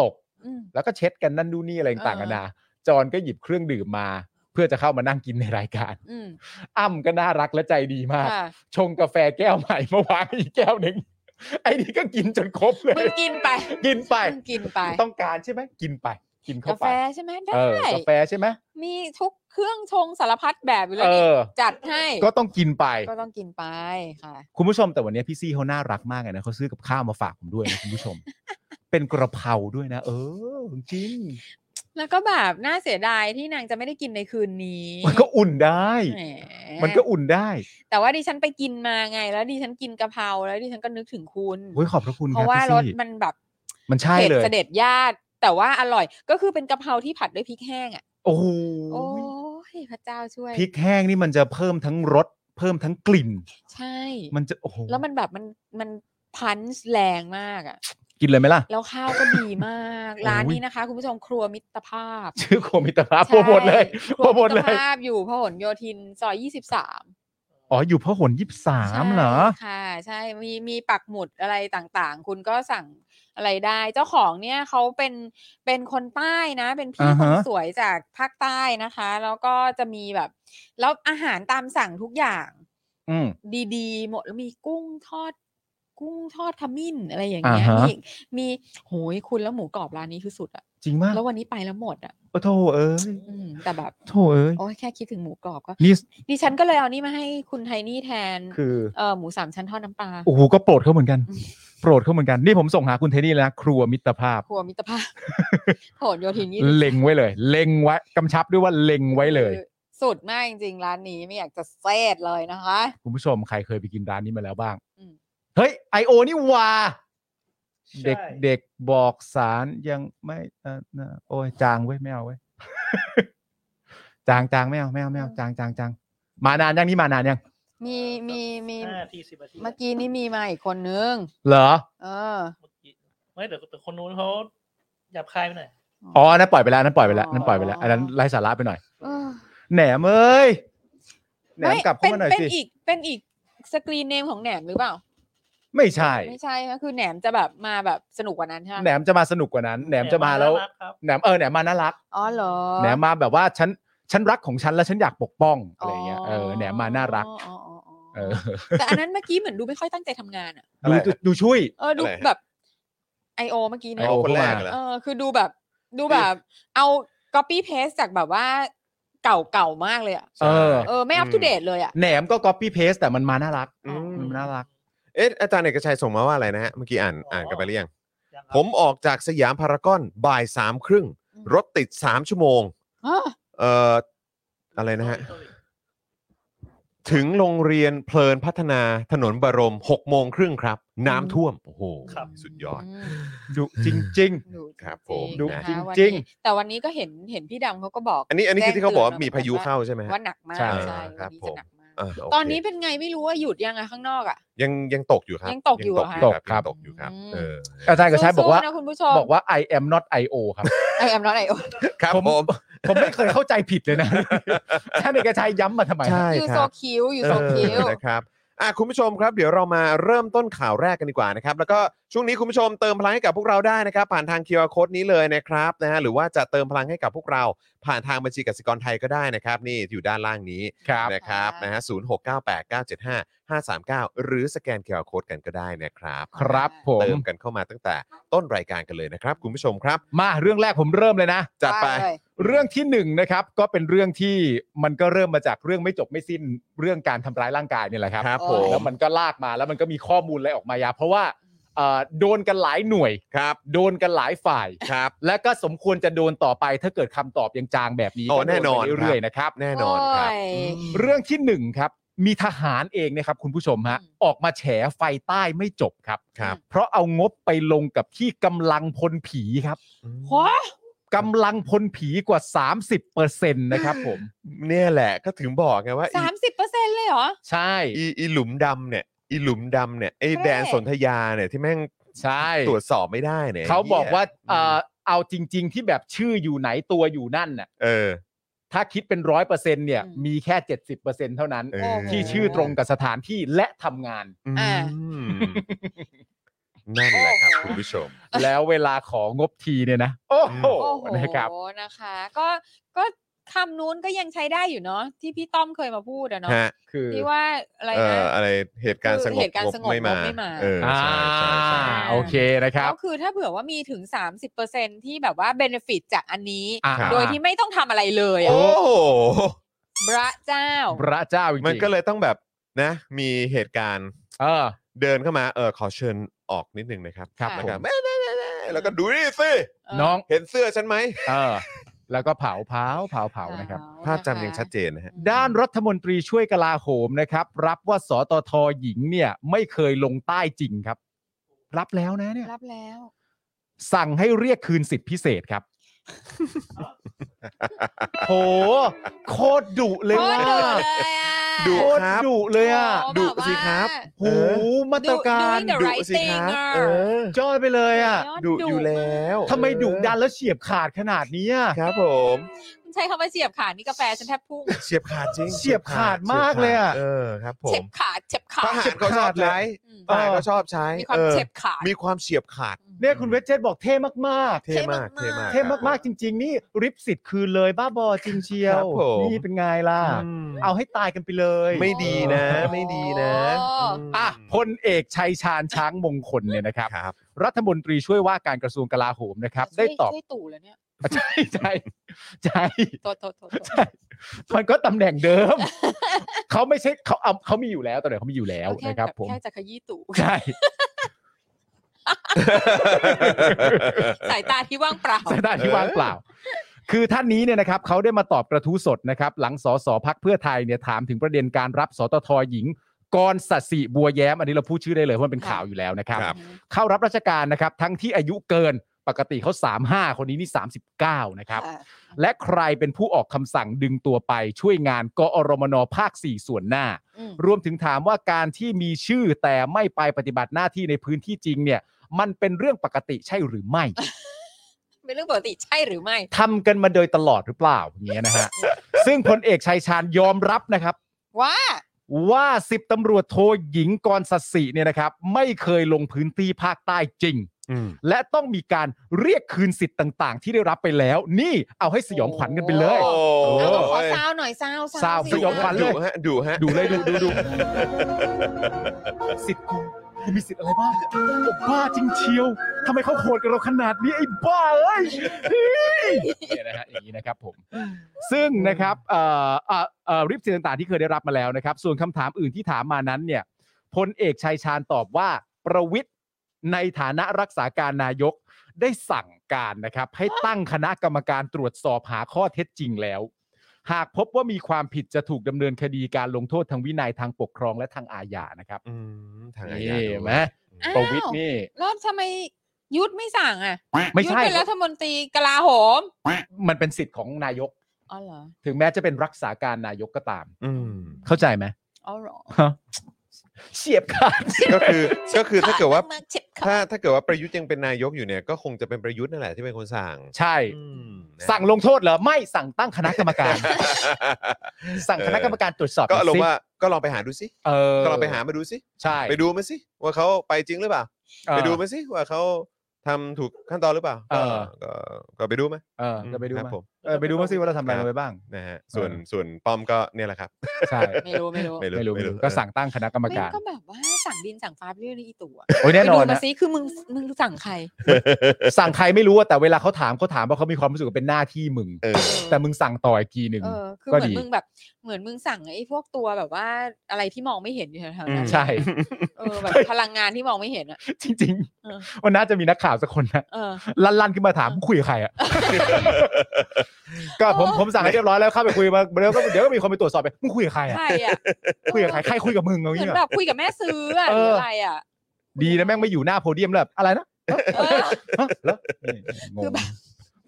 Speaker 2: ตก
Speaker 3: อืม
Speaker 2: แล้วก็เช็ดกันนั่นดูนนี่อะไรต่างกั
Speaker 3: เออ
Speaker 2: นนะจอร์นก็หยิบเครื่องดื่มมา เพื่อจะเข้ามานั่งกินในรายการ
Speaker 3: อืม
Speaker 2: อ้ำก็น่ารักและใจดีมาก
Speaker 3: ค่ะ
Speaker 2: ชงกาแฟแก้วใหม่มาวางให้อีกแก้วหนึ่ง ไอ้นี่ก็กินจนครบเล
Speaker 3: มึ
Speaker 2: ย
Speaker 3: งกินไป
Speaker 2: กินไป
Speaker 3: มึงกินไป
Speaker 2: ต้องการใช่ไหมกินไป กินเข้า
Speaker 3: า
Speaker 2: กไป
Speaker 3: แฟใช่ไหมได้
Speaker 2: เออกาแฟใช่ไหม
Speaker 3: มีทุกเครื่องชงสารพัดแบบอยู่แล้
Speaker 2: เอ
Speaker 3: วนี่
Speaker 2: อ
Speaker 3: จัดให้
Speaker 2: ก็ต้องกินไป
Speaker 3: ก็ต้องกินไปค่ะ
Speaker 2: คุณผู้ชมแต่วันนี้พี่ซี่เขาน่ารักมากเลยนะเขาซื้อกับข้าวมาฝากผมด้วยนะคุณผู้ชม เป็นกระเพราด้วยนะ เออจริง
Speaker 3: แล้วก็แบบน่าเสียดายที่นางจะไม่ได้กินในคืนนี้
Speaker 2: มันก็อุ่นได้
Speaker 3: แหม
Speaker 2: มันก็อุ่นได้
Speaker 3: แต่ว่าดิฉันไปกินมาไง แล้วดิฉันกินกะเพราแล้วดิฉันก็นึกถึงคุณ
Speaker 2: โอ้ยขอบพระคุณ
Speaker 3: เพ
Speaker 2: ครับ
Speaker 3: ราะว่า
Speaker 2: พี่
Speaker 3: รส
Speaker 2: ซี่
Speaker 3: มันแบบ
Speaker 2: มันใช่
Speaker 3: ผ็ด
Speaker 2: เลย
Speaker 3: เสด็จญาติ แต่ว่าอร่อยก็คือเป็นกะเพราที่ผัดด้วยพริกแห้งอ่ะ
Speaker 2: โอ้โห
Speaker 3: โอ้ยพระเจ้าช่วย
Speaker 2: พริกแห้งนี่มันจะเพิ่มทั้งรสเพิ่มทั้งกลิ่น
Speaker 3: ใช่
Speaker 2: มันจะโอ้โห
Speaker 3: แล้วมันแบบมันมันพันช์แรงมากอ่ะ
Speaker 2: กินเลยไหมล่ะ
Speaker 3: แล้วข้าวก็ดีมาก ร้านนี้นะคะ คุณผู้ชมครัวมิตรภาพ
Speaker 2: ชื่อโคมิตรภาพ
Speaker 3: ใช่
Speaker 2: โปรโมทเลย
Speaker 3: ค
Speaker 2: โปร
Speaker 3: ว
Speaker 2: โมทเลย
Speaker 3: มิตภาพอยู่พหลโยธินซอยยี่สิบสาม
Speaker 2: อ๋ออยู่พหลยี่สามเหรอ
Speaker 3: ค่ะ ใช่ มีมีปักหมุดอะไรต่างๆ คุณก็สั่งอะไรได้ เจ้าของเนี่ยเขาเป็นเป็นคนใต้นะ เป็นพี่
Speaker 2: อ่า
Speaker 3: ค
Speaker 2: ฮะ
Speaker 3: นสวยจากภาคใต้นะคะ แล้วก็จะมีแบบ แล้วอาหารตามสั่งทุกอย่าง
Speaker 2: อืม
Speaker 3: ดีๆ หมดแล้วมีกุ้งทอด กุ้งทอดขมิ้นอะไรอย่างเงี้ย
Speaker 2: อ่าฮะ
Speaker 3: มีมีโหยคุณแล้วหมูกรอบร้านนี้คือสุดอะ
Speaker 2: จริงมาก
Speaker 3: แล้ววันนี้ไปแล้วหมดอะ
Speaker 2: โอ้โถเอ้ย
Speaker 3: อืมแต่แบบ
Speaker 2: โถเอ้ย
Speaker 3: โอ้ยแค่คิดถึงหมูกรอบก็
Speaker 2: นี่
Speaker 3: ดิฉันก็เลยเอานี่มาให้คุณไทนี่แทน
Speaker 2: คือ
Speaker 3: เออหมูสามชั้นทอดน้ำปลา
Speaker 2: โอ้โหก็โปรดเขาเหมือนกัน
Speaker 3: อืม
Speaker 2: โปรดเขาเหมือนกัน นี่ผมส่งหาคุณเทนี่แล้วนะครัวมิตรภาพ
Speaker 3: ครัวมิตร ภาพโผนโยธินยี่
Speaker 2: เล็งไว้เลย เล็งไว้กำชับด้วยว่าเล็งไว้เลย
Speaker 3: สุดมากจริงๆ ร้านนี้ไม่อยากจะเซดเลยนะคะ
Speaker 2: คุณผู้ชมใครเคยไปกินร้านนี้มาแล้วบ้าง
Speaker 3: อืม
Speaker 2: เฮ้ยไอโอนี่หว่า
Speaker 4: ใช่
Speaker 2: เด็กเด็กบอกสารยังไม่เออนะโอ้ยจางเว้ยไม่เอาเว้ย จางจางไม่เอาไม่เอาไม่เอาจางจางจางมานานยังนี่มานานยัง
Speaker 3: มีมีมี
Speaker 4: ห้านาทีสิบนาที
Speaker 3: เมื่อกี้นี่มีมาอีกคนนึง
Speaker 2: เหรอ
Speaker 3: เออ
Speaker 4: ไม่แต่แต่คนนู้นเขาหยาบคายไปหน่อย
Speaker 2: อ๋ออันนั่นปล่อยไปแล้วอันนั่นปล่อยไปแล้วอันนั่นปล่อยไปแล้ว
Speaker 3: อ๋ออั
Speaker 2: อันนั้นไร้สาระไปหน่อย
Speaker 3: เออ
Speaker 2: แหนมเอ้ยแหนม
Speaker 3: ไม่
Speaker 2: กลับเข้ามาหน่อย
Speaker 3: เป็น
Speaker 2: สิ
Speaker 3: เป็นอีกเป็นอีกสกรีนเนมของแหนมหรือเปล่า
Speaker 2: ไม่ใช่
Speaker 3: ไม่ใช่ก็คือแหนมจะแบบมาแบบสนุกกว่านั้นใช่
Speaker 2: แห
Speaker 3: ไห
Speaker 2: น
Speaker 3: ม
Speaker 2: มจะมาสนุกกว่านั้นแหนมจะมาแล้ว
Speaker 4: น่รักครับ
Speaker 2: แหนมเออแหนมมาน่ารัก
Speaker 3: อ๋อเหรอ
Speaker 2: แหนมมาแบบว่าฉันฉันรักของฉันและฉันอยากปกป้องอะไรอย่างเงี้ยเออแหนมมาน่ารัก
Speaker 3: อ๋ออ๋ออ๋อ
Speaker 2: เออ
Speaker 3: แต่อันนั้นเมื่อกี้เหมือนดูไม่ค่อยตั้งใจทำงานอะ
Speaker 2: ดูดูดูช่วย
Speaker 3: เออดู
Speaker 1: อะไรฮะ
Speaker 3: แบบไอโอเมื่อกี้เนี่ย
Speaker 2: ไอ้ โ
Speaker 1: คนแรก
Speaker 2: เข้ามา
Speaker 1: เหรอ
Speaker 3: เออคือดูแบบดูแบบ เอา copy paste จากแบบว่าเก่าเก่าๆมากเลยอ่ะ
Speaker 2: เออ
Speaker 3: เออไม่อัป
Speaker 1: อื
Speaker 3: to
Speaker 1: ม
Speaker 3: date เลยอ่ะ
Speaker 2: แหนมก็ copy paste แต่มันมาน่ารัก
Speaker 1: อืม
Speaker 2: มันน่ารัก
Speaker 1: เอ๊ะอาจารย์เอกชัยส่งมาว่าอะไรนะฮะเมื่อกี้อ่านอ่านกันไปหรือยัง
Speaker 4: ยังครับ
Speaker 1: ผมออกจากสยามพารากอนบ่ายสามครึ่ง
Speaker 3: อืม
Speaker 1: รถติดสามชั่วโมง
Speaker 3: ฮะ
Speaker 1: เอ่อ อะไรนะฮะ ถึงโรงเรียนเพลินพัฒนาถนนบรมหกโมงครึ่งครับ น้ำท่วม โอ้โห
Speaker 4: ครับ
Speaker 1: สุดยอด
Speaker 3: ม
Speaker 2: ดูจริง
Speaker 3: ดู
Speaker 1: ครับผม
Speaker 3: จริง
Speaker 1: นะ
Speaker 3: ๆนะคะวัน
Speaker 2: จริ
Speaker 3: นี้
Speaker 2: ง
Speaker 3: แต่วันนี้ก็เห็นเห็นพี่ดำเขาก็บอก
Speaker 1: อันนี้อันนี้คือที่เขาบอกว่ามีพายุเข้าใช่ไหมฮะ
Speaker 3: ว่าหนักมาก
Speaker 2: ใช่
Speaker 3: ใช่วัน
Speaker 1: ครับ
Speaker 3: นี้
Speaker 1: ผ
Speaker 3: จะ
Speaker 1: ม
Speaker 3: หนักมาก
Speaker 1: อ่าโเค
Speaker 3: ตอนนี้เป็นไงไม่รู้ว่าหยุดยังไงข้างนอกอ่ะ
Speaker 1: ยังยังตกอยู่ครับ
Speaker 3: ยังตกอยู่เหรอคะ
Speaker 1: ตกครับยังตกอยู่ครับ
Speaker 3: อืม
Speaker 1: เออ
Speaker 2: ๆ อาจารย์เก็ใช้บอกว่า
Speaker 3: สู้ๆนะคุณผู้ชม
Speaker 2: บอกว่า I am not IO ครับ
Speaker 3: ไอแอมน้อยไอโอ
Speaker 1: ครับ
Speaker 2: ผม
Speaker 1: ผม
Speaker 2: ผมไม่เคยเข้าใจผิดเลยนะ อาจารย์เอกชัยย้ำมาทำไม
Speaker 1: ใช่
Speaker 3: ยู
Speaker 1: ค
Speaker 3: โซ
Speaker 1: รับ
Speaker 3: คิว ยูโซคิว
Speaker 1: เออนะครับอ่ะคุณผู้ชมครับ เดี๋ยวเรามาเริ่มต้นข่าวแรกกันดีกว่านะครับ แล้วก็ช่วงนี้คุณผู้ชมเติมพลังให้กับพวกเราได้นะครับ ผ่านทาง QR Code นี้เลยนะครับนะฮะหรือว่าจะเติมพลังให้กับพวกเราผ่านทางบัญชีกสิกรไทยก็ได้นะครับ นี่อยู่ด้านล่างนี้
Speaker 2: ครับ
Speaker 1: นะครับ
Speaker 3: ค่ะ
Speaker 1: นะฮะศูนย์หกเก้าแปดเก้าเจ็ดห้า 539 หรือสแกนเคอร์โคดกันก็ได้นะครับ
Speaker 2: ครับผม
Speaker 1: เติมกันเข้ามาตั้งแต่ต้นรายการกันเลยนะครับ คุณผู้ชมครับ
Speaker 2: มาเรื่องแรกผมเริ่มเลยนะ
Speaker 1: จัดไป
Speaker 3: ว่าเลย
Speaker 2: เรื่องที่หนึ่งนะครับก็เป็นเรื่องที่มันก็เริ่มมาจากเรื่องไม่จบไม่สิ้นเรื่องการทำร้ายร่างกายเนี่ยแหละครับ
Speaker 1: ครับผม
Speaker 2: แล้วมันก็ลากมาแล้วมันก็มีข้อมูลอะไรออกมายาวเพราะว่าเอ่อโดนกันหลายหน่วย
Speaker 1: ครับ
Speaker 2: โดนกันหลายฝ่าย
Speaker 1: ครับ
Speaker 2: และก็สมควรจะโดนต่อไปถ้าเกิดคำตอบยังจางแบบนี้
Speaker 1: โอ้
Speaker 2: ก็โด
Speaker 1: แน่นอนครั
Speaker 2: ไป
Speaker 1: บ
Speaker 2: เรื่อยๆนะครับ
Speaker 1: แน่นอนครับ
Speaker 3: โย
Speaker 2: เรื่องที่หนึ่งครับ มีทหารเองเนะครับคุณผู้ชมฮะ
Speaker 3: อืม
Speaker 2: ออกมาแฉไฟใต้ไม่จบครับ
Speaker 1: ครับ
Speaker 2: เพราะเอางบไปลงกับที่กำลังพลผีครับ
Speaker 3: โอ้ย
Speaker 2: กำลังพลผีกว่า 30%นะครับผม
Speaker 1: เนี่ยแหละก็ถึงบอกไงว่า
Speaker 3: สามสิบเปอร์เซ็นต์เลยเหรอ
Speaker 2: ใช่
Speaker 1: อีอีอีหลุมดำเนี่ยอีหลุมดำเนี่ยไอ้
Speaker 3: เท่
Speaker 1: แดนสนธยาเนี่ยที่แม่ง
Speaker 2: ใช่
Speaker 1: ตรวจสอบไม่ได้เนี่ย
Speaker 2: เขาบอกว่า
Speaker 1: เหี้
Speaker 2: เอ่
Speaker 1: ย
Speaker 2: อเอาจริง ๆ ที่แบบชื่ออยู่ไหนตัวอยู่นั่นน่ะ
Speaker 1: เออ
Speaker 2: ถ้าคิดเป็นร้อยเปอร์เซ็นต์เนี่ย
Speaker 3: อืม
Speaker 2: มีแค่ 70%เท่านั้น
Speaker 1: เอ
Speaker 3: โอ้
Speaker 1: อ
Speaker 3: โห
Speaker 2: ที่ชื่อตรงกับสถานที่และทำงาน
Speaker 1: อืม
Speaker 3: อ่า
Speaker 1: นั่นแหละครับคุณผู้ชม
Speaker 2: แล้วเวลาของบทีเนี่ยนะ โอ้โห
Speaker 3: โอ้โห
Speaker 2: นะครับ
Speaker 3: นะคะ ก็ก็คำนู้นก็ยังใช้ได้อยู่เนาะที่พี่ต้อมเคยมาพูดอะเนาะ
Speaker 1: ฮะ
Speaker 2: คือ
Speaker 3: ที่ว่าอะไร
Speaker 1: เอ่
Speaker 3: นะ
Speaker 1: ออะไรเหตุการณ์สง
Speaker 3: เห
Speaker 1: บ
Speaker 3: ตุการณ์สงบ
Speaker 1: ไม่
Speaker 3: งบไม่มา
Speaker 1: เออ
Speaker 2: อ่า
Speaker 1: ใช่ใช่ใช่
Speaker 3: ใช่
Speaker 2: โอเคนะครับ
Speaker 3: ก็คือถ้าเผื่อว่ามีถึง 30%ที่แบบว่าเบนฟิตจากอันนี้
Speaker 2: อ่า
Speaker 3: โดยที่ไม่ต้องทำอะไรเลยอะ
Speaker 1: โอ้โห
Speaker 3: พระเจ้า
Speaker 2: พระเจ้าจริงๆ
Speaker 1: มันก็เลยต้องแบบนะ มีเหตุการณ์
Speaker 2: เออ
Speaker 1: เดินเข้ามาเออขอเชิญออกนิดนึงนะครับ
Speaker 2: ครับ
Speaker 1: แล้ว
Speaker 2: ผม
Speaker 1: ก็แม่แม่แม่แม่แล้วก็ดูนี่สิ
Speaker 2: น้อง
Speaker 1: เห็นเสื้อฉันไหม
Speaker 2: เออ แล้วก็เผาเผาเผาเผานะครับ
Speaker 1: ภาพจำยังชัดเจนนะฮะ
Speaker 2: ด้านรัฐมนตรีช่วยกลาโหมนะครับ รับว่าสตทหญิงเนี่ย ไม่เคยลงใต้จริงครับ รับแล้วนะเนี่ย
Speaker 3: รับแล้ว
Speaker 2: สั่งให้เรียกคืนสิทธิพิเศษครับ โห โคตรดุเลย
Speaker 3: โอ้
Speaker 2: ว่ะ
Speaker 3: ดุ
Speaker 1: ดุ
Speaker 3: เลยอะ
Speaker 2: โคตรดุเลยอ่ะ
Speaker 3: โ
Speaker 1: ดุสิครับ
Speaker 2: โหมาตรการ
Speaker 3: ดุ
Speaker 1: ดู
Speaker 3: right
Speaker 1: สิครับ
Speaker 3: thing อะ
Speaker 1: เออ
Speaker 2: จ้อยไปเลยอ่ะ
Speaker 1: ดูอยู่แล้ว
Speaker 2: ทำไมดุดันแล้วเฉียบขาดขนาดนี้อะ
Speaker 1: ครับผม
Speaker 3: ใช้คำว่าเสียบขาดนี่กาแฟฉันแทบพุ่ง
Speaker 1: เฉียบขาดจริง
Speaker 2: เฉียบขาดมากเลยอะ
Speaker 1: เออครับผ
Speaker 3: เจ็
Speaker 1: ม
Speaker 3: บขาดเจ็บขา
Speaker 1: ท
Speaker 3: ด
Speaker 1: หารเขาชอบใช้
Speaker 3: อืม
Speaker 1: ทหารเขาชอบใช้
Speaker 3: มีความ
Speaker 1: เออ
Speaker 3: เจ็บขาด
Speaker 1: มีความเฉียบขาด
Speaker 2: เนี่ยคุณเวจเจตบอกเท่มาก
Speaker 1: เท่มาก
Speaker 3: เท่มา
Speaker 1: เท่าก ก
Speaker 3: ม
Speaker 2: ๆ เท่มาก
Speaker 1: ค
Speaker 2: ๆ
Speaker 1: รับ
Speaker 2: จริง ๆ นี่ริบสิทธิ์คืนเลยบ้าบอจริงเชีย
Speaker 1: ครับ
Speaker 2: ว
Speaker 1: ผม
Speaker 2: นี่เป็นไงล่ะ
Speaker 1: อืม
Speaker 2: เอาให้ตายกันไปเลย
Speaker 1: ไม่ดีนะ
Speaker 3: โอ้
Speaker 1: ไม่ดีนะ
Speaker 2: อ่ะพลเอกชัยชาญช้างมงคลเนี่ยนะครับ
Speaker 1: ครับ
Speaker 2: รัฐมนตรีช่วยว่าการกระทรวงกลาโหมนะครับ ได้ตอบ
Speaker 3: ช่วยตู่แล้วเนี่ย
Speaker 2: ใช่ใช่ ใช่
Speaker 3: โทษโทษโทษโทษ
Speaker 2: ใช่มันก็ตำแหน่งเดิม เขาไม่ใช่เขาเอาเขามีอยู่แล้วตำแหน่งเขามีอยู่แล้ว
Speaker 3: เอาแค่
Speaker 2: นะครับ
Speaker 3: แบบ
Speaker 2: ผม
Speaker 3: แค่จะขยี้ตู่
Speaker 2: ใช่
Speaker 3: สายตาที่ว่างเปล่า
Speaker 2: สถานที่ว่างเปล่า คือท่านนี้เนี่ยนะครับเขาได้มาตอบกระทู้สดนะครับ หลังสสพักเพื่อไทยเนี่ยถามถึงประเด็นการรับสตทหญิงกรสสิบัวแย้มอันนี้เราพูดชื่อได้เลยเพราะมันเป็นข่าวอยู่แล้วนะครับ
Speaker 1: ครับ
Speaker 2: เข้ารับราชการนะครับ ทั้งที่อายุเกินปกติเขา 35 คนนี้นี่ 39 นะครับ และใครเป็นผู้ออกคำสั่งดึงตัวไปช่วยงานกอรมนภาค 4 ส่วนหน้า
Speaker 3: อืม
Speaker 2: รวมถึงถามว่าการที่มีชื่อแต่ไม่ไปปฏิบัติหน้าที่ในพื้นที่จริงเนี่ย มันเป็นเรื่องปกติใช่หรือไม่
Speaker 3: เป็นเรื่องปกติใช่หรือไม่
Speaker 2: ทำกันมาโดยตลอดหรือเปล่าอย่างเงี้ยนะฮะ ซึ่งพลเอกชัยชาญยอมรับนะครับ
Speaker 3: ว่า
Speaker 2: ว่าสิบตำรวจโทหญิงกรสสิเนี่ยนะครับ ไม่เคยลงพื้นที่ภาคใต้จริง
Speaker 1: อืม
Speaker 2: และต้องมีการเรียกคืนสิทธิ์ต่างๆ ที่ได้รับไปแล้ว นี่เอาให้สยองขวัญกันไปเลย
Speaker 3: โอ้
Speaker 1: โอ้
Speaker 3: เอาลองขอย ซาวหน่อยซาว
Speaker 2: ซาว
Speaker 3: สิ
Speaker 2: สยองขวัญ
Speaker 1: ดุฮะดุฮะ
Speaker 2: ดูเลยดูดูดูสิทธิ์กูกูมีสิทธิ์อะไรบ้างผมบ้าจริงเชียวทำไมเขาโหดกับเราขนาดนี้ไอ้บ้าเอ้ยเฮ้ยเนี่ยนะฮะอย่างนี้นะครับผมซึ่งนะครับเอ่อเอ่อเอ่อริบสิทธิ์ต่างๆที่เคยได้รับมาแล้วนะครับ ส่วนคำถามอื่นที่ถามมานั้นเนี่ยพลเอกชัยชาญตอบว่าประวิทย์ในฐานะรักษาการนายกได้สั่งการนะครับ ให้ตั้งคณะกรรมการตรวจสอบหาข้อเท็จจริงแล้ว หากพบว่ามีความผิดจะถูกดำเนินคดีการลงโทษทางวินัยทางปกครองและทางอาญานะครับ
Speaker 1: อืมทางอา
Speaker 2: นี่
Speaker 1: ญา
Speaker 2: เห็นไหม
Speaker 3: อ้าว
Speaker 2: ประวิทย์นี่
Speaker 3: แล้วทำไมยุทธไม่สั่งอ่ะ
Speaker 2: ไม่ใช่
Speaker 3: ยุทธเป็นรัฐมนตรีกลาโหม
Speaker 2: มันเป็นสิทธิ์ของนายก
Speaker 3: อ๋อเหรอ
Speaker 2: ถึงแม้จะเป็นรักษาการนายกก็ตาม
Speaker 1: อืม
Speaker 2: เข้าใจไหม
Speaker 3: อ๋อเหรอ
Speaker 2: ฮะเฉียบขาด
Speaker 1: ก็คือก็คือถ้าเกิด ว่า
Speaker 3: มเจ็บข
Speaker 1: ถ้าถ้าเกิดว่าประยุทธ์ยังเป็นนายกอยู่เนี่ย ก็คงจะเป็นประยุทธ์นั่นแหละที่เป็นคนสั่ง
Speaker 2: ใช่
Speaker 1: อืมนะ
Speaker 2: สั่ง ลงโทษเหรอ ไม่สั่งตั้งคณะกรรมการ สั่งคณะกรรมการตรวจสอบ
Speaker 1: ก็ลง
Speaker 2: สิ
Speaker 1: ว่าก็ลองไปหาดูสิ
Speaker 2: เออ
Speaker 1: ก็ลองไปหามาดูสิ
Speaker 2: ใช่
Speaker 1: ไปดูมาสิว่าเขาไปจริงหรือเปล่า
Speaker 2: เออ
Speaker 1: ไปดูมาสิว่าเขา ทำถูกขั้นตอนหรือเปล่า
Speaker 2: เออ
Speaker 1: ก็ก็ไปดูไหม
Speaker 2: เออจะไปดู
Speaker 1: ครั
Speaker 2: มา
Speaker 1: บผม
Speaker 2: เออไปดูมาสิว่าเราทำอะไรลงไปบ้าง
Speaker 1: นะฮะส่วน
Speaker 2: เออ
Speaker 1: ส่วนป้อมก็เนี่ยแหละครับ
Speaker 2: ใช่
Speaker 3: ไม่รู้ไม่รู้
Speaker 1: ไม่รู้
Speaker 2: ไม่รู้
Speaker 1: ไม่
Speaker 2: ไม่
Speaker 1: รู้
Speaker 2: รู้ก็สั่งตั้งคณะกรรม
Speaker 3: ไม่
Speaker 2: การ
Speaker 3: ก็แบบว่าสั่งดินสั่งฟ้าไปเรื่อยๆอีตัว
Speaker 2: โอ้ยแน่นอน
Speaker 3: ไปดูมา
Speaker 2: นะ
Speaker 3: สิคือมึงมึงสั่งใคร
Speaker 2: สั่งใครไม่รู้อะแต่เวลาเขาถามเขาถามเพราะเขามีความรู้สึกว่าเป็นหน้าที่มึง
Speaker 1: เออ
Speaker 2: แต่มึงสั่งต่ออีกทีหนึ่ง
Speaker 3: เออ คือ
Speaker 2: ก็
Speaker 3: เหมือ
Speaker 2: ดี
Speaker 3: นมึงแบบ เหมือนมึงสั่งไอ้พวกตัวแบบว่าอะไรที่มองไม่เห็นอยู่แถวๆ
Speaker 1: อื
Speaker 3: นั้
Speaker 1: ม
Speaker 3: น
Speaker 2: ใช่
Speaker 3: เออแบบพลังงานที่มองไม่เห็นอ่ะ
Speaker 2: จริง
Speaker 3: เออ
Speaker 2: ๆวันน่าจะมีนักข่าวสักคนนะ
Speaker 3: เออ
Speaker 2: ลั่นๆขึ้นมาถามมึงคุยกับใครอ่ะ ก็ผม
Speaker 3: เออ
Speaker 2: ผมสั่งให้เรียบร้อยแล้วเข้าไปคุยมาแล้วก็เดี๋ยวก็มีคนไปตรวจสอบไปมึงคุยกับใครอ่ะ
Speaker 3: ใครอ่ะ
Speaker 2: คุยกับใครใครคุยกับมึงเอา
Speaker 3: เหมื
Speaker 2: งี้
Speaker 3: อน
Speaker 2: เหร
Speaker 3: แบ
Speaker 2: อ
Speaker 3: บคุยกับแม่ซื้ออะห
Speaker 2: เออ
Speaker 3: รืออะไรอ่ะ
Speaker 2: ดีนะแม่งไม่อยู่หน้าโพเดียมแล้วแบบอะไรนะ
Speaker 3: เออ
Speaker 2: ฮะแล้วนี่ง
Speaker 3: คืองแบบ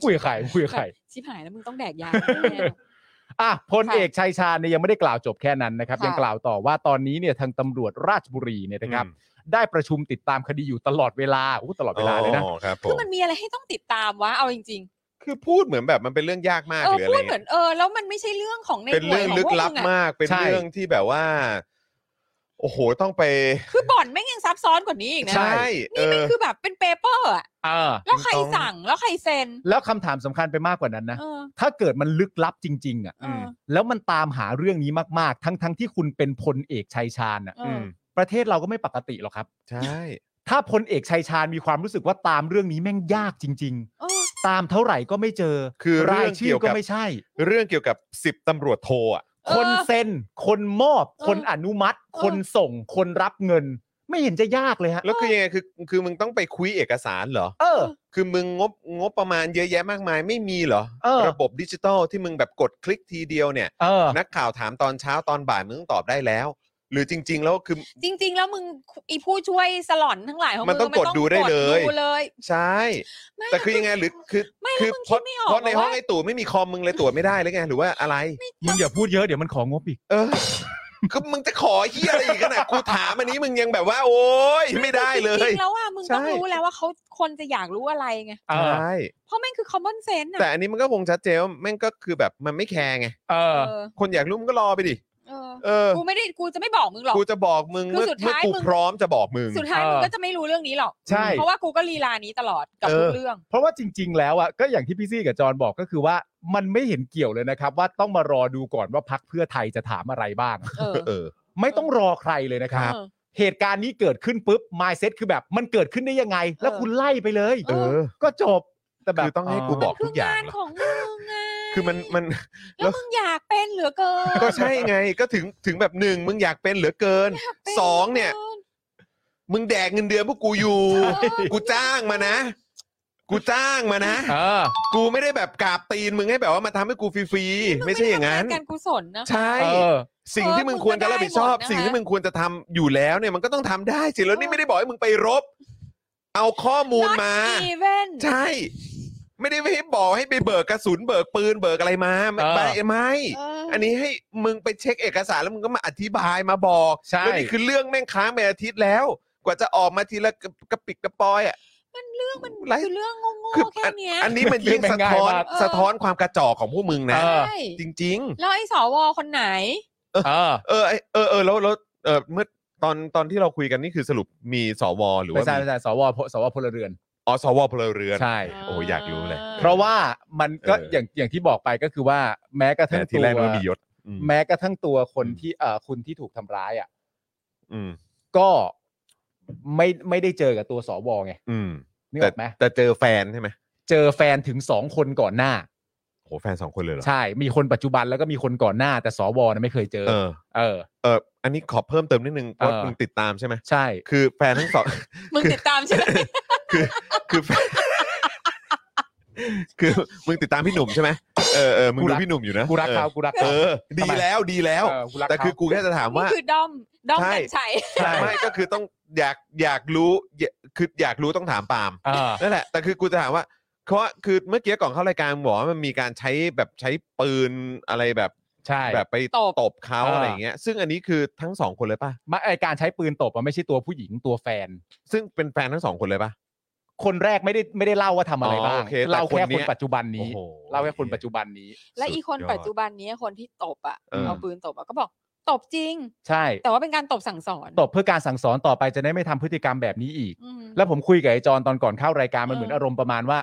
Speaker 2: คุยกับใครคุยกับใคร
Speaker 3: ชิบหายแล้วมึงต้องแดกยา
Speaker 2: อ่ะพล
Speaker 3: ค่ะ
Speaker 2: เอกชัยชาญเนี่ยยังไม่ได้กล่าวจบแค่นั้นนะครับ
Speaker 3: ค่ะ
Speaker 2: ยังกล่าวต่อว่าตอนนี้เนี่ยทางตำรวจราชบุรีเนี่ยนะครับ ได้ประชุมติดตามคดีอยู่ตลอดเวลาอู้ตลอดเวลาเลยนะ
Speaker 1: อ๋อครับผ
Speaker 3: คือ
Speaker 1: ม
Speaker 3: มันมีอะไรให้ต้องติดตามวะ เอาจริง
Speaker 1: คือพูดเหมือนแบบมันเป็นเรื่องยากมาก
Speaker 3: ๆเออ
Speaker 1: หรืออะ
Speaker 3: พู
Speaker 1: ไร
Speaker 3: ดเหมื
Speaker 1: เงี้
Speaker 3: อย นเออ แล้วมันไม่ใช่เรื่องของใน
Speaker 1: เป็น
Speaker 3: หน่ว
Speaker 1: เรื่อย ง
Speaker 3: ของ
Speaker 1: ลึก
Speaker 3: พวก
Speaker 1: ลับ
Speaker 3: มึงอะ
Speaker 1: มากเป็น
Speaker 2: ใช่
Speaker 1: เรื่องที่แบบว่า โอ้โหต้องไป
Speaker 3: คือบ่อนแม่งยังซับซ้อนกว่านี้อีกนะ
Speaker 2: ใช่
Speaker 1: เอ
Speaker 3: นี่แม่ง
Speaker 1: อ
Speaker 3: คือแบบเป็นเปเปอร์อะ
Speaker 2: เออ
Speaker 3: แล้วใคร
Speaker 1: ถูกต้อง
Speaker 3: สั่งแล้วใครเซ็น
Speaker 2: แล้วคำถามสำคัญไปมากกว่านั้นนะ
Speaker 3: เออ
Speaker 2: ถ้าเกิดมันลึกลับจริง ๆ อ่ะ
Speaker 3: เออ
Speaker 2: แล้วมันตามหาเรื่องนี้มากๆ ทั้งๆทที่คุณเป็นพลเอกชัยชาญอ่ะ
Speaker 3: เอ
Speaker 1: อื
Speaker 3: อ
Speaker 1: ม
Speaker 2: ประเทศเราก็ไม่ปกติหรอกครับ
Speaker 1: ใช่
Speaker 2: ถ้าพลเอกชัยชาญมีความรู้สึกว่าตามเรื่องนี้แม่งยากจริง
Speaker 3: เออ
Speaker 2: ๆ ตามเท่าไหร่ก็ไม่เจอ
Speaker 1: คือ
Speaker 2: รา
Speaker 1: เรื่
Speaker 2: ย
Speaker 1: อง
Speaker 2: ชื่
Speaker 1: เกี่
Speaker 2: อ
Speaker 1: ยว
Speaker 2: ก็
Speaker 1: กับ
Speaker 2: ไม่ใช่
Speaker 1: เรื่องเกี่ยวกับสิบตำรวจโทอ่ะ
Speaker 3: เออ
Speaker 2: คนเซ็น คนมอบ
Speaker 3: เออ
Speaker 2: คนอนุมัติ
Speaker 3: เออ
Speaker 2: คนส่ง คนรับเงิน ไม่เห็นจะยากเลยฮะ
Speaker 1: แล้วคือยังไงคือคือมึงต้องไปคุยเอกสารเหรอ
Speaker 2: เออ
Speaker 1: คือมึงงบงบประมาณเยอะแยะมากมายไม่มีเหรอ
Speaker 2: เออ
Speaker 1: ระบบดิจิตอลที่มึงแบบกดคลิกทีเดียวเนี่ย
Speaker 2: เออ
Speaker 1: นักข่าวถามตอนเช้าตอนบ่ายมึงต้องตอบได้แล้ว หรือจริง ๆ แล้วคือ
Speaker 3: จริง ๆ แล้วมึงอีผู้ช่วยสลอนทั้งหลายของ
Speaker 1: มั
Speaker 3: มึ
Speaker 1: น
Speaker 3: ง
Speaker 1: ต้องกดดูได้เลย
Speaker 3: กดดูเลย
Speaker 1: ใช่
Speaker 3: ไม่
Speaker 1: แต่คือยังไงหรือคือ
Speaker 3: ไม่
Speaker 1: คื
Speaker 3: แล้วมึง
Speaker 1: เพ
Speaker 3: คิ
Speaker 1: ราะ
Speaker 3: ดไม่ออก
Speaker 1: เพราะในห้อง
Speaker 3: ว่า
Speaker 1: ไอ้ตู่ไม่มีคอมมึงเลยตรวจไม่ได้หรือไงหรือว่าอะไร
Speaker 2: มึงอย่าพูดเยอะเดี๋ยวมันของงบอีก
Speaker 1: เออ คือมึงจะขอเฮียอะไรอีกขนาดกูถามอันนี้มึงยังแบบว่า โอ๊ยไม่ได้เล
Speaker 3: จ
Speaker 1: ย
Speaker 3: ริงๆแล้วอ่ะมึงต้อง
Speaker 1: ใช่
Speaker 3: รู้แล้วว่าเขาคนจะอยากรู้อะไรไง
Speaker 2: เออ
Speaker 1: ใช่
Speaker 3: เพราะแม่งคือ common sense
Speaker 1: แต่
Speaker 3: อ่ะ
Speaker 1: อันนี้มันก็คงชัดเจนว่าแม่งก็คือแบบมันไม่แคร์ไง
Speaker 2: เอ
Speaker 3: เอ
Speaker 2: อ
Speaker 3: อ
Speaker 1: คนอยากรู้มึงก็รอไปดิ
Speaker 3: เออ
Speaker 1: เออ
Speaker 3: กูไม่ได้กูจะไม่บอกมึงหรอก
Speaker 1: กูจะบอกมึง
Speaker 3: คือ
Speaker 1: เมื่อ
Speaker 3: สุด
Speaker 1: เมื่อ
Speaker 3: ท้าย
Speaker 1: กู
Speaker 3: มึง
Speaker 1: พร้อมจะบอกมึง
Speaker 3: สุดท้าย
Speaker 2: เออ
Speaker 3: มึงก็จะไม่รู้เรื่องนี้หรอก
Speaker 2: ใช่
Speaker 3: เพราะว่ากูก็ลีลานี้ตลอดกับ
Speaker 1: เออ
Speaker 3: ทุกเรื่อง
Speaker 2: เพราะว่าจริง ๆ แล้วอ่ะก็อย่างที่พี่ซี่กับจอนบอกก็คือว่ามันไม่เห็นเกี่ยวเลยนะครับ ว่าต้องมารอดูก่อนว่าพักเพื่อไทยจะถามอะไรบ้าง
Speaker 3: เออ
Speaker 1: เออ
Speaker 2: ไม่ต้องรอใครเลยนะครับ
Speaker 3: เออ
Speaker 2: เหตุการณ์นี้เกิดขึ้นปุ๊บ mindset คือแบบมันเกิดขึ้นได้ยังไง แล้ว
Speaker 3: เออ
Speaker 2: คุณไล่ไปเลย
Speaker 3: เออ
Speaker 2: ก็จบแต่แบบ
Speaker 1: คือต้องให้กูบอก ทุ
Speaker 3: คือก
Speaker 1: ย่าง
Speaker 3: งาน
Speaker 1: เหรอ
Speaker 3: ของมึงไง
Speaker 1: คือมันมัน แล้
Speaker 3: แล้ว วมึงอยากเป็นเหลือเกิน
Speaker 1: ก็ใช่ไงก็ถึงถึงแบบหนึ่งมึงอยากเป็นเหลือเกิน
Speaker 3: ยากป็
Speaker 1: สองเนี่ย มึงแดกเงินเดือนพวกกูอยู่ กูจ้างมานะ กูจ้างมานะ
Speaker 2: เออ
Speaker 1: กูไม่ได้แบบกราบตีนมึงให้แบบว่ามาทำให้กูฟรีๆ
Speaker 3: เหลือเกิน
Speaker 1: ไม่ใช่อย่างนั้น
Speaker 3: มึไม่ได้ทำงการกุศลนะ
Speaker 1: ใช่
Speaker 2: เออ
Speaker 1: สิ่งที่มึงควรจะรับผิดชอบ
Speaker 3: เออมึงก็ได้หมดนะคะ
Speaker 1: สิ่งที่มึงควรจะทำอยู่แล้วเนี่ยมันก็ต้องทำได้สิแล้วนี่ไม่ได้บอกให้มึงไปรบ เอาข้อมูล
Speaker 3: Not
Speaker 1: มา
Speaker 3: even
Speaker 1: ใช่ ไม่ได้ไม่ให้บอกให้ไปเบิกกระสุนเบิกปืนเบิกอะไรมาไม่
Speaker 2: เออ
Speaker 1: ไม่ไม่
Speaker 3: เอออ
Speaker 1: อันนี้ให้มึงไปเช็คเอกสารแล้วมึงก็มาอธิบายมาบอก
Speaker 2: ใช่
Speaker 1: แล้วนี่คือเรื่องแม่งค้างไปอาทิตย์แล้ว กว่าจะออกมาทีละกระกระปิกกระปอยอ่ะ
Speaker 3: มันเรื่องมัน
Speaker 1: ไร้
Speaker 3: คือเรื่องโง่
Speaker 1: คือ
Speaker 3: ๆแค่เนี้ย
Speaker 1: อันนี้มันยิ่ง
Speaker 2: เรื่อง
Speaker 1: สะ
Speaker 2: แม่งง่าย
Speaker 1: ท้อน
Speaker 2: มาก
Speaker 3: เออ
Speaker 1: สะท้อนความกระจอกของพวกมึงนะ
Speaker 2: เออ
Speaker 3: ใช่
Speaker 1: จริง ๆ
Speaker 3: แล้วไอ้สวคนไหน
Speaker 2: เออ
Speaker 1: เออไอ้เออเออแล้วแล้วเออเมื่อตอนตอนที่เราคุยกันนี่คือสรุปมีสวหรือ
Speaker 2: ไม่
Speaker 1: ว่า
Speaker 2: ใช่
Speaker 1: มี
Speaker 2: ไม่ใช่สวพสวพลเรือน
Speaker 1: อ๋อสวพลเรือน
Speaker 2: ใช่
Speaker 1: โอ้ยอยากรู้เลย
Speaker 3: อ่า
Speaker 2: เพราะว่ามันก็
Speaker 1: เอออ
Speaker 2: อย่างอย่างที่บอกไปก็คือว่าแม้กระ
Speaker 1: แต่
Speaker 2: ทั่ง
Speaker 1: ที่
Speaker 2: ตัว
Speaker 1: แรกนึกว่ามียศอืม
Speaker 2: แม้กระทั่งตัวคน
Speaker 1: อืม
Speaker 2: ที่เอ่อคุณที่ถูกทำร้ายอ่ะ
Speaker 1: อืม
Speaker 2: ก็ไม่ไม่ได้เจอกับตัวสวไง
Speaker 1: อืม
Speaker 2: นึกอ
Speaker 1: แต่
Speaker 2: อกไหม
Speaker 1: แต่เจอแฟนใช่ไหม
Speaker 2: เจอแฟนถึงสองคนก่อนหน้า
Speaker 1: โหแฟนสองคนเลยเหรอ
Speaker 2: ใช่มีคนปัจจุบันแล้วก็มีคนก่อนหน้า แต่สวนะไม่เคยเจอ
Speaker 1: เออ
Speaker 2: เออ
Speaker 1: เอออันนี้ขอเพิ่มเติมนิดนึงเพราะ
Speaker 2: เออ
Speaker 1: มึงติดตามใช่ไหม
Speaker 2: ใช่
Speaker 1: คือแฟนทั้งสอง
Speaker 3: มึงติดตามใช่ไหม
Speaker 1: คือคือแฟน คือมึงติดตามพี่หนุ่มใช่ไหมเออเออมึง
Speaker 2: กู
Speaker 1: ดู
Speaker 2: รัก
Speaker 1: พี่หนุ่มอยู่นะ
Speaker 2: กูรักเขา
Speaker 1: ออ
Speaker 2: กูรัก
Speaker 1: เออ
Speaker 2: เขา
Speaker 1: ดี
Speaker 2: ทำไม
Speaker 1: แล้วดีแล้ว
Speaker 2: เออกูรัก
Speaker 1: แต่
Speaker 2: เขา
Speaker 1: คือกูแค่จะถามว่า
Speaker 3: นี่คือด้อมด้อม
Speaker 1: ใช่
Speaker 3: กัญชัย
Speaker 2: ใช่
Speaker 1: ไม่ก็คือต้องอยากอยากรู้อยากคืออยากรู้ต้องถามปาล์ม
Speaker 2: เออ
Speaker 1: นั่นแหละ แต่คือกูจะถามว่าเพราะคือเมื่อกี้ก่อนเข้ารายการบอกว่ามันมีการใช้แบบใช้ปืนอะไรแบบ
Speaker 2: ใช่
Speaker 1: แบบไป
Speaker 3: ตบ
Speaker 1: ตบเขาอะไรอย่างเงี้ย ซึ่งอันนี้คือทั้งสองคนเลยป่ะ
Speaker 2: มาไอการใช้ปืนตบมันไม่ใช่ตัวผู้หญิงตัวแฟน
Speaker 1: ซึ่งเป็นแฟนทั้งสองคนเลยป่ะ
Speaker 2: คนแรกไม่ได้ไม่ได้เล่าว่าทำอะไร
Speaker 1: อ๋อ
Speaker 2: บ้าง
Speaker 1: โอเคแต่
Speaker 2: เล่า
Speaker 1: คน
Speaker 2: แค่
Speaker 1: เนี้
Speaker 2: ค
Speaker 1: ย
Speaker 2: นปัจจุบันนี้
Speaker 1: โอ้โห
Speaker 2: เล่าแค่คนปัจจุบันนี้
Speaker 3: และอีคน
Speaker 1: สุดยอด
Speaker 3: ปัจจุบันนี้คนที่ตบอ่ะ
Speaker 1: เออ
Speaker 3: เอาปืนตบอ่ะก็บอก ตบจริง
Speaker 2: ใช่
Speaker 3: แต่ว่าเป็นการตบสั่งสอน
Speaker 2: ตบเพื่อการสั่งสอนต่อไปจะได้ไม่ทำพฤติกรรมแบบนี้อีก
Speaker 3: อืม
Speaker 2: แล้วผมคุยกับไอ้จอนตอนก่อนเข้ารายการมัน
Speaker 3: เออ
Speaker 2: เหมือนอารมณ์ประมาณว่า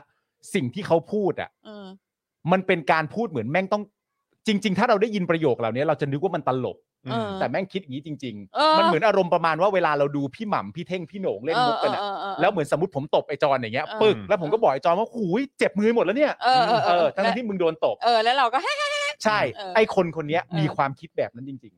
Speaker 2: สิ่งที่เขาพูดอ่ะ
Speaker 3: เออ
Speaker 2: มันเป็นการพูดเหมือนแม่งต้องจริง ๆ ถ้าเราได้ยินประโยคเหล่านี้เราจะนึกว่ามันตลก
Speaker 3: เออ
Speaker 2: แต่แม่งคิดอย่างนี้จริง
Speaker 3: เออ
Speaker 2: ๆ มันเหมือนอารมณ์ประมาณว่าเวลาเราดูพี่หม่ำพี่เท่งพี่โหน่งเล่นมุกกันอะ
Speaker 3: เออเออเออ
Speaker 2: แล้วเหมือนสมมติผมตบไอ้จอนอย่างเงี้ย
Speaker 3: เออ
Speaker 2: ปึกแล้วผมก็บอกไอ้จอนว่าหูยเจ็บมือหมดแล้วเนี่ย
Speaker 3: เออเออเออ
Speaker 2: ทั้งๆที่มึงโดนตบ
Speaker 3: เออแล้วเราก็
Speaker 2: ใช่
Speaker 3: เออ
Speaker 2: ไอ้คนคนเนี้ย
Speaker 3: เออ
Speaker 2: มีความคิดแบบนั้นจริง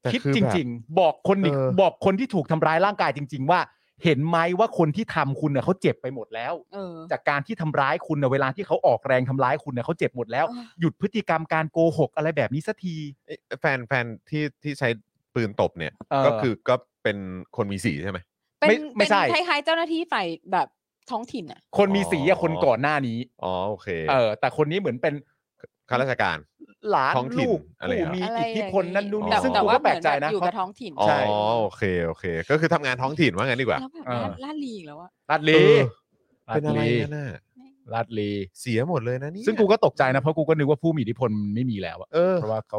Speaker 7: แต่
Speaker 2: ๆ คิด
Speaker 7: อ
Speaker 2: จ
Speaker 7: แบบ
Speaker 2: ริง ๆ บอกคนอีก
Speaker 7: เออ
Speaker 2: บอกคนที่ถูกทำร้ายร่างกายจริง ๆ ว่า เห็นไหมว่าคนที่ทำคุณเน่ะเขาเจ็บไปหมดแล้ว
Speaker 3: เออ
Speaker 2: จากการที่ทำร้ายคุณนะเวลาที่เขาออกแรงทำร้ายคุณนะเขาเจ็บหมดแล้ว
Speaker 3: เออ
Speaker 2: หยุดพฤติกรรมการโกหกอะไรแบบนี้สักที
Speaker 1: เอ๊ะแฟนแฟนที่ที่ใช้ปืนตบเนี่ย
Speaker 2: เ
Speaker 1: ก็คือก็เป็นคนมีสีใช่ไหม
Speaker 3: เป็น
Speaker 2: ไม่
Speaker 3: เป็
Speaker 2: ไม่
Speaker 3: น
Speaker 2: ใช่
Speaker 3: คล้ายๆเจ้าหน้าที่ฝ่ายแบบท้องถิ่นอ่ะ
Speaker 2: คนมีสีอะ
Speaker 1: อ๋อ
Speaker 2: คนก่อนหน้านี้
Speaker 1: อ๋อโอเค
Speaker 2: เออแต่คนนี้เหมือนเป็น
Speaker 1: ข้าราชการ
Speaker 2: หลาน
Speaker 1: ท้องถิ่น
Speaker 2: ลูก
Speaker 1: อะไร
Speaker 2: ผู้
Speaker 1: อะ
Speaker 2: มี
Speaker 3: อะไร
Speaker 2: อิทธิพลนั่นนู่นนี่
Speaker 3: แต่
Speaker 2: ซึ่ง
Speaker 3: แต่
Speaker 2: กู
Speaker 3: ว่า
Speaker 2: ก็แปลกใจนะ
Speaker 3: เหมือนแบบอยู่กับท้องถิ่น
Speaker 1: อ๋อ
Speaker 2: ใช่
Speaker 1: โอเคโอเค ก็คือทำงานท้องถิ่นว่างั้นดีกว่า
Speaker 3: แล้วแบบ
Speaker 2: เออ
Speaker 3: ล่าลีอีกแล้วอะ
Speaker 2: ลัด
Speaker 1: เอ
Speaker 2: ลี
Speaker 1: อ
Speaker 2: ลั
Speaker 1: เป็น
Speaker 2: ด
Speaker 1: อะไร
Speaker 2: ลี
Speaker 1: กันน่ะ
Speaker 2: ลัดลี
Speaker 1: เสียหมดเลยนะเนี่ย
Speaker 2: ซึ่งกูก็ตกใจนะเพราะกูก็นึกว่าผู้มีอิทธิพลมันไม่มีแล้วอะ
Speaker 1: เออ
Speaker 2: เพราะว่าเขา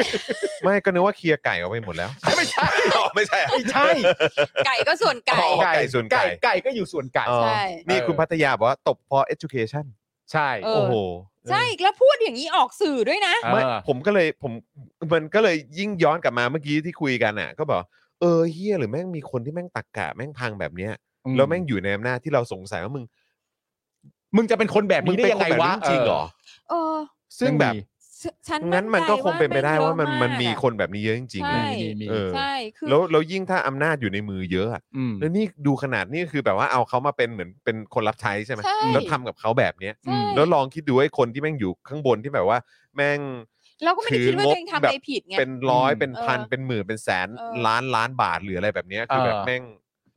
Speaker 1: ไม่ก็นึกว่าเคลียร์ไก่ออกไปหมดแล้ว ไม่ใช่ไม่ใช่
Speaker 2: ไม่ใช่
Speaker 3: ไก่ก็ส่วนไก่
Speaker 1: อ๋อ ไก่ส่วนไก่
Speaker 2: ไก่ก็อยู่ส่วนไก่
Speaker 1: อ๋อ
Speaker 3: ใช่
Speaker 1: นี่
Speaker 2: เออ
Speaker 1: คุณพัทยาบอกว่าตบพอ education
Speaker 2: ใช่
Speaker 3: เออ
Speaker 1: โอ้โห
Speaker 3: ใช่แล้วพูดอย่างนี้ออกสื่อด้วยนะ
Speaker 2: เออ
Speaker 1: ไม่ผมก็เลยผมมันก็เลยยิ่งย้อนกลับมาเมื่อกี้ที่คุยกันอ่ะ ก็บอกเออเฮียหรือแม่งมีคนที่แม่งตักกะแม่งพังแบบเนี้ยแล้วแม่งอยู่ในอำนาจที่เราสงสัยว่ามึง
Speaker 2: มึงจะเป็นคนแบบ
Speaker 1: มึ
Speaker 2: นี้ได้
Speaker 1: เป็น
Speaker 2: ยัง
Speaker 1: ค
Speaker 2: ไง
Speaker 1: นแบบ
Speaker 2: วะ
Speaker 1: นั้นจริงเหรอ
Speaker 3: เออ
Speaker 1: ซึ่งแบบ
Speaker 3: ฉฉัน
Speaker 1: งั้นมันก็คงเป็นไปได้ว่ามัน
Speaker 3: ใจ
Speaker 1: มันมี
Speaker 3: เยอะ
Speaker 1: คนแบบนี้เยอะจริงๆ
Speaker 2: เอ
Speaker 1: นะ
Speaker 2: อมีมีมี
Speaker 1: เออ
Speaker 3: ใช่คือ
Speaker 1: แล้วแล้วยิ่งถ้าอำนาจอยู่ในมือเยอะอะ
Speaker 2: อืม
Speaker 1: แล้วนี่ดูขนาดนี้คือแบบว่าเอาเขามาเป็นเหมือนเป็นคนรับใช้ใช่ไหม
Speaker 3: ใช่
Speaker 1: แล้วทำกับเขาแบบเนี้ย
Speaker 3: ใช่
Speaker 1: แล้วลองคิดดูไอ้คนที่แม่งอยู่ข้างบนที่แบบว่า แม่ง
Speaker 3: เราก็ไม่ได้คิดว่า
Speaker 1: ถืองบ
Speaker 3: ตัวเองทำอะไร
Speaker 1: แบบ
Speaker 3: ผิดไง
Speaker 1: เป็นร้อย
Speaker 2: อืม
Speaker 1: เป็นพัน
Speaker 3: เออ
Speaker 1: เป็นหมื่นเป็นแสน
Speaker 3: เออ
Speaker 1: ล้านล้านบาทหรืออะไรแบบเนี้ยคือ
Speaker 2: เออ
Speaker 1: แบบแม่ง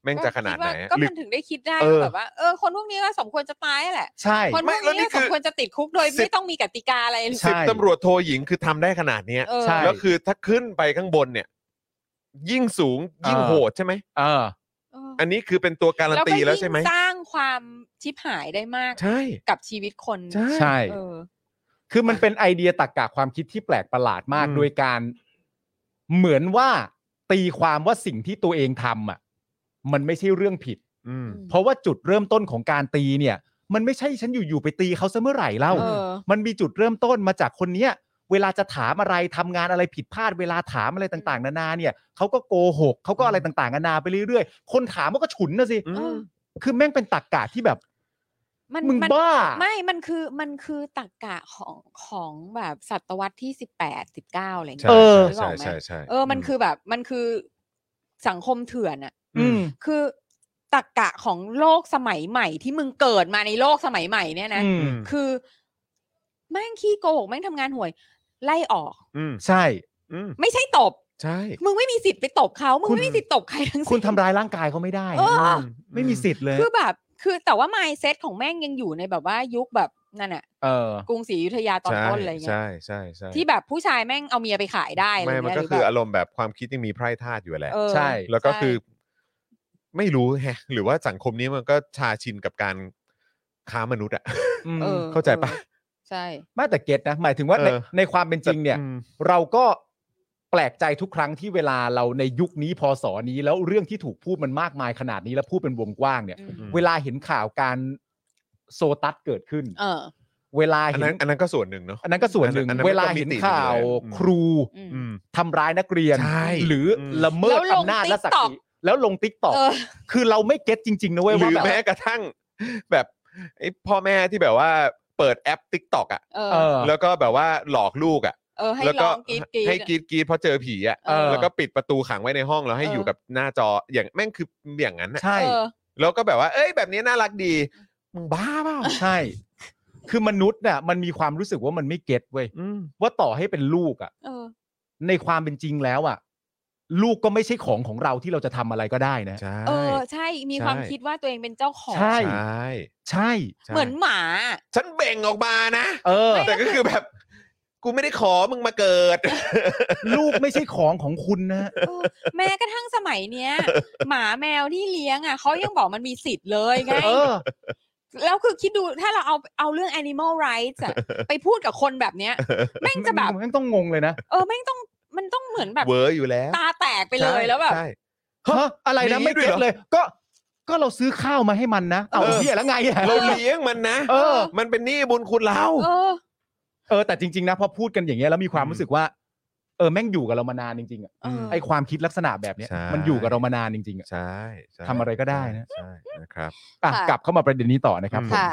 Speaker 1: แม่งจะขนาดไหน
Speaker 3: ก็คิว่ก็
Speaker 1: หรือ
Speaker 3: มันถึงได้คิดได้
Speaker 1: เออ
Speaker 3: ว่าแบบว่าเออคนพวกนี้ก็สมควรจะตายแหละ
Speaker 2: ใช่
Speaker 3: คนพ
Speaker 1: ไม่
Speaker 3: วก
Speaker 1: แล้วนี่
Speaker 3: นี้
Speaker 1: คื
Speaker 3: ส
Speaker 1: อ
Speaker 3: มควรจะติดคุกโดย
Speaker 1: สิ
Speaker 3: ไม่
Speaker 1: บ
Speaker 3: ต้องมีกติกาอะไรเลย
Speaker 2: ใช่
Speaker 1: สิบตำรวจโทหญิงคือทำได้ขนาดเนี้ย
Speaker 3: เออ
Speaker 2: ใช่
Speaker 1: แล้วคือถ้าขึ้นไปข้างบนเนี่ย ยิ่งสูงยิ่ง
Speaker 2: เออ
Speaker 1: โหดใช่ไหม
Speaker 2: เออ
Speaker 3: เออ
Speaker 1: อันนี้คือเป็นตัวการันตีแล้วใช่ไหม
Speaker 3: ก็ยิ่งสร้างความชิบหายได้มาก
Speaker 1: ใช่
Speaker 3: กับชีวิตคน
Speaker 1: ใช่
Speaker 2: ใช่
Speaker 3: เออ
Speaker 2: คือมันเป็นไอเดียตรกกะความคิดที่แปลกประหลาดมาก
Speaker 1: อืม
Speaker 2: โดยการเหมือนว่าตีความว่าสิ่งที่ตัวเองทำอ่ะ มันไม่ใช่เรื่องผิด
Speaker 1: อืม
Speaker 2: เพราะว่าจุดเริ่มต้นของการตีเนี่ย มันไม่ใช่ฉันอยู่ๆไปตีเขาซะเมื่อไหร่เล่า
Speaker 3: เออ
Speaker 2: มันมีจุดเริ่มต้นมาจากคนเนี้ย เวลาจะถามอะไรทำงานอะไรผิดพลาดเวลาถามอะไรต่างๆ นานาเนี่ยเขาก็โกหกเขาก็อะไรต่างๆนานาไปเรื่อยๆ คนถามมันก็ฉุนนะสิ
Speaker 1: อื
Speaker 3: เออ
Speaker 2: คือแม่งเป็นตรกกะที่แบบ
Speaker 3: มัน
Speaker 2: มึง
Speaker 3: มัน
Speaker 2: บ้า
Speaker 3: ไม่ มันคือ มันคือตรรกะของของแบบศตวรรษที่สิบแปดสิบเก้าอะไรอย่าง
Speaker 1: ใช่
Speaker 3: เงี้ย
Speaker 2: อ
Speaker 3: นึก
Speaker 1: ใช่
Speaker 3: กไหม
Speaker 1: ใช่ใช่
Speaker 3: เออ มันคือแบบ มันคือสังคมเถื่อนอะ
Speaker 2: อืม
Speaker 3: คือตรรกะของโลกสมัยใหม่ที่มึงเกิดมาในโลกสมัยใหม่เนี่ยนะ
Speaker 2: อืม
Speaker 1: อืม
Speaker 3: คือแม่งขี้โกหกแม่งทำงานห่วย ไล่ออก
Speaker 1: อืม
Speaker 2: ใช่
Speaker 1: อืม
Speaker 3: ไม่ใช่ตบ
Speaker 1: ใช่
Speaker 3: มึงไม่มีสิทธิ์ไปตบเขามึง
Speaker 2: คุณ
Speaker 3: ไม่มีสิทธิ์ตบใครทั้งสิ้น
Speaker 2: คุณทำร้ายร่างกายเขาไม่ได้
Speaker 3: เออ
Speaker 1: ม
Speaker 2: ไม่มีสิทธิ์เลย
Speaker 3: คือแบบ คือแต่ว่า mindset ของแม่งยังอยู่ในแบบว่ายุคแบบนั่นอะ
Speaker 2: เออก
Speaker 3: รุงศรีอยุธยาตอน
Speaker 1: ใช่
Speaker 3: ต้นอะไรเงี้ย
Speaker 1: ใช่ใช่ใช่
Speaker 3: ที่แบบผู้ชายแม่งเอาเมียไปขายได้อะไร
Speaker 1: ไม่
Speaker 3: เงี้ย
Speaker 1: มันก็
Speaker 3: หรื
Speaker 1: คือ
Speaker 3: แบบ
Speaker 1: อารมณ์แบบความคิดยังมีไพร่ธาตุอยู่แหละ
Speaker 3: เออ
Speaker 2: ใช่
Speaker 1: แล้วก็
Speaker 3: ใช่
Speaker 1: คือ ไม่รู้แฮะ หรือว่าสังคมนี้มันก็ชาชินกับการค้ามนุษย์อะ
Speaker 3: ออ
Speaker 1: เข้าใจปะ
Speaker 3: ออใช่
Speaker 2: ไม่แต่เก็ตนะ หมายถึงว่าใน
Speaker 1: เออ
Speaker 2: ในความเป็นจริงเนี่ย
Speaker 1: อืม
Speaker 2: เราก็แปลกใจทุกครั้งที่เวลาเราในยุคนี้พศนี้แล้วเรื่องที่ถูกพูดมันมากมายขนาดนี้แล้วพูดเป็นวงกว้างเนี่ย
Speaker 3: อืม
Speaker 2: เวลาเห็นข่าวการโซตัสเกิดขึ้น
Speaker 3: เออ
Speaker 2: เวลา
Speaker 1: อัน
Speaker 2: เห็
Speaker 1: นั้น นอันนั้นก็ส่วนหนึ่งเนาะ
Speaker 2: อันนั้นก็ส่วนหนึ่ง
Speaker 1: อันนั้นมันก็
Speaker 2: เวลาเห็น
Speaker 1: มิติหนึ่งเลย
Speaker 2: ข่าว
Speaker 1: อืม
Speaker 2: ครู
Speaker 3: อืม
Speaker 1: อืม
Speaker 2: ทำร้ายนักเรียน
Speaker 1: ใช่
Speaker 2: หรืออ
Speaker 1: ม
Speaker 2: ละเมิด
Speaker 3: แล้วลง
Speaker 2: อำนาจและศัก
Speaker 3: TikTok
Speaker 2: ดิ์ศรีแล้วลงติ๊กต็อก
Speaker 3: เออ
Speaker 2: คือเราไม่เก็ตจริงๆนะเว้ย
Speaker 1: ห
Speaker 2: ว่า
Speaker 1: รือ
Speaker 2: แบบ
Speaker 1: แม้กระทั่ง แบบไอ้พ่อแม่ที่แบบว่าเปิดแอปติ๊กต็อกอะ
Speaker 3: เอ
Speaker 2: เอ
Speaker 3: อ
Speaker 2: อ
Speaker 1: แล้วก็แบบว่าหลอกลูกอะ
Speaker 3: เออ ให้
Speaker 1: แล้ว
Speaker 3: ล
Speaker 1: ก็
Speaker 3: องกรีดกรี
Speaker 1: ให้
Speaker 3: ด
Speaker 1: กรีดกรีดเพราะเจอผีอะ
Speaker 3: เออ
Speaker 2: แ
Speaker 1: แล้วก็ปิดประตูขังไว้ในห้องแล้วให้
Speaker 3: เออ
Speaker 1: อ
Speaker 3: อ
Speaker 1: ยู่กับหน้าจออย่างแม่งคืออย่างนั้นนะ
Speaker 2: ใช่
Speaker 3: เออ
Speaker 1: แล้วก็แบบว่า เอ้ยแบบนี้น่ารักดีมึงบ้าเปล่า
Speaker 2: ใช่ คือมนุษย์น่ะมันมีความรู้สึกว่ามันไม่เก็ตเว้ย
Speaker 1: อืม
Speaker 2: ว่าต่อให้เป็นลูกอ่ะ
Speaker 3: เออ
Speaker 2: ในความเป็นจริงแล้วอ่ะ ลูกก็ไม่ใช่ของของเราที่เราจะทำอะไรก็ได้นะ
Speaker 1: ใช่
Speaker 3: เออ ใช่ มีความ
Speaker 1: ใช่
Speaker 3: คิดว่าตัวเองเป็นเจ้าของ
Speaker 2: ใช่
Speaker 1: ใช่
Speaker 2: ใช่
Speaker 1: ใช่
Speaker 3: เหมือนหมา
Speaker 1: ฉันเบ่งออกมานะ
Speaker 2: เออ
Speaker 1: แต่ก็คือแบบ กูไม่ได้ขอมึงมาเกิ ด
Speaker 2: ลูกไม่ใช่ของของคุณนะ
Speaker 3: เออ แม้กระทั่งสมัยเนี้ย หมาแมวที่เลี้ยงอ่ะเขายังบอกมันมีสิทธิ์เลยไง
Speaker 2: เออ
Speaker 3: แล้วคือคิดดูถ้าเราเอาเอาเรื่อง animal rights อะไปพูดกับคนแบบเนี้ย แม่งจะแบบ
Speaker 2: แม่งต้องงงเลยนะ
Speaker 3: เออแม่งต้อง มันต้องเหมือนแบบ
Speaker 1: เวอร์อยู่แล้ว
Speaker 3: ตาแตกไปเลย
Speaker 1: ใช่
Speaker 3: แล้วแบบ
Speaker 1: ใช่
Speaker 2: ฮะอะไรนะ
Speaker 1: มี
Speaker 2: ไม่
Speaker 1: ด้วย
Speaker 2: เก็
Speaker 1: เหรอ
Speaker 2: ตเลย ก็ ก็เราซื้อข้าวมาให้มันนะเอา
Speaker 1: เออ
Speaker 2: เฮียแล้วไงอะ
Speaker 1: เราเลี้ยงมันนะ
Speaker 2: เออ
Speaker 1: มันเป็นหนี้บุญคุณเรา
Speaker 3: เออ
Speaker 2: เออแต่จริง ๆ นะพอพูดกันอย่างเงี้ยแล้วมีความรู้สึกว่า เออแม่งอยู่กับเรามานานจริงๆอะ
Speaker 3: เออ
Speaker 2: ไอความคิดลักษณะแบบเนี้ย
Speaker 1: ใช่
Speaker 2: มันอยู่กับเรามานานจริงๆอะ
Speaker 1: ใช่ใช่
Speaker 2: ทำอะไรก็ได้นะ
Speaker 1: ใช่ใช่นะครับ
Speaker 2: อ่ะ
Speaker 3: ค่ะ
Speaker 2: กลับเข้ามาประเด็นนี้ต่อนะครับ
Speaker 1: อืม
Speaker 2: ผม
Speaker 3: ค่ะ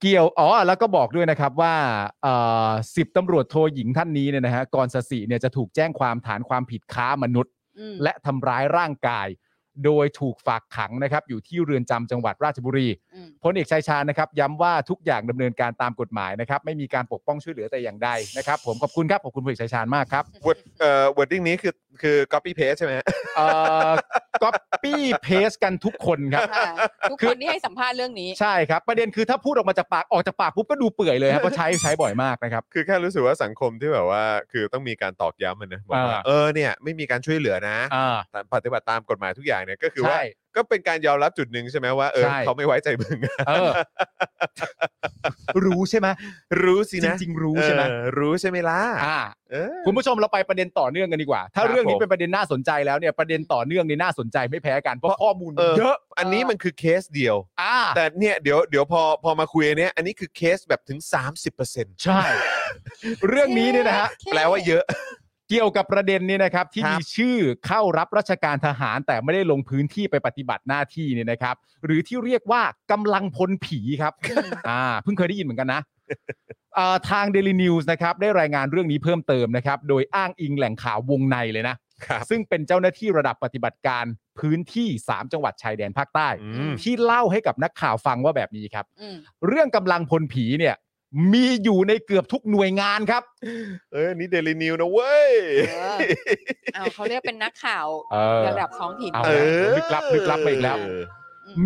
Speaker 2: เกี่ยวอ๋อแล้วก็บอกด้วยนะครับว่าสิบตำรวจโทหญิงท่านนี้เนี่ยนะฮะกรสสิเนี่ยจะถูกแจ้งความฐานความผิดค้ามนุษย์
Speaker 3: อืม
Speaker 2: และทำร้ายร่างกาย โดยถูกฝากขังนะครับ อยู่ที่เรือนจำจังหวัดราชบุรี
Speaker 3: อืม
Speaker 2: พลเอกชายชาญนะครับ ย้ำว่าทุกอย่างดำเนินการตามกฎหมายนะครับ ไม่มีการปกป้องช่วยเหลือแต่อย่างใดนะครับ ผมขอบคุณครับ ขอบคุณพลเอกชายชาญมากครับ
Speaker 1: วอร์ดเอ่อวอร์ดดิ้งนี้คือคือ copy paste ใช่ไหมฮะ
Speaker 2: ก๊อปปี้เพสกันทุกคนครับ
Speaker 3: ค่ะทุกคนที่ให้สัมภาษณ์เรื่องนี้
Speaker 2: ใช่ครับ ประเด็นคือถ้าพูดออกมาจากปากออกจากปากปุ๊บก็ดูเปื่อยเลยครับเพราะใช้ใช้บ่อยมากนะครับ
Speaker 1: คือแค่รู้สึกว่าสังคมที่แบบว่า คือต้องมีการตอกย้ำมันนะบอกว่า
Speaker 2: อ่า
Speaker 1: เออเนี่ยไม่มีการช่วยเหลือนะ
Speaker 2: อ่า
Speaker 1: แต่ปฏิบัติตามกฎหมายทุกอย่างเนี่ยก็คือว่า
Speaker 2: ใช่
Speaker 1: ก็เป็นการยอมรับจุดหนึ่งใช่ไหมว่าเออ
Speaker 2: ใช่
Speaker 1: เขาไม่ไว้ใจมึง
Speaker 2: เออ รู้ใช่ไหม
Speaker 1: รู้สิ
Speaker 2: จ
Speaker 1: นะ
Speaker 2: ริงๆรู้ใช่ไหม
Speaker 1: เออรู้ใช่ไหมล่ะ
Speaker 2: อ่า
Speaker 1: เออ
Speaker 2: คุณผู้ชมเราไปประเด็นต่อเนื่องกันดีกว่า ถ้า
Speaker 1: ครับ
Speaker 2: เรื่องนี้
Speaker 1: ผม
Speaker 2: เป็นประเด็นน่าสนใจแล้วเนี่ยประเด็นต่อเนื่องนี่น่าสนใจไม่แพ้กันเพราะข้อมูลมัน
Speaker 1: เออ
Speaker 2: เยอะ
Speaker 1: อันนี้มันคือเคสเดียว
Speaker 2: อ่า
Speaker 1: แต่เนี่ยเดี๋ยวเดี๋ยวพอพอมาคุยอันเนี้ยอันนี้คือเคสแบบถึง 30%
Speaker 2: ใช่ เรื่องนี้เนี่ยนะฮะ
Speaker 1: แปลว่าเยอะ
Speaker 2: เกี่ยวกับประเด็นนี้นะครับ ที่
Speaker 1: ครับ
Speaker 2: มีชื่อเข้ารับราชการทหาร แต่ไม่ได้ลงพื้นที่ไปปฏิบัติหน้าที่เนี่ยนะครับ หรือที่เรียกว่ากำลังพลผีครับ อ่าเพิ่งเคยได้ยินเหมือนกันนะเอ่อทาง Daily News นะครับได้รายงานเรื่องนี้เพิ่มเติมนะครับ โดยอ้างอิงแหล่งข่าววงในเลยนะ
Speaker 1: ครับ
Speaker 2: ซึ่งเป็นเจ้าหน้าที่ระดับปฏิบัติการพื้นที่ 3 จังหวัดชายแดนภาคใต้
Speaker 1: อืม
Speaker 2: ที่เล่าให้กับนักข่าวฟังว่าแบบนี้ครับ
Speaker 3: อืม
Speaker 2: เรื่องกำลังพลผีเนี่ยมีอยู่ในเกือบทุกหน่วยงานครับ
Speaker 1: เออนี่เดลินิวนะเว้ย
Speaker 3: เออ เอาเขาเรียกเป็นนักข่าว
Speaker 2: เออ
Speaker 3: ระดับท้องถิ่น
Speaker 2: เอา
Speaker 1: เออ
Speaker 2: ลึกลับลึกลับไปอีกแล้ว
Speaker 3: อืม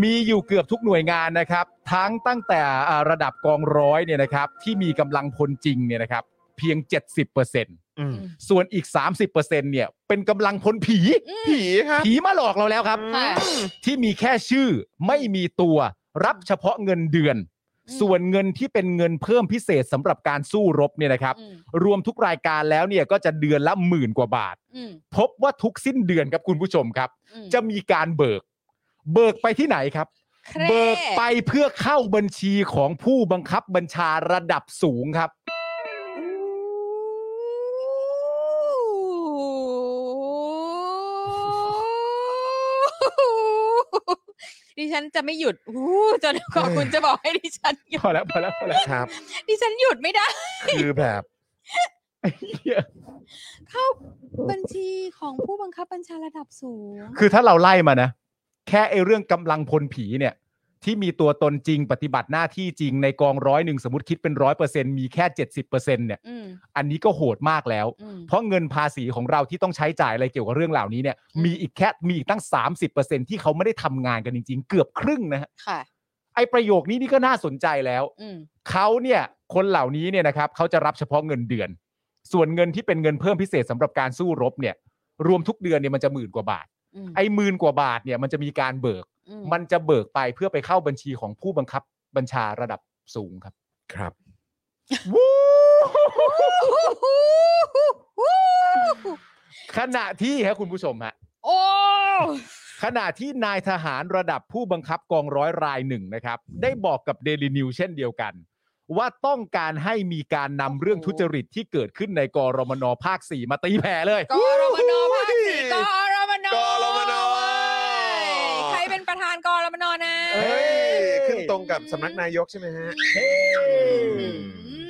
Speaker 2: มีอยู่เกือบทุกหน่วยงานนะครับ ทั้งตั้งแต่อ่าระดับกองร้อยเนี่ยนะครับ ที่มีกำลังพลจริงเนี่ยนะครับ เพียง 70%
Speaker 1: อืม
Speaker 2: ส่วนอีก 30%เนี่ยเป็นกำลังพลผี
Speaker 1: ผีครับ
Speaker 2: ผีมาหลอกเราแล้วครับ
Speaker 3: ค่ะ
Speaker 2: ที่มีแค่ชื่อไม่มีตัวรับเฉพาะเงินเดือน
Speaker 3: อืม
Speaker 2: ส่วนเงินที่เป็นเงินเพิ่มพิเศษสำหรับการสู้รบเนี่ยนะครับ
Speaker 3: อืม
Speaker 2: รวมทุกรายการแล้วเนี่ยก็จะเดือนละหมื่นกว่าบาท
Speaker 3: อืม
Speaker 2: พบว่าทุกสิ้นเดือนครับคุณผู้ชมครับ
Speaker 3: อืม
Speaker 2: จะมีการเบิก เบิกไปที่ไหนครับ
Speaker 3: แคร่
Speaker 2: เบิกไปเพื่อเข้าบัญชีของผู้บังคับบัญชาระดับสูงครับ
Speaker 3: ดิฉันจะไม่หยุดอู้จนกว่าคุณจะบอกให้ดิฉันหยุ
Speaker 2: พ
Speaker 3: ด
Speaker 2: อแล้วพอแล้วพอแล้ว
Speaker 1: ค รับ
Speaker 3: ดิฉันหยุดไม่ได้
Speaker 1: คือแบบ
Speaker 3: เข้าบัญชีของผู้บังคับบัญชาระดับสูง
Speaker 2: คือถ้าเราไล่มานะ แค่ไอเรื่องกำลังพลผีเนี่ย ที่มีตัวตนจริงปฏิบัติหน้าที่จริงในกองร้อยหนึ่งสมมติคิดเป็นร้อยเปอร์เซ็นมีแค่เจ็ดสิบเปอร์เซ็นเนี่ย
Speaker 3: อืม
Speaker 2: อันนี้ก็โหดมากแล้ว
Speaker 3: อืม
Speaker 2: เพราะเงินภาษีของเราที่ต้องใช้จ่ายอะไรเกี่ยวกับเรื่องเหล่านี้เนี่ย
Speaker 3: อืม
Speaker 2: มีอีกแค่มีอีกตั้ง 30%ที่เขาไม่ได้ทำงานกันจริง ๆ เกือบครึ่งนะฮะ
Speaker 3: ค่ะ
Speaker 2: ไอประโยคนี้นี่ก็น่าสนใจแล้ว
Speaker 3: อืม
Speaker 2: เขาเนี่ยคนเหล่านี้เนี่ยนะครับเขาจะรับเฉพาะเงินเดือน ส่วนเงินที่เป็นเงินเพิ่มพิเศษสำหรับการสู้รบเนี่ย รวมทุกเดือนเนี่ยมันจะหมื่นกว่าบาท
Speaker 3: อืม
Speaker 2: ไอ้หมื่นกว่าบาทเนี่ยมันจะมีการเบิก
Speaker 3: อื
Speaker 2: มันจะเบิกไปเพื่อไปเข้าบัญชีของผู้บังคับบัญชาระดับสูงครับ
Speaker 1: ครับ
Speaker 2: วู้ขณะที่ครับคุณผู้ชมฮะ
Speaker 3: โอ้
Speaker 2: ขณะที่นายทหารระดับผู้บังคับกองร้อยรายหนึ่งนะครับ ได้บอกกับเดลินิวเช่นเดียวกัน ว่าต้องการให้มีการนำเรื่องทุจริตที่เกิดขึ้นในกรมนภาค 4 มาตีแผ่เลย
Speaker 3: กอรมนภาคสี่กอรมน
Speaker 1: กรมน
Speaker 3: เว้ยใครเป็นประธานกอรมนนะ
Speaker 1: เฮ้ย ขึ้นตรงกับสำนักนายกใช่ไหมฮะ
Speaker 3: อื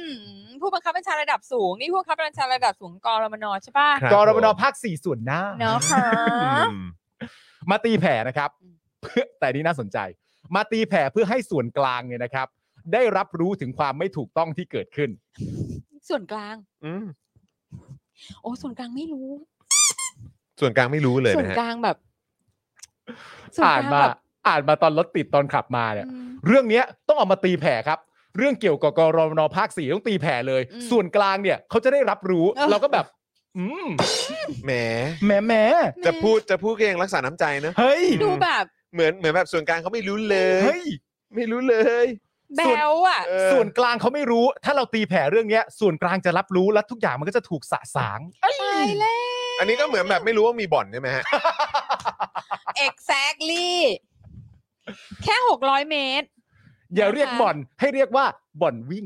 Speaker 3: มผู้บังคับบัญชาระดับสูง นี่ผู้บังคับบัญชาระดับสูงกอรมนใช่ป่ะ
Speaker 1: ครับ
Speaker 2: กรมนภาค 4 ส่วนหน้า
Speaker 3: เนาะค่ะ
Speaker 1: อืม
Speaker 2: มาตีแผ่นะครับ
Speaker 3: อืม
Speaker 2: เพื่อแต่นี่น่าสนใจ มาตีแผ่เพื่อให้ส่วนกลางเนี่ยนะครับ ได้รับรู้ถึงความไม่ถูกต้องที่เกิดขึ้น
Speaker 3: ส่วนกลาง
Speaker 1: อืม
Speaker 3: โอ้ส่วนกลางไม่รู้
Speaker 1: ส่วนกลางไม่รู้เลย
Speaker 3: ส่วน
Speaker 1: นะฮะ
Speaker 3: กลางแบบส่วน
Speaker 2: อ่าก น
Speaker 3: ลาง
Speaker 2: มา
Speaker 3: แบบ
Speaker 2: อ่านมาตอนรถติดตอนขับมาเนี่ย
Speaker 3: อืม
Speaker 2: เรื่องเนี้ยต้องเอามาตีแผ่ครับ เรื่องเกี่ยวกับกรมนภาคสี่ต้องตีแผ่เลย
Speaker 3: อืม
Speaker 2: ส่วนกลางเนี่ยเขาจะได้รับรู้
Speaker 3: เออ
Speaker 2: เราก็แบบ อืม
Speaker 1: แหม
Speaker 2: แหมแหม
Speaker 1: จะพูดจะพูดก็ยังรักษาน้ำใจนะ
Speaker 2: เฮ้ย
Speaker 3: ดูแบบ
Speaker 1: เหมือนเหมือนแบบส่วนกลางเขาไม่รู้เลย
Speaker 2: เฮ้ย
Speaker 1: ไม่รู้เลย
Speaker 3: แบวอ่ะ
Speaker 1: เออ
Speaker 2: ส่วนกลางเขาไม่รู้ ถ้าเราตีแผ่เรื่องเนี้ย ส่วนกลางจะรับรู้และทุกอย่างมันก็จะถูกสะสาง
Speaker 3: ตายแล้
Speaker 1: อันนี้ก็เหมือนแบบไม่รู้ว่ามีบ่อนใช่ไหมฮะ
Speaker 3: exactly แค่ 600 เมตร
Speaker 2: อย่าเรียกบ่อนให้เรียกว่าบ่อนวิ่ง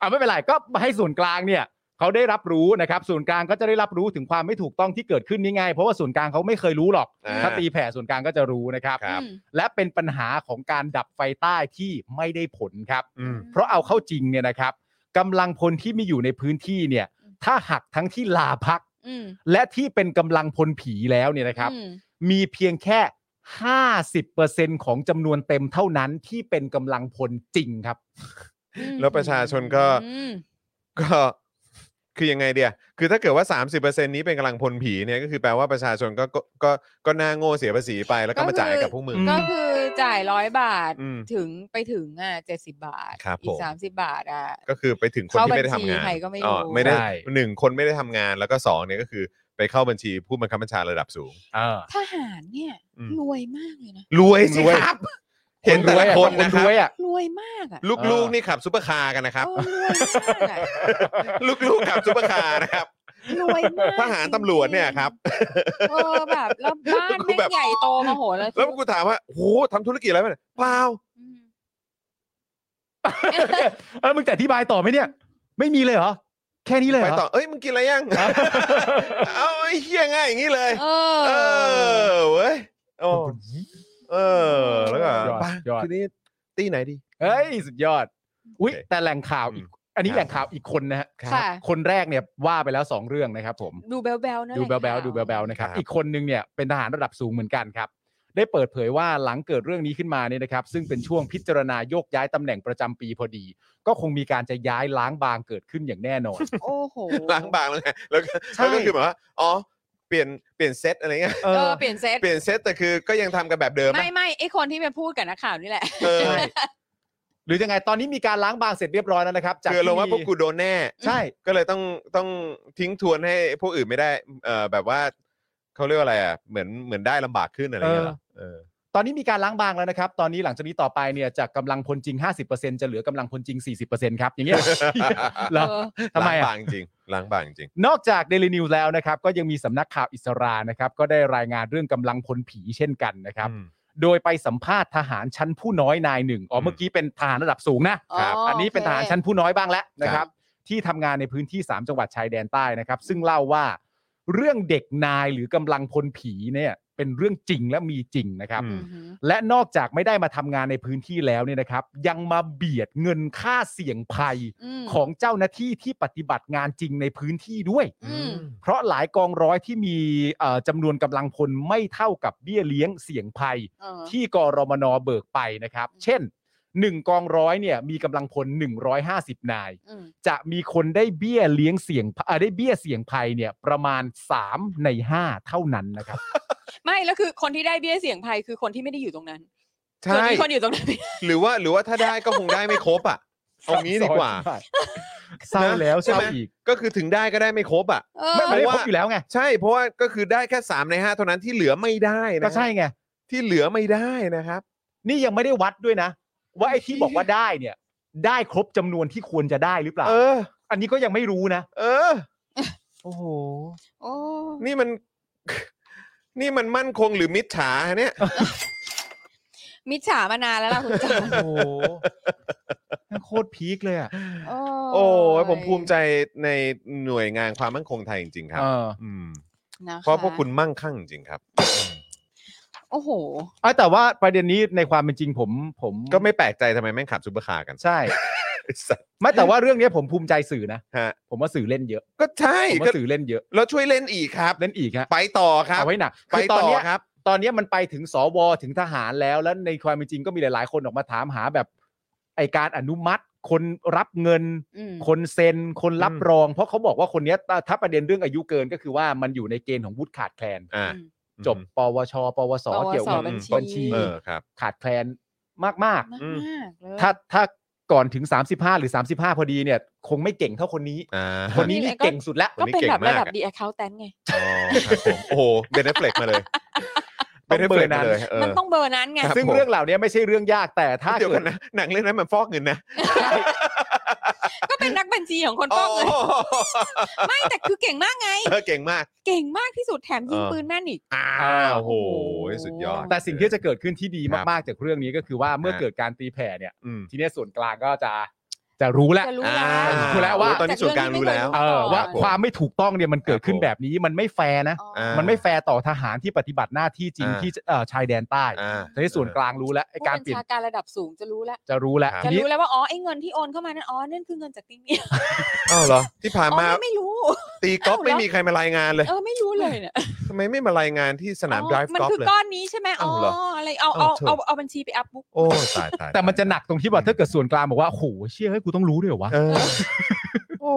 Speaker 2: อ่าไม่เป็นไรก็มาให้ส่วนกลางเนี่ยเขาได้รับรู้นะครับส่วนกลางก็จะได้รับรู้ถึงความไม่ถูกต้องที่เกิดขึ้นนี่ไง เพราะว่าส่วนกลางเขาไม่เคยรู้หรอก
Speaker 1: อ่า
Speaker 2: ถ้าตีแผ่ส่วนกลางก็จะรู้นะครับ
Speaker 1: ครับ
Speaker 3: อืม
Speaker 2: และเป็นปัญหาของการดับไฟใต้ที่ไม่ได้ผลครับ
Speaker 1: อืม
Speaker 2: เพราะเอาเข้าจริงเนี่ยนะครับกำลังพลที่มีอยู่ในพื้นที่เนี่ย ถ้าหักทั้งที่ลาพัก
Speaker 3: อืม
Speaker 2: และที่เป็นกำลังพลผีแล้วเนี่ยนะครับ
Speaker 3: อืม
Speaker 2: มีเพียงแค่ 50%ของจำนวนเต็มเท่านั้นที่เป็นกำลังพลจริงครับ
Speaker 3: อืม
Speaker 1: แล้วประชาชนก็
Speaker 3: อืม
Speaker 1: ก็คือยังไงเดียคือถ้าเกิดว่า 30%นี้เป็นกำลังพลผีเนี่ยก็คือแปลว่าประชาชนก็ก็ก็ก็น่าโง่เสียภาษีไปแล้วก็มาจ่ายให้กับพวกมึง
Speaker 3: ก็คือจ่ายร้อยบาท
Speaker 1: อืม
Speaker 3: ถึงไปถึงอ่ะเจ็ดสิบาท
Speaker 1: ครับ
Speaker 3: อี
Speaker 1: ผ
Speaker 3: ก
Speaker 1: ม
Speaker 3: สามสิบาทอ่ะ
Speaker 1: ก็คือไปถึงคนที่ไม่ได้ทำงาน
Speaker 3: เข้าบัญชีใครก็ไม่รู้
Speaker 1: อ๋อไม่ได้
Speaker 2: ใช่
Speaker 1: หนึ่งคนไม่ได้ทำงานแล้วก็สองเนี่ยก็คือไปเข้าบัญชีผู้บังคับบัญชาระดับสูง
Speaker 3: ทหารเนี่ย
Speaker 1: อืม
Speaker 3: รวยมากเลยนะ
Speaker 1: รวยสิครับ เห็นแต่ละคน
Speaker 2: คน
Speaker 1: นะค
Speaker 2: ร
Speaker 1: รับ
Speaker 2: วยอ่ะ
Speaker 3: รวยมากอ่ะ
Speaker 2: เอ
Speaker 1: ลูก
Speaker 2: อ
Speaker 1: ๆนี่ขับซุปเปอร์คาร์กันนะครับ
Speaker 3: โอ้รวยมากอะ
Speaker 1: ลูกๆขับซุปเปอร์คาร์นะครับ
Speaker 3: รวยมาก
Speaker 1: ทหารตำรวจเนี่ยครับ
Speaker 3: เออแบบแล้วบ้าน
Speaker 1: กู
Speaker 3: แม่
Speaker 1: แบ
Speaker 3: ง
Speaker 1: บ
Speaker 3: ใหญ่โตมโหฬาร
Speaker 1: แล้วกูถามว่าโอ้โหทำธุรกิจอะไรไหมเนี่ยเปล่า
Speaker 3: อืม
Speaker 2: เออมึงจะอธิบายต่อไหมเนี่ย ไม่มีเลยเหรอ แค่นี้เลยเห
Speaker 1: ไป
Speaker 2: ร
Speaker 1: ต่อ
Speaker 2: อ
Speaker 1: เอ้ย มึงกินอะไรยัง เอาไอ้เฮี้ยง่ายอย่างนี้เลย
Speaker 3: เอ
Speaker 1: เอ
Speaker 3: อ
Speaker 1: อเว้ยโอ้เออ แล้วก็
Speaker 2: ยอด
Speaker 1: ไป
Speaker 2: ยอด
Speaker 1: ทีนี้ตีไหนดี
Speaker 2: เฮ้ย สุดยอด อุ๊ย
Speaker 1: โอเค
Speaker 2: แต่แหล่งข่าวอีก อัน
Speaker 1: ค
Speaker 2: นี้
Speaker 1: รับ
Speaker 2: แหล่งข่าวอีกคนนะฮะ
Speaker 3: ครับค่ะ
Speaker 2: คนแรกเนี่ยว่าไปแล้ว 2 เรื่องนะครับผม
Speaker 3: ดูแบลแบลนะ
Speaker 2: ดูแบล
Speaker 3: ห
Speaker 2: แบ
Speaker 3: ง
Speaker 2: ล
Speaker 3: ข่าว
Speaker 2: ดูแบลแบลนะครับ
Speaker 1: ครับ
Speaker 2: อีกคนนึงเนี่ยเป็นทหารระดับสูงเหมือนกันครับ ได้เปิดเผยว่าหลังเกิดเรื่องนี้ขึ้นมาเนี่ยนะครับ ซึ่งเป็นช่วงพิจารณาโยกย้ายตำแหน่งประจำปีพอดี ก็คงมีการจะย้ายล้างบางเกิดขึ้นอย่างแน่นอน
Speaker 3: โอ้โห
Speaker 1: ล้างบางแล้วไงแล้วก็
Speaker 2: ใช่
Speaker 1: แล้วก็คือแบบว่า อ๋อ เปลี่ยน เปลี่ยนเซตอะไรเงี้ย
Speaker 3: เออเปลี่ยนเซต
Speaker 1: เปลี่ยนเซตแต่คือก็ยังทำกันแบบเดิม
Speaker 3: ไม่ไม่ไอคนที่เป็นพูดกับนักข่าวนี่แหละ
Speaker 1: เออ
Speaker 2: ใช่หรือยังไงตอนนี้มีการล้างบางเสร็จเรียบร้อยแล้วนะครับ จาก
Speaker 1: คือลงว่าพวกกูโดนแน่
Speaker 2: ใช่
Speaker 1: ก็เลยต้องต้องทิ้งทวนให้พวกอื่นไม่ได้ เออแบบว่าเขาเรียกว่าอะไรอ่ะ เหมือนเหมือนได้ลำบากขึ้นอะไรเงี้ยเหรอเออ
Speaker 2: ตอนนี้มีการล้างบางแล้วนะครับ ตอนนี้หลังจากนี้ต่อไปเนี่ยจากกำลังพลจริง 50%จะเหลือกำลังพลจริง 40%ครับ อย่างเงี้ย เหรอ
Speaker 3: เออ
Speaker 2: ทำไม
Speaker 1: ล้าง
Speaker 2: อ่ะ
Speaker 1: บางจริงล้างบางจริง
Speaker 2: นอกจาก Daily News แล้วนะครับ ก็ยังมีสำนักข่าวอิสรานะครับ ก็ได้รายงานเรื่องกำลังพลผีเช่นกันนะครับ โดยไปสัมภาษณ์ทหารชั้นผู้น้อยนายหนึ่งอ๋ออ
Speaker 1: ม
Speaker 2: เมื่อกี้เป็นทหารระดับสูงนะ
Speaker 3: อ๋อครับ
Speaker 2: อันนี้เป็น
Speaker 3: โอเค
Speaker 2: ทหารชั้นผู้น้อยบ้างแล้วนะค
Speaker 3: ครั
Speaker 2: รับ
Speaker 3: บ
Speaker 2: ที่ทำงานในพื้นที่ 3 จังหวัดชายแดนใต้นะครับ ซึ่งเล่าว่า เรื่องเด็กนายหรือกำลังพลผีเนี่ยเป็นเรื่องจริงและมีจริงนะครับ
Speaker 3: อือหือ
Speaker 2: และนอกจากไม่ได้มาทำงานในพื้นที่แล้วเนี่ยนะครับ ยังมาเบียดเงินค่าเสี่ยงภัย
Speaker 3: ม
Speaker 2: ของเจ้าหน้าที่ที่ปฏิบัติงานจริงในพื้นที่ด้วย
Speaker 3: อืม
Speaker 2: เพราะหลายกองร้อยที่มีเอ่อจำนวนกำลังพลไม่เท่ากับเบี้ยเลี้ยงเสี่ยงภัย
Speaker 3: เออ
Speaker 2: ที่กรมนเบิกไปนะครับ เช่น 1 กองร้อยเนี่ยมีกำลังพล 150 นาย
Speaker 3: อืม
Speaker 2: จะมีคนได้เบี้ยเลี้ยงเสี่ยงภัยเอ่อได้เบี้ยเสี่ยงภัยเนี่ยประมาณ 3 ใน 5 เท่านั้นนะครับ
Speaker 3: ไม่แล้วคือคนที่ได้เบี้ยเสี่ยงภัยคือคนที่ไม่ได้อยู่ตรงนั้นส่วน
Speaker 1: ใช่
Speaker 3: ที่คนอยู่ตรงนั้น
Speaker 1: หรือว่าหรือว่าถ้าได้ก็คงได้ไม่ครบอ่ะ เอางี้ดี กว่า
Speaker 2: เศร้าแล้ว
Speaker 1: นะใช่
Speaker 2: เศร้า
Speaker 1: ไหม
Speaker 2: อีก
Speaker 1: ก็คือถึงได้ก็ได้ไม่ครบอ่ะ
Speaker 3: เอ
Speaker 2: ไม่
Speaker 3: อ
Speaker 2: ไม่ได้
Speaker 1: เพราะว่า
Speaker 2: พบอยู่แล้วไง
Speaker 1: ใช่เพราะว่าก็คือได้แค่3ใน5เท่านั้นที่เหลือไม่ได้นะ
Speaker 2: ก็ใช่ไง
Speaker 1: ที่เหลือไม่ได้นะครับ
Speaker 2: นี่ยังไม่ได้วัดด้วยนะ ว่าไอ้ที่บอกว่าได้เนี่ย ได้ครบจำนวนที่ควรจะได้หรือเปล่า
Speaker 1: เออ
Speaker 2: อันนี้ก็ยังไม่รู้นะ
Speaker 1: เออ
Speaker 2: โอ้โห
Speaker 3: โอ้
Speaker 1: นี่มัน นี่มันมั่นคงหรือมิจฉาเนี่ย
Speaker 3: มิจฉามานานแล้วล่ะคุณจอน
Speaker 2: โอ้โหแม่งโคตรพีคเลยอ่ะ
Speaker 3: โอ้
Speaker 1: โอ้ยผมภูมิใจในหน่วยงานความมั่นคงไทยจริงๆครับ
Speaker 2: เออ
Speaker 1: อืม
Speaker 3: น
Speaker 1: เพราะพวกคุณมั่งคั่งจริงครับ
Speaker 3: โอ้โห
Speaker 2: เอ้ยแต่ว่าประเด็นนี้ในความเป็นจริงผมผม
Speaker 1: ก็ไม่แปลกใจทำไมแม่งขับซูเปอร์คาร์กัน
Speaker 2: ใช่
Speaker 1: ไอ้สัส
Speaker 2: ไม่แต่ว่าเรื่องเนี้ยผมภูมิใจสื่อนะ
Speaker 1: ฮะ
Speaker 2: ผมว่าสื่อเล่นเยอะ
Speaker 1: ก็ใช่
Speaker 2: ผม
Speaker 1: ก็
Speaker 2: ว่าสื่อเล่นเยอะ
Speaker 1: แล้วช่วยเล่นอีกครับ
Speaker 2: เล่นอีกฮะ
Speaker 1: ไปต่อครับ
Speaker 2: เอาไว้หนัก
Speaker 1: ไป
Speaker 2: คือต
Speaker 1: ต่
Speaker 2: อน
Speaker 1: อ
Speaker 2: เนี้ย
Speaker 1: ครับ
Speaker 2: ตอนเนี้ยมันไปถึงสวถึงทหารแล้ว แล้วในความเป็นจริงก็มีหลาย ๆ คนออกมาถามหาแบบไอการอนุมัติ คนรับเงิน
Speaker 3: อืม
Speaker 2: คนเซ็น คนรับ
Speaker 1: อืม
Speaker 2: รอง เพราะเขาบอกว่าคนเนี้ยถ้าถ้าประเด็นเรื่องอายุเกินก็คือว่ามันอยู่ในเกณฑ์ของวุฒิขาดแคลน
Speaker 1: อ่า
Speaker 2: จบปวช ปวส
Speaker 3: ปวส
Speaker 2: เกี่ยวกับ
Speaker 3: บัญชี
Speaker 2: บัญชี
Speaker 1: เออครับ
Speaker 2: ขาดแคลนมาก
Speaker 3: มาก
Speaker 1: อืม
Speaker 3: มากเลย
Speaker 2: ๆ ถ้าถ้าก่อนถึง 35 หรือ 35 พอดีเนี่ย คงไม่เก่งเท่าคนนี้
Speaker 1: อ่า
Speaker 2: คนนี้นี่เก่งสุดแล้ว
Speaker 3: ก็เป็นแบบระ
Speaker 1: คนนี้เก่งมา
Speaker 3: ดับ
Speaker 1: กอะ
Speaker 3: ดีแอคเคาท์แตนไง
Speaker 1: อ๋อครับผมโอ้โหเบนเนฟเฟลกมาเลยเบ
Speaker 2: ต้อน ง
Speaker 1: เนฟ
Speaker 2: เบ
Speaker 1: เฟล
Speaker 2: อร์
Speaker 1: กมา
Speaker 2: นั้
Speaker 1: น เลยเออ
Speaker 3: มันต้องเบอร์นั้นไง
Speaker 1: ครับ
Speaker 2: ซึ่ง
Speaker 1: ผม
Speaker 2: เรื่องเหล่านี้ไม่ใช่เรื่องยากแต่ถ้า
Speaker 1: เดี๋ยว
Speaker 2: เกิ
Speaker 1: กั
Speaker 2: ด
Speaker 1: นนะหนังเรื่องนั้นมันฟอกเงินนะ
Speaker 3: ก็เป็นนักบัญชีของคน
Speaker 1: โอ้
Speaker 3: ฟอกเงิน
Speaker 1: โห
Speaker 3: ไม่แต่คือเก่งมากไง
Speaker 1: เออเก่งมาก
Speaker 3: เก่งมากที่สุดแถมยิง
Speaker 1: เออ
Speaker 3: ปืนแม่นอีก
Speaker 1: อ้าว โหสุดยอด
Speaker 2: แต่สิ่งที่จะเกิดขึ้นที่ดีมากๆจากเรื่องนี้ก็คือว่าเมื่อ
Speaker 1: ฮะ
Speaker 2: เกิดการตีแผ่เนี่ย
Speaker 1: อืม
Speaker 2: ทีเนี้ยส่วนกลางก็จะจะรู้แล้ว
Speaker 3: จะรู้
Speaker 1: อ่า
Speaker 2: รู้แล้วว่า
Speaker 1: ตอนนี้ส่วนกลางรู้แล้ว
Speaker 2: เออว่า
Speaker 1: ครับผม
Speaker 2: ความไม่ถูกต้องเนี่ยมันเกิดขึ้นแบบนี้มันไม่แฟร์นะ
Speaker 1: อ่า
Speaker 2: มันไม่แฟร์ต่อทหารที่ปฏิบัติหน้าที่จริง
Speaker 1: อ่า
Speaker 2: ที่เอ่อชายแดนใต้
Speaker 1: อ่า
Speaker 2: ทีนี้ส่วนกลางรู้แล้วไอ้
Speaker 3: กา
Speaker 2: การ รเปลี่ยน
Speaker 3: ชาการระดับสูงจะรู้แล้ว
Speaker 2: จะรู้แล้ว
Speaker 1: ครับ
Speaker 3: จะ
Speaker 2: ทีนี้
Speaker 3: รู้แล้วว่าอ๋อไอ้เงินที่โอนเข้ามานั่นอ๋อนั่นคือเงินจากติ๊กเนี่ย
Speaker 1: อ้าวเหรอ ที่ผ่าน
Speaker 3: อ๋อ
Speaker 1: มา
Speaker 3: ไม่รู้
Speaker 1: ตีกอล์ฟ
Speaker 3: เอ้าเหรอ
Speaker 1: ไม่มีใครมารายงานเลย
Speaker 3: เออไม่รู้เลยเนี่ย
Speaker 1: ทำไมไม่มารายงานที่สนาม
Speaker 3: อ๋อ
Speaker 1: ดริฟ
Speaker 3: มัน
Speaker 1: กอล์ฟ
Speaker 3: คือ
Speaker 1: เลย
Speaker 3: ก้อนนี้ใช่ไหมอ๋อ
Speaker 1: เอ้าเหรอ
Speaker 3: อะไรเอา
Speaker 1: เอ้าเถอะ
Speaker 3: เอาเอาเอาบัญชีไปอัพบุ๊ก
Speaker 1: โอ้ตายตาย
Speaker 2: แต่มันจะหนักตรงที่แบบถ้าเกิดส่วนกลางบอกว่าโอ้โหเชื่อให้กูต้องรู้ด้วยเหรอวะ
Speaker 1: เออโอ้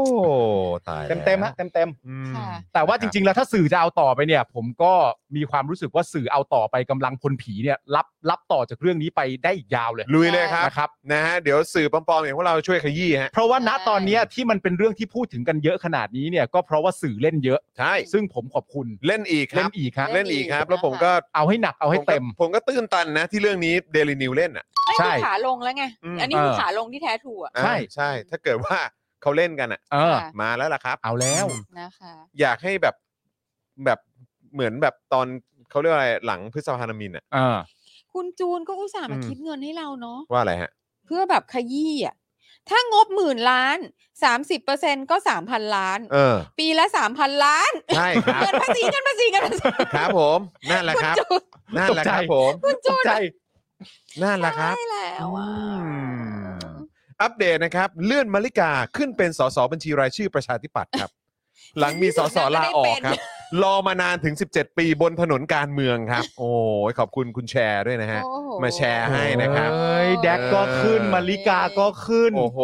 Speaker 1: ตาย
Speaker 2: เต็มเต็มๆฮะเต็มเต็ม
Speaker 1: อืม
Speaker 3: ค่ะ
Speaker 2: ๆแต่ว่า
Speaker 1: ค
Speaker 2: จ
Speaker 1: รับ
Speaker 2: ริง ๆ แล้วถ้าสื่อจะเอาต่อไปเนี่ย ผมก็มีความรู้สึกว่าสื่อเอาต่อไปกำลังพลผีเนี่ยรับรับต่อจากเรื่องนี้ไปได้อีกยาวเลย
Speaker 1: ลุยเลยครับ
Speaker 2: นะครับ
Speaker 1: นะฮะเดี๋ยวสื่อปลอมๆอย่างพวกเราช่วยขยี้ฮะ
Speaker 2: เพราะว่าณ
Speaker 3: ใช่
Speaker 2: ตอนเนี้ยที่มันเป็นเรื่องที่พูดถึงกันเยอะขนาดนี้เนี่ยก็เพราะว่าสื่อเล่นเยอะ
Speaker 1: ใช่
Speaker 2: ซึ่งผมขอบคุณ
Speaker 1: เล่นอีกค
Speaker 2: เล่
Speaker 1: รั
Speaker 2: น
Speaker 1: บ
Speaker 2: อีกครับ
Speaker 3: เล่
Speaker 1: เล่
Speaker 3: น
Speaker 1: น
Speaker 3: อี
Speaker 1: อี
Speaker 3: ก
Speaker 1: กครับ
Speaker 3: นะคะ
Speaker 1: แล้วผมก็
Speaker 2: เอาให้หนักเอาให้
Speaker 1: ผก็
Speaker 2: เต็ม
Speaker 1: ผมก็ตื้นตันนะที่เรื่องนี้เดลินิวเล่นอ่ะ
Speaker 3: ไม่
Speaker 2: ใช่
Speaker 3: คือขาลงแล้วไง
Speaker 1: อืม
Speaker 3: อันนี้คือขาลงที่แท้ถูกอะ
Speaker 2: ใช่
Speaker 1: อ่าใช่ ถ้าเกิดว่าเขาเล่นกันอ่ะ
Speaker 2: เออ
Speaker 3: ค่ะ
Speaker 1: มาแล้วล่ะครับ
Speaker 2: เอาแล้ว
Speaker 3: นะคะ
Speaker 1: อยากให้แบบแบบเหมือนแบบตอนเขาเรียกว่าอะไรหลังพฤษภาธมินอ่ะ
Speaker 2: เออ
Speaker 3: คุณจูนก็อุตส่าห์มา
Speaker 1: อืม
Speaker 3: คิดเงินให้เราเนาะ
Speaker 1: ว่าอะไรฮะ
Speaker 3: เพื่อแบบขยี้อ่ะ ถ้างบหมื่นล้าน 30%ก็ 3,000 ล้าน
Speaker 1: เออ
Speaker 3: ปีละ 3,000 ล้าน
Speaker 1: ใช่ครับ
Speaker 3: เงินภาษีเงินภาษีเงินภาษี
Speaker 1: ครับผมนั่นแหละครับ
Speaker 3: จูน
Speaker 1: นั่นแหละครับ
Speaker 2: ตกใจ
Speaker 1: ผม
Speaker 3: คุณ
Speaker 2: ต
Speaker 3: จู
Speaker 2: ก
Speaker 3: น
Speaker 2: ใจ
Speaker 1: นั่นแหละครับ
Speaker 3: ได้แล้วอ่ะ
Speaker 1: อืม อัปเดตนะครับ เลื่อนมาริกาขึ้นเป็นสสบัญชีรายชื่อประชาธิปัตย์ครับ หลังมีสสลาออกครับ รอมานานถึง 17 ปีบนถนนการเมืองครับ โอ้ยขอบคุณคุณแชร์ด้วยนะฮะ
Speaker 3: โอ้โห
Speaker 1: มาแชร์ให้นะครับ
Speaker 2: เอ้ยแดกก็ขึ้นมาริกาก็ขึ้น
Speaker 1: โอ้โห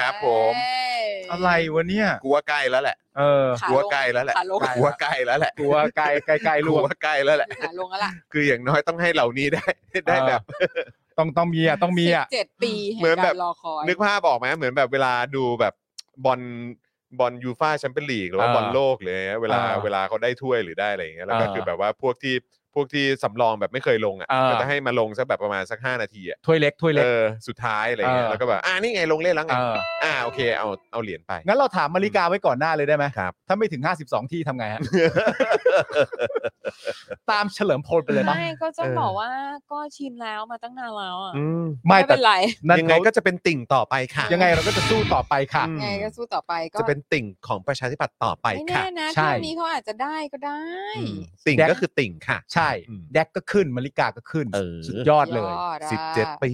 Speaker 1: ครับ ผม
Speaker 3: เอ้ย
Speaker 2: อะไรวะเนี่ย
Speaker 1: กลัวใกล้แล้วแหละ
Speaker 2: เออ
Speaker 3: ขา
Speaker 1: หัวไกลแล้วแหละ
Speaker 3: ขาลง
Speaker 1: กลัวใกล้แล้วแหละ
Speaker 2: กลัวไกลไกลไกล
Speaker 1: ก
Speaker 2: ล
Speaker 1: ลั
Speaker 2: ว
Speaker 1: ว
Speaker 2: ง
Speaker 1: ใกล้แล้วแหละ
Speaker 3: ขาลงแล้วล่ะ
Speaker 1: คืออย่างน้อยต้องให้เหล่านี้ได้ ได้แบบ
Speaker 2: ต้องต้องมีอ่ะต้องมีอ่ะ
Speaker 3: เจ็ดปี
Speaker 1: เหมือนแบบ
Speaker 3: แห่งการรอคอย
Speaker 1: นึกภาพออกไหมเหมือนแบบเวลาดูแบบบอลบอลยูฟาแชมเปี้ยนลีกหรือว่า
Speaker 2: อ่า
Speaker 1: บอลโลกเลยนะเวลา
Speaker 2: อ่า
Speaker 1: เวลาเขาได้ถ้วยหรือได้อะไรอย่างเงี้ยแล้วก็
Speaker 2: อ่า
Speaker 1: คือแบบว่าพวกที่พวกที่สำรองแบบไม่เคยลงอ่ะ
Speaker 2: อ่า
Speaker 1: ก็จะให้มาลงสักแบบประมาณสัก 5 นาทีอ่ะ
Speaker 2: ถ้วยเล็กถ้วยเล็
Speaker 1: เอก อสุดท้ายอะไรเงี้ย
Speaker 2: เออ
Speaker 1: แล้วก็แบบอ่านี่ไงลงเล่นแล้วไง
Speaker 2: เออ
Speaker 1: อ่าโอเคเอาเอาเหรียญไป
Speaker 2: งั้นเราถามมาริกาไว้ก่อนหน้าเลยได้ไหม
Speaker 1: ครับ
Speaker 2: ถ้าไม่ถึง 52 ที่ทำไงฮะ ตามเฉลิมพลไปเลยปะ
Speaker 3: ไม่ก็ต้อง
Speaker 1: เออ
Speaker 3: บอกว่าก็ชินแล้วมาตั้งนานแล้วอ่ะ
Speaker 1: อืม
Speaker 2: ไม่แต่
Speaker 3: เป็นไร
Speaker 2: นั่น
Speaker 1: ยังไง
Speaker 2: เขา
Speaker 1: ก็จะเป็นติ่งต่อไปค่ะ
Speaker 2: ยังไงเราก็จะสู้ต่อไปค่ะ
Speaker 1: อืม
Speaker 3: ไงก็สู้ต่อไปก็
Speaker 1: จะเป็นติ่งของประชาธิปัตย์ต่อไป
Speaker 3: ไม่
Speaker 1: ค่ะ
Speaker 3: แน่นะ
Speaker 2: ใช่
Speaker 3: เที่ยวนี้เขาอาจจะได้ก็ได้
Speaker 1: อืมติ่งก็คือติ่งค่ะ
Speaker 2: ใช่
Speaker 1: อืม
Speaker 2: แดกก็ขึ้นมาริกาก็ขึ้น
Speaker 1: เออ
Speaker 2: สุดยอดเลย
Speaker 3: ดอะ
Speaker 1: สิบเจ็ดปี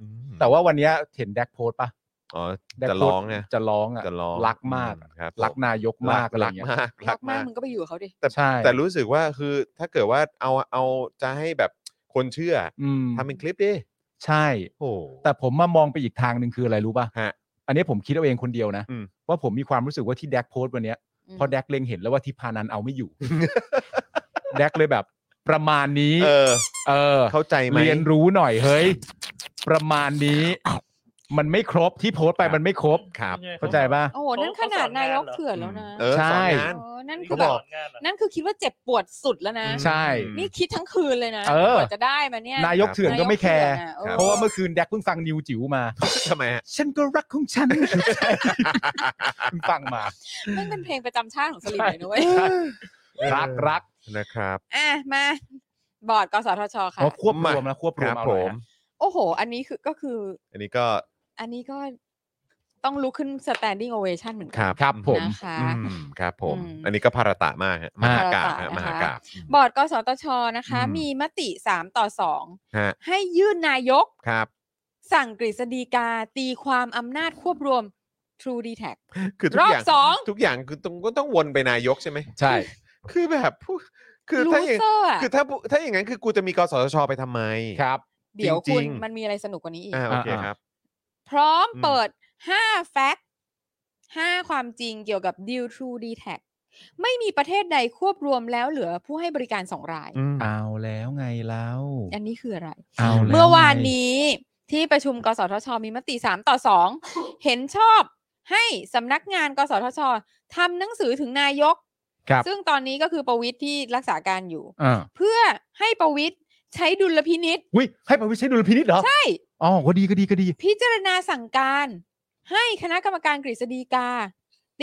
Speaker 1: อืม
Speaker 2: แต่ว่าวันเนี้ยเห็นแดกโพสต์ปะ
Speaker 1: อ๋อ
Speaker 2: แดก
Speaker 1: จะ
Speaker 2: โพสต์
Speaker 1: ร้องเนี่ย
Speaker 2: จะร้องอ่ะ
Speaker 1: จะร้อง
Speaker 2: รักมาก
Speaker 1: ครับ
Speaker 2: รักนายกมากอะไร
Speaker 1: รัก
Speaker 2: เงี้ย
Speaker 1: มาก
Speaker 3: รักมากมึงก็ไปอยู่กับเขาดิ
Speaker 1: แต่
Speaker 2: ใช่
Speaker 1: แต่รู้สึกว่าคือถ้าเกิดว่าเอาเอาจะให้แบบคนเชื่ออ
Speaker 2: อืม
Speaker 1: ทำเป็นคลิปดิ
Speaker 2: ใช่
Speaker 1: โอ้
Speaker 2: แต่ผมมามองไปอีกทางหนึ่งคืออะไรรู้ป่ะ
Speaker 1: ฮะ
Speaker 2: อันนี้ผมคิดเอาเองคนเดียวนะ
Speaker 1: อืม
Speaker 2: ว่าผมมีความรู้สึกว่าที่แดกโพสต์วันเนี้ย
Speaker 3: อืม
Speaker 2: พอแดกเล็งเห็นแล้วว่าทิพานันเอาไม่ อยู่ แดกเลยแบบ ประมาณนี้
Speaker 1: เออ
Speaker 2: เออ
Speaker 1: เข้าใจไหม
Speaker 2: เรียนรู้หน่อยเฮ้ย ประมาณนี้ มันไม่ครบที่โพสต์ไป
Speaker 1: ครับ
Speaker 2: มันไม่ครบ
Speaker 1: ครับ
Speaker 2: เข้าใจป่ะ
Speaker 3: โอ้โหนั่นขนาดนายกเถื่อนแล้วนะ
Speaker 1: เออ
Speaker 2: ใช่
Speaker 1: สอนงาน
Speaker 3: โอ้นั่นคื
Speaker 1: เขา
Speaker 3: อแบบ บอก
Speaker 4: งานเหรอ
Speaker 3: นั่นคือคิดว่าเจ็บปวดสุดแล้วนะ
Speaker 2: ใช่
Speaker 1: อืม
Speaker 3: นี่คิดทั้งคืนเลยนะ
Speaker 2: เออ
Speaker 3: กว่าจะได้มาเนี่ย
Speaker 2: นายกเถื่อนก็ไม่แคร์
Speaker 3: นายกเถื่อน
Speaker 1: ครับ
Speaker 3: อะ
Speaker 2: เพราะว่าเมื่อคืนแดกเพิ่งฟังนิวจิ๋วมา
Speaker 1: ทำไม ฮะ
Speaker 2: ฉันก็รักของฉัน เพิ่งฟังมา
Speaker 3: มันเป็นเพลงประจำชาติของสลิมเลยนะเว้ย
Speaker 2: ใช่
Speaker 1: เออ
Speaker 2: รักรัก
Speaker 1: นะครับ
Speaker 3: อ่ะมา บอร์ดกสทชค่ะ
Speaker 2: เขาควบรวมนะควบร
Speaker 1: คว รั
Speaker 2: ม
Speaker 1: บ
Speaker 2: เอา
Speaker 1: ผ
Speaker 2: หน่อย
Speaker 1: ม
Speaker 2: นะ
Speaker 3: โอ้โห อันนี้คือก็คือ
Speaker 1: อันนี้ก็
Speaker 3: อันนี้ก็ต้องลุกขึ้น standing ovation เหมือน
Speaker 1: ค
Speaker 3: กั
Speaker 1: รับ
Speaker 2: ครับผม
Speaker 3: นะคะ
Speaker 1: อืมครับผม
Speaker 3: อืม
Speaker 1: อันนี้ก็ภารตะมากฮะมหากาบ
Speaker 3: ภารตะ
Speaker 1: ฮะ
Speaker 3: นะ
Speaker 1: ม
Speaker 3: คะ
Speaker 1: หากาบบ
Speaker 3: อร์ดกสทชนะคะ
Speaker 2: อืม
Speaker 3: มีมติ 3 ต่อ
Speaker 1: ฮะ
Speaker 3: 2 ให้ยื่นนายก
Speaker 1: ครับ
Speaker 3: สั่งกฤษฎีกาตีความอำนาจควบรวม True d t a c
Speaker 1: คือทุ
Speaker 3: ร
Speaker 1: ก
Speaker 3: อ
Speaker 1: อบ ย่าง
Speaker 3: สอง
Speaker 1: ทุกอย่างคือต้องก็ต้องวนไปนายกใช่ไหม
Speaker 2: ใช่
Speaker 1: คือแบบผู้คือ
Speaker 3: ลู
Speaker 1: ถ้าอย่าง
Speaker 3: เซอร์อะ
Speaker 1: คือถ้าถ้าอย่างนั้นคือกูจะมีกสทชไปทำไม
Speaker 2: ครับ
Speaker 3: เดี๋ยว
Speaker 1: จริ
Speaker 3: คุณ
Speaker 1: งๆ
Speaker 3: มันมีอะไรสนุกกว่านี้อีก
Speaker 1: อ่าโอเค
Speaker 2: อ่า
Speaker 1: ครับ
Speaker 3: พร้อม
Speaker 1: อืม
Speaker 3: เปิด 5 แฟกต์5ความจริงเกี่ยวกับ Deal True d t a c ไม่มีประเทศใดควบรวมแล้วเหลือผู้ให้บริการสองราย
Speaker 1: อืม
Speaker 2: เอาแล้วไงแล้ว
Speaker 3: อันนี้คืออะไร
Speaker 2: เอาแล้ว
Speaker 3: เมื่อวาน
Speaker 2: ไง
Speaker 3: นี้ที่ประชุมกสทช มีมติ 3 ต่อ 2 เห็นชอบให้สำนักงาน กสทชทำหนังสือถึงนายก
Speaker 2: ครับ
Speaker 3: ซึ่งตอนนี้ก็คือประวิทย์ที่รักษาการอยู่
Speaker 2: อ่า
Speaker 3: เพื่อให้ประวิทย์ใช้ดุลพินิษ
Speaker 2: อุ้ยให้ประวิทย์ใช้ดุลพินิษเหรอ
Speaker 3: ใช่
Speaker 2: อ๋อก็ดีก็ดีก็ดี
Speaker 3: พิจารณาสั่งการ ให้คณะกรรมการกฤษฎีกา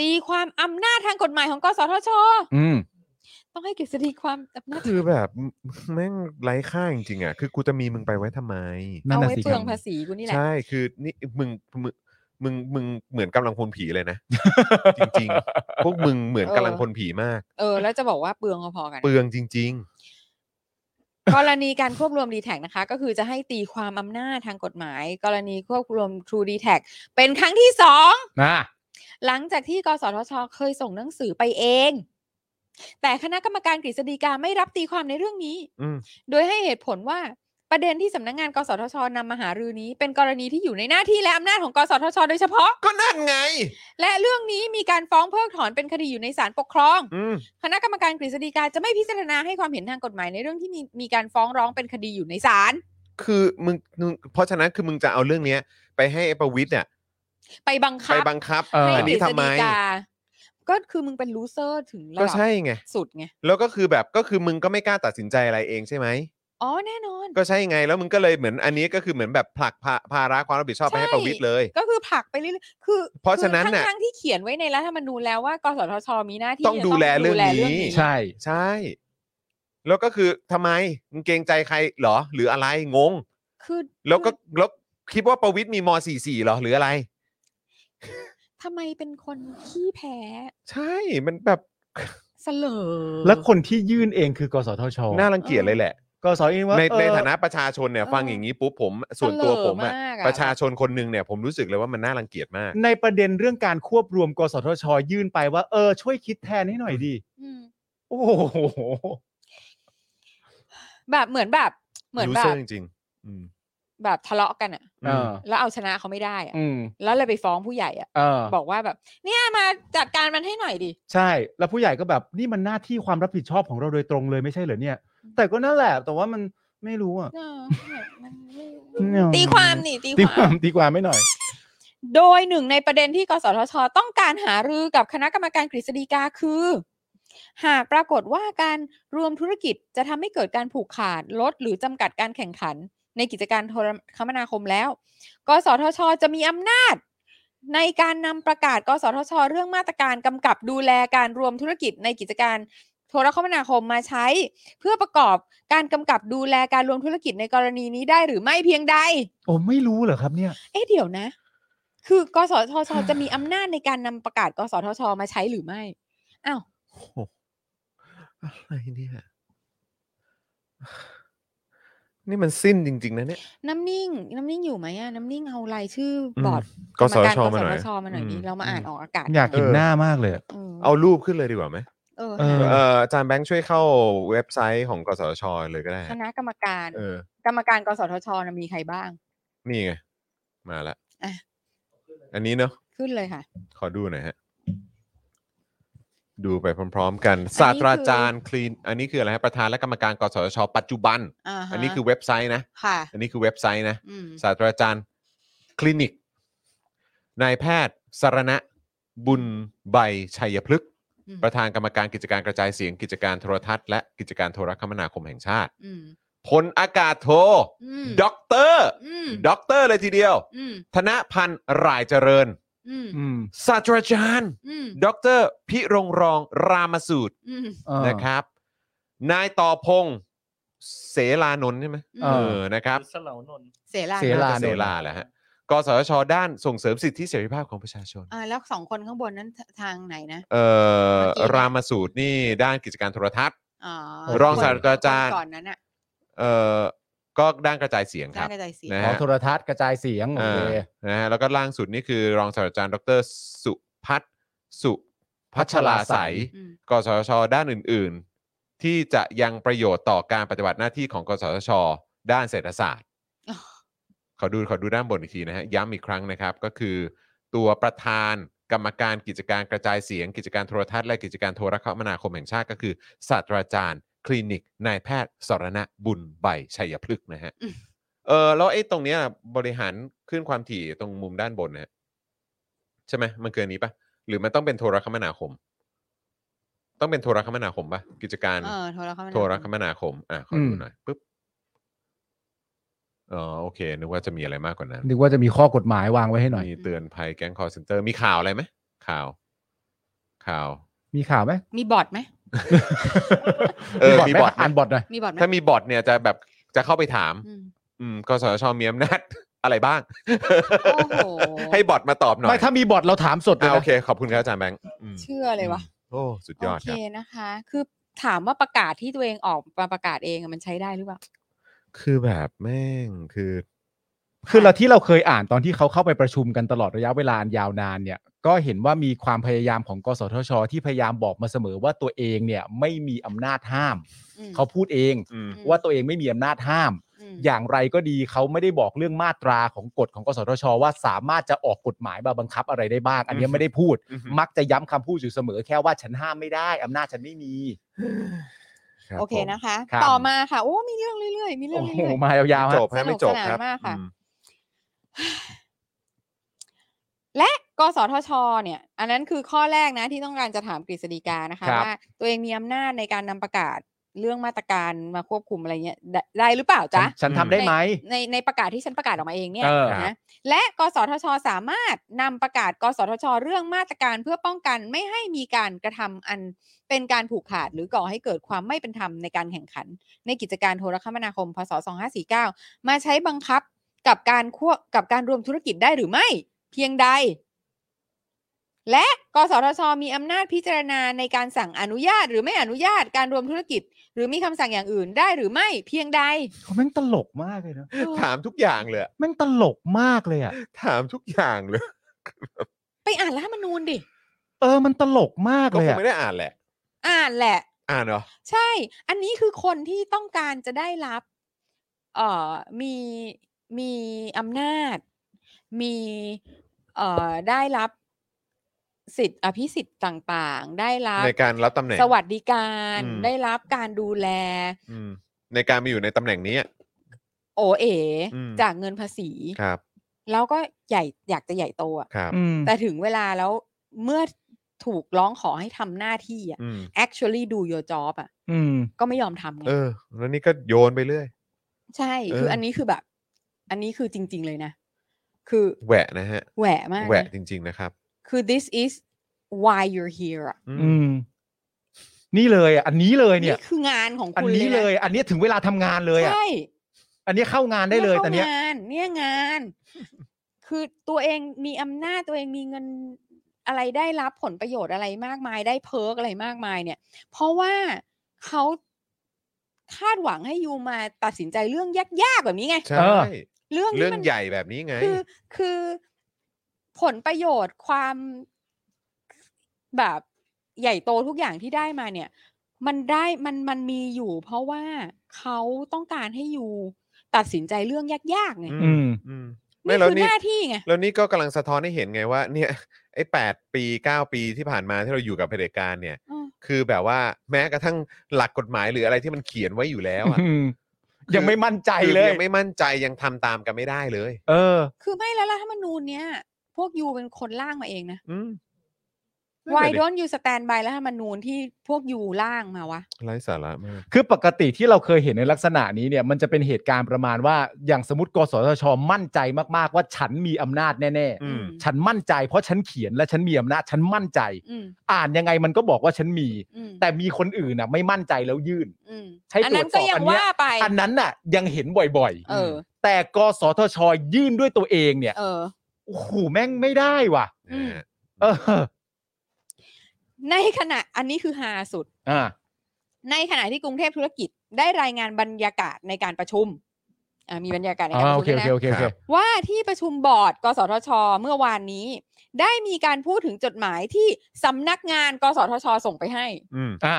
Speaker 3: ตีความอำนาจทางกฎหมายของกสทช
Speaker 2: อืม
Speaker 3: ต้องให้กฤษฎีความอำนาจ
Speaker 1: คือแบบแม่งไร้ค่าจริงๆอ่ะคือกูจะมีมึงไปไว้ทำไม
Speaker 2: นั่น
Speaker 3: เอา
Speaker 2: น่ะ
Speaker 3: ไว้
Speaker 2: สิ
Speaker 3: เป
Speaker 2: ค
Speaker 3: ลื
Speaker 2: รั
Speaker 3: อบ งภาษีกูนี่แหละ
Speaker 1: ใช่คือนี่มึงมึงมึงมึงเหมือนกำลังพลผีเลย นะ จริงๆ พวกมึงเหมือน
Speaker 3: เออ
Speaker 1: กำลังพลผีมาก
Speaker 3: เออแล้วจะบอกว่าเปลืองพอๆกัน
Speaker 1: เปลืองจริง
Speaker 3: กรณีการควบรวม d t แทนะคะ ก็คือจะให้ตีความอำนาจทางกฎหมาย กรณีควบรวม True d t แทเป็นครั้งที่สอง
Speaker 2: นะ
Speaker 3: หลังจากที่กสทช เคยส่งหนังสือไปเอง แต่คณะกรรมการกฤษฎีกาไม่รับตีความในเรื่องนี้
Speaker 1: อืม
Speaker 3: โดยให้เหตุผลว่าประเด็นที่สำนักงานกสทชนำมาหารือนี้ เป็นกรณีที่อยู่ในหน้าที่และอำนาจของกสทช โดยเฉพาะ
Speaker 1: ๆ ก็นั่นไง
Speaker 3: และเรื่องนี้มีการฟ้องเพิกถอนเป็นคดีอยู่ในศาลปกครอง
Speaker 1: อืม
Speaker 3: คณะกรรมการกฤษฎีกาจะไม่พิจารณาให้ความเห็นทางกฎหมายในเรื่องที่มีมีการฟ้องร้องเป็นคดีอยู่ในศาล
Speaker 1: คือมึงมึงเพราะฉะนั้นคือมึงจะเอาเรื่องเนี้ย ไปให้ไอ้ประวิทย์เนี่ย
Speaker 3: ไปบัง
Speaker 1: ไป
Speaker 3: คับ
Speaker 1: บังคับ
Speaker 2: เออ
Speaker 3: ให้
Speaker 2: อั
Speaker 1: น
Speaker 3: กฤ
Speaker 1: นี้
Speaker 3: ษ
Speaker 1: ทำไม
Speaker 3: ฎีกาก็คือมึงเป็นลูเซอร์ถึงระ
Speaker 1: ก็
Speaker 3: ดับ
Speaker 1: ใช่ไง
Speaker 3: สุดไง
Speaker 1: แล้วก็คือแบบก็คือมึงก็ไม่กล้าตัดสินใจอะไรเองใช่ไหม
Speaker 3: อ๋อแน่นอน
Speaker 1: ก็ใช่ไงแล้วมึงก็เลยเหมือนอันนี้ก็คือเหมือนแบบผลักภาภาระความรับผิดชอบไปให้
Speaker 3: ใช่
Speaker 1: ประวิทย์เลย
Speaker 3: ก็คือผลักไปเรื่อยๆคือ
Speaker 1: เพราะฉะนั้น
Speaker 3: คือ
Speaker 1: น่ะ
Speaker 3: ทั้งๆที่เขียนไว้ในรัฐธรรมนูญแล้วว่ากสทช มีหน้าที่
Speaker 1: ต้องดูแลเรื่องนี้
Speaker 2: ใช่
Speaker 1: ใช่ แล้วก็คือทำไมมึงเกรงใจใครเหรอ หรืออะไรงง
Speaker 3: คือ
Speaker 1: แล้วก็แล้วคิดว่าประวิทย์มีม .44 เหรอหรืออะไร
Speaker 3: ทำไมเป็นคนขี้แพ้
Speaker 1: ใช่มันแบบ
Speaker 3: เสลอ
Speaker 2: แล้วคนที่ยื่นเองคือกสทช
Speaker 1: น่ารังเกียจเลยแหละ
Speaker 2: กสเองว่า
Speaker 1: ใน
Speaker 2: เออ
Speaker 1: ในฐานะประชาชนเนี่ย
Speaker 3: เออ
Speaker 1: ฟังอย่างนี้ปุ๊บผมส่วนตัวผมอะ
Speaker 3: เสลอมากอะ
Speaker 1: ประชาชนคนหนึ่งเนี่ยผมรู้สึกเลยว่ามันน่ารังเกียจมาก
Speaker 2: ในประเด็นเรื่องการควบรวม กสทช ยื่นไปว่าเออช่วยคิดแทนให้หน่อยดี
Speaker 3: ม
Speaker 2: โอ้โห
Speaker 3: แบบเหมือนแบบเหมือน
Speaker 1: รู้
Speaker 3: แบ
Speaker 1: เสื้
Speaker 3: บ
Speaker 1: จริงๆอืม
Speaker 3: แบบทะเลาะกันอะ
Speaker 2: เออ
Speaker 3: แล้วเอาชนะเขาไม่ได้อะ
Speaker 2: อืม
Speaker 3: แล้วเลยไปฟ้องผู้ใหญ่อะ
Speaker 2: เออ
Speaker 3: บอกว่าแบบ เนี่ยมาจัดการมันให้หน่อยดิ
Speaker 2: ใช่ แล้วผู้ใหญ่ก็แบบนี่มันหน้าที่ความรับผิดชอบของเราโดยตรงเลยไม่ใช่เหรอเนี่ย แต่ก็นั่นแหละแต่ว่ามันไม่รู้อ่ะ
Speaker 3: เออเนี่ยมันไม่
Speaker 2: เนี่ย
Speaker 3: ตีความนี่ตี
Speaker 2: ตีค
Speaker 3: คาว
Speaker 2: วาม มตีความไม่หน่อย
Speaker 3: โดยหนึ่งในประเด็นที่กสทช ต้องการหารือกับคณะกรรมการกฤษฎีกาคือ หากปรากฏว่าการรวมธุรกิจจะทำให้เกิดการผูกขาดลดหรือจำกัดการแข่งขัน ในกิจการโทรคมนาคมแล้ว กสทช จะมีอำนาจ ในการนำประกาศ กสทช เรื่องมาตรการกำกับดูแลการรวมธุรกิจในกิจการโทรคมนาคมมาใช้ เพื่อประกอบการกำกับดูแลการรวมธุรกิจในกรณีนี้ได้หรือไม่เพียงใด
Speaker 2: โอ้ไม่รู้เหรอครับเนี่ย
Speaker 3: เอ๊ะเดี๋ยวนะ คือกสท ช จะมีอำนาจในการนำประกาศ กสทช มาใช้หรือไม่ อ้าว
Speaker 1: โอ้โหอะไรเนี่ยนี่มันสิ้นจริง ๆ นะเนี่ย
Speaker 3: น้ำนิ่ง น้ำนิ่งอยู่ไหมอะน้ำนิ่งเอารายชื่ออ
Speaker 1: ม
Speaker 3: บอร์ด
Speaker 1: กสทช
Speaker 3: รรร
Speaker 1: มาหน่อย
Speaker 3: กสทชมาหน่อยดี
Speaker 1: อืม
Speaker 3: เรามาอ่านออกอากาศ
Speaker 2: อยากเห็นหน้ามากเลยอะ
Speaker 3: เออ
Speaker 1: เอารูปขึ้นเลยดีกว่าไหม
Speaker 3: เออ
Speaker 2: เออ
Speaker 1: เอออาจารย์แบงค์ช่วยเข้าเว็บไซต์ของกสทชเลยก็ได้
Speaker 3: คณะกรรมการ
Speaker 1: เออ
Speaker 3: กรรมการกสทชน่ะมีใครบ้าง
Speaker 1: นี่ไง มาละ
Speaker 3: อ่ะ
Speaker 1: อันนี้เนาะ
Speaker 3: ขึ้นเลยค่ะ
Speaker 1: ขอดูหน่อยฮะ ดูไปพร้อมๆ กันศาสตราจารย์คลีน อันนี้คืออะไรฮะประธานและกรรมการกสทช ปัจจุบัน
Speaker 3: อ่าฮะ
Speaker 1: อันนี้คือเว็บไซต์นะ
Speaker 3: ค่ะ
Speaker 1: อันนี้คือเว็บไซต์นะ
Speaker 3: อืม
Speaker 1: ศาสตราจารย์คลินิก นายแพทย์สารณะ บุญใบชัยพฤกษ์
Speaker 3: อืม
Speaker 1: ประธานกรรมการกิจการกระจายเสียงกิจการโทรทัศน์และกิจการโทรคมนาคมแห่งชาติ
Speaker 3: อืม
Speaker 1: พลอากาศโท
Speaker 3: อืม
Speaker 1: ด็อกเตอร์
Speaker 3: อืม
Speaker 1: ด็อกเตอร์เลยทีเดียว
Speaker 3: อืม
Speaker 1: ธนพันธ์รายเจริญ
Speaker 3: อืม
Speaker 2: อืม
Speaker 1: ศาสตราจารย์
Speaker 3: อืม
Speaker 1: ดอกเตอรพิรงรองรามสูตร
Speaker 3: อืม
Speaker 2: เออ
Speaker 1: นะครับ นายต่อพงศ์เสลานนท์ใช่ไหม
Speaker 3: อืม
Speaker 2: เอ
Speaker 1: เอ
Speaker 2: อ
Speaker 1: อนะครับ
Speaker 4: หอสลาวนนท์
Speaker 3: เสลา
Speaker 2: เส ลา
Speaker 1: เสลาแหละฮะกสทช ด้านส่งเสริมสิทธิเสรีภาพของประชาชน
Speaker 3: อ่าแล้วสองคนข้างบนนั้นทางไหนนะ
Speaker 1: เอ่อ
Speaker 3: เมื่อกี้นะ
Speaker 1: รามสูตรนี่ด้านกิจการโทรทัศน์
Speaker 3: อ๋อ
Speaker 1: รอง
Speaker 3: คน
Speaker 1: ศาสตราจารย์
Speaker 3: คนก่อนนั้นอะ
Speaker 1: เอ่อ ก็ด้านกระจายเสียงค
Speaker 3: กา
Speaker 1: รั
Speaker 3: ร
Speaker 1: บ
Speaker 3: กระจายเสียง
Speaker 1: นะ
Speaker 2: ขอ
Speaker 1: ฮะ
Speaker 2: โทรทัศน์กระจายเสียงโอ
Speaker 1: อ่า
Speaker 2: เค
Speaker 1: นะฮะแล้วก็ล่างสุดนี่คือรองศาสตราจารย์ดรสุพัฒน์สุพัชลาใสย
Speaker 3: อืม
Speaker 1: กสทช ด้านอื่น ๆ ที่จะยังประโยชน์ต่อการปฏิบัติหน้าที่ของกสทช ด้านเศรษฐศาสตร์
Speaker 3: อ๋อ
Speaker 1: ขอดูขอดูด้านบนอีกทีนะฮะ ย้ำอีกครั้งนะครับ ก็คือ ตัวประธานกรรมการกิจการกระจายเสียง กิจการโทรทัศน์และกิจการโทรคมนาคมแห่งชาติก็คือศาสตราจารย์ คลินิก นายแพทย์สรณะบุญใบชัยพฤกษ์นะฮะ
Speaker 3: อืม
Speaker 1: เออแล้วไอ้ตรงเนี้ยบริหารขึ้นความถี่ตรงมุมด้านบนนะฮะใช่ไหมมันเกินนี้ปะหรือมันต้องเป็นโทรคมนาคม ต้องเป็นโทรคมนาคมปะกิจการ
Speaker 3: เออโทรคมนา
Speaker 1: โทรคมนาคม อ่ะ ขอดู
Speaker 2: อืม
Speaker 1: หน่อย ปึ๊บ อ๋อโอเค นึกว่าจะมีอะไรมากกว่านั้น
Speaker 2: นึกว่าจะมีข้อกฎหมายวางไว้ให้หน่อย
Speaker 1: มีเตือนภัยแก๊งคอร์เซนเตอร์มีข่าวอะไรไหมข่าว ข่าว
Speaker 2: มีข่าวไหม
Speaker 3: มีบอทไหม
Speaker 1: เออ
Speaker 2: มี
Speaker 1: มี
Speaker 2: บบ อ
Speaker 1: อ
Speaker 2: ท
Speaker 1: ทไหม
Speaker 2: ไหมอ่านบอทหน่อย
Speaker 3: มีบอทไหม
Speaker 1: ถ้ามีบอทเนี่ยจะแบบจะเข้าไปถาม
Speaker 3: อืม
Speaker 1: อืมกสทชมีอำนาจ อะไรบ้าง
Speaker 3: โอ้โห
Speaker 1: ให้บอทมาตอบหน่อย
Speaker 2: ไม่ถ้ามีบอทเราถามสดเลย
Speaker 1: อ่ะโอ
Speaker 2: นะ
Speaker 1: เค ขอบคุณครับอาจารย์แบงค์อืม
Speaker 3: เชื่อเลยวะ
Speaker 1: โอ้สุดย
Speaker 3: โอ
Speaker 1: อด
Speaker 3: เค
Speaker 1: ครับ
Speaker 3: นะคะ คือถามว่าประกาศที่ตัวเองออกมาประกาศเองอะมันใช้ได้หรือเปล่า
Speaker 1: คือแบบแม่งคือ
Speaker 2: คือเราที่เราเคยอ่านตอนที่เขาเข้าไปประชุมกันตลอดระยะเวลาอันยาวนานเนี่ย ก็เห็นว่ามีความพยายามของกสทช ที่พยายามบอกมาเสมอว่าตัวเองเนี่ยไม่มีอำนาจห้าม
Speaker 3: อืม
Speaker 2: เขาพูดเอง
Speaker 1: อืม
Speaker 3: อืม
Speaker 2: ว่าตัวเองไม่มีอำนาจห้าม
Speaker 3: ม
Speaker 2: อย่างไรก็ดีเขาไม่ได้บอกเรื่องมาตราของกฎของกสทช ว่าสามารถจะออกกฎหมายมาบังคับอะไรได้บ้าง อันเนี้ยไม่ได้พูด
Speaker 1: อือฮึ
Speaker 2: มักจะย้ำคำพูดอยู่เสมอ แค่ว่าฉันห้ามไม่ได้อำนาจฉันไม่มี
Speaker 1: รับ
Speaker 3: โอเคนะคะ
Speaker 2: ครับ
Speaker 3: ต่อมาค่ะ โอ้ มีเรื่องเรื่อยๆ มีเรื่อง
Speaker 2: โอ้โห
Speaker 3: เรื่อย
Speaker 2: มายาวๆ
Speaker 1: ไม่
Speaker 2: ฮะ
Speaker 1: จบฮะไม่จบ
Speaker 3: สนุกสนาน
Speaker 1: ครับ
Speaker 3: มากค่ะ
Speaker 1: อืม
Speaker 3: ๆ และกสทช เนี่ย อันนั้นคือข้อแรกนะที่ต้องการจะถามกฤษฎีกานะคะ
Speaker 2: ครับ
Speaker 3: ว่าตัวเองมีอำนาจในการนำประกาศเรื่องมาตรการมาควบคุมอะไรเงี้ยได้ได้หรือเปล่า
Speaker 2: ฉั
Speaker 3: จ๊ะ
Speaker 2: นฉันทำได้ไหม
Speaker 3: ในในประกาศที่ฉันประกาศออกมาเองเนี่ย
Speaker 2: เออ
Speaker 3: นะและกสทช สามารถนำประกาศ กสทช เรื่องมาตรการเพื่อป้องกันไม่ให้มีการกระทำอันเป็นการผูกขาด หรือก่อให้เกิดความไม่เป็นธรรมในการแข่งขัน ในกิจการโทรคมนาคม พศ 2549 มาใช้บังคับกับการควบกับการรวมธุรกิจได้หรือไม่ เพียงใด และกสทช มีอำนาจพิจารณาในการสั่งอนุญาต หรือไม่อนุญาตการรวมธุรกิจ หรือมีคำสั่งอย่างอื่นได้หรือไม่ เพียงใด
Speaker 2: เขาแม่งตลกมากเลยนะ
Speaker 1: ถามทุกอย่างเลยอะ
Speaker 2: แม่งตลกมากเลยอ่ะ
Speaker 1: ถามทุกอย่างเลย
Speaker 3: ไปอ่านรัฐธรรมนูญดิ
Speaker 2: เออมันตลกมาก
Speaker 1: ก็
Speaker 2: เลย
Speaker 1: คง
Speaker 2: อะ
Speaker 1: ไม่ได้อ่านแหละ
Speaker 3: อ่านแหละ
Speaker 1: อ่านเหรอ
Speaker 3: ใช่ อันนี้คือคนที่ต้องการจะได้รับเอ่อมีมีอำนาจ มีเอ่อได้รับสิทธิอภิสิทธิ์ต่างๆ ได้รับ
Speaker 1: ในการรับตำแหน่ง
Speaker 3: สวัสดิการ
Speaker 1: อืม
Speaker 3: ได้รับการดูแล
Speaker 1: อืมในการมาอยู่ในตำแหน่งนี้อะ
Speaker 3: โอเอ
Speaker 1: อืม
Speaker 3: จากเงินภาษี
Speaker 1: ครับ
Speaker 3: แล้วก็ใหญ่อยากจะใหญ่โตอะ
Speaker 1: ครับ
Speaker 2: อืม
Speaker 3: แต่ถึงเวลาแล้วเมื่อถูกร้องขอให้ทำหน้าที่อะ
Speaker 1: อืม
Speaker 3: actually do your job อะ
Speaker 2: อืม
Speaker 3: ก็ไม่ยอมทำไง
Speaker 1: เออ แล้วนี่ก็โยนไปเรื่อย
Speaker 3: ใช่ คื
Speaker 1: เออ
Speaker 3: อ
Speaker 1: อั
Speaker 3: อันนี้คือแบบ อันนี้คือจริง ๆ เลยนะ คือ
Speaker 1: แหวะนะฮะ
Speaker 3: แหวะมาก
Speaker 1: แหวะ
Speaker 3: นะ
Speaker 1: จริง ๆ นะครับ
Speaker 3: คือ this is why you're here อะ
Speaker 1: อืม
Speaker 2: อืม นี่เลยอะอันนี้เลยเนี่ย
Speaker 3: คืองานของ
Speaker 2: อัน
Speaker 3: คุณ
Speaker 2: นี้เลย อันนี้ถึงเวลาทำงานเล
Speaker 3: เลย ยนะ
Speaker 2: อ่ะ
Speaker 3: ใช่
Speaker 2: อันนี้เข้างานได้เลย
Speaker 3: ข้า
Speaker 2: แต่เนี้ย
Speaker 3: งาน เนี่ยงาน คือตัวเองมีอำนาจตัวเองมีเงินอะไรได้รับผลประโยชน์อะไรมากมายได้เพิร์กอะไรมากมายเนี่ย เพราะว่าเขาคาดหวังให้ยูมาตัดสินใจเรื่องยากๆแบบนี้ไง
Speaker 1: ใช่
Speaker 2: เออ
Speaker 3: เรื่องที่
Speaker 1: เรื่อง
Speaker 3: มัน
Speaker 1: ใหญ่แบบนี้ไง
Speaker 3: คือคือผลประโยชน์ความแบบใหญ่โตทุกอย่างที่ได้มาเนี่ย มันได้มันมันมีอยู่ เพราะว่าเขาต้องการให้อยู่ตัดสินใจเรื่องยากๆไง
Speaker 1: อื
Speaker 2: อืม
Speaker 1: อืม ไม่
Speaker 3: นี่
Speaker 1: แล้ว
Speaker 3: คือ
Speaker 1: นี่
Speaker 3: หน้าที่ไง
Speaker 1: แล้วนี่ก็กำลังสะท้อนให้เห็นไงว่า เนี่ย ไอ้แปดปีเก้าปีที่ผ่านมาที่เราอยู่กับเผด็จการเนี่ย
Speaker 3: อืม
Speaker 1: คือแบบว่าแม้กระทั่งหลักกฎหมายหรืออะไรที่มันเขียนไว้อยู่แล้วอะ
Speaker 2: อืมยังไม่มั่นใจ
Speaker 1: คือ
Speaker 2: เลย
Speaker 1: ยังไม่มั่นใจยังทำตามกันไม่ได้เลย
Speaker 2: เออ
Speaker 3: คือไม่แล้วรัฐธรรมนูญเนี้ยพวกยูเป็นคนล่างมาเองนะ
Speaker 1: อืม นั่นน่ะ
Speaker 3: Why don't you stand by รัฐธรรมนูญที่พวกยูล่างมาวะ
Speaker 1: ไร้สาระมาก
Speaker 2: คือปกติที่เราเคยเห็นในลักษณะนี้เนี่ย มันจะเป็นเหตุการณ์ประมาณว่า อย่างสมมติกสทช มั่นใจมากๆ ว่าฉันมีอำนาจแน่
Speaker 1: อืม
Speaker 2: ๆ ฉันมั่นใจเพราะฉันเขียนและฉันมีอำนาจ ฉันมั่นใจ
Speaker 3: อืม
Speaker 2: อ่านยังไงมันก็บอกว่าฉันมี
Speaker 3: อืม
Speaker 2: แต่มีคนอื่นน่ะ ไม่มั่นใจแล้วยื่น
Speaker 3: อืม
Speaker 2: ใช้
Speaker 3: อันนั้น
Speaker 2: ตรวจ
Speaker 3: ก็
Speaker 2: สอบ
Speaker 3: ยัง
Speaker 2: อันเนี้ย
Speaker 3: ว่าไป
Speaker 2: อันนั้นน่ะ ยังเห็นบ่อย
Speaker 3: เออ
Speaker 2: ๆแต่กสทช ยื่นด้วยตัวเองเนี่ย
Speaker 3: เออ
Speaker 2: โอ้โหแม่งไม่ได้ว่ะ
Speaker 3: อืม
Speaker 1: นะฮะ
Speaker 2: เออ
Speaker 3: ในขณะอันนี้คือฮาสุด
Speaker 2: อ่า
Speaker 3: ในขณะที่กรุงเทพธุรกิจได้รายงานบรรยากาศในการประชุมอ่ามีบรรยากาศในการป
Speaker 2: อ่า
Speaker 3: ระ
Speaker 2: โอ
Speaker 3: ชุม
Speaker 2: เค
Speaker 3: ด้
Speaker 2: โอ
Speaker 3: วย
Speaker 2: เค
Speaker 3: นะ
Speaker 2: โอเคโอเค
Speaker 3: ว่าที่ประชุมบอร์ด กสทช เมื่อวานนี้ ได้มีการพูดถึงจดหมายที่สำนักงาน กสทช ส่งไปให้
Speaker 1: อืม
Speaker 2: อ่า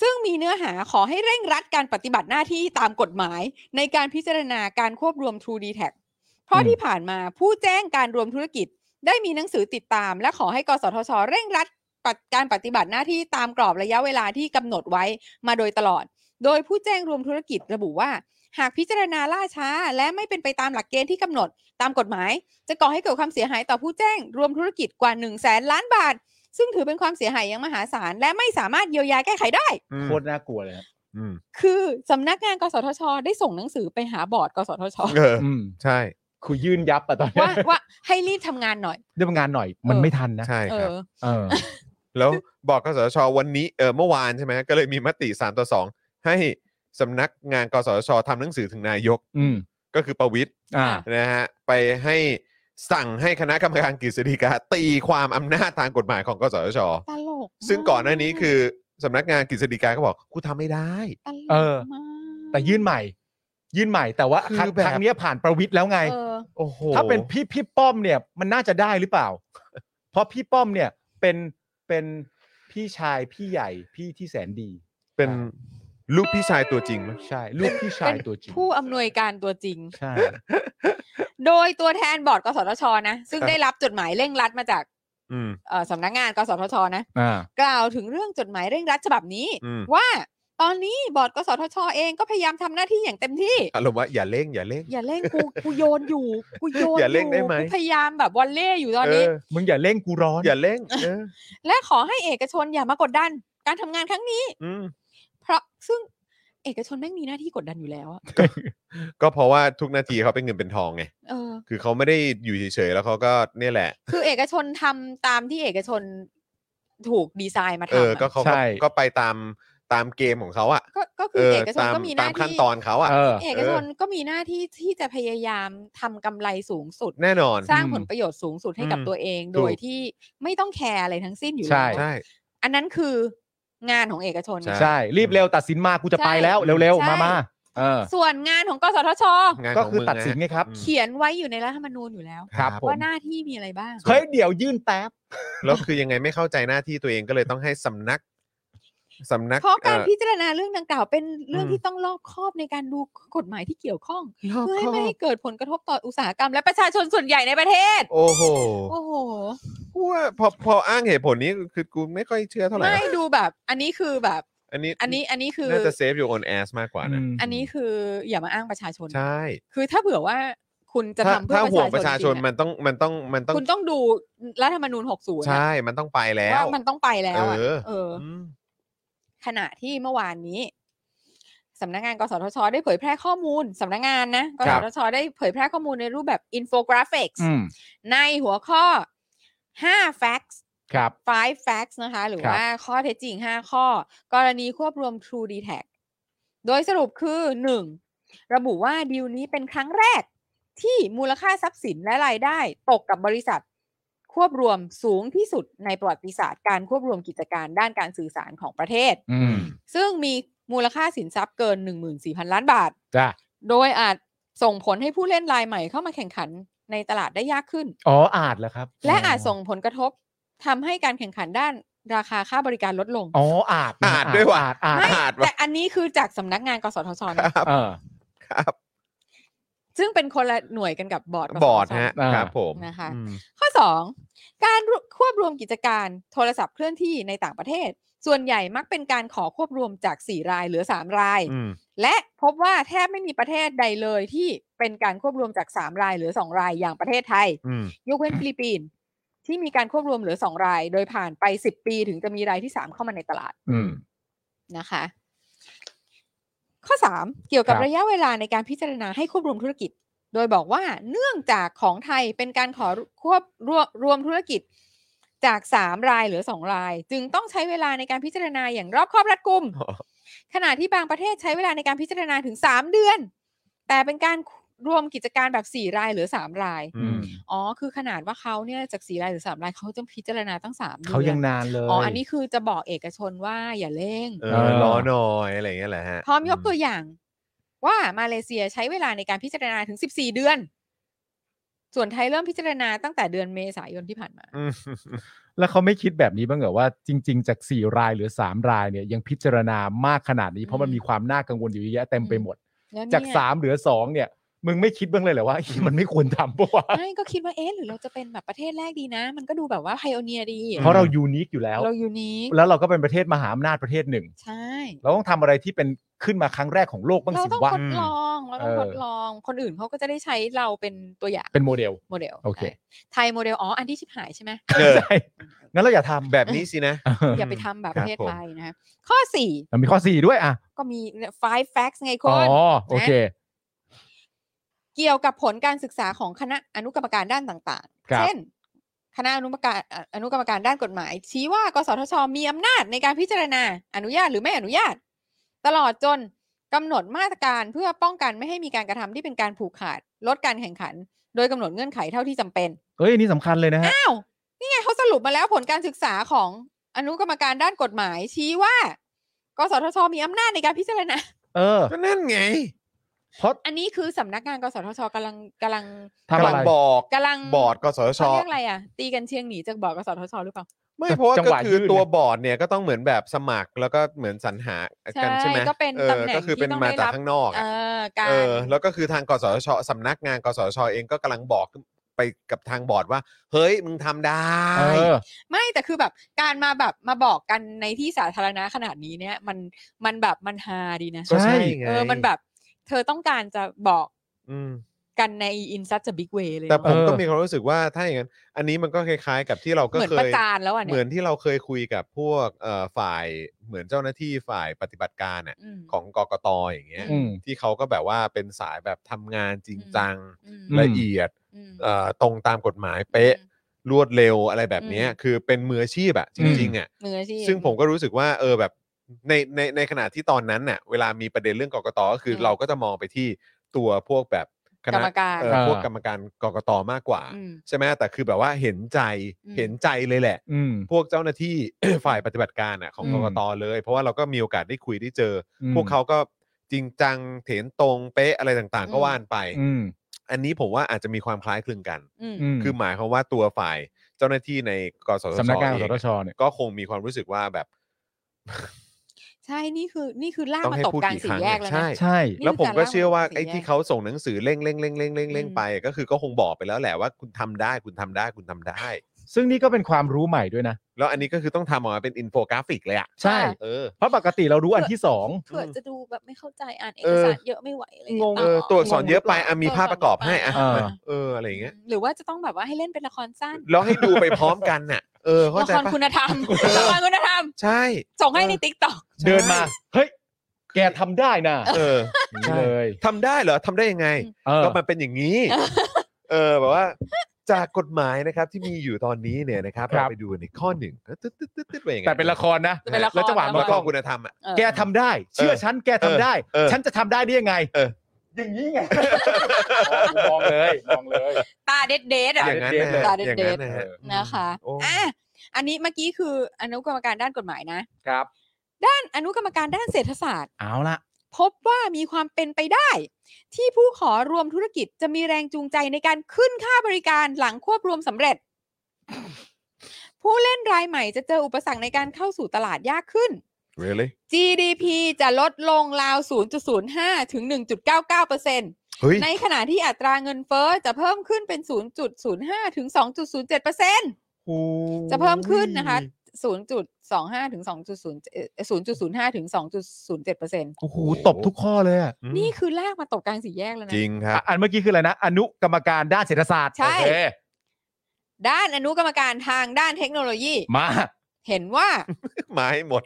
Speaker 3: ซึ่งมีเนื้อหาขอให้เร่งรัดการปฏิบัติหน้าที่ตามกฎหมาย ในการพิจารณาการควบรวม True d t a c เพราะ
Speaker 2: อืม
Speaker 3: ที่ผ่านมาผู้แจ้งการรวมธุรกิจ ได้มีหนังสือติดตาม และขอให้กสทช เร่งรัดปฏิการปฏิบัติหน้าที่ตามกรอบระยะเวลาที่กำหนดไว้มาโดยตลอด โดยผู้แจ้งรวมธุรกิจระบุว่า หากพิจารณาล่าช้า และไม่เป็นไปตามหลักเกณฑ์ที่กำหนด ตามกฎหมาย จะก่อให้เกิดความเสียหายต่อผู้แจ้งรวมธุรกิจกว่า1นึ่งแสนล้านบาท ซึ่งถือเป็นความเสียหายอย่างมหาศาลและไม่สามารถเยียวยาแก้ไขได้
Speaker 2: โคตรน่ากลัวเลยนะ
Speaker 1: อืม
Speaker 3: คือสำนักงานกสทช ได้ส่งหนังสือไปหาบอร์ดกสท ช
Speaker 1: เออ
Speaker 2: อืม
Speaker 1: ใช่
Speaker 2: คือยื่นยับอะตอนเนี้
Speaker 3: ว่าว่าให้รีบทำงานหน่อย
Speaker 2: เรื่องงานหน่อยมัน
Speaker 3: เออ
Speaker 2: ไม่ทันนะ
Speaker 1: ใช่
Speaker 3: เอ
Speaker 1: ครับ
Speaker 3: อ
Speaker 2: เออ
Speaker 1: แล้วบอกกสทชวันนี้เออเมื่อวานใช่ไหมก็เลยมีมติ3ต่อ2 ให้สำนักงานกสทชทำหนังสือถึงนายก
Speaker 2: อืม
Speaker 1: ก็คือประวิทย์
Speaker 2: อ่า
Speaker 1: นะฮะไปให้สั่งให้คณะกรรมการกฤษฎีกาตีความอำนาจทางกฎหมายของกสทช
Speaker 3: ตลกม
Speaker 1: ซึ่งก่อนหน้านี้คือสำนักงานกฤษฎีกาก็บอกกูทำไม่ได้
Speaker 3: ตลก
Speaker 2: เออ
Speaker 3: มาก
Speaker 2: แต่ยื่นใหม่ ยื่นใหม่แต่ว่า
Speaker 1: คือ
Speaker 2: ครั้ง
Speaker 1: แบบ
Speaker 2: ครั้งเนี้ยผ่านประวิทย์แล้วไง
Speaker 3: เออ
Speaker 1: โอ้โห
Speaker 2: ถ้าเป็นพี่พี่ป้อมเนี่ยมันน่าจะได้หรือเปล่า เพราะพี่ป้อมเนี่ยเป็นเป็นพี่ชายพี่ใหญ่พี่ที่แสนดี
Speaker 1: เป็นลูกพี่ชายตัวจริงไหม
Speaker 2: ใช่ ลูกพี่ชายตัวจริง
Speaker 3: ผู้อำนวยการตัวจริง
Speaker 2: ใช่
Speaker 3: โดยตัวแทนบอร์ดกสทชนะ ซึ่งได้รับจดหมายเร่งรัดมาจาก
Speaker 1: อืม
Speaker 3: เอ่อสำนักงานกสทชนะ
Speaker 2: อ่า
Speaker 3: กล่าวถึงเรื่องจดหมายเร่งรัดฉบับนี้
Speaker 1: อืม
Speaker 3: ว่าตอนนี้บอร์ดกสทชเองก็พยายามทำหน้าที่อย่างเต็มที่
Speaker 1: อารมณ์ว่าอย่าเร่งอย่าเร่ง
Speaker 3: อย่าเร่งกูกูโยนอยู่กูโยน
Speaker 1: อย่าเร่งได้ไหม
Speaker 3: กูพยายามแบบวอลเล่อยู่ตอน
Speaker 1: เอ
Speaker 3: นี้
Speaker 1: อ
Speaker 2: มึงอย่าเร่งกูร้อน
Speaker 1: อย่าเร่งเออ
Speaker 3: และขอให้เอกชนอย่ามากดดัน การทำงานครั้งนี้
Speaker 1: อืม
Speaker 3: เพราะซึ่งเอกชนแม่งมีหน้าที่กดดันอยู่แล้วอะ
Speaker 1: ก็เพราะว่าทุกนาทีเขาเป็นเงินเป็นทองไง
Speaker 3: เออ
Speaker 1: คือเขาไม่ได้อยู่เฉยๆ แล้วเขาก็เนี่ยแหละ
Speaker 3: คือเอกชนทำตามที่เอกชนถูกดีไซน์มา
Speaker 1: เออ
Speaker 3: ทำ
Speaker 1: ก็
Speaker 3: อะ
Speaker 1: เขา
Speaker 2: ใช่
Speaker 1: ก็ก็ไปตามตามเกมของเขาอ่ะ
Speaker 3: ก็ก็คื
Speaker 1: เอ
Speaker 3: อ
Speaker 1: อ
Speaker 3: เอกชน
Speaker 1: ตาม
Speaker 3: ก็มีห
Speaker 1: ตา
Speaker 3: น้าม
Speaker 1: ขั้น
Speaker 3: ที่
Speaker 1: ตอนเขาอ่ะ
Speaker 2: เออ
Speaker 3: เอกชนก็มีหน้าที่ที่จะพยายามทำกำไรสูงสุด
Speaker 1: แน่นอน
Speaker 3: สร้าง
Speaker 2: อืม
Speaker 3: ผลประโยชน์สูงสุดให้กับ
Speaker 1: อืม
Speaker 3: ตัวเอง
Speaker 1: ถูก
Speaker 3: โดยที่ไม่ต้องแคร์อะไรทั้งสิ้นอยู่
Speaker 2: ใช่
Speaker 3: แล้ว
Speaker 1: ใช่
Speaker 3: อันนั้นคืองานของเอกชน
Speaker 1: ใช่
Speaker 2: ใช่ รีบเร็วตัดสินมากูจะไปแล้วเร็ว
Speaker 3: ใช่
Speaker 2: ๆ มามาเออ
Speaker 3: ส่วนงานของกสทช
Speaker 1: งาน
Speaker 2: ก็
Speaker 1: ของ
Speaker 2: คือ
Speaker 1: มึ
Speaker 2: ตัดสินไงครับ
Speaker 1: ะอืม
Speaker 3: เขียนไว้อยู่ในรัฐธรรมนูญอยู่แล้ว
Speaker 2: ครับผม
Speaker 3: ว่าหน้าที่มีอะไรบ้าง
Speaker 2: เฮ้ยเดี๋ยวยื่นแท็บ
Speaker 1: แล้วคือยังไงไม่เข้าใจหน้าที่ตัวเองก็เลยต้องให้สำนักสำนัก
Speaker 3: เพราะการ
Speaker 1: เอ่อ
Speaker 3: พิจารณาเรื่องดังกล่าวเป็นเรื่อง
Speaker 1: อืม
Speaker 3: ที่ต้องรอบคอบในการดูกฎหมายที่เกี่ยวข้อง
Speaker 1: รอบ
Speaker 3: เพื่อ
Speaker 1: ค
Speaker 3: ให้
Speaker 1: อบ
Speaker 3: ไม่ให้เกิดผลกระทบต่ออุตสาหกรรมและประชาชนส่วนใหญ่ในประเทศ
Speaker 1: โอ้โห
Speaker 3: โอ้โห
Speaker 1: กูว่าพอพออ้างเหตุผลนี้คือกูไม่ค่อยเชื่อเท่าไหร่
Speaker 3: ไม่
Speaker 1: นะ
Speaker 3: ดูแบบ อันนี้คือแบบ
Speaker 1: อันนี้
Speaker 3: อันนี้อันนี้คือ
Speaker 1: น่าจะเซฟอยู่ on ass มากกว่านะ
Speaker 3: อันนี้คืออย่ามาอ้างประชาชน
Speaker 1: ใช่
Speaker 3: คือถ้าเผื่อว่าคุณจะ
Speaker 1: ถ้า
Speaker 3: ทำเพื่อ
Speaker 1: ถ้าห่วงป
Speaker 3: ประ ระ
Speaker 1: ชา
Speaker 3: ชา
Speaker 1: ช
Speaker 3: ช
Speaker 1: น
Speaker 3: น
Speaker 1: มันต้องมันต้องมัน
Speaker 3: จ
Speaker 1: ต้
Speaker 3: ริงๆอะ
Speaker 1: อง
Speaker 3: คุณต้องดูรัฐธรรมนูญ 60นะ
Speaker 1: ใช่ มันต้องไปแล้ว
Speaker 3: ว่ามันต้องไปแล้วอะ
Speaker 1: เออ
Speaker 3: เออ
Speaker 1: ม
Speaker 3: ขณะที่เมื่อวานนี้สำนักงาน กสทช ได้เผยแพร่ข้อมูลสำนักงานนะกส
Speaker 2: ครับ
Speaker 3: ทช ได้เผยแพร่ข้อมูลในรูปแบบอินโฟกราฟิก
Speaker 2: อืม
Speaker 3: ในหัวข้อ 5 facts
Speaker 2: ครับ
Speaker 3: 5 facts นะคะ หรือ
Speaker 2: ครับ
Speaker 3: ว่าข้อเท็จจริง 5 ข้อ กรณีควบรวม True d e t a c โดยสรุปคือ 1. ระบุว่าดีลนี้เป็นครั้งแรก ที่มูลค่าทรัพย์สินและรายได้ ตกกับบริษัท ควบรวมสูงที่สุดในประวัติศาสตร์การควบรวมกิจการด้านการสื่อสารของประเทศ
Speaker 2: อืม
Speaker 3: ซึ่งมีมูลค่าสินทรัพย์เกิน 14,000 ล้านบาท
Speaker 2: จ้ะ
Speaker 3: โดยอาจส่งผลให้ผู้เล่นรายใหม่เข้ามาแข่งขันในตลาดได้ยากขึ้น
Speaker 2: อ๋ออาจเหรอครับ
Speaker 3: และอาจส่งผลกระทบทำให้การแข่งขันด้านราคาค่าบริการลดลง
Speaker 2: อ๋ออาจนะ
Speaker 1: อาจด้วยว่ะ
Speaker 2: อาจอาจ
Speaker 3: ไม่
Speaker 1: อาจว่ะ
Speaker 3: แต่อันนี้คือจากสำนักงานกสทชนะ
Speaker 2: เออ
Speaker 1: ครับ
Speaker 3: ซึ่งเป็นคนละหน่วยกันกับบอร์ดกสทช
Speaker 1: บอร์ดฮะ
Speaker 2: อ่า
Speaker 1: ครับผม
Speaker 3: นะคะ
Speaker 1: อืม
Speaker 3: ข้อ 2 การรวควบรวมกิจการโทรศัพท์เคลื่อนที่ในต่างประเทศ ส่วนใหญ่มักเป็นการขอควบรวมจาก 4 รายเหลือ 3 ราย
Speaker 1: อืม
Speaker 3: และพบว่าแทบไม่มีประเทศใดเลยที่เป็นการควบรวมจาก 3 รายเหลือ 2 รายอย่างประเทศไทย
Speaker 1: อืม
Speaker 3: ยกเว้นฟิลิปปินส์ที่มีการควบรวมเหลือ 2 ราย โดยผ่านไป 10 ปีถึงจะมีรายที่ 3 เข้ามาในตลาด
Speaker 2: อืม
Speaker 3: นะคะ ข้อ 3 เกี่ยวกับ
Speaker 2: ครับ
Speaker 3: ระยะเวลาในการพิจารณาให้ควบรวมธุรกิจ โดยบอกว่าเนื่องจากของไทยเป็นการขอควบรวมรวมธุรกิจจาก 3 รายเหลือ 2 ราย จึงต้องใช้เวลาในการพิจารณาอย่างรอบคอบรัดกุม
Speaker 1: อ๋อ
Speaker 3: ขณะที่บางประเทศใช้เวลาในการพิจารณาถึง 3 เดือน แต่เป็นการรวมกิจการแบบ 4 รายหรือ 3 ราย
Speaker 1: อืม
Speaker 3: อ๋อ คือขนาดว่าเขาเนี่ยจาก 4 รายหรือ 3 รายเขาต้องพิจารณาตั้ง 3 เดือน
Speaker 2: เขายังนานเลย
Speaker 3: อ๋อ อันนี้คือจะบอกเอกชนว่าอย่าเร่ง
Speaker 1: เออรอหน่อยอะไรอย่างเงี้ยแหละฮะ
Speaker 3: พร้อมยกตัวอย่าง ว่ามาเลเซียใช้เวลาในการพิจารณาถึง 14 เดือน ส่วนไทยเริ่มพิจารณาตั้งแต่เดือนเมษายนที่ผ่านมา
Speaker 1: อืม
Speaker 2: แล้วเขาไม่คิดแบบนี้บ้างเหรอว่าจริง ๆ จาก 4 รายเหรือ 3 รายเนี่ยยังพิจารณามากขนาดนี้เพราะมันมีความน่ากังวลอยู่เยอะแยะเต็มไปหมด
Speaker 3: แล้วเนี่ย
Speaker 2: จาก 3 เหลือ 2 เนี่ย มึงไม่คิดบ้างเลยเหรอว่า มันไม่ควรทำปะวะ
Speaker 3: ไม่ก็คิดว่าเอ๊ะหรือเราจะเป็นแบบประเทศแรกดีนะ มันก็ดูแบบว่าไพโอเนียดี
Speaker 2: เพราะเรายูนิคอยู่แล้ว
Speaker 3: เรายูนิค
Speaker 2: แล้วเราก็เป็นประเทศมหาอำนาจประเทศหนึ่ง
Speaker 3: ใช่
Speaker 2: เราต้องทำอะไรที่เป็น ขึ้นมาครั้งแรกของโลกบ้าง
Speaker 3: เรา
Speaker 2: สิ
Speaker 3: ต้อง
Speaker 2: วะ
Speaker 3: ทดลองเราต้อง
Speaker 2: เออ
Speaker 3: ทดลอง คนอื่นเขาก็จะได้ใช้เราเป็นตัวอย่าง
Speaker 2: เป็นโมเดล
Speaker 3: โมเดล
Speaker 2: โอเค
Speaker 3: ไทยโมเดลอ๋ออันที่ชิบหายใช่ไหม
Speaker 1: เออ
Speaker 2: ใช่งั้นเราอย่าทำ
Speaker 1: แบบนี้สินะ
Speaker 2: เออ
Speaker 3: อย่าไปทำแบบ
Speaker 1: ค
Speaker 3: ป
Speaker 1: รับ
Speaker 3: ระเทศ
Speaker 1: ผม
Speaker 3: ไทยนะคะข้อ
Speaker 2: มันมีข้อสี่ด้วยอ่ะ
Speaker 3: 4 ก็มี five facts ไงคุ
Speaker 2: อ๋อ
Speaker 3: ณ
Speaker 2: โอเค
Speaker 3: เกี่ยวกับผลการศึกษาของคณะอนุกรรมการด้านต่าง
Speaker 2: ครั
Speaker 3: ๆ
Speaker 2: บ
Speaker 3: เช่น คณะอนุกรรมการอ่ะอนุกรรมการด้านกฎหมาย ชี้ว่ากสทช มีอำนาจในการพิจารณาอนุญาตหรือไม่อนุญาต ตลอดจนกำหนดมาตรการเพื่อป้องกันไม่ให้มีการกระทำที่เป็นการผูกขาด ลดการแข่งขัน โดยกำหนดเงื่อนไขเท่าที่จำเป็น
Speaker 2: เอ้ยอันนี่สำคัญเลยนะฮะ
Speaker 3: อ้าวนี่ไงเขาสรุปมาแล้วผลการศึกษาของอนุกรรมการด้านกฎหมาย ชี้ว่ากสทช มีอำนาจในการพิจารณา
Speaker 2: เออ
Speaker 1: ก็นั่นไง
Speaker 2: เพราะ
Speaker 3: อันนี้คือสำนักงาน กสทชกำลังกำลัง
Speaker 2: ทำ
Speaker 1: กำ
Speaker 2: อะ
Speaker 1: ลัง
Speaker 2: ไร
Speaker 1: บอก
Speaker 3: กำลัง
Speaker 1: บอร์ดกสทช
Speaker 3: เขาเรียกอะไรอ่ะ ตีกันเชียงหนีจากบอร์ดกสทชหรือเปล่า
Speaker 1: ไม่เพราะว่า
Speaker 2: จัง
Speaker 1: ก็
Speaker 2: หวะ
Speaker 1: คือ
Speaker 2: ยื่น
Speaker 1: ตัว
Speaker 2: เนี่ย
Speaker 1: บอร์ดเนี่ยก็ต้องเหมือนแบบสมัครแล้วก็เหมือนสรรหากันใช่ไหม
Speaker 3: ก็เป็น
Speaker 1: ออ
Speaker 3: ตำแหน่ง
Speaker 1: ก็คือ
Speaker 3: ที่
Speaker 1: เป็น
Speaker 3: ต้อง
Speaker 1: มา
Speaker 3: ได้
Speaker 1: จาก
Speaker 3: รับ
Speaker 1: ข้างนอก
Speaker 3: เอ
Speaker 1: อะ
Speaker 3: อการ
Speaker 1: เออ แล้วก็คือทางกสทชสำนักงานกสทชเองก็กำลังบอกไปกับทางบอร์ดว่า เฮ้ยมึงทำได้
Speaker 2: เออ
Speaker 3: ไม่แต่คือแบบการมาแบบมาบอกกันในที่สาธารณะขนาดนี้เนี่ย มันมันแบบมันฮาดีนะ
Speaker 2: ก็ใช่
Speaker 1: ไง
Speaker 3: เออมันแบบ เธอต้องการจะบอก
Speaker 1: อืม
Speaker 3: กันใน in such a big way เลย
Speaker 1: แต่
Speaker 3: เนอะ
Speaker 1: ผม
Speaker 2: เออ
Speaker 1: ก็มีความรู้สึกว่าถ้าอย่างนั้น อันนี้มันก็คล้ายๆ กับที่เราก็
Speaker 3: เหมือน
Speaker 1: เค
Speaker 3: ประ
Speaker 1: ย
Speaker 3: จานแล้วอ่ะ
Speaker 1: เห
Speaker 3: เนี่
Speaker 1: มือย นที่เราเคยคุยกับพวกเอ่อฝ่ายเหมือนเจ้าหน้าที่ฝ่ายปฏิบัติการอ่ะ
Speaker 3: อืม
Speaker 1: ของกกตอย่างเงี้ย
Speaker 3: อื
Speaker 2: อืม
Speaker 1: ที่เขาก็แบบว่าเป็นสายแบบทำงานจริงจัง
Speaker 3: อืม
Speaker 1: ละเอียด
Speaker 3: อืม
Speaker 1: เอ่อตรงตามกฎหมายเป๊ะ รวดเร็วอะไรแบบเนี้ย
Speaker 3: อืม
Speaker 1: คือเป็นมืออาชีพอะจริงๆอะ
Speaker 3: มืออาชีพ
Speaker 1: ซึ่งผมก็รู้สึกว่าเออแบบในในในขณะที่ตอนนั้นน่ะเวลามีประเด็นเรื่องกกตก็คืออ
Speaker 3: ม
Speaker 1: เราก็จะมองไปที่ตัวพวกแบบคณะ
Speaker 3: กรรมการ
Speaker 1: เอ่อ
Speaker 2: เออ
Speaker 1: พวกกรรมการกกตมากกว่า
Speaker 3: อืม
Speaker 1: ใช่ไหมแต่คือแบบว่าเห็นใจ
Speaker 3: อืม
Speaker 1: เห็นใจเลยแหละ
Speaker 2: อืม
Speaker 1: พวกเจ้าหน้าที่ ฝ่ายปฏิบัติการอ่ะของ
Speaker 2: อืม
Speaker 1: กกตเลย เพราะว่าเราก็มีโอกาสได้คุยได้เจออ
Speaker 2: อืม
Speaker 1: พวกเขาก็จริงจังเถนตรงเป๊ะอะไรต่างๆ ก็
Speaker 3: อืม
Speaker 1: ว่านไป
Speaker 2: อืม
Speaker 1: อันนี้ผมว่าอาจจะมีความคล้ายคลึงกัน
Speaker 3: อืม
Speaker 2: อืม
Speaker 1: คือหมายความว่าตัวฝ่ายเจ้าหน้าที่ในกสทช
Speaker 2: สำนักงาน
Speaker 1: เอ
Speaker 2: ส
Speaker 1: ง
Speaker 2: ทชเนี่ย
Speaker 1: ก็คงมีความรู้สึกว่าแบบ
Speaker 3: ใช่นี่คือนี่คือลาก
Speaker 1: ต้อง
Speaker 3: มา
Speaker 1: ให้
Speaker 3: ตก
Speaker 1: พูด
Speaker 3: กลาง
Speaker 1: กี่ค
Speaker 3: สี่
Speaker 1: รั้ง
Speaker 3: แยก
Speaker 1: เนี่ย
Speaker 3: แล้วนะ
Speaker 1: ใช่
Speaker 2: ใช่
Speaker 3: นี่
Speaker 1: แล้วผมก็เชื่อว่า
Speaker 3: คือการ
Speaker 1: ไอ้
Speaker 3: ล่างมาตก
Speaker 1: ที่
Speaker 3: สี่แยก
Speaker 1: เขาส่งหนังสือเร่งเร่งเร่งเร่งเร่งเร่ง
Speaker 3: อืม
Speaker 1: ไป ก็คือก็คงบอกไปแล้วแหละว่าคุณทำได้คุณทำได้คุณทำได้
Speaker 2: ซึ่งนี่ก็เป็นความรู้ใหม่ด้วยนะ
Speaker 1: แล้วอันนี้ก็คือต้องทำออกมาเป็นอินโฟกราฟิกเลยอ่ะ
Speaker 2: ใช่
Speaker 1: เออ
Speaker 2: เพราะปกติเรารู้อันที่สอง
Speaker 3: เผื่อจะดูแบบไม่เข้าใจอ่านเอ
Speaker 1: เอก อ
Speaker 3: สารเยอะไม่ไหวอะไรอย่าง
Speaker 1: งง
Speaker 3: เงี้ยตาม
Speaker 1: เออตัวอักษรเยอะไปอ่ะมี
Speaker 3: ตัว
Speaker 1: ภาพประกอบให้อ่ะ
Speaker 3: ตัวสนเย
Speaker 1: มา
Speaker 3: ป
Speaker 1: เอออะไรอย่างเงี้ย
Speaker 3: หรือว่าจะต้องแบบว่าให้เล่นเป็นละครสั้น
Speaker 1: แล้วให้ดูไปพร้อมกันน่ะ เออเข้า
Speaker 3: ละ
Speaker 1: ใจ
Speaker 3: คร
Speaker 1: ปะ
Speaker 3: คุณธรรมละครคุณธรรม
Speaker 1: ใช่
Speaker 3: ส่งให้
Speaker 1: เออ
Speaker 3: ในติ๊กต็อก
Speaker 2: เดินมา เฮ้ย แกทำได้นะ
Speaker 1: เออ
Speaker 2: อย่างนี้เลย
Speaker 1: ทำได้เหรอทำได้ยังไง
Speaker 2: เออ
Speaker 1: ก็มันเป็นอย่างนี้ เออแบบว่า จากกฎหมายนะครับที่มีอยู่ตอนนี้เนี่ยนะครับ
Speaker 2: ครั
Speaker 1: เรา
Speaker 2: บ
Speaker 1: ไปดูในข้อหนึ่งแล้วตึ๊ดตึ๊ดตึ๊ดตึ๊ดไปอย่าง
Speaker 2: แต่เป็นละครนะ
Speaker 3: จะเป็นละคร
Speaker 2: แล้วจังหวะ
Speaker 3: น
Speaker 2: มั
Speaker 1: มัน น
Speaker 3: ค
Speaker 1: ก็
Speaker 3: ร
Speaker 1: คุณธรรมอ่ะ
Speaker 3: เออ
Speaker 2: แกทำได้ เชื่อฉันแกทำได้
Speaker 1: เออ
Speaker 2: ฉันจะทำได้ได้ยังไงอย่างนี้ไงมองเลยมองเลย
Speaker 3: ตาเด็ดเด็ดๆอ่ะ
Speaker 1: อย่างนั้นนะฮะ
Speaker 3: ตาเด็ด
Speaker 1: อ
Speaker 3: ๆ
Speaker 1: ย่างนั้นนะฮะ
Speaker 3: นะคะ
Speaker 1: โอ้
Speaker 3: อ่ะอันนี้เมื่อกี้คืออนุกรรมการด้านกฎหมายนะ
Speaker 2: ครับ
Speaker 3: ด้านอนุกรรมการด้านเศรษฐศาสตร์
Speaker 2: เอาละ
Speaker 3: พบว่ามีความเป็นไปได้ ที่ผู้ขอรวมธุรกิจจะมีแรงจูงใจในการขึ้นค่าบริการหลังควบรวมสำเร็จ ผู้เล่นรายใหม่จะเจออุปสรรคในการเข้าสู่ตลาดยากขึ้น
Speaker 1: really
Speaker 3: GDP จะลดลงราว 0.05 ถึง 1.99%
Speaker 1: เฮ้ย
Speaker 3: ในขณะที่อัตราเงินเฟ้อจะเพิ่มขึ้นเป็น 0.05 ถึง 2.07%จะเพิ่มขึ้นนะคะ 0.25 ถึง 2.0เอ่อ0.05 ถึง 2.07%
Speaker 2: โอ้โหตบทุกข้อเลยอะ
Speaker 1: อืม
Speaker 3: นี่คือลากมาตกกลางสี่แยกแล้วนะ
Speaker 1: จริงครับ
Speaker 2: อ่ะอันเมื่อกี้คืออะไรนะ อนุกรรมการด้านเศรษฐศาสตร์
Speaker 3: ใช่
Speaker 2: โอเค
Speaker 3: ด้านอนุกรรมการทางด้านเทคโนโลยี
Speaker 2: มา
Speaker 3: เห็นว่า
Speaker 1: มาให้หมด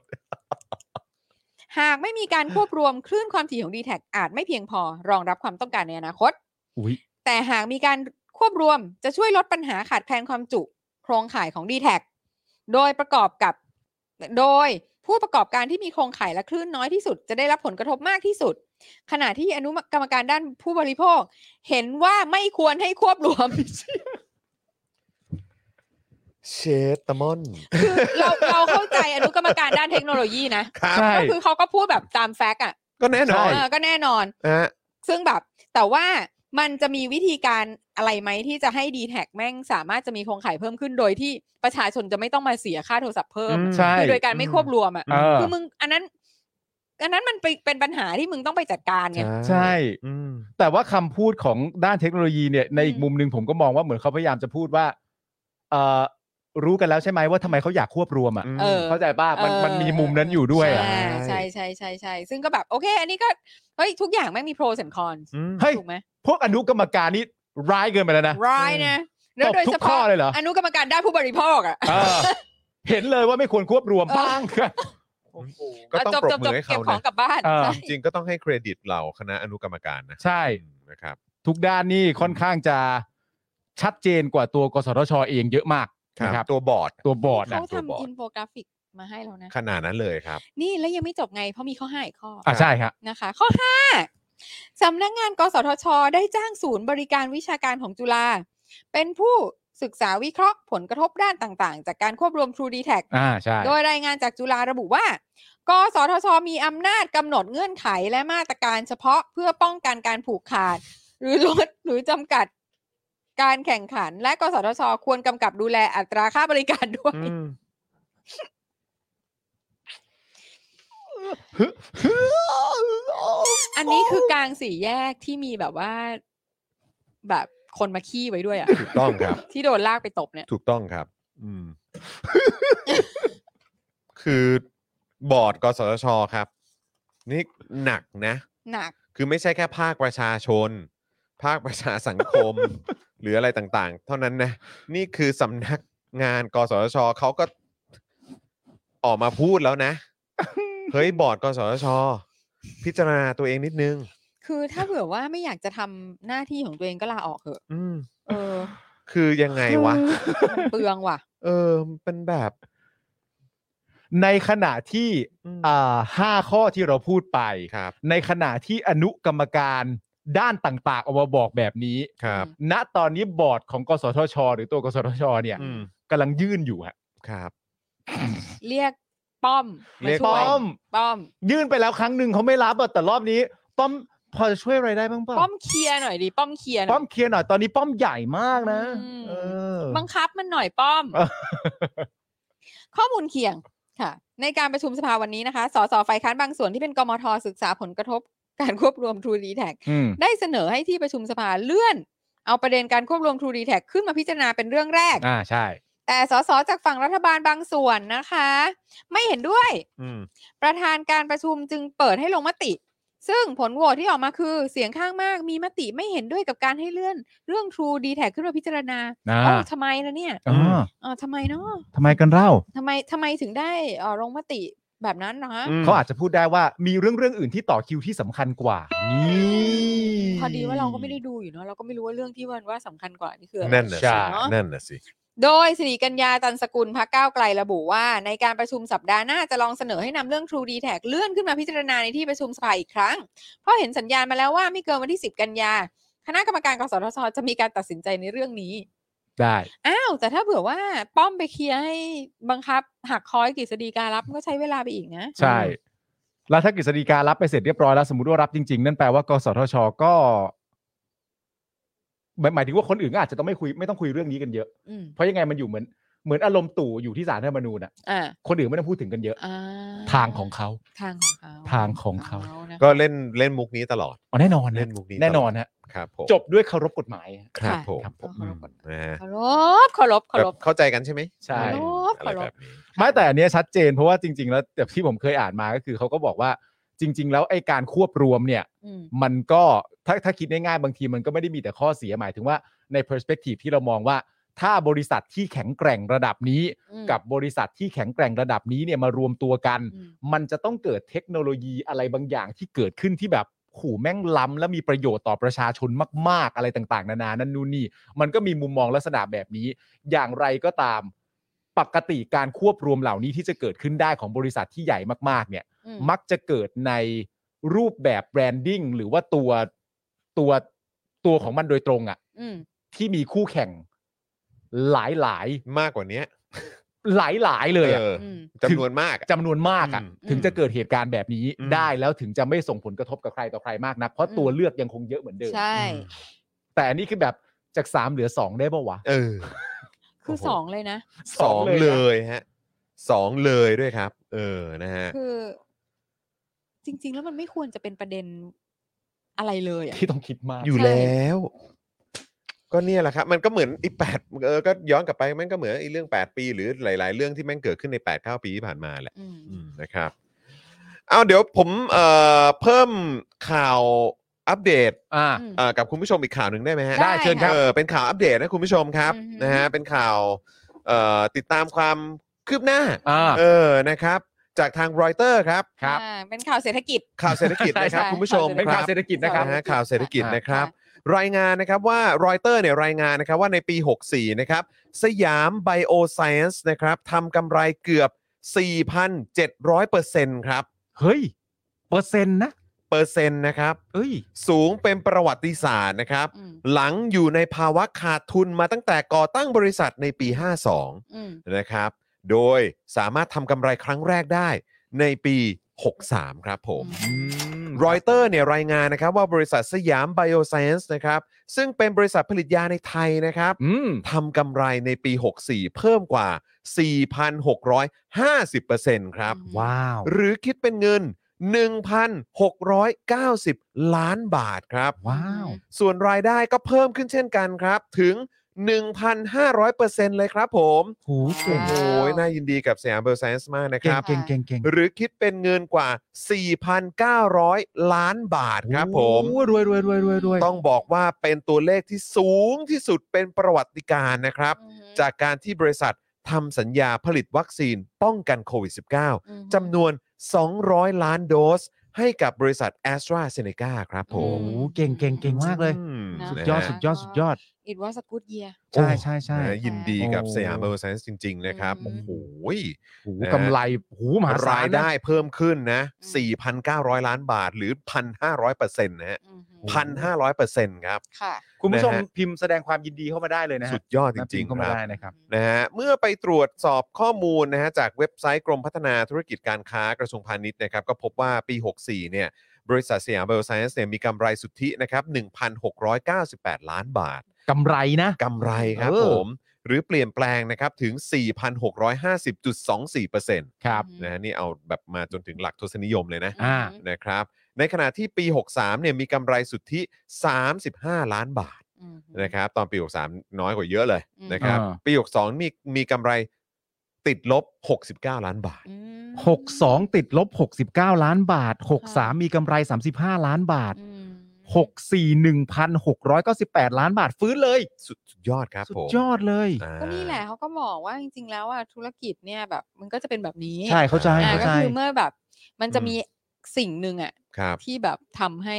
Speaker 3: หากไม่มีการควบรวม คลื่นความถี่ของ d t แทอาจไม่เพียงพอรองรับความต้องการในอนาคต
Speaker 2: อุ๊ย
Speaker 3: แต่หากมีการควบรวมจะช่วยลดปัญหาขาดแคลนความจุ โครงข่ายของ d t แทโดยประกอบกับ โดยผู้ประกอบการที่มีโครงข่ายและคลื่นน้อยที่สุด จะได้รับผลกระทบมากที่สุด ขณะที่อนุกรรมการด้านผู้บริโภค เห็นว่าไม่ควรให้ควบร วม
Speaker 1: เชตตามอน
Speaker 3: คือเราเราเข้าใจอนุกรรมการด้านเทคโนโลยีนะ
Speaker 1: ครับ
Speaker 2: ใช่
Speaker 3: ก็คือเขาก็พูดแบบตามแฟกต์อ่ะ
Speaker 1: ก็แน่นอน
Speaker 3: เออก็แน่นอน
Speaker 1: นะฮะ
Speaker 3: ซึ่งแบบแต่ว่ามันจะมีวิธีการอะไรไหมที่จะให้ดีแท็แม่งสามารถจะมีโครงข่ายเพิ่มขึ้นโดยที่ประชาชนจะไม่ต้องมาเสียค่าโทรศัพท์เพิ่ม
Speaker 2: ใช่
Speaker 3: คือโดยการไม่ควบรวมอ่ะ
Speaker 2: เออ
Speaker 3: คือมึงอันนั้น อันนั้นมันไปเป็นปัญหาที่มึงต้องไปจัดการไง
Speaker 2: ใช่
Speaker 1: อืม
Speaker 2: แต่ว่าคำพูดของด้านเทคโนโลยีเนี่ยในอีก
Speaker 3: อืม
Speaker 2: มุมหนึ่งผมก็มองว่าเหมือนเขาพยายามจะพูดว่าเอ่อ รู้กันแล้วใช่ไหมว่าทำไมเขาอยากควบรวมอ่ะ
Speaker 1: อืม
Speaker 3: เออ
Speaker 2: เข้าใจป่ะมัน
Speaker 3: เออ
Speaker 2: มันมีมุมนั้นอยู่ด้วยอ่ะ
Speaker 3: ใช่ใช่ใช่ใช่ใช่ซึ่งก็แบบโอเค อันนี้ก็เฮ้ยทุกอย่างไม่งมี pros and cons
Speaker 1: อืม
Speaker 2: เฮ้ย
Speaker 3: ถูกไหม
Speaker 2: พวกอนุกรรมการนี่ร้ายเกินไปแล้วนะ
Speaker 3: ร้ายนะแล้วโดย
Speaker 2: ตบทุ
Speaker 3: เฉ
Speaker 2: กข้อ
Speaker 3: พาะ
Speaker 2: เลยเหรอ
Speaker 3: อนุกรรมการด้านผู้บริโภคอ่ะ
Speaker 2: เออเห็นเลยว่าไม่ควรควบรวม
Speaker 3: เออ
Speaker 2: บ้าง
Speaker 4: โอ้โห
Speaker 1: ก็ต้อง
Speaker 3: จบ
Speaker 1: ปร
Speaker 3: จ
Speaker 1: บบ มื
Speaker 3: จ
Speaker 1: อบ ให้
Speaker 3: เก็
Speaker 1: เขา
Speaker 3: บของ
Speaker 1: นะ
Speaker 3: กลับบ้าน
Speaker 2: เออ
Speaker 3: ใช่
Speaker 1: จริงๆก็ต้องให้เครดิตเหล่าคณะอนุกรรมการนะ
Speaker 2: ใช่
Speaker 1: อืมนะครับ
Speaker 2: ทุกด้านนี่ค่อนข้างจะชัดเจนกว่าตัวกสทชเองเยอะมากนะ
Speaker 1: ค
Speaker 2: ค
Speaker 1: รั
Speaker 2: รั
Speaker 1: บบ ตัวบอร์ด
Speaker 2: ตัวบอร์ดนะ
Speaker 3: เขา
Speaker 1: ตัวบอร์ด
Speaker 3: ทำอินโฟกราฟิกมาให้แล้วนะ
Speaker 1: ขนาดนั้นเลยครับ
Speaker 3: นี่แล้วยังไม่จบไงเพราะมีข้อห้าอีกข้ออ
Speaker 2: อ่ะใช่ครับ
Speaker 3: นะคะข้อ 5สำนักงานกสทช ได้จ้างศูนย์บริการวิชาการของจุฬาเป็นผู้ศึกษาวิเคราะห์ผลกระทบด้านต่างๆ จากการควบรวม True d e t a c
Speaker 2: อ่าใช่
Speaker 3: โดยรายงานจากจุฬาระบุว่า กสทช มีอำนาจกำหนดเงื่อนไขและมาตรการเฉพาะเพื่อป้องกันการผูกขาด หรือลดหรือจำกัดการแข่งขัน และกสทช ควรกำกับดูแลอัตราค่าบริการด้วย อันนี้คือกลางสี่แยกที่มีแบบว่า แบบคนมาขี้ไว้ด้วยอะ
Speaker 1: ถูกต้องครับ
Speaker 3: ที่โดนลากไปตบเนี่ย
Speaker 1: ถูกต้องครับ อืม คือบอร์ดกสทชครับ นี่หนักนะ
Speaker 3: หนัก
Speaker 1: คือไม่ใช่แค่ภาคประชาชน ภาคประชาสังค ม หรืออะไรต่างๆ เท่านั้นนะ นี่คือสำนักงานกสทชเขาก็ออกมาพูดแล้วนะ เฮ้ย บอร์ดกสทช พิจารณาตัวเองนิดนึง
Speaker 3: คือถ้าเผื่อว่าไม่อยากจะทำหน้าที่ของตัวเองก็ลาออกเถอะ
Speaker 1: อืม
Speaker 3: เออ
Speaker 1: คือยังไง วะ
Speaker 3: มันเปลืองว่ะ
Speaker 1: เออเป็นแบบ
Speaker 2: ในขณะที่
Speaker 1: อืม
Speaker 2: อ่าห้าข้อที่เราพูดไป
Speaker 1: ครับ
Speaker 2: ในขณะที่อนุกรรมการด้านต่างๆออกมาบอกแบบนี้
Speaker 1: ครับ
Speaker 2: ณตอนนี้บอร์ดของกสทช หรือตัวกสทช เนี่ย
Speaker 1: อืม
Speaker 2: กำลังยื่นอยู่ฮะ
Speaker 1: ครับ
Speaker 3: เรียกป้อมมา
Speaker 1: เรียก
Speaker 3: ช่ว
Speaker 2: ป้อม
Speaker 3: ป้อม
Speaker 2: ยื่นไปแล้วครั้งหนึ่งเขาไม่รับอะแต่รอบนี้ ป้อมพอจะช่วยอะไรได้บ้างเปล่า
Speaker 3: ป้อมเคลียร์หน่อยดิ ป้อมเคลียร์หน่
Speaker 2: ป้
Speaker 3: อ
Speaker 2: อย มเคลียร์หน่อยตอนนี้ป้อมใหญ่มากนะ
Speaker 3: อืม
Speaker 2: เออ
Speaker 3: บังคับมันหน่อยป้อม
Speaker 2: เออ
Speaker 3: ข้อมูลเคียงค่ะ ในการประชุมสภาวันนี้นะคะ สสฝ่ายค้านบางส่วนที่เป็นกมทศึกษาผลกระทบการควบรวม True d e t a c
Speaker 2: อืม
Speaker 3: ได้เสนอให้ที่ประชุมสภาเลื่อน เอาประเด็นการควบรวม True d e t a c ขึ้นมาพิจารณาเป็นเรื่องแรก
Speaker 2: อ่าใช่
Speaker 3: แต่สสจากฝั่งรัฐบาลบางส่วนนะคะ ไม่เห็นด้วย
Speaker 1: อืม
Speaker 3: ประธานการประชุมจึงเปิดให้ลงมติ ซึ่งผลโหวตที่ออกมาคือเสียงข้างมากมีมติไม่เห็นด้วยกับการให้เลื่อน เรื่อง True d t a c ขึ้นมาพิจารณา
Speaker 2: อ่า
Speaker 3: เอ้าทำไมล่ะเนี่ย
Speaker 2: อ่า
Speaker 3: เอ๋อทำไมเนาะ
Speaker 2: ทำไมกันเล่า
Speaker 3: ทำไมทำไมถึงได้เออลงมติแบบนั้นนะ
Speaker 1: อืม
Speaker 2: เขาอาจจะพูดได้ว่ามีเรื่องเรื่องอื่นที่ต่อคิวที่สำคัญกว่า นี่
Speaker 3: พอดีว่าเราก็ไม่ได้ดูอยู่เนาะเราก็ไม่รู้ว่าเรื่องที่วันว่าสำคัญกว่านี่คืออะไร
Speaker 1: นั่นน่ะ
Speaker 3: ใช่
Speaker 1: สินั่นน่ะสิ
Speaker 3: โดยสิริกัญญาตันสกุลพักก้าวไกลระบุว่า ในการประชุมสัปดาห์หน้าจะลองเสนอให้นำเรื่อง True d t a c เลื่อนขึ้นมาพิจารณาในที่ประชุมสภาอีกครั้ง เพราะเห็นสัญญาณมาแล้วว่าไม่เกินวันที่ 10 กันยา คณะกรรมการกสทช จะมีการตัดสินใจในเรื่องนี้
Speaker 2: ได้
Speaker 3: อ้าว แต่ถ้าเผื่อว่าป้อมไปเคลียร์ให้บังคับ หักคอยกฤษฎีการรับมันก็ใช้เวลาไปอีกนะ
Speaker 2: ใช่ แล้วถ้ากฤษฎีการรับไปเสร็จเรียบร้อยแล้วสมมติว่ารับจริง ๆ นั่นแปลว่ากสทช ก็หมายหมายถึงว่าคนอื่นก็อาจจะต้องไม่คุยไม่ต้องคุยเรื่องนี้กันเยอะ
Speaker 3: อืม
Speaker 2: เพราะยังไงมันอยู่เหมือนเหมือนอารมณ์ตู่อยู่ที่สารรัฐธรรมนูญอะ
Speaker 3: อ่า
Speaker 2: คนอื่นไม่ต้องพูดถึงกันเยอะ
Speaker 3: อ่า
Speaker 2: ทางของเขา
Speaker 3: ทางของเขา
Speaker 2: ทางของเขา
Speaker 3: นะ
Speaker 1: ก็เล่นเล่นมุกนี้ตลอด
Speaker 2: อ๋อแน่นอน
Speaker 1: เล่
Speaker 2: นะ
Speaker 1: นมุกนี้
Speaker 2: แน่นอนฮะ
Speaker 1: ครับผม
Speaker 2: จบด้วยเคารพกฎหมายฮะ
Speaker 1: ครับผม
Speaker 2: ครับผม
Speaker 3: เคารพกัน
Speaker 1: นะฮะ
Speaker 3: เคารพเคารพเคารพ
Speaker 1: แบบเข้าใจกันใช่ไหม
Speaker 2: ใช่
Speaker 1: อืมอะ
Speaker 3: เคาร
Speaker 1: ไร
Speaker 3: พ
Speaker 1: แบบนี้
Speaker 2: ไม่แต่อันเนี้ยชัดเจนเพราะว่าจริง ๆ แล้วแต่ที่ผมเคยอ่านมาก็คือเขาก็บอกว่าจริง ๆ แล้วไอ้การควบรวมเนี่ย
Speaker 3: อืม
Speaker 2: มันก็ถ้าถ้าคิดง่ายๆบางทีมันก็ไม่ได้มีแต่ข้อเสียหมายถึงว่าใน perspective ที่เรามองว่า ถ้าบริษัทที่แข็งแกร่งระดับนี้
Speaker 3: อืม
Speaker 2: กับบริษัทที่แข็งแกร่งระดับนี้เนี่ยมารวมตัวกัน
Speaker 3: อืม
Speaker 2: มันจะต้องเกิดเทคโนโลยีอะไรบางอย่างที่เกิดขึ้นที่แบบขู่แม่งล้ำและมีประโยชน์ต่อประชาชนมาก ๆ อะไรต่างๆ นานานั่นนู่นนี่ มันก็มีมุมมองลักษณะแบบนี้ อย่างไรก็ตามปกติการควบรวมเหล่านี้ที่จะเกิดขึ้นได้ของบริษัทที่ใหญ่มากๆเนี่ย
Speaker 3: อืม
Speaker 2: มักจะเกิดในรูปแบบแบรนดิ้งหรือว่าตัวตัวตัวของมันโดยตรงอะ
Speaker 3: อืม
Speaker 2: ที่มีคู่แข่งหลายหลาย
Speaker 1: มากกว่าเนี้ย
Speaker 2: หลายหลายๆเลยอะ
Speaker 1: ออ
Speaker 3: อืม
Speaker 1: จำนวนมากอะ
Speaker 2: จำนวนมากอะ
Speaker 1: อืม
Speaker 2: ถึงจะเกิดเหตุการณ์แบบนี้
Speaker 1: อืม
Speaker 2: ได้แล้วถึงจะไม่ส่งผลกระทบกับใครต่อใครมากนัก เพราะ
Speaker 3: อืม
Speaker 2: ตัวเลือกยังคงเยอะเหมือนเดิม
Speaker 3: ใช่
Speaker 2: แต่อันนี้คือแบบจากสามเหลือสองได้ปะวะ
Speaker 1: เออ
Speaker 3: คือสองเลยนะ
Speaker 1: สองเล
Speaker 2: นะ
Speaker 1: ยฮะสองเลยด้วยครับ เออนะฮะ
Speaker 3: คือ จริง ๆ แล้วมันไม่ควรจะเป็นประเด็นอะไรเลยอ่ะ
Speaker 2: ที่ต้องคิดมาก
Speaker 1: อยู่แล้ว ก็เนี่ยแหละครับ มันก็เหมือนไอ้แปดเออก็ย้อนกลับไปมันก็เหมือนไอ้เรื่อง 8 ปีหรือหลาย ๆ เรื่องที่แม่งเกิดขึ้นใน8ปดปีที่ผ่านมาแหละ
Speaker 3: อืม
Speaker 1: อืมนะครับเอาเดี๋ยวผมเอ่อเพิ่มข่าวอัปเดต
Speaker 2: อ่า
Speaker 3: อืม
Speaker 1: เอ่อกับคุณผู้ชมอีกข่าวหนึ่งได้ไหมฮะ
Speaker 2: ได้เชิญครับ
Speaker 1: เออเป็นข่าวอัปเดตนะคุณผู้ชมครับ
Speaker 3: อือฮึ
Speaker 1: นะฮะเป็นข่าวเอ่อติดตามความคืบหน้า
Speaker 2: อ่า
Speaker 1: เออนะครับ จากทางรอยเตอร์ครับ
Speaker 2: ครับ
Speaker 3: อ่าเป็นข่าวเศรษฐกิจ
Speaker 1: ข่าวเศรษฐกิจนะครับ
Speaker 3: ใช่
Speaker 1: คุณผู้ชม
Speaker 3: ใช่
Speaker 2: เป็น
Speaker 1: ค
Speaker 2: ข่า
Speaker 1: รั
Speaker 2: ว
Speaker 1: บ
Speaker 2: เศรษฐกิจนะครับ
Speaker 1: นะฮะข่าวเศรษฐกิจนะครับ
Speaker 3: อ่
Speaker 1: รายงานนะครับว่ารอยเตอร์เนี่ยรายงานนะครับว่าในปี 64 นะครับ สยามไบโอไซเอนส์นะครับทำกำไรเกือบ 4,700%ครับ
Speaker 2: เฮ้ย เปอร์เซ็นต์นะ
Speaker 1: เปอร์เซ็นต์นะครับ
Speaker 2: เฮ้ย
Speaker 1: สูงเป็นประวัติศาสตร์นะครับ
Speaker 3: อืม
Speaker 1: หลังอยู่ในภาวะขาดทุนมาตั้งแต่ก่อตั้งบริษัทในปี
Speaker 3: อืม
Speaker 1: 52 นะครับ โดยสามารถทำกำไรครั้งแรกได้ในปี 63 ครับผม
Speaker 2: อืม
Speaker 1: รอยเตอร์เนี่ยรายงานนะครับว่าบริษัทสยามไบโอไซเอนส์นะครับซึ่งเป็นบริษัทผลิตยาในไทยนะครับ
Speaker 2: อืม
Speaker 1: ทำกำไรในปี 64 เพิ่มกว่า 4,650%ครับ
Speaker 2: ว้าว
Speaker 1: หรือคิดเป็นเงิน 1,690 ล้านบาทครับ
Speaker 2: ว้าว
Speaker 1: ส่วนรายได้ก็เพิ่มขึ้นเช่นกันครับ ถึง 1,500%เลยครับผม
Speaker 2: หูเก่
Speaker 1: โอ้
Speaker 2: ง
Speaker 1: โหน่ายินดีกับสยามไบโอไซเอนส์มากนะค
Speaker 2: เก่ง
Speaker 1: รับ
Speaker 2: เก่งเก่งเก่ง
Speaker 1: หรือคิดเป็นเงินกว่า 4,900 ล้านบาทครับผม
Speaker 2: โอ้รวยรวยรวยรวยรวย
Speaker 1: ต้องบอกว่าเป็นตัวเลขที่สูงที่สุดเป็นประวัติการณ์นะครับ
Speaker 3: อืม
Speaker 1: จากการที่บริษัททำสัญญาผลิตวัคซีนป้องกันโควิด
Speaker 3: อืม
Speaker 1: -19 จำนวน 200 ล้านโดส ให้กับบริษัท a s t r a z เซ e c a ครับผ
Speaker 2: โอ้
Speaker 1: ม
Speaker 2: โหเก่งเก่งเก่งมากเลย
Speaker 1: อืม
Speaker 3: นะ
Speaker 2: สุด
Speaker 1: นะ
Speaker 2: ยอด
Speaker 1: ฮะ
Speaker 2: สุดยอดสุดยอด
Speaker 3: it was a good year
Speaker 2: ใช่ใช่ใช่
Speaker 1: นะยินดีกับ
Speaker 2: โอ้
Speaker 1: สยามเบอร์ไซน์จริง ๆ นะครับ
Speaker 3: อื
Speaker 1: โอ้
Speaker 3: ม
Speaker 1: โห
Speaker 2: หู
Speaker 1: นะฮะ
Speaker 2: กำไรหูมหาศาลนะ
Speaker 1: รายได้เพิ่มขึ้นนะ 4,900 ล้านบาทหรือ 1,500%นะฮะ
Speaker 3: อืม
Speaker 1: 1,500%ครับ
Speaker 3: ค่ะ
Speaker 2: คุณผู้ชม
Speaker 1: นะฮะ
Speaker 2: พิมพ์แสดงความยินดีเข้ามาได้เลยนะฮะ
Speaker 1: สุดยอดจ
Speaker 2: นะ
Speaker 1: ริ
Speaker 2: พิ
Speaker 1: ง
Speaker 2: มพ์
Speaker 1: ๆ ค
Speaker 2: เข้ามา
Speaker 1: รับ
Speaker 2: ได้นะครับ
Speaker 1: นะฮะเมื่อไปตรวจสอบข้อมูลนะฮะจากเว็บไซต์กรมพัฒนาธุรกิจการค้ากระทรวงพาณิชย์นะครับก็พบว่าปี 64 เนี่ยบริษัทสยามเบลไซน์เนี่ยมีกำไรสุทธินะครับ 1,698 ล้านบาท
Speaker 2: กำไรนะ
Speaker 1: กำไรครับ
Speaker 2: เออ
Speaker 1: ผม หรือเปลี่ยนแปลงนะครับถึง 4,650.24%น
Speaker 2: ครับ
Speaker 3: อืม
Speaker 1: ะฮะนี่เอาแบบมาจนถึงหลักทศนิยมเลยนะ
Speaker 2: อ่า
Speaker 1: นะครับในขณะที่ปี 63 เนี่ยมีกำไรสุทธิ 35 ล้านบาท
Speaker 3: อืม
Speaker 1: นะครับตอนปี 63 น้อยกว่าเยอะเลย
Speaker 3: อืม
Speaker 1: นะครับ
Speaker 2: อ่า
Speaker 1: ปี62มีมีกำไรติดลบ 69 ล้านบาท
Speaker 3: อืม
Speaker 2: 62 ติดลบ 69 ล้านบาท
Speaker 3: ค่ะ
Speaker 2: 63 มีกำไร 35 ล้านบาท
Speaker 3: อืม
Speaker 2: 64 1,698 ล้านบาทฟื้นเลย
Speaker 1: สุดสุดยอดครับ
Speaker 2: สุ
Speaker 1: ผ
Speaker 2: ด
Speaker 1: ม
Speaker 2: ยอดเลย
Speaker 1: อ่า
Speaker 3: ก็นี่แหละเขาก็บอกว่าจริงๆ แล้วอ่ะธุรกิจเนี่ยแบบมันก็จะเป็นแบบนี้
Speaker 2: ใช่เข้าใจ
Speaker 3: อ่า
Speaker 2: เข้า
Speaker 3: ก็
Speaker 2: ใจ
Speaker 3: คือเมื่อแบบ มันจะ
Speaker 1: อืม
Speaker 3: มีสิ่งหนึ่งอ่ะ
Speaker 1: ครับ
Speaker 3: ที่แบบทำให้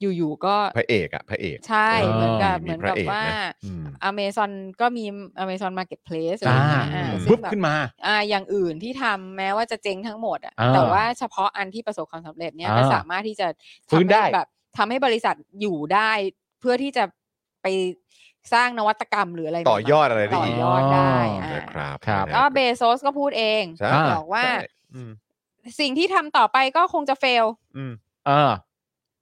Speaker 3: อยู่ๆก็
Speaker 1: พระเอกอะพระเอก
Speaker 3: ใช่
Speaker 2: เออ
Speaker 3: เหมือนกับเห
Speaker 1: มี
Speaker 3: มือน
Speaker 1: พระ
Speaker 3: กับ
Speaker 1: เอก
Speaker 3: ว่า
Speaker 1: นะอืม
Speaker 3: อเมซอนก็มีอเมซอนมาเก็ตเพลสอะไร
Speaker 2: อ่า
Speaker 3: เงี้ยอ่า
Speaker 1: อืม
Speaker 3: ซึ่
Speaker 2: ปุ๊
Speaker 3: ง
Speaker 2: บ
Speaker 3: แบบ
Speaker 2: ขึ้นมา
Speaker 3: อ่าอย่างอื่นที่ทำแม้ว่าจะเจ๊งทั้งหมดอ่ะ
Speaker 2: อ่า
Speaker 3: แต่ว่าเฉพาะอันที่ประสบความสำเร็จเนี่ย
Speaker 2: อ่า
Speaker 3: ก็สามารถที่จะ
Speaker 2: ฟื้น
Speaker 3: ทำ
Speaker 2: ได้
Speaker 3: ให้แบบทำให้บริษัทอยู่ได้ เพื่อที่จะไปสร้างนวัตกรรมหรืออะไรใหม่ๆ
Speaker 1: ต่อยอดอะไรได้
Speaker 3: ต่อ
Speaker 1: อีก
Speaker 3: ยอดได้
Speaker 2: อ๋อ
Speaker 3: อ่า
Speaker 1: นะครับ
Speaker 2: ครับ
Speaker 3: ก็
Speaker 1: นะ
Speaker 3: เบโซสก็พูดเอง
Speaker 1: ใช่
Speaker 3: บอกว่า
Speaker 1: ใช่อืม
Speaker 3: สิ่งที่ทำต่อไปก็คงจะเฟล
Speaker 1: อืม
Speaker 2: เออ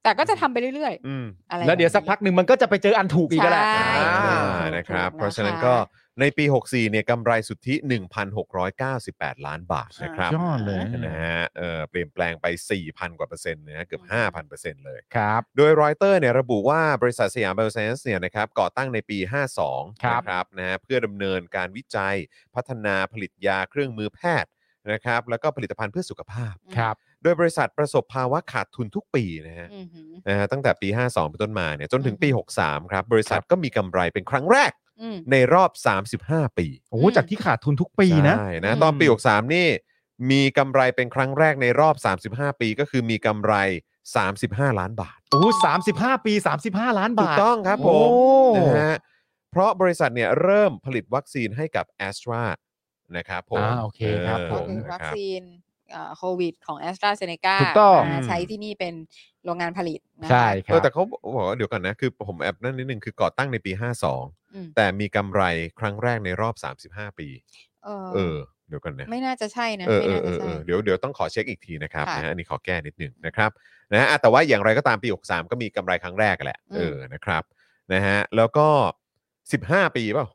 Speaker 3: แต่ก็จะทำไปเรื่อย
Speaker 1: อืม
Speaker 3: ๆ อะไร
Speaker 2: แล้วเดี๋ยวสักพักหนึ่งมันก็จะไปเจออันถูกอีกก็แหละ
Speaker 3: ใช่
Speaker 1: อ่า
Speaker 3: ถูก
Speaker 1: นะครับ
Speaker 3: ถู
Speaker 1: เพราะฉะนั้นก็ในปี 64 เนี่ยกำไรสุทธิ 1,698 ล้านบาทนะครับ
Speaker 2: ยอดเลย
Speaker 1: นะฮะเออเปลี่ยนแปลงไป 4,000 กว่าเปอร์เซ็นต์นะฮะเกือบ 5,000เปอร์เซ็นต์เลย
Speaker 2: ครับ
Speaker 1: โดยรอยเตอร์เนี่ยระบุว่าบริษัทสยามไบโอไซเอนซ์เนี่ยนะครับก่อตั้งในปี 52
Speaker 2: ครับ
Speaker 1: นะครับนะฮะเพื่อดำเนินการวิจัย พัฒนาผลิตยาเครื่องมือแพทย์นะครับแล้วก็ผลิตภัณฑ์เพื่อสุขภาพ
Speaker 2: ครับ
Speaker 1: โดยบริษัทประสบภาวะขาดทุนทุกปีนะฮะ
Speaker 3: อืมหืม
Speaker 1: นะฮะตั้งแต่ปี 52 เป็นต้นมาเนี่ยจนถึงปี 63 ครับ บริษัท
Speaker 3: ครับ
Speaker 1: ก็มีกำไรเป็นครั้งแรก
Speaker 3: อืม
Speaker 1: ในรอบ 35 ปี
Speaker 2: โอ้โหจากที่ขาดทุนทุกปีนะ
Speaker 1: ใช่นะตอนปี 63 นี่มีกำไรเป็นครั้งแรกในรอบ 35 ปี ก็คือมีกำไร 35 ล้านบาท
Speaker 2: โอ้สามสิบห้าปี 35 ล้าน
Speaker 1: ถูก
Speaker 2: บาท
Speaker 1: ต้องครับผ
Speaker 2: โอ้
Speaker 1: มนะฮะเพราะบริษัทเนี่ยเริ่มผลิตวัคซีนให้กับ a s t r a นะครับผม
Speaker 2: อ่าโอเคครับ
Speaker 1: อ
Speaker 2: ผ
Speaker 3: ก็
Speaker 1: อ
Speaker 2: ม
Speaker 3: คือ
Speaker 1: นะ
Speaker 3: วัค
Speaker 1: ครับ
Speaker 3: ซีนเอ่อโควิดของ a s t r a z เซ e c a
Speaker 2: ถูกต้อง
Speaker 3: ใช้ที่นี่เป็นโรงงานผลิตนะคะ
Speaker 2: ใช่ค
Speaker 1: เอ
Speaker 2: รั
Speaker 1: อบ แต่เขาบอกว่าเดี๋ยวก่อนนะ คือผมแอบนั่นนิดนึงคือก่อตั้งในปี
Speaker 3: อืม
Speaker 1: 52 แต่มีกำไรครั้งแรกในรอบ 35 ปี
Speaker 3: เออ
Speaker 1: เออ เดี๋ยวก่อนนะ
Speaker 3: ไม่น่าจะใช่นะ
Speaker 1: เออ
Speaker 3: ไม่
Speaker 1: เออ
Speaker 3: น่า
Speaker 1: เอ
Speaker 3: จะ
Speaker 1: อเออ
Speaker 3: ใช่
Speaker 1: เดี๋ยวเดี๋ยวต้องขอเช็คอีกทีนะครับ
Speaker 3: ค่ะ
Speaker 1: นะฮะอันนี้ขอแก้นิดหนึ่งนะครับนะฮะอ่ะแต่ว่าอย่างไรก็ตามปี63ก็มีกำไรครั้งแรกแหละ
Speaker 3: อืม
Speaker 1: เออนะครับนะฮะแล้วก็ 15 ปีเปล่า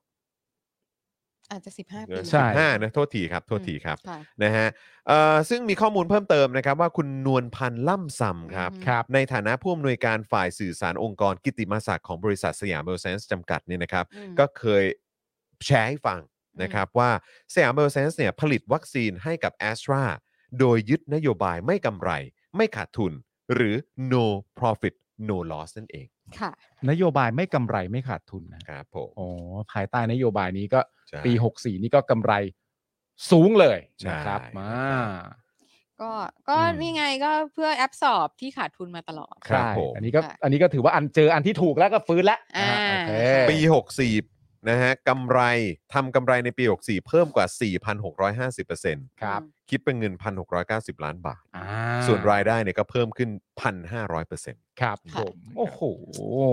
Speaker 3: อาจจะสิบห้าปี
Speaker 1: นะ
Speaker 2: ใช่
Speaker 1: 15นะโทษทีครับโทษทีครับ
Speaker 3: ค่ะ
Speaker 1: นะฮะเอ่อซึ่งมีข้อมูลเพิ่มเติมนะครับว่าคุณนวลพันธ์ล่ำซำครับ
Speaker 3: อืม
Speaker 2: ครับ
Speaker 1: ในฐานะผู้อำนวยการฝ่ายสื่อสารองค์กรกิตติมศักดิ์ของบริษัทสยามเบลเซนส์จำกัดเนี่ยนะครับ
Speaker 3: อืม
Speaker 1: ก็เคยแชร์ให้ฟังนะครับว่าสยามเบลเซนส์เนี่ยผลิตวัคซีนให้กับ a s t r a โดยยึดนโยบายไม่กำไร ไม่ขาดทุน หรือ no profit no loss นั่นเอง
Speaker 3: ค่ะ
Speaker 2: นโยบายไม่กำไรไม่ขาดทุนนะครับ
Speaker 1: ผม
Speaker 2: อ๋อภายใต้นโยบายนี้ก็
Speaker 1: ใช่
Speaker 2: ปี 64 นี่ก็กำไรสูงเลย
Speaker 1: ใช่
Speaker 2: นะครับมา
Speaker 1: ครับ
Speaker 3: ก็ก็
Speaker 2: อืม
Speaker 3: นี่ไงก็เพื่อแอปสอบที่ขาดทุนมาตลอด
Speaker 1: ครับ
Speaker 2: ใช่
Speaker 1: ผม
Speaker 2: อันนี้ก็
Speaker 3: ค่ะ
Speaker 2: อันนี้ก็ถือว่าอันเจออันที่ถูกแล้วก็ฟื้นแล้ว
Speaker 3: อ่า
Speaker 2: โอเค
Speaker 1: ปี 64นะฮะกำไรทำกำไรในปี 64 เพิ่มกว่า 4,650%
Speaker 2: ครับ
Speaker 1: คิดเป็นเงิน 1,690 ล้านบาท
Speaker 2: อ่า
Speaker 1: ส่วนรายได้เนี่ยก็เพิ่มขึ้น 1,500%
Speaker 2: ครับ
Speaker 3: ค่ะ
Speaker 2: ผมโอ้โห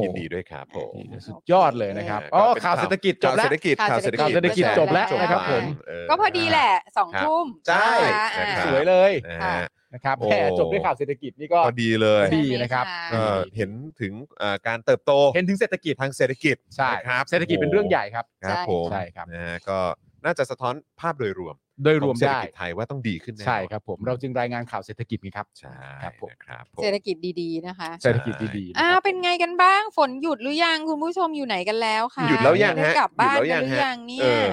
Speaker 1: ยินดีด้วยครับผม
Speaker 2: นี่สุดยอดเลยนะครับอ๋อ
Speaker 1: ก็ป็น
Speaker 2: ข่าวเศรษฐกิจจบแล้ว
Speaker 1: ข่าวเศรษฐกิจ
Speaker 3: ข่าว
Speaker 2: เศรษฐกิจจบแล้วนะครับผม
Speaker 1: เออ
Speaker 3: ก็พอดีแหละสอง
Speaker 1: ครับ
Speaker 3: ทุ่ม
Speaker 1: ใช่
Speaker 3: นะคะอ่า
Speaker 1: นะครับ
Speaker 2: สวยเลย
Speaker 1: นะ
Speaker 3: ค่ะ
Speaker 1: ฮะ
Speaker 2: นะครับ
Speaker 1: โอ้
Speaker 2: แหมจบด้วยข่าวเศรษฐกิจนี่ก็
Speaker 1: พอดีเลย
Speaker 2: ดีนะครับ
Speaker 3: ใช่
Speaker 1: เอ
Speaker 3: ไห
Speaker 1: อ
Speaker 3: มคะ
Speaker 1: เห็นถึงเอ่อการเติบโต
Speaker 2: เห็นถึงเศรษฐกิจ
Speaker 1: ทางเศรษฐกิจ
Speaker 2: ใช่
Speaker 1: นะคบ
Speaker 2: เศรษฐกิจเป็นเรื่องใหญ่ครับ
Speaker 1: ครับผม
Speaker 2: ใช่ครับ
Speaker 1: นะฮะก็น่าจะสะท้อนภาพโดยรวม
Speaker 2: โดยรวม
Speaker 1: ของเศรษฐ
Speaker 2: ได้
Speaker 1: กิจไทยว่าต้องดีขึ้นแน่นอน
Speaker 2: ใช่ครับผมเราจึงรายงานข่าวเศรษฐกิจไงครับ
Speaker 1: ใช่
Speaker 2: ครับผม
Speaker 1: นะครับผม
Speaker 3: เศรษฐกิจดีๆนะคะ
Speaker 2: เศรษฐกิจดีๆนะ
Speaker 3: อ่า
Speaker 2: ครับ
Speaker 3: เป็นไงกันบ้างฝนหยุดหรือยังคุณผู้ชมอยู่ไหนกันแล้วคะ
Speaker 1: หยุดแล้วยังฮะ
Speaker 3: ไกลับบ้า
Speaker 1: ห
Speaker 3: น
Speaker 1: ยุดแล้วยั
Speaker 3: กัน
Speaker 1: ง
Speaker 3: หรือ
Speaker 1: ฮะ
Speaker 3: ยังเนี่
Speaker 1: เอย อ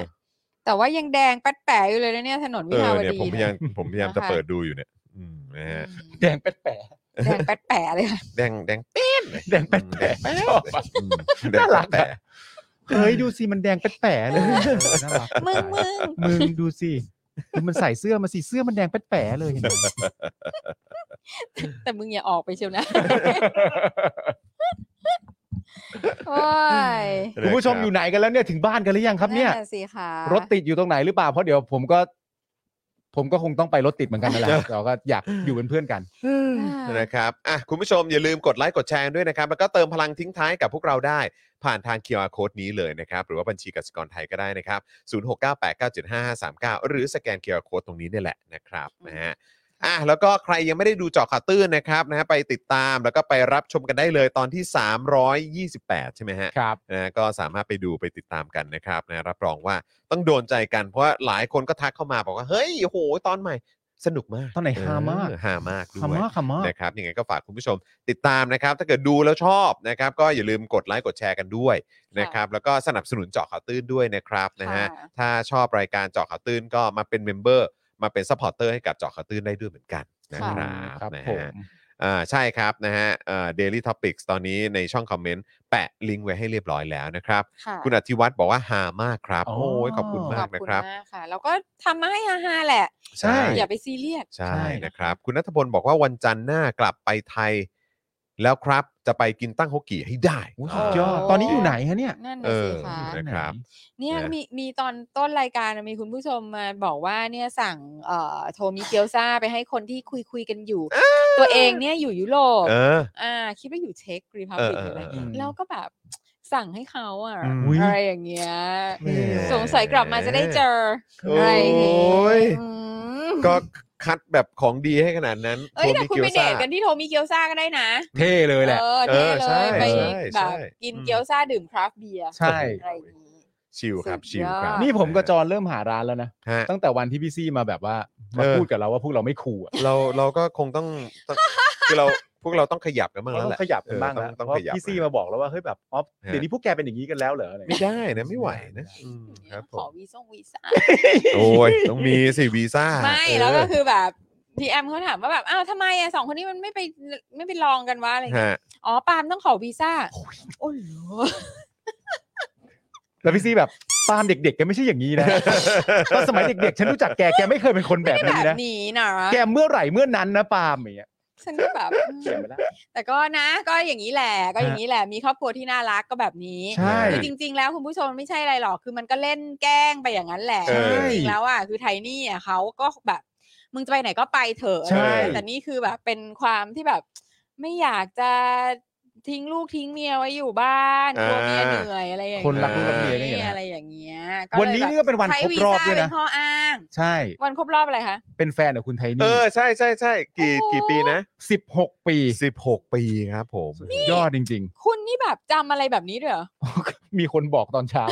Speaker 3: แต่ว่ายังแดงแป๊ดแปะอยู่เลยนะเนี่ยถนนวิ
Speaker 1: เอ
Speaker 3: ภา
Speaker 1: อ
Speaker 3: ว
Speaker 1: เนี่ย
Speaker 3: ดี
Speaker 1: ผมพยายาม
Speaker 3: นะ
Speaker 1: ผมพยายาม
Speaker 3: นะคะ
Speaker 1: จะเปิดดูอยู่เนี่ยอืมนะฮะ
Speaker 2: แดงแป๊ดแปะ
Speaker 3: อืมแดงแป๊ดแปะเลย ค่ะ
Speaker 1: แดงแดงปิ๊บ
Speaker 2: แดงแป๊ดแปะชอบอะ
Speaker 1: อืมแดง
Speaker 2: น่ารักอะ
Speaker 1: แปะ
Speaker 2: เฮ้ยดูสิมันแดงแป๊ดแปะเลยน่ารัก
Speaker 3: มึงมึง
Speaker 2: มึงดูสิมันใส่เสื้อมาสิเสื้อมันแดงแป๊ดแปะ เลยเห็นไหม
Speaker 3: แต่มึงอย่าออกไปเชียว นะโอ้ย
Speaker 2: คุณผู้ชมอยู่ไหนกันแล้วเนี่ยถึงบ้านกันหรือยังครับเนี่ย
Speaker 3: ะสิคะ
Speaker 2: รถติดอยู่ตรงไหนหรือเปล่าเพราะเดี๋ยวผมก็ ผมก็คงต้องไปรถติดเหมือนกันนั่นแหละ เราก็อยากอยู่เป็นเพื่อนกัน
Speaker 1: นะครับอ่ะคุณผู้ชมอย่าลืมกดไลค์กดแชร์ด้วยนะครับ แล้วก็เติมพลังทิ้งท้ายกับพวกเราได้ ผ่านทาง QR Code นี้เลยนะครับ หรือว่าบัญชีกสิกรไทยก็ได้นะครับ 0698975539 หรือสแกน QR Code ตรงนี้เนี่ยแหละนะครับนะฮะอ่ะแล้วก็ใครยังไม่ได้ดูเจาะข่าวตื้นนะครับนะฮะไปติดตามแล้วก็ไปรับชมกันได้เลยตอนที่ 328 ใช่ไหมฮะ
Speaker 2: ครับ
Speaker 1: นะก็สามารถไปดูไปติดตามกันนะครับนะรับรองว่าต้องโดนใจกันเพราะว่าหลายคนก็ทักเข้ามาบอกว่า เฮ้ยโอ้โหตอนใหม่สนุกมาก
Speaker 2: ตอนไหนฮามาก
Speaker 1: เออฮามากด้
Speaker 2: ขำ
Speaker 1: วย
Speaker 2: มากขำมาก
Speaker 1: นะครับยังไงก็ฝากคุณผู้ชมติดตามนะครับ ถ้าเกิดดูแล้วชอบนะครับ ก็อย่าลืมกดไลค์กดแชร์กันด้วยนะครับแล้วก็สนับสนุนเจาะข่าวตื้นด้วยนะครับนะฮะถ้าชอบรายการเจาะข่าวตื้นก็มาเป็นเมมเบอร์มาเป็นซัพพอร์เตอร์ให้กับเจาะข่าวตื้นได้ด้วยเหมือนกันนะครับ
Speaker 2: ครับ
Speaker 1: นะ
Speaker 2: ผ
Speaker 1: ฮะ
Speaker 2: ม
Speaker 1: อ่าใช่ครับนะฮะเอ่อ daily topics ตอนนี้ในช่องคอมเมนต์ แปะลิงก์ไว้ให้เรียบร้อยแล้วนะครับ
Speaker 3: ค่ะ
Speaker 1: คุณอธิวัตรบอกว่าฮามากครับ
Speaker 2: อ๋อ
Speaker 1: โอ้ยขอบคุณ
Speaker 3: ข
Speaker 1: มา
Speaker 3: อก บ
Speaker 1: นะ
Speaker 3: คุณ
Speaker 1: ครับ
Speaker 3: มากค่ะ แล้วก็ทำมาให้ฮาๆแหละ
Speaker 1: ใช่
Speaker 3: อย่าไปซีเรียส
Speaker 1: ใช่นะครับ คุณนัทพลบอกว่าวันจันทร์หน้ากลับไปไทย แล้วครับจะไปกินตั้งฮกกี่ให้ได้
Speaker 2: โอ้ย
Speaker 3: โ
Speaker 2: สุดยอด
Speaker 3: โอ้
Speaker 2: ตอนนี้อยู่ไหนฮะเนี่ย
Speaker 3: นั่น
Speaker 1: เอ
Speaker 3: น่ะสิ
Speaker 1: อ
Speaker 3: คะ
Speaker 1: นะครับ
Speaker 3: เนี่ย
Speaker 1: นะ
Speaker 3: มีมีตอนต้นรายการมีคุณผู้ชมมาบอกว่าเนี่ยสั่งเอ่อโทมิเกียวซาไปให้คนที่คุยคุยกันอยู่ ตัวเองเนี่ยอยู่ยุโรป
Speaker 1: เออ
Speaker 3: อ่า คิดว่าอยู่เช็กรีพับลิก
Speaker 1: เออ
Speaker 3: หรืออะไร
Speaker 1: เออเออ
Speaker 3: แล้วก็แบบสั่งให้เขาอ่ะ
Speaker 1: อืม
Speaker 2: อุ๊ย
Speaker 3: อะไรอย่างเงี้ย
Speaker 1: แหม
Speaker 3: สงสัยกลับมาจะได้เจอ
Speaker 1: โอ
Speaker 3: อะไรอย่างงี้
Speaker 1: ้ย
Speaker 3: อืม
Speaker 1: ก็คัดแบบของดีให้ขนาดนั้น
Speaker 3: เอ้ยแต่คุณ
Speaker 1: โทมิ
Speaker 3: ไป
Speaker 1: เกียว
Speaker 3: เด
Speaker 1: ซา
Speaker 3: ทกันที่โทมิเกียวซาก็ได้นะ
Speaker 2: เท่เลยแหละ
Speaker 3: เออเท่
Speaker 1: เออ
Speaker 3: เล
Speaker 1: ใช่
Speaker 3: ยไป
Speaker 1: ใช่ใช่
Speaker 3: แบบกิน
Speaker 1: อืม
Speaker 3: เกียวซาดื่มคราฟต์เบียร์
Speaker 2: ใช่
Speaker 3: อะไรอย่างงี้
Speaker 1: ชิลครับ
Speaker 3: สุด
Speaker 1: ชิลครับ
Speaker 3: ยอด
Speaker 2: นี่ผมกับจอนเริ่มหาร้านแล้วนะ
Speaker 1: ฮะ
Speaker 2: ตั้งแต่วันที่พี่ซี่มาแบบว่ามา
Speaker 1: เออ
Speaker 2: พูดกับเราว่าพวกเราไม่คูลอะ
Speaker 1: เราเราก็คงต้องต้องคือเราพวกเราต้องขยับกันบ้าง
Speaker 2: เรา
Speaker 1: แล้ว
Speaker 2: ต้
Speaker 1: แห
Speaker 2: อ
Speaker 1: ละ
Speaker 2: งขยับกันบ้าง
Speaker 1: เอ
Speaker 2: แล้ว
Speaker 1: อ
Speaker 2: เพ
Speaker 1: ต้อง
Speaker 2: ราะ
Speaker 1: ขยับ
Speaker 2: พี่ซี่
Speaker 1: นะ
Speaker 2: มาบอกแล้วว่าเฮ้ยแบบอ๋อ
Speaker 1: ฮะ
Speaker 2: เดี๋ยวนี้พวกแกเป็นอย่างนี้กันแล้วเหรออะไรอย่าง
Speaker 1: ไม่
Speaker 2: เงี้ย
Speaker 1: ได้นะไม่ไหวนะอืมครับผ
Speaker 3: ขอ
Speaker 1: ม
Speaker 3: วีซ่งวีซ่า
Speaker 1: โอ้ยต้องมีสิวีซ่า
Speaker 3: ไม่
Speaker 1: เออ
Speaker 3: แล้วก็คือแบบพีแอมเขาถามว่าแบบอ้าวทำไมอ่ะสองคนนี้มันไม่ไปไม่ไปลองกันวะอะไรเงี้ย
Speaker 1: ฮะ
Speaker 3: อ๋อปาล์มต้องขอวีซ่าโอ้ยเหรอ
Speaker 2: แล้วพี่ซี่แบบปาล์มเด็กๆแกไม่ใช่อย่างนี้นะ ตอนสมัยเด็กๆ ฉันรู้จักแกแกไม่เคยเป็นคนแบบ
Speaker 3: ไม่ได้
Speaker 2: นี้
Speaker 3: แบ
Speaker 2: นะ
Speaker 3: บนี้นะ
Speaker 2: แกเมื่อไหร่เมื่อนั้นนะปาล์มอย่างเงี้ย
Speaker 3: ฉันก็แบบอืม
Speaker 2: เสียไปแล้ว
Speaker 3: แต่ก็นะ ก็อย่างนี้แหละก็อย่างนี้แหละมีครอบครัวที่น่ารักก็แบบนี้
Speaker 2: ใช่
Speaker 3: คือจริง ๆ แล้วคุณผู้ชมไม่ใช่อะไรหรอกคือมันก็เล่นแกล้งไปอย่างนั้นแหละ
Speaker 2: ใช่
Speaker 3: จริงๆแล้วอ่ะคือไทนี่อ่ะเขาก็แบบมึงจะไปไหนก็ไปเถอะ
Speaker 2: ใช่
Speaker 3: แต่นี่คือแบบเป็นความที่แบบ ไม่อยากจะทิ้งลูกทิ้งเมียไว้อยู่บ้านกลัวเมียเหนื่อยอะไรอย่าง
Speaker 2: คน
Speaker 3: เงี้ย
Speaker 2: รักลูกรักเมียนี่ไงนะ
Speaker 3: อะไรอย่างเงี้ย
Speaker 2: วันนี้นี่ก็เป็นวัน
Speaker 3: ใช้
Speaker 2: ครบ
Speaker 3: วี
Speaker 2: รอบ
Speaker 3: ซ่า
Speaker 2: ด้วย
Speaker 3: เป็
Speaker 2: นะ
Speaker 3: นข้ออ้าง
Speaker 2: ใช่
Speaker 3: วันครบรอบอะไรคะ
Speaker 2: เป็นแฟนกับคุณไท
Speaker 1: เอ
Speaker 2: นี่
Speaker 1: อใช่ใช่ใช่กี่กี่ปีนะ
Speaker 2: สิบหกปี
Speaker 1: 16 ปีครับผม
Speaker 2: ยอดจริง
Speaker 3: คุณนี่แบบจำอะไรแบบนี้ด้วยเหรอ
Speaker 2: ๆ มีคนบอกตอนเช้า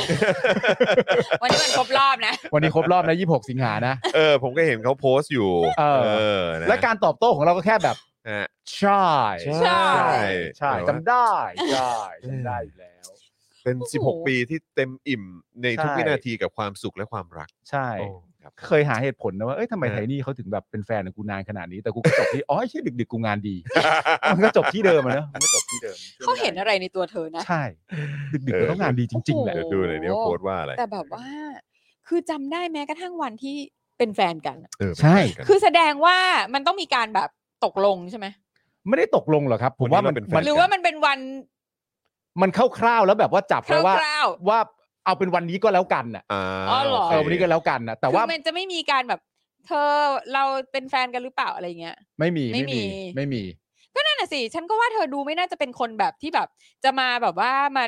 Speaker 3: วันนี้มันครบรอบนะ
Speaker 2: วันนี้ครบรอบนะ26 สิงหานะ
Speaker 1: เออ ผมก็เห็นเขาโพสต์อยู่
Speaker 2: เออ
Speaker 1: เออนะ
Speaker 2: และการตอบโต้ของเราก็แค่แบบ
Speaker 1: ฮะ
Speaker 2: ใช่
Speaker 3: ใช่
Speaker 2: ใช่ จำได้ใช่จำได้อยู่แล้ว
Speaker 1: เป็น
Speaker 3: โอ้โห
Speaker 1: 16 ปีที่เต็มอิ่มในทุก
Speaker 2: ใช่
Speaker 1: วินาทีกับความสุขและความรัก
Speaker 2: ใช่
Speaker 1: โอ้ครับ
Speaker 2: เคยหาเหตุผลนะว่าเอ้ยทำไม
Speaker 1: เออ
Speaker 2: ไทนี่เขาถึงแบบเป็นแฟนกับกูนานขนาดนี้แต่กูก็จบที่ อ๋อไอ้เชี่ยดึกๆกูงานดี มันก็จบที่เดิมอะเนอะมันก็จบที่เดิม
Speaker 3: เขาเห็นอะไรในตัวเธอนะ
Speaker 2: ใช่ ดึกๆก็ต้องงานดีจริงๆแหละ
Speaker 1: เดี๋ยวดูหน่อยเดี๋ยวโพสต์ว่าอะไร
Speaker 3: แต่แบบว่า คือจำได้แม้กระทั่งวันที่เป็นแฟนกัน
Speaker 1: เออ
Speaker 2: ใช่
Speaker 1: เป็นแฟนกัน
Speaker 3: คือแสดงว่ามันต้องมีการแบบตกลงใช่ไหม
Speaker 2: ไม่ได้ตกลงหรอกครับ ผมว่ามัน
Speaker 1: วันนี้เราเป็นแฟน
Speaker 2: มัน
Speaker 3: หรือว่ามันเป็นวัน
Speaker 2: มันคร่าวๆแล้วแบบว่าจับ
Speaker 3: ค
Speaker 2: แล้วว่า
Speaker 3: ร่าว
Speaker 2: ว่าเอาเป็นวันนี้ก็แล้วกันน่ะ
Speaker 1: อ๋
Speaker 3: ๆอ๋อเหรอ
Speaker 2: เออวันนี้ก็แล้วกันนะแต่
Speaker 3: คือ
Speaker 2: ว่า
Speaker 3: มันจะไม่มีการแบบ เธอเราเป็นแฟนกันหรือเปล่าอะไรเงี้ย
Speaker 2: ไม่มี
Speaker 3: ไม่
Speaker 2: ไม่มี
Speaker 3: มี
Speaker 2: ไม่มี
Speaker 3: ก็นั่นน่ะสิ ฉันก็ว่าเธอดูไม่น่าจะเป็นคนแบบที่แบบ จะมาแบบว่ามา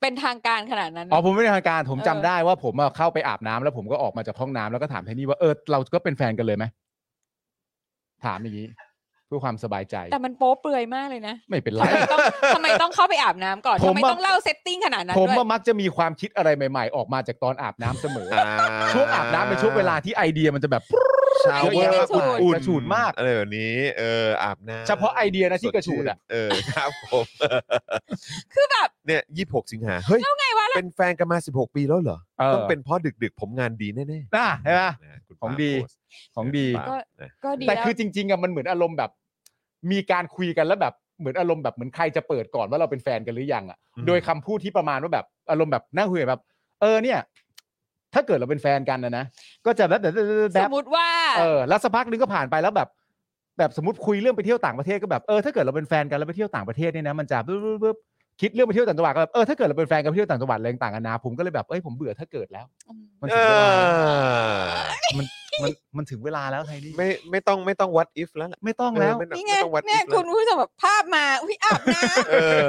Speaker 3: เป็นทางการขนาดนั้นนะ
Speaker 2: อ๋อผมไม่ได้ทางการผม
Speaker 3: เออ
Speaker 2: จำได้ว่าผมอะเข้าไปอาบน้ำแล้วผมก็ออกมาจากห้องน้ำแล้วก็ถามไทนี่ว่าเออเราก็เป็นแฟนกันเลยไหมถามอย่างนี้เพื่อความสบายใจ
Speaker 3: แต่มันโป๊เปลือยมากเลยนะ
Speaker 2: ไม่เป็นไร
Speaker 3: ทำไมต้องทำไมต้องเข้าไปอาบน้ำก่อน
Speaker 2: ผ
Speaker 3: ทำ
Speaker 2: ม
Speaker 3: ไม
Speaker 2: ว่า
Speaker 3: ต้องเล่าเซตติ้งขนาดนั้น
Speaker 2: ผม
Speaker 3: ด้วย
Speaker 2: ว่ามักจะมีความคิดอะไรใหม่ ๆ ออกมาจากตอนอาบน้ำเสมอ
Speaker 1: อ่า
Speaker 2: ช่วงอาบน้ำเป็นช่วงเวลาที่ไอเดียมันจะแบบ
Speaker 1: ชาวเวอร์
Speaker 3: กระฉูด
Speaker 1: อุ่น
Speaker 2: กระฉูดมาก
Speaker 1: อะไรแบบนี้ เอออาบน้ำ
Speaker 2: เฉพาะไอเดียนะที่กระชูดอ่ะ
Speaker 1: เออ ครับผม
Speaker 3: คือแบบ
Speaker 1: เนี่ย26 สิงหาเฮ้ย
Speaker 3: ไงวะ
Speaker 1: เป็นแฟนกันมา 16 ปีแล้วเหรอ
Speaker 2: เออ
Speaker 1: ต้องเป็นเพราะดึกๆ ผมงานดีแน่
Speaker 2: น่ะ
Speaker 1: ๆ
Speaker 2: ใช่ไหม
Speaker 1: นะคุณ
Speaker 2: ของ
Speaker 1: ปาล์ม
Speaker 2: ดี
Speaker 1: โพสต์
Speaker 2: ของดี
Speaker 1: คุณปาล์มนะ
Speaker 3: ก็ดี
Speaker 2: แต่
Speaker 3: แล้ว
Speaker 2: คือจริงๆอะมันเหมือนอารมณ์แบบ มีการคุยกันแล้วแบบเหมือนอารมณ์แบบเหมือนใครจะเปิดก่อนว่าเราเป็นแฟนกันหรือยังอ่ะ
Speaker 1: อืม
Speaker 2: โดยคำพูดที่ประมาณว่าแบบอารมณ์แบบน่าคุยแบบ เออเนี่ย ถ้าเกิดเราเป็นแฟนกันนะนะก็จะแบบแบบแบบแบบ
Speaker 3: ส
Speaker 2: แบบ
Speaker 3: มมติว่า
Speaker 2: เออแล้วสักพักนึงก็ผ่านไปแล้วแบบ แบบสมมติคุยเรื่องไปเที่ยวต่างประเทศก็แบบเออถ้าเกิดเราเป็นแฟนกันแล้วไปเที่ยวต่างประเทศเนี่ยนะมันจะบึ๊บบึ๊บบึ๊บคิดเรื่องไปเที่ยวต่างจังหวัดก็แบบเออถ้าเกิดเราเป็นแฟนกันไปเที่ยวต่างจังหวัดอะไรต่างกันานาผมก็เลยแบบเอ้ยผมเบื่อถ้าเกิดแล้ว มัน
Speaker 1: เอ
Speaker 2: ถึงเวลาแล้ว
Speaker 1: อ
Speaker 2: มันมันมันถึงเวลาแล้วไทยนี่
Speaker 1: ไม่ไม่ต้องไม่ต้อง what if แล้วล่ะ
Speaker 2: ไม่ต้อง
Speaker 1: เอ
Speaker 2: แล้ว
Speaker 1: อไม่ต้อง
Speaker 3: นี่ไง
Speaker 1: ไม่ต้อง what
Speaker 3: เนี่ย
Speaker 1: if แล้ว
Speaker 3: คุณผู้ชมแบบภาพมา อุ้ยอาบน้
Speaker 1: เออ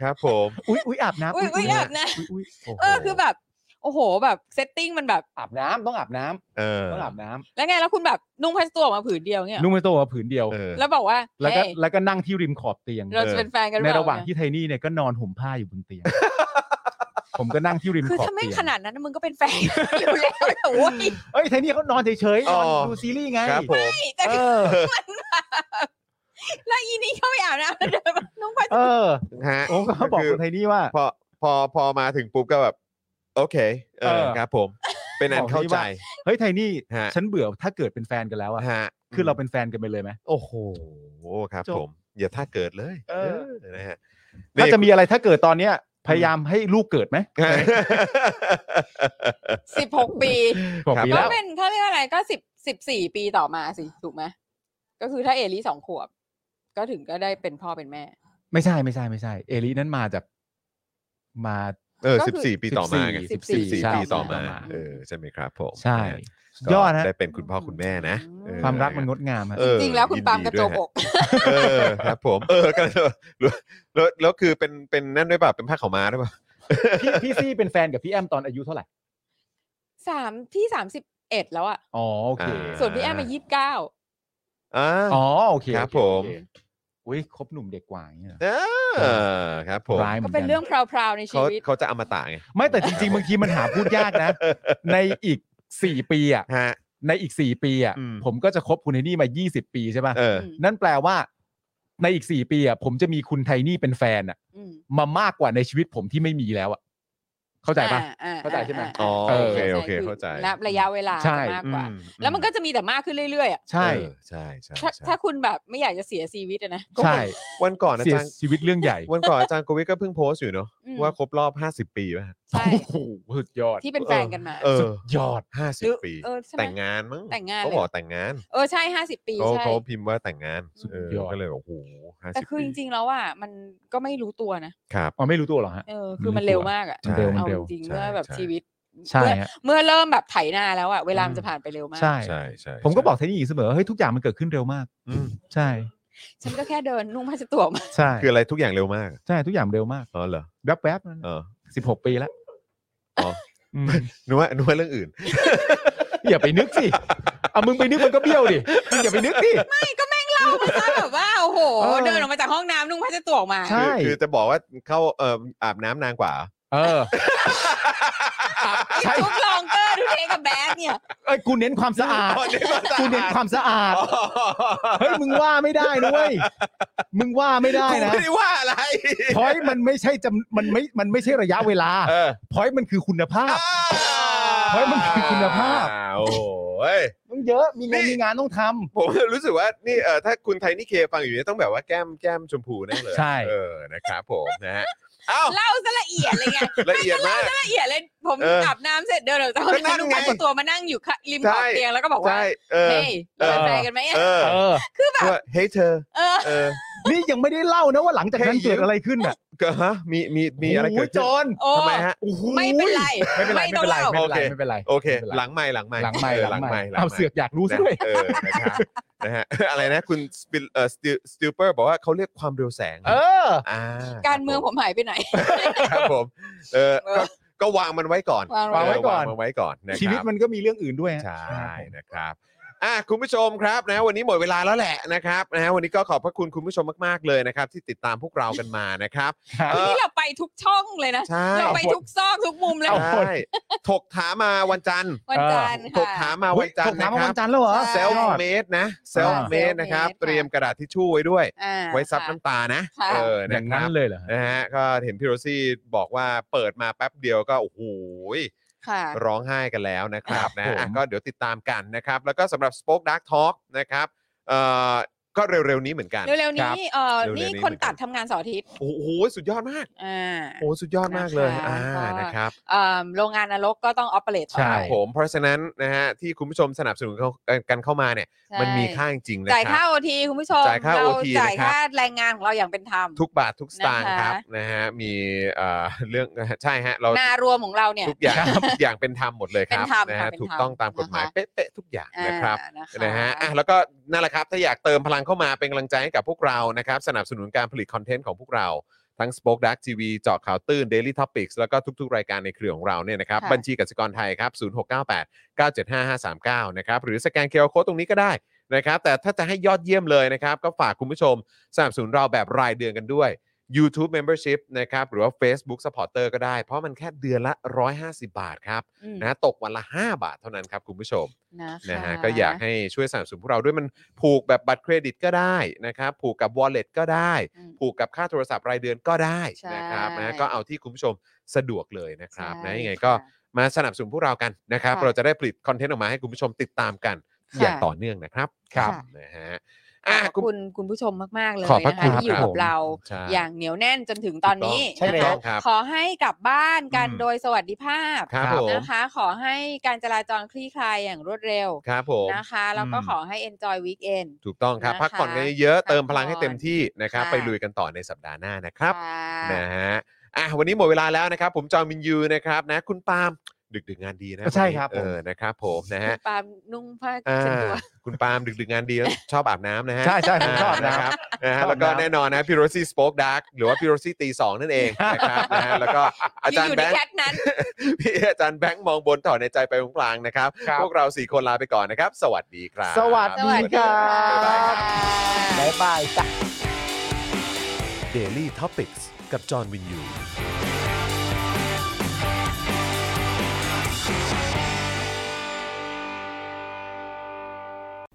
Speaker 1: ครับผม
Speaker 2: อุ้ยอุ้ยอาบ
Speaker 3: ำ
Speaker 2: น้ำ
Speaker 3: อุ้ยอุ้ยอาบน้
Speaker 2: อุ๊ยอุ๊ยโโห
Speaker 3: ำเออคือแบบ โอ้โห แบบเซตติ้งมันแบบ
Speaker 2: อาบน้ำต้องอาบน้ำ
Speaker 1: เออ
Speaker 2: ต้องอาบน้ำ
Speaker 3: แล้วไงแล้วคุณแบบนุ่งพันตัวออกมาผืนเดียวเนี่ย
Speaker 2: นุ่งไม่โตมาผืนเดียว
Speaker 1: เออ
Speaker 3: แล้วบอกว่า
Speaker 2: แล้วก็
Speaker 3: เฮ้ย
Speaker 2: แล้วก็นั่งที่ริมขอบเตียง
Speaker 3: เราจะเป็นแฟนกัน
Speaker 2: ใน
Speaker 3: เปล่
Speaker 2: ระหว่างที่ไทนี่เนี่ยก็นอนห่มผ้าอยู่บนเตียง ผมก็นั่งที่ริมข
Speaker 3: คือ
Speaker 2: อบ
Speaker 3: ถ้าไม่
Speaker 2: เตียง
Speaker 3: ขนาดนั้นมึงก็เป็นแฟนกันอยู่แล้ว แหละโว้ ย
Speaker 2: เอ้ยไทนี่เขานอนเฉยๆนอน
Speaker 1: อ๋อ
Speaker 2: ดูซีรีส์ไง
Speaker 1: ครับผม
Speaker 3: แต่
Speaker 2: เอ
Speaker 3: คือ
Speaker 2: อ
Speaker 3: มันแบบแล้วอีนี่เข้าไปอาบน้ำแล้วเดินมานุ่งพัน
Speaker 2: เออ
Speaker 1: ฮะ
Speaker 2: ผมก็บอก
Speaker 1: คื
Speaker 2: คุณไทนี่ว่า
Speaker 1: พอพอพอมาถึงปุ๊บก็แบบ โอเค เอ
Speaker 2: เอ
Speaker 1: อ
Speaker 2: อ
Speaker 1: ครับผม เป็นอัน
Speaker 2: บอก
Speaker 1: เข้า
Speaker 2: ที่
Speaker 1: ใจ
Speaker 2: ว่า เฮ้ยไทนี่
Speaker 1: ฮะ
Speaker 2: ฉันเบื่อถ้าเกิดเป็นแฟนกันแล้วอะ
Speaker 1: ฮะ
Speaker 2: คือเราเป็นแฟนกันไปเลยไหม
Speaker 1: โอ้โหครับ
Speaker 2: จบ
Speaker 1: ผม อย่าถ้าเกิดเลย
Speaker 2: เออ
Speaker 1: เออนะฮะ
Speaker 2: ถ้าจะมีอะไรถ้าเกิดตอนเนี้ย พยายามให้ลูกเกิดไหม
Speaker 1: ฮะ
Speaker 3: สิบหกปี
Speaker 2: บอกปี
Speaker 3: ก็
Speaker 2: แล้ว
Speaker 3: เป็นเขาเรียกว่าอะไรก็สิบสิบสี่ปีต่อมาสิ ถูกไหมก็คือถ้าเอลี่สองขวบ ก็ถึงก็ได้เป็นพ่อเป็นแม่
Speaker 2: ไม่ใช่ไม่ใช่ไม่ใช่ เอลินั้นมาจากมา
Speaker 1: เออ
Speaker 3: ก็
Speaker 1: สิบ
Speaker 3: คือ
Speaker 1: สี่ปีต่อมาไง
Speaker 3: สิ
Speaker 1: สิบบ
Speaker 3: สี่
Speaker 1: สี่
Speaker 3: ใช่
Speaker 1: ปีต่อมา
Speaker 2: ต่อมา
Speaker 1: เออใช่ไหมครับผม
Speaker 2: ใช่
Speaker 1: นะฮะ
Speaker 2: สุดยอด
Speaker 1: ก็
Speaker 2: ฮะ
Speaker 1: ได้เป็นคุณพ่อคุณแม่นะเออ
Speaker 2: ความรักมันงดงามฮะ
Speaker 1: เออ
Speaker 3: จริงแล้วคุณ
Speaker 1: ยิน
Speaker 3: ปาล์ม
Speaker 1: ดี
Speaker 3: กระ
Speaker 1: ด้
Speaker 3: จ
Speaker 1: วย
Speaker 3: ก
Speaker 1: ฮ
Speaker 3: อก
Speaker 1: เออครับผม เออก็ แล้วแล้วแล้วคือเป็นเป็นนั่นด้วยเปล่ะเป็นผ้าขาวม้าด้วยเปล่ะ
Speaker 2: พี่พี่ซี่เป็นแฟนกับพี่แอมตอนอายุเท่าไหร่
Speaker 3: สามพี่สามสิบเอ็ดแล้วอ่ะ
Speaker 2: อ๋อโอเค
Speaker 3: ส่วนพี่แอมมายี่สิบเก้า
Speaker 1: อ่า
Speaker 2: อ๋อโอเค
Speaker 1: ครับ
Speaker 2: โอเ
Speaker 1: ผม
Speaker 2: โอเคอุ้ยคบหนุ่มเด็กกว่าอย่างเงี้ยเหรอ
Speaker 1: เออครับผม
Speaker 2: ร้ายหมื
Speaker 3: ก็
Speaker 2: กั
Speaker 3: เป็นเรื่องพราวๆในชี
Speaker 1: เขา
Speaker 3: วิต
Speaker 1: เขาจะอมตะไง
Speaker 2: ไม่แต่จริง ๆ บางทีมันหาพูดยาก นะ ในอีกสี่ปีอ่ะ
Speaker 1: ฮะ
Speaker 2: ในอีกสี่ปีอ่ะ
Speaker 1: อืม
Speaker 2: ผมก็จะคบคุณไทนี่มายี่สิบปีใช่ป่ะ
Speaker 1: เออ
Speaker 2: นั่นแปลว่าในอีกสี่ปีอ่ะผมจะมีคุณไทนี่เป็นแฟนอ่ะ
Speaker 3: อืม
Speaker 2: มามากกว่าในชีวิตผมที่ไม่มีแล้วอ่ะเข้าใจปะ
Speaker 3: อ่อ่
Speaker 2: เข้าใจใช่ไหม
Speaker 3: อ่
Speaker 1: อ๋อ
Speaker 3: ใช่
Speaker 1: โอเค
Speaker 3: ใช่
Speaker 1: โอเค
Speaker 3: คือ
Speaker 1: เข้าใจ
Speaker 3: นับระยะเวลา
Speaker 2: ใช่
Speaker 3: มากกว่า
Speaker 1: อื
Speaker 3: แล้วมันก็จะมีแต่มากขึ้นเรื่อยๆอ่ะ
Speaker 2: ใช่
Speaker 1: เออใช่ใช่
Speaker 3: ถ้า
Speaker 1: ใช่
Speaker 3: ถ้าคุณแบบไม่อยากจะเสียชีวิตอะนะ
Speaker 2: ใช่
Speaker 1: วันก่อนอา
Speaker 2: เสีย
Speaker 1: จารย์
Speaker 2: ชีวิตเรื่องใหญ่
Speaker 1: วันก่อนอาจารย์โกวิทก็เพิ่งโพสต์อยู่เนาะ
Speaker 3: อืม
Speaker 1: ว่าครบรอบ 50 ปีป่ะ
Speaker 3: ใช่
Speaker 2: โอ้โหสุดยอด
Speaker 3: ที่เป็นแฟนกันมา
Speaker 1: เอ
Speaker 2: สุ
Speaker 1: อ
Speaker 2: ดยอด
Speaker 3: หรือ
Speaker 1: 50 ปี
Speaker 3: เออใช่ไหม
Speaker 1: แต่งงานมั้ง
Speaker 3: แต่งงาน
Speaker 1: เขา
Speaker 3: เลย
Speaker 1: บอกแต่งงาน
Speaker 3: เออใช่ห้าสิบปี
Speaker 1: เขา
Speaker 3: ใช่
Speaker 1: เขาพิมพ์ว่าแต่งงาน
Speaker 2: สุด
Speaker 1: เออย
Speaker 2: อด
Speaker 1: ก็เลยบอกโอ้โหห้า
Speaker 3: แต่
Speaker 1: สิบ
Speaker 3: คือ
Speaker 1: ปี
Speaker 3: จริงๆแล้วอ่ะมันก็ไม่รู้ตัวนะ
Speaker 1: ครับ
Speaker 2: อ๋อไม่รู้ตัวเหรอฮะ
Speaker 3: เออคือ
Speaker 2: ไม่
Speaker 3: มัน
Speaker 2: รู้
Speaker 3: เร็ว
Speaker 2: ตัว
Speaker 3: มากอ่ะ
Speaker 2: มันเร็วมัน
Speaker 3: เอา
Speaker 2: เร็
Speaker 3: จ
Speaker 2: ว
Speaker 3: ริงๆ
Speaker 1: ใช่
Speaker 3: เมื่อแบบ
Speaker 1: ใช่
Speaker 3: ชีวิต
Speaker 2: ใช่
Speaker 3: เมื่อ
Speaker 2: ฮะ
Speaker 3: เมื่อเริ่มแบบไถนาแล้วอ่ะเวลามัน
Speaker 2: อืม
Speaker 3: จะผ่านไปเร็วมาก
Speaker 2: ใช่
Speaker 1: ใช่ใช่
Speaker 2: ผมก็
Speaker 1: ใช่
Speaker 2: บอกเทนนี่อยู่เสมอเฮ้ยทุกอย่างมันเกิดขึ้นเร็วมาก
Speaker 1: อืม
Speaker 2: ใช่
Speaker 3: ฉันก็แค่เดินนุ่งผ้าเช็ดตัวออกมา
Speaker 2: ใช่
Speaker 1: คืออะไรทุกอย่างเร็วมาก
Speaker 2: ใช่ทุกอย่างเร็วมาก
Speaker 1: อ๋อเหรอ
Speaker 2: แวบๆนั่น
Speaker 1: เออ
Speaker 2: สิบหกปี แล้ว
Speaker 1: อ๋อ
Speaker 2: ม
Speaker 1: นึกว่านึกว่าเรื่องอื่น
Speaker 2: อย่าไปนึกสิ เอามึงไปนึกมันก็เบี้ยว ดิมึงอย่าไปนึกดิ
Speaker 3: ไม่ก็แม่งเล่าไปซะแบบว่าโอ้โห
Speaker 2: เออ
Speaker 3: เดินออกมาจากห้องน้ำนุ่งผ้าเช็ดตัวออกมา
Speaker 2: ใช่
Speaker 1: คือคือจะบอกว่าเข้าเอ่ออาบน้ำนานกว่า
Speaker 2: เอ อ ใช่
Speaker 3: ทุกลองเกอร์ทุกเทกับแบด เนี่ย
Speaker 2: เอ้ยกูเน้นความสะ อาด
Speaker 1: อ๋อเน้นความสะอาด
Speaker 2: กูเน้นความสะอาด
Speaker 1: อ๋อ
Speaker 2: เฮ้ยมึงว่าไม่ได้นะเว้ย มึงว่าไม่ได้
Speaker 1: กู
Speaker 2: นะ
Speaker 1: ไม่ได้ว่าอะไร
Speaker 2: พอยมันไม่ใช่จำมันไม่มันไม่ใช่ระยะเวลา
Speaker 1: เออ
Speaker 2: พอยมันคือคุณภาพ เฮ้ยมันคือคุณภาพ
Speaker 1: โอ้ย
Speaker 2: ต้องเยอะมีงาน
Speaker 1: นี่
Speaker 2: มีงานต้องทำ
Speaker 1: ผมรู้สึกว่านี่เออถ้าคุณไทนี่เคฟังอยู่เนี่ยต้องแบบว่าแก้มแก้มชมพูแน่เลย
Speaker 2: ใช่
Speaker 1: เออนะครับผมนะฮะเอ้า
Speaker 3: เล่าซะละเอียดเลยไง
Speaker 1: ละเอียดมาก
Speaker 3: ละเอียดเลยผม
Speaker 1: เอออ
Speaker 3: อาบน้ำเสร็จเดินออกจากห้อง
Speaker 1: ก็นั่
Speaker 3: น้ำ
Speaker 1: น
Speaker 3: นุ่ง
Speaker 1: ไง
Speaker 3: ผ้าเช็ดตัวมานั่งอยู่ข้างริมขอบ
Speaker 1: ใช่
Speaker 3: เตียงแล้วก็บอกว่า
Speaker 1: ใช่เออ
Speaker 3: เฮ้ยเราเป็น
Speaker 2: เออ
Speaker 3: แฟนกันไหมอะ
Speaker 1: เออ
Speaker 2: เออ
Speaker 1: ว่าเฮ้ยเธอ
Speaker 3: เออ
Speaker 1: เออ
Speaker 2: นี่ยังไม่ได้เล่านะว่าหลังจากนั้
Speaker 1: แค่
Speaker 2: น
Speaker 1: ยิ้ม
Speaker 2: เกิดอะไรขึ้นอ่ะ
Speaker 1: ก็ฮะมีมีมีอะไรเกิด
Speaker 2: โโหจ
Speaker 1: ขึ้น
Speaker 2: อน
Speaker 3: โอ้
Speaker 1: ทำไมฮะ
Speaker 2: โอ้โห
Speaker 3: ไม่เป็นไร
Speaker 2: ไม่เป็นไรไม่
Speaker 3: ต้อง
Speaker 2: เป็นไร
Speaker 3: เล่า
Speaker 2: ไม่เป็นไร
Speaker 1: โอเคโอเค
Speaker 2: ไม่เป็นไรไม่เป็นไร
Speaker 1: หลังไม่หลังไม่
Speaker 2: หลังไม่
Speaker 1: เออห
Speaker 2: หลั
Speaker 1: ลัง
Speaker 2: งไม่
Speaker 1: ไม่
Speaker 2: เอาเสือกอยากรู้ซะด้วย
Speaker 1: นะเออนะครับนะฮะอะไรนะคุณสปิลเอ่อสติสติลเปอร์บอกว่าเขาเรียกความเร็วแสง
Speaker 2: เออ
Speaker 1: อ่า
Speaker 3: การเมืองผมหายไปไหน
Speaker 1: ครับผมเออก็ก็วางมันไว้ก่อน
Speaker 3: วางไว้
Speaker 1: เ
Speaker 2: ก่อน
Speaker 1: วางมันไว้ก่อนนะครับ
Speaker 2: ชีวิตมันก็มีเรื่องอื่นด้วยฮะ
Speaker 1: ใช่นะครับอ่ะคุณผู้ชมครับนะวันนี้หมดเวลาแล้วแหละนะครับนะฮะวันนี้ก็ขอบพระคุณคุณผู้ชมมากๆเลยนะครับ ที่ติดตามพวกเรากันมานะครับ
Speaker 2: ครับ
Speaker 1: เออ
Speaker 3: นี่เราไปทุกช่องเลยนะ
Speaker 1: ใช่
Speaker 3: เราไปทุกซอกทุกมุมเลย
Speaker 2: เอา
Speaker 1: ใช่ถกถามมาวันจันทร์
Speaker 3: วันจันทร์
Speaker 1: ถ
Speaker 3: ค่ะ
Speaker 1: กถามมา
Speaker 2: เฮ้
Speaker 1: วั
Speaker 2: ย
Speaker 1: นจัน
Speaker 2: ถ
Speaker 1: ท
Speaker 2: ก
Speaker 1: ร์
Speaker 2: ถาม
Speaker 1: นะค
Speaker 2: มา
Speaker 1: รับ
Speaker 2: วันจันทร์แล้วเหรอ
Speaker 3: ใช่
Speaker 1: เซลฟ์เมดนะเซลฟ์เมด
Speaker 3: self-made
Speaker 1: นะครับ
Speaker 3: ค่ะ
Speaker 1: เตรียมกระดาษทิชชู่ไว้ด้วย
Speaker 3: อ่า
Speaker 1: ไว้ซับ
Speaker 3: ค่ะ
Speaker 1: น้ำตานะ
Speaker 3: ค่ะ
Speaker 1: เออ
Speaker 2: อ
Speaker 1: นะ
Speaker 2: ย่าง
Speaker 1: ค
Speaker 2: นั้
Speaker 1: รับ
Speaker 2: นเลยเหรอฮะ
Speaker 1: นะฮะก็เห็นพี่โรซี่บอกว่าเปิดมาแป๊บเดียวก็โอ้โห
Speaker 3: ค่ะ
Speaker 1: ร้องไห้กันแล้วนะครับนะ
Speaker 2: ผม
Speaker 1: อ่ะก็เดี๋ยวติดตามกันนะครับ แล้วก็สำหรับ Spoke Dark Talk นะครับเอ่อก็เร็ว ๆ นี้เหมือนกัน
Speaker 3: เร็วๆนี้เออ
Speaker 1: เร็วๆนี้
Speaker 3: นี่คนตัดทำงานเสาร์อาทิตย์
Speaker 1: โอ้โห สุดยอดมาก
Speaker 3: อ่า
Speaker 1: โอ้สุดยอดมากเลย
Speaker 3: นะคะ
Speaker 1: อ่า
Speaker 3: ก็
Speaker 1: นะครับ
Speaker 3: เอิ่มโรงงานนรกก็ต้องออปเปเรตต่อ
Speaker 2: ใช่
Speaker 3: ไป
Speaker 1: ผม เพราะฉะนั้นนะฮะที่คุณผู้ชมสนับสนุนเข้ากันเข้ามาเนี่ย
Speaker 3: ใช่
Speaker 1: มันมีค่าจริงๆนะ
Speaker 3: จ่าย
Speaker 1: ค
Speaker 3: ค่า
Speaker 1: รับ
Speaker 3: โอทีคุณผู้ชม
Speaker 1: จ่ายค่า
Speaker 3: เร
Speaker 1: OT
Speaker 3: จ่าย
Speaker 1: นะครับ
Speaker 3: ค่าแรงงานของเราอย่างเป็นธรรม
Speaker 1: ทุกบาททุกสตางค์
Speaker 3: นะคะ
Speaker 1: ครับนะฮะมีเอ่อเรื่องใช่ฮะเรา
Speaker 3: นารวมของเราเนี่ย
Speaker 1: ทุกอย่างทุกอย่างเป็นธรรมหมดเลยค
Speaker 3: เป็
Speaker 1: รับ
Speaker 3: นธรรม
Speaker 1: นะ
Speaker 3: ค่ะ
Speaker 1: ฮะ
Speaker 3: เป็น
Speaker 1: ถูก
Speaker 3: ธรรม
Speaker 1: ต้องตามกฎหมาย
Speaker 3: นะคะ
Speaker 1: เป๊ะๆทุกอย่างนะครับ
Speaker 3: อ่า
Speaker 1: นะฮะอ่ะแล้วก็นั่นแหละครับถ้าอยากเติมพลังเข้ามาเป็นกำลังใจให้กับพวกเรานะครับ สนับสนุนการผลิตคอนเทนต์ของพวกเรา ทั้ง Spoke Dark TV เจาะข่าวตื้น Daily Topics แล้วก็ทุก ๆ รายการในเครือของเราเนี่ยนะครับ
Speaker 3: ค่ะ
Speaker 1: บัญชีกสิกรไทยครับ 0698 975 539 นะครับ หรือสแกนเคอร์โคตรงนี้ก็ได้นะครับ แต่ถ้าจะให้ยอดเยี่ยมเลยนะครับ ก็ฝากคุณผู้ชมสนับสนุนเราแบบรายเดือนกันด้วย YouTube Membership นะครับ หรือว่า Facebook Supporter ก็ได้ เพราะมันแค่เดือนละ 150 บาทครับ
Speaker 3: อืม
Speaker 1: นะตกวันละ 5 บาทเท่านั้นครับคุณผู้ชม
Speaker 3: นะคะ
Speaker 1: นะฮะก็อยากให้ช่วยสนับสนุนพวกเราด้วยมันผูกแบบบัตรเครดิตก็ได้นะครับ ผูกกับ wallet ก็ได้
Speaker 3: อืม
Speaker 1: ผูกกับค่าโทรศัพท์รายเดือนก็ได้
Speaker 3: ใช่
Speaker 1: นะครับนะก็เอาที่คุณผู้ชมสะดวกเลยนะครับนะ
Speaker 3: ใช่
Speaker 1: ยังไงก็
Speaker 3: ค่ะ
Speaker 1: มาสนับสนุนพวกเรากันนะครับ
Speaker 3: ค่ะ
Speaker 1: เราจะได้ผลิตคอนเทนต์ออกมาให้คุณผู้ชมติดตามกัน
Speaker 3: ค่ะ
Speaker 1: อย่างต่อเนื่องนะครับ
Speaker 3: ค่ะ
Speaker 1: นะฮะ
Speaker 3: ข
Speaker 1: อ่ะ
Speaker 3: อบพ
Speaker 1: คุณ
Speaker 3: ระคุณคุณผู้ชมมาก ๆ เลย
Speaker 1: ขอบพระ
Speaker 3: นะ
Speaker 1: คุณ
Speaker 3: คะที่อยู่
Speaker 1: ครับ
Speaker 3: กับเรา
Speaker 1: ใช่
Speaker 3: อย่างเหนียวแน่นจนถึงตอนนี้
Speaker 2: ถูกต้องใช่แล้
Speaker 3: นะ
Speaker 2: ว
Speaker 1: ค
Speaker 3: คะ
Speaker 1: รับ
Speaker 3: ขอให้กลับบ้านกัน
Speaker 1: อืม
Speaker 3: โดยสวัสดิภาพ
Speaker 1: ครับผม
Speaker 3: นะคะ ขอให้การจราจรคลี่คลายอย่างรวดเร็ว
Speaker 1: ครับผม
Speaker 3: นะคะ แล้วก็
Speaker 1: อืม
Speaker 3: ขอให้ enjoy weekend
Speaker 1: ถูกต้องครับ
Speaker 3: นะคะ
Speaker 1: พักผ่อนกันเยอะๆเติมพลังให้เต็มที่นะครับ
Speaker 3: ค่ะ
Speaker 1: ไปลุยกันต่อในสัปดาห์หน้านะครับ
Speaker 3: ค่ะ
Speaker 1: นะฮะ อ่ะ วันนี้หมดเวลาแล้วนะครับ ผมจอมินยูนะครับ นะ คุณปาล์มดึกดึกงานดีนะ
Speaker 2: ใช่ครับ
Speaker 1: วันนี้เออ นะครับ ผมนะ
Speaker 3: คุ
Speaker 1: ฮะ
Speaker 3: ณปาล์มนุ่งผ้า
Speaker 1: อ่า
Speaker 3: เช็ดตัว
Speaker 1: คุณปาล์มดึกดึกงานดีแล้วชอบอาบน้ำนะฮะ
Speaker 2: ใช่ใช่ผมชอบนะ
Speaker 1: นะครับ นะฮะ
Speaker 2: ชอบน้ำ
Speaker 1: แล้วก็แน่นอนนะพี่โรซี่สป็อกดาร์กหรือว่าพี่โรซี่ตีสองนั่น เองนะครับ นะฮะ แล้วก็อาจารย์
Speaker 3: อยู่
Speaker 1: แบ
Speaker 3: ใน
Speaker 1: งค์
Speaker 3: แคทนั้น
Speaker 1: พี่อาจารย์แบงค์มองบนถอนในใจไปตรงกลางนะครับ
Speaker 2: ครับ
Speaker 1: พวกเราสี่คนลาไปก่อนนะครับ สวัสดีครับ
Speaker 2: สวัส
Speaker 3: ส
Speaker 2: ดี
Speaker 3: วัส
Speaker 2: ค
Speaker 3: ดี
Speaker 2: รั
Speaker 3: ค่ะ
Speaker 1: บ๊ายบายครับ บ
Speaker 2: บ๊ายบายจ้ะ
Speaker 7: Daily Topics กับจอห์นวินยู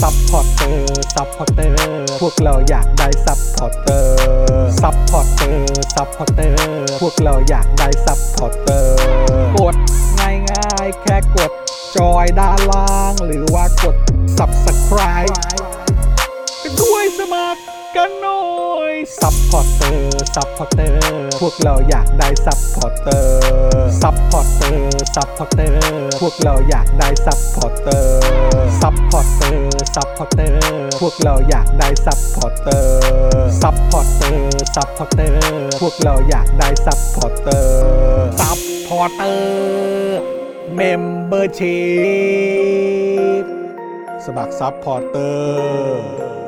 Speaker 8: ซัพพอร์เตอร์ ซัพพอร์เตอร์ พวกเราอยากได้ซัพพอร์เตอร์ ซัพพอร์เตอร์ ซัพพอร์เตอร์ พวกเราอยากได้ซัพพอร์เตอร์ กดง่ายง่ายๆแค่กด จอยด้านล่าง หรือว่ากด subscribe กันด้วยสมัครกันหน่อย ซัพพอร์เตอร์ ซัพพอร์เตอร์ พวกเราอยากได้ซัพพอร์เตอร์ ซัพพอร์เตอร์ ซัพพอร์เตอร์ พวกเราอยากได้ซัพพอร์เตอร์ ซัพพอร์เตอร์ ซัพพอร์เตอร์ พวกเราอยากได้ซัพพอร์เตอร์ ซัพพอร์เตอร์ ซัพพอร์เตอร์ พวกเราอยากได้ซัพพอร์เตอร์ ซัพพอร์เตอร์ Membership สมัครซับพอร์เตอร์